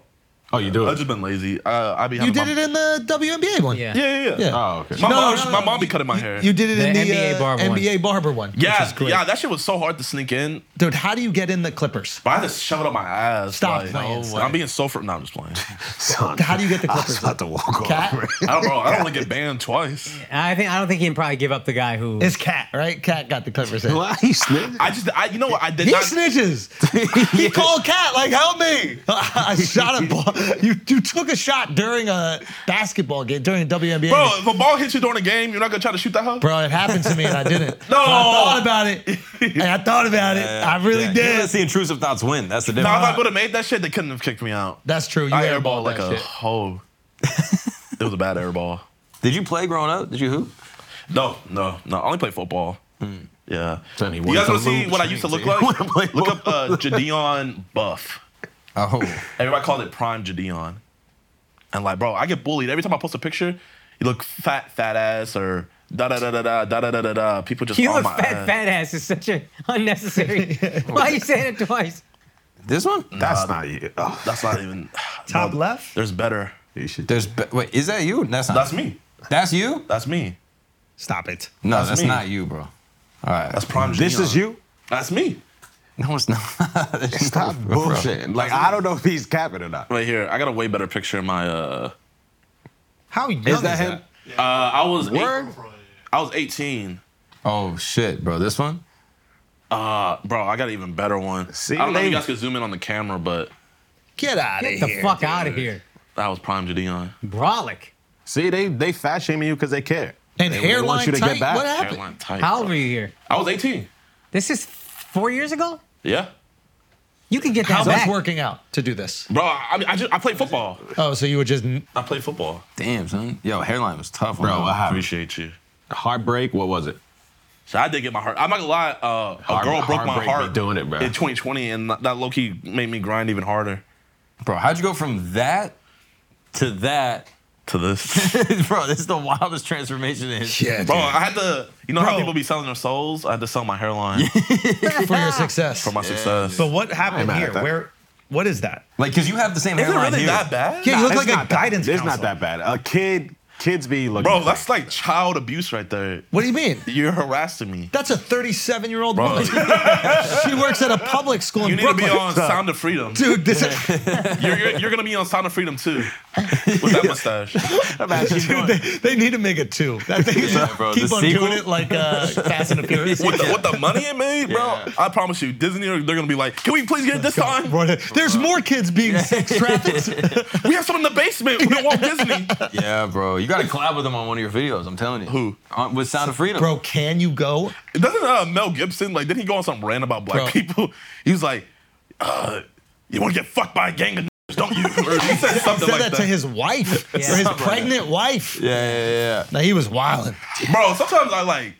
Oh, you do
I've
it.
just been lazy. Uh, I'll be.
You
having
did
my-
it in the WNBA one.
Yeah.
Yeah, yeah, yeah.
Yeah.
Oh, okay.
My
No,
mom,
no, no,
my
no.
mom be cutting my hair.
You did it
The
in the
NBA
uh,
barber one.
NBA barber one. which
yeah,
is great.
yeah. That shit was so hard to sneak in.
Dude, how do you get in the Clippers?
But I had to shove it up my ass.
Stop
like,
playing,
no
son.
way. I'm being so fr- No, I'm just playing.
Son,
How do you get the
I
Clippers
was about to walk off.
Cat?
I don't know. I don't want to get banned twice.
I think I don't think he can probably give up the guy who
It's Cat, right? Cat got the Clippers in.
Why you snitching?
I just, I, you know what? I did
He
not.
snitches. He called Cat like, "Help me!" I shot a ball. You you took a shot during a basketball game during a WNBA.
Bro,
game.
if a ball hits you during a game, you're not gonna try to shoot that hoe.
Bro, it happened to me and I didn't.
No.
I thought about it. And I thought about it. I really
Yeah,
did.
Let's see intrusive thoughts win. That's the
No, if I
difference.
would have made that shit, they couldn't have kicked me out.
That's true. You
I
airballed
airballed like
that
a
shit.
hoe. it was a bad airball.
Did you play growing up? Did you hoop?
No, no, no. I only played football.
Hmm.
Yeah.
So he
you guys
wanted to
want to see
lose.
what I used to look
He wanted to play
like? Look up uh, Jadeon Buff.
Oh.
Everybody called it Prime Jadeon. And like, bro, I get bullied every time I post a picture. You look fat, fat ass, or da da da da da da da da da. da. People just
you
on
Oh,
look
my
fat
ass.
fat ass is such an unnecessary. Why you saying it twice?
This one?
That's not you. Oh,
That's not even
Top
no,
left?
There's better.
you should.
There's be- wait, is that you? That's not.
That's me.
That's you?
That's me.
Stop it.
No, that's,
me.
not you, bro. All right.
That's Prime.
This
Jadeon.
is you.
That's me.
no, it's not.
Stop bullshitting. Like I don't know if he's capping or not.
Right here. I got a way better picture of my. Uh,
How young
Is that him?
uh I was.
Word?
Eight, I was 18.
Oh shit, bro. This one?
Uh, bro, I got an even better one.
See,
I don't know if you
they-
guys could zoom in on the camera, but
Get out of
Get
here.
the fuck out of here,
that was Prime Jadeon.
Brolic.
See, they they fat shaming you because they care.
And
They really
hairline
want you to
tight.
get back.
What happened?
Hairline tight.
How old
bro.
were you here?
I was 18.
This is four years ago.
Yeah.
You can get
How
that
much
back.
working out to do this?
Bro, I mean, I just I played football.
Oh, so you were just
I played football.
Damn, son. Yo, hairline was tough,
Bro,
on that
I have
Appreciate you.
heartbreak. What was it?
So I did get my heart. I'm not gonna lie. Uh, a
Heart-
girl broke my
heartbreak be
heart
doing it, bro.
in 2020, and that low key made me grind even harder
one. Bro, how'd you go from that to that?
to this.
bro, this is the wildest transformation in history.
yeah,
Bro, I had to. You know how
Bro.
people be selling their souls? I had to sell my hairline
for your success.
for my success.
But what happened
mad at
here?
that.
Where? What is that?
Like, cause you have the same
Is it
hairline
really
here.
that bad?
Yeah, you look
It's
like a
not that-
guidance
It's
counselor.
not that bad. A kid, kids be looking.
Bro, that's like child abuse right there.
What do you mean?
You're harassing me.
That's a 37 year old
Bro,
woman. she works at a public school in
you need to
Brooklyn.
be on Sound of Freedom.
Dude, this is,
You're, you're, you're gonna be on Sound of Freedom too, with that mustache.
dude, they, they need to make it two. That thing is
Yeah, bro,
keep
the
on
sequel.
doing it like uh, Fast and the Furious.
With the, with the money it made, bro, I promise you, Disney, they're gonna be like, can we please get it this time?
Bro, There's more kids being sex trafficked.
We have some in the basement. We don't want Disney.
Yeah, bro. You gotta collab with them on one of your videos. I'm telling you.
Who?
On, with Sound of Freedom.
Bro, can you go?
Doesn't uh, Mel Gibson like? Did he go on some rant about black
Bro.
people? He was like, uh, "You want to get fucked by a gang of n****s, don't you?" Or he said something
Said
like
that,
that.
to his wife
Yeah.
or his
Something
pregnant wife.
Yeah, yeah, yeah.
Now he was wilding.
Bro, sometimes I like,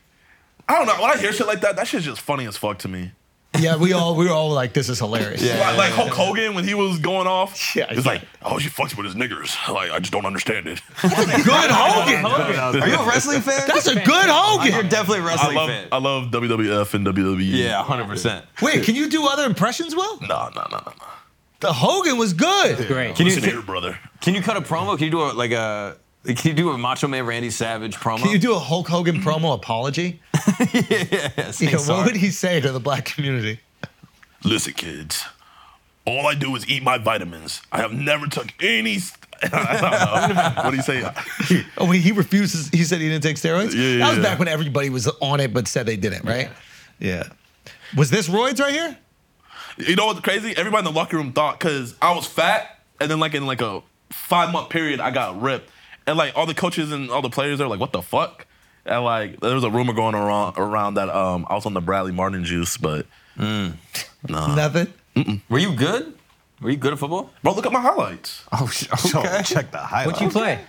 I don't know. When I hear shit like that, that shit's just funny as fuck to me.
Yeah, we all we were all like, this is hilarious.
like like Hulk Hogan when he was going off.
Yeah,
it's
yeah.
like, oh, she fucks with his niggers. Like, I just don't understand it.
Good Hogan.
Are you a wrestling fan?
That's a good
You're
Hogan.
definitely a
I
wrestling
love
fan.
I love WWF and E. WWE.
yeah, 100%.
Wait, can you do other impressions well?
No, no, no, no, no.
The Hogan was good.
Great.
Can you-
Listen here, brother.
Can you cut a promo? Can you do a like a? Can you do a Macho Man Randy Savage promo?
Can you do a Hulk Hogan promo apology?
yes,
You know, what would he say to the black community?
Listen, kids. All I do is eat my vitamins. I have never took any. St- I don't know. What do you say?
Oh, wait, he refuses. He said he didn't take steroids.
Yeah, yeah,
that was
yeah.
back when everybody was on it but said they didn't, right? Yeah. Was this roids right here?
You know what's crazy? Everybody in the locker room thought because I was fat, and then like in like a five month period, I got ripped, and like all the coaches and all the players they were like, "What the fuck?" And like there was a rumor going around around that um I was on the Bradley Martin juice, but
Nothing.
Were you good? Were you good at football?
bro, look at my highlights.
Oh, sh-
So
okay.
check the highlights.
What you play?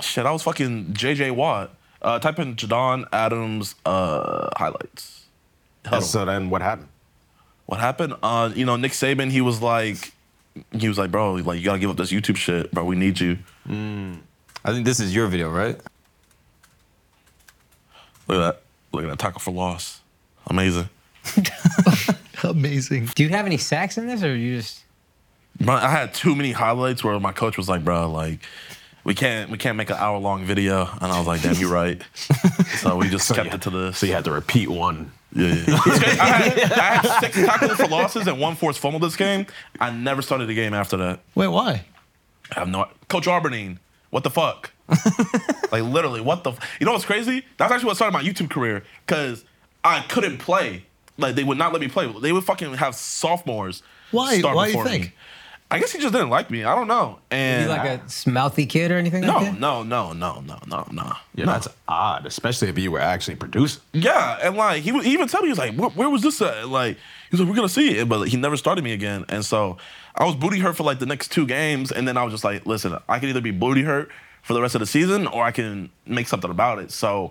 Shit, I was fucking JJ Watt. Uh, type in Jadon Adams uh highlights.
And So then what happened?
What happened? Uh, you know, Nick Saban, he was like, he was like, bro, like you gotta give up this YouTube shit, bro. We need you.
I think this is your video, right?
Look at that. Look at that tackle for loss. Amazing.
Amazing.
Do you have any sacks in this, or you just?
Bro, I had too many highlights where my coach was like, bro, like, we can't we can't make an hour long video. And I was like, damn, you're right. so we just kept it to this.
So you had to repeat one.
Yeah, yeah. I, had, I had six tackles for losses and one forced fumble this game. I never started the game after that.
Wait, why?
I have no Coach Arbonine, what the fuck? like literally, what the? F- you know what's crazy? That's actually what started my YouTube career because I couldn't play. Like they would not let me play. They would fucking have sophomores.
Why-
Start
why you
before
think?
Me. I guess he just didn't like me. I don't know.
You
And
like a mouthy kid or anything
no,
like that?
no, no, no, no, no, no.
Yeah,
no.
that's odd, especially if you were actually producing.
Yeah, and like he, would- he even told me he was like, where, where was this at? And, Like he was like, we're gonna see it, but like, he never started me again. And so I was booty hurt for like the next two games, and then I was just like, listen, I can either be booty hurt for the rest of the season, or I can make something about it. So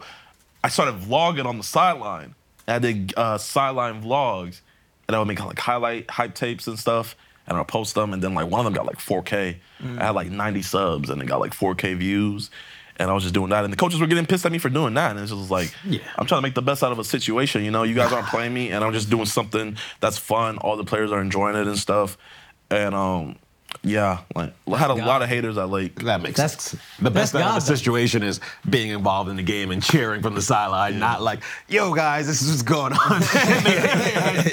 I started vlogging on the sideline. I did uh, sideline vlogs, and I would make like highlight hype tapes and stuff, and I'll post them. And then like one of them got like 4K. I had like 90 subs, and it got like 4K views. And I was just doing that, and the coaches were getting pissed at me for doing that. And it's just like, I'm trying to make the best out of a situation. You know, you guys aren't playing me, and I'm just doing something that's fun. All the players are enjoying it and stuff. And um, yeah, like I had a lot of haters at Lake.
That makes
That's-
sense. The best
that's
out
God,
of the
though.
situation is being involved in the game and cheering from the sideline, not like, yo, guys, this is what's going on.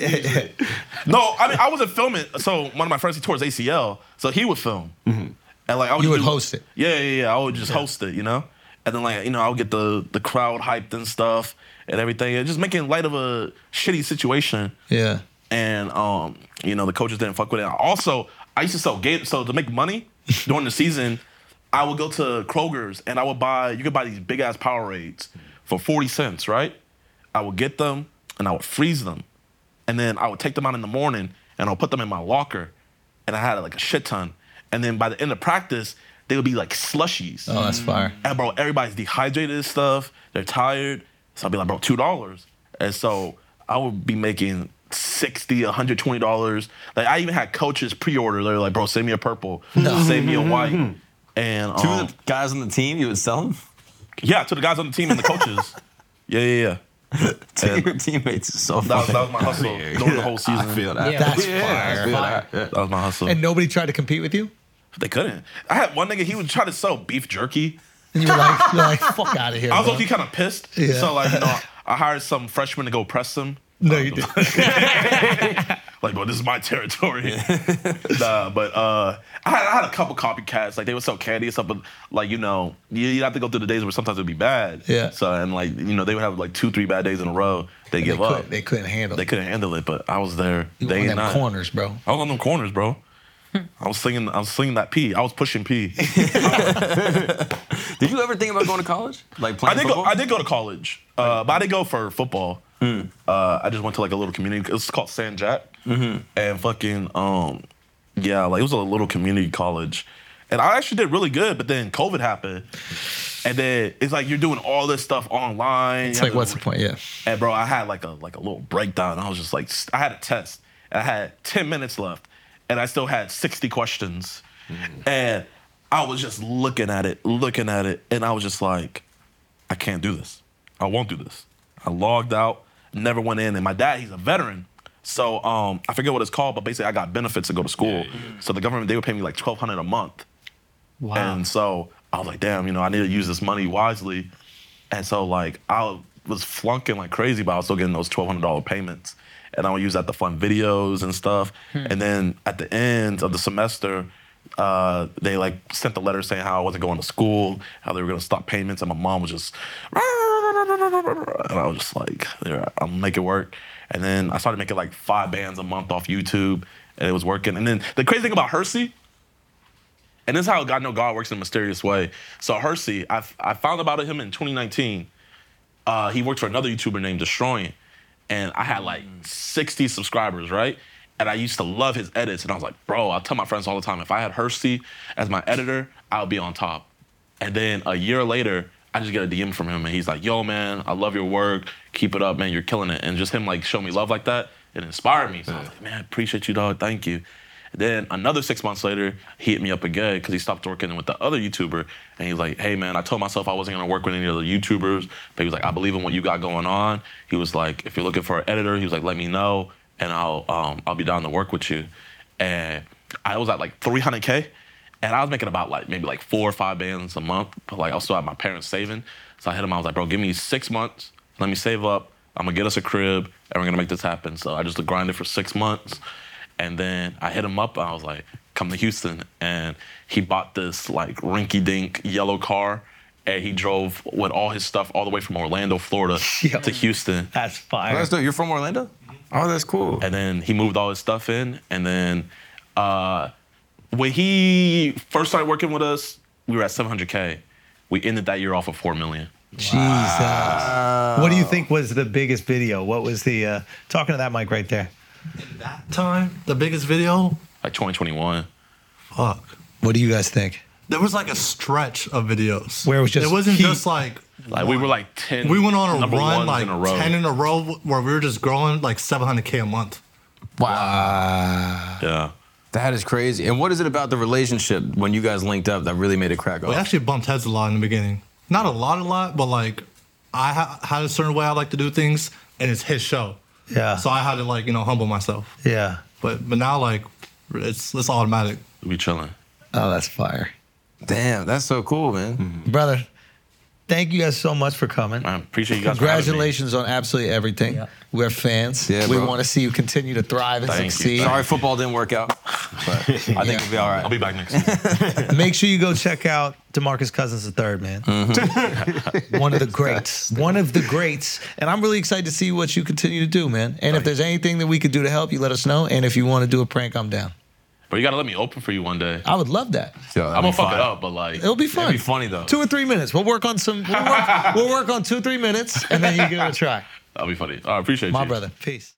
No, I mean I wasn't filming. So one of my friends he tore his ACL, so he would film, and like I
Mm-hmm. You
would just
would
do-
host it?
Yeah, yeah, yeah. I would just host it, you know. And then like you know I would get the the crowd hyped and stuff and everything, and just making light of a shitty situation.
Yeah.
And um, you know the coaches didn't fuck with it. Also, I used to sell Gator, so to make money during the season, I would go to Kroger's and I would buy. You could buy these big ass Powerades for forty cents, right? I would get them and I would freeze them and then I would take them out in the morning and I'll put them in my locker, and I had like a shit ton. And then by the end of practice, they would be like slushies.
Oh, that's fire.
And bro, everybody's dehydrated and stuff. They're tired. So I'd be like, bro, two dollars. And so I would be making 60 $120. Like I even had coaches pre-order. They're like, bro, send me a purple. Send me a white. And um,
Two
Oh.
of the guys on the team, you would sell them
yeah, to the guys on the team and the coaches. yeah, yeah, yeah.
to your teammates. It's so
That was,
funny.
that was my hustle during the whole season.
I feel that.
Yeah.
That's
Yeah, I
fire.
feel that. Yeah.
That was my hustle.
And nobody tried to compete with you?
They couldn't. I had one nigga, he was trying to sell beef jerky.
And you were like, you're like, fuck out of here.
I was
bro.
low-key kind of pissed.
Yeah.
So, like, you know, I hired some freshman to go press him.
No, you didn't.
Like, bro, this is my territory. nah, but uh, I, had, I had a couple copycats. Like, they would sell candy and stuff, but, like, you know, you, you'd have to go through the days where sometimes it would be bad.
Yeah.
So, and, like, you know, they would have, like, two, three bad days in a row. They
They
give up.
couldn't, they couldn't handle
They
it.
couldn't handle it, but I was there.
You were
day
in
and
them
night.
corners, bro.
I was on them corners, bro. I was slinging, I was slinging that P. I was pushing P.
Did you ever think about going to college? Like
I
playing
did go.
football?
I did go to college, uh, but I didn't go for football.
Hmm.
Uh, I just went to like a little community. It's called San Jack,
Mm-hmm.
and fucking um, yeah, like it was a little community college, and I actually did really good. But then COVID happened, and then it's like you're doing all this stuff online.
It's
You
like,
have to-
what's the point? Yeah.
and bro, I had like a like a little breakdown. I was just like, I had a test. And I had 10 minutes left, and I still had 60 questions. And I was just looking at it, looking at it, and I was just like, I can't do this. I won't do this. I logged out, never went in. And my dad, he's a veteran. So um, I forget what it's called, but basically I got benefits to go to school. So the government they would pay me like twelve hundred a month.
Wow.
And so I was like, damn, you know, I need to use this money wisely. And so like I was flunking like crazy, but I was still getting those twelve hundred dollar payments. And I would use that to fund videos and stuff. And then at the end of the semester, uh, they like sent the letter saying how I wasn't going to school, how they were gonna stop payments, and my mom was just and I was just like, "Yeah, I'll make it work. And then I started making like five bands a month off YouTube, and it was working. And then the crazy thing about Hersey, and this is how God know God works in a mysterious way. So Hersey, I, I found about him in 2019. Uh, he worked for another YouTuber named Destroying, and I had like 60 subscribers, right? And I used to love his edits, and I was like, bro, I tell my friends all the time, if I had Hersey as my editor, I would be on top. And then a year later, I just get a DM from him, and he's like, yo, man, I love your work, keep it up, man, you're killing it. And just him like show me love like that, it inspired me. So I was like, man, appreciate you, dog, thank you. Then another six months later, he hit me up again because he stopped working with the other YouTuber. And he's like, hey, man, I told myself I wasn't going to work with any other YouTubers. But he was like, I believe in what you got going on. He was like, if you're looking for an editor, he was like, let me know and I'll, um, I'll be down to work with you. And I was at like 300K. And I was making about like maybe like four or five bands a month, but like I still had my parents saving. So I hit him, I was like, bro, give me six months, let me save up, I'm gonna get us a crib, and we're gonna make this happen. So I just grinded for six months. And then I hit him up and I was like, come to Houston. And he bought this like rinky dink yellow car and he drove with all his stuff all the way from Orlando, Florida to Houston.
That's fire.
That's dope. You're from Orlando? Oh, that's cool.
And then he moved all his stuff in. And then uh, when he first started working with us, we were at 700K. We ended that year off with 4 million.
Jesus. What do you think was the biggest video? What was the uh, talking to that mic right there?
time, the biggest video.
Like 2021.
Fuck.
What do you guys think?
There was like a stretch of videos
Where it was just
It wasn't
heat.
just like
Like we were like 10.
we went on a
number ones
run like
in a row.
ten in a row where we were just growing like 700k a month.
Wow.
Yeah.
That is crazy. And what is it about the relationship when you guys linked up that really made it crack
We
Oh.
off?
actually bumped heads a lot in the beginning. Not a lot, a lot, but like I ha- had a certain way I like to do things, and it's his show.
Yeah.
So I had to like you know humble myself.
Yeah.
But but now like it's it's automatic.
We chilling.
Oh, that's fire.
Damn, that's so cool, man.
Brother, thank you guys so much for coming.
Mm-hmm. I appreciate you guys. for having me.
Congratulations on absolutely everything. We're fans.
Yeah,
we
bro.
want to see you continue to thrive and
Thank you.
succeed.
Sorry, football didn't work out, but I think it'll be all right.
I'll be back next week.
Make sure you go check out Demarcus Cousins III, man. One of the greats.
One of the greats. And I'm really excited to see what you continue to do, man. And if there's anything that we could do to help you, let us know. And if you want to do a prank, I'm down.
But you gotta let me open for you one day.
I would love that.
Yo, that'd
I'm gonna
be
fuck
fire.
it up, but like
It'll be fun.
It'd be funny though.
Two or three minutes. We'll work on some. We'll work, we'll work on two, three minutes, and then you give it a try.
that'll be funny. I appreciate
My
you.
brother. Peace.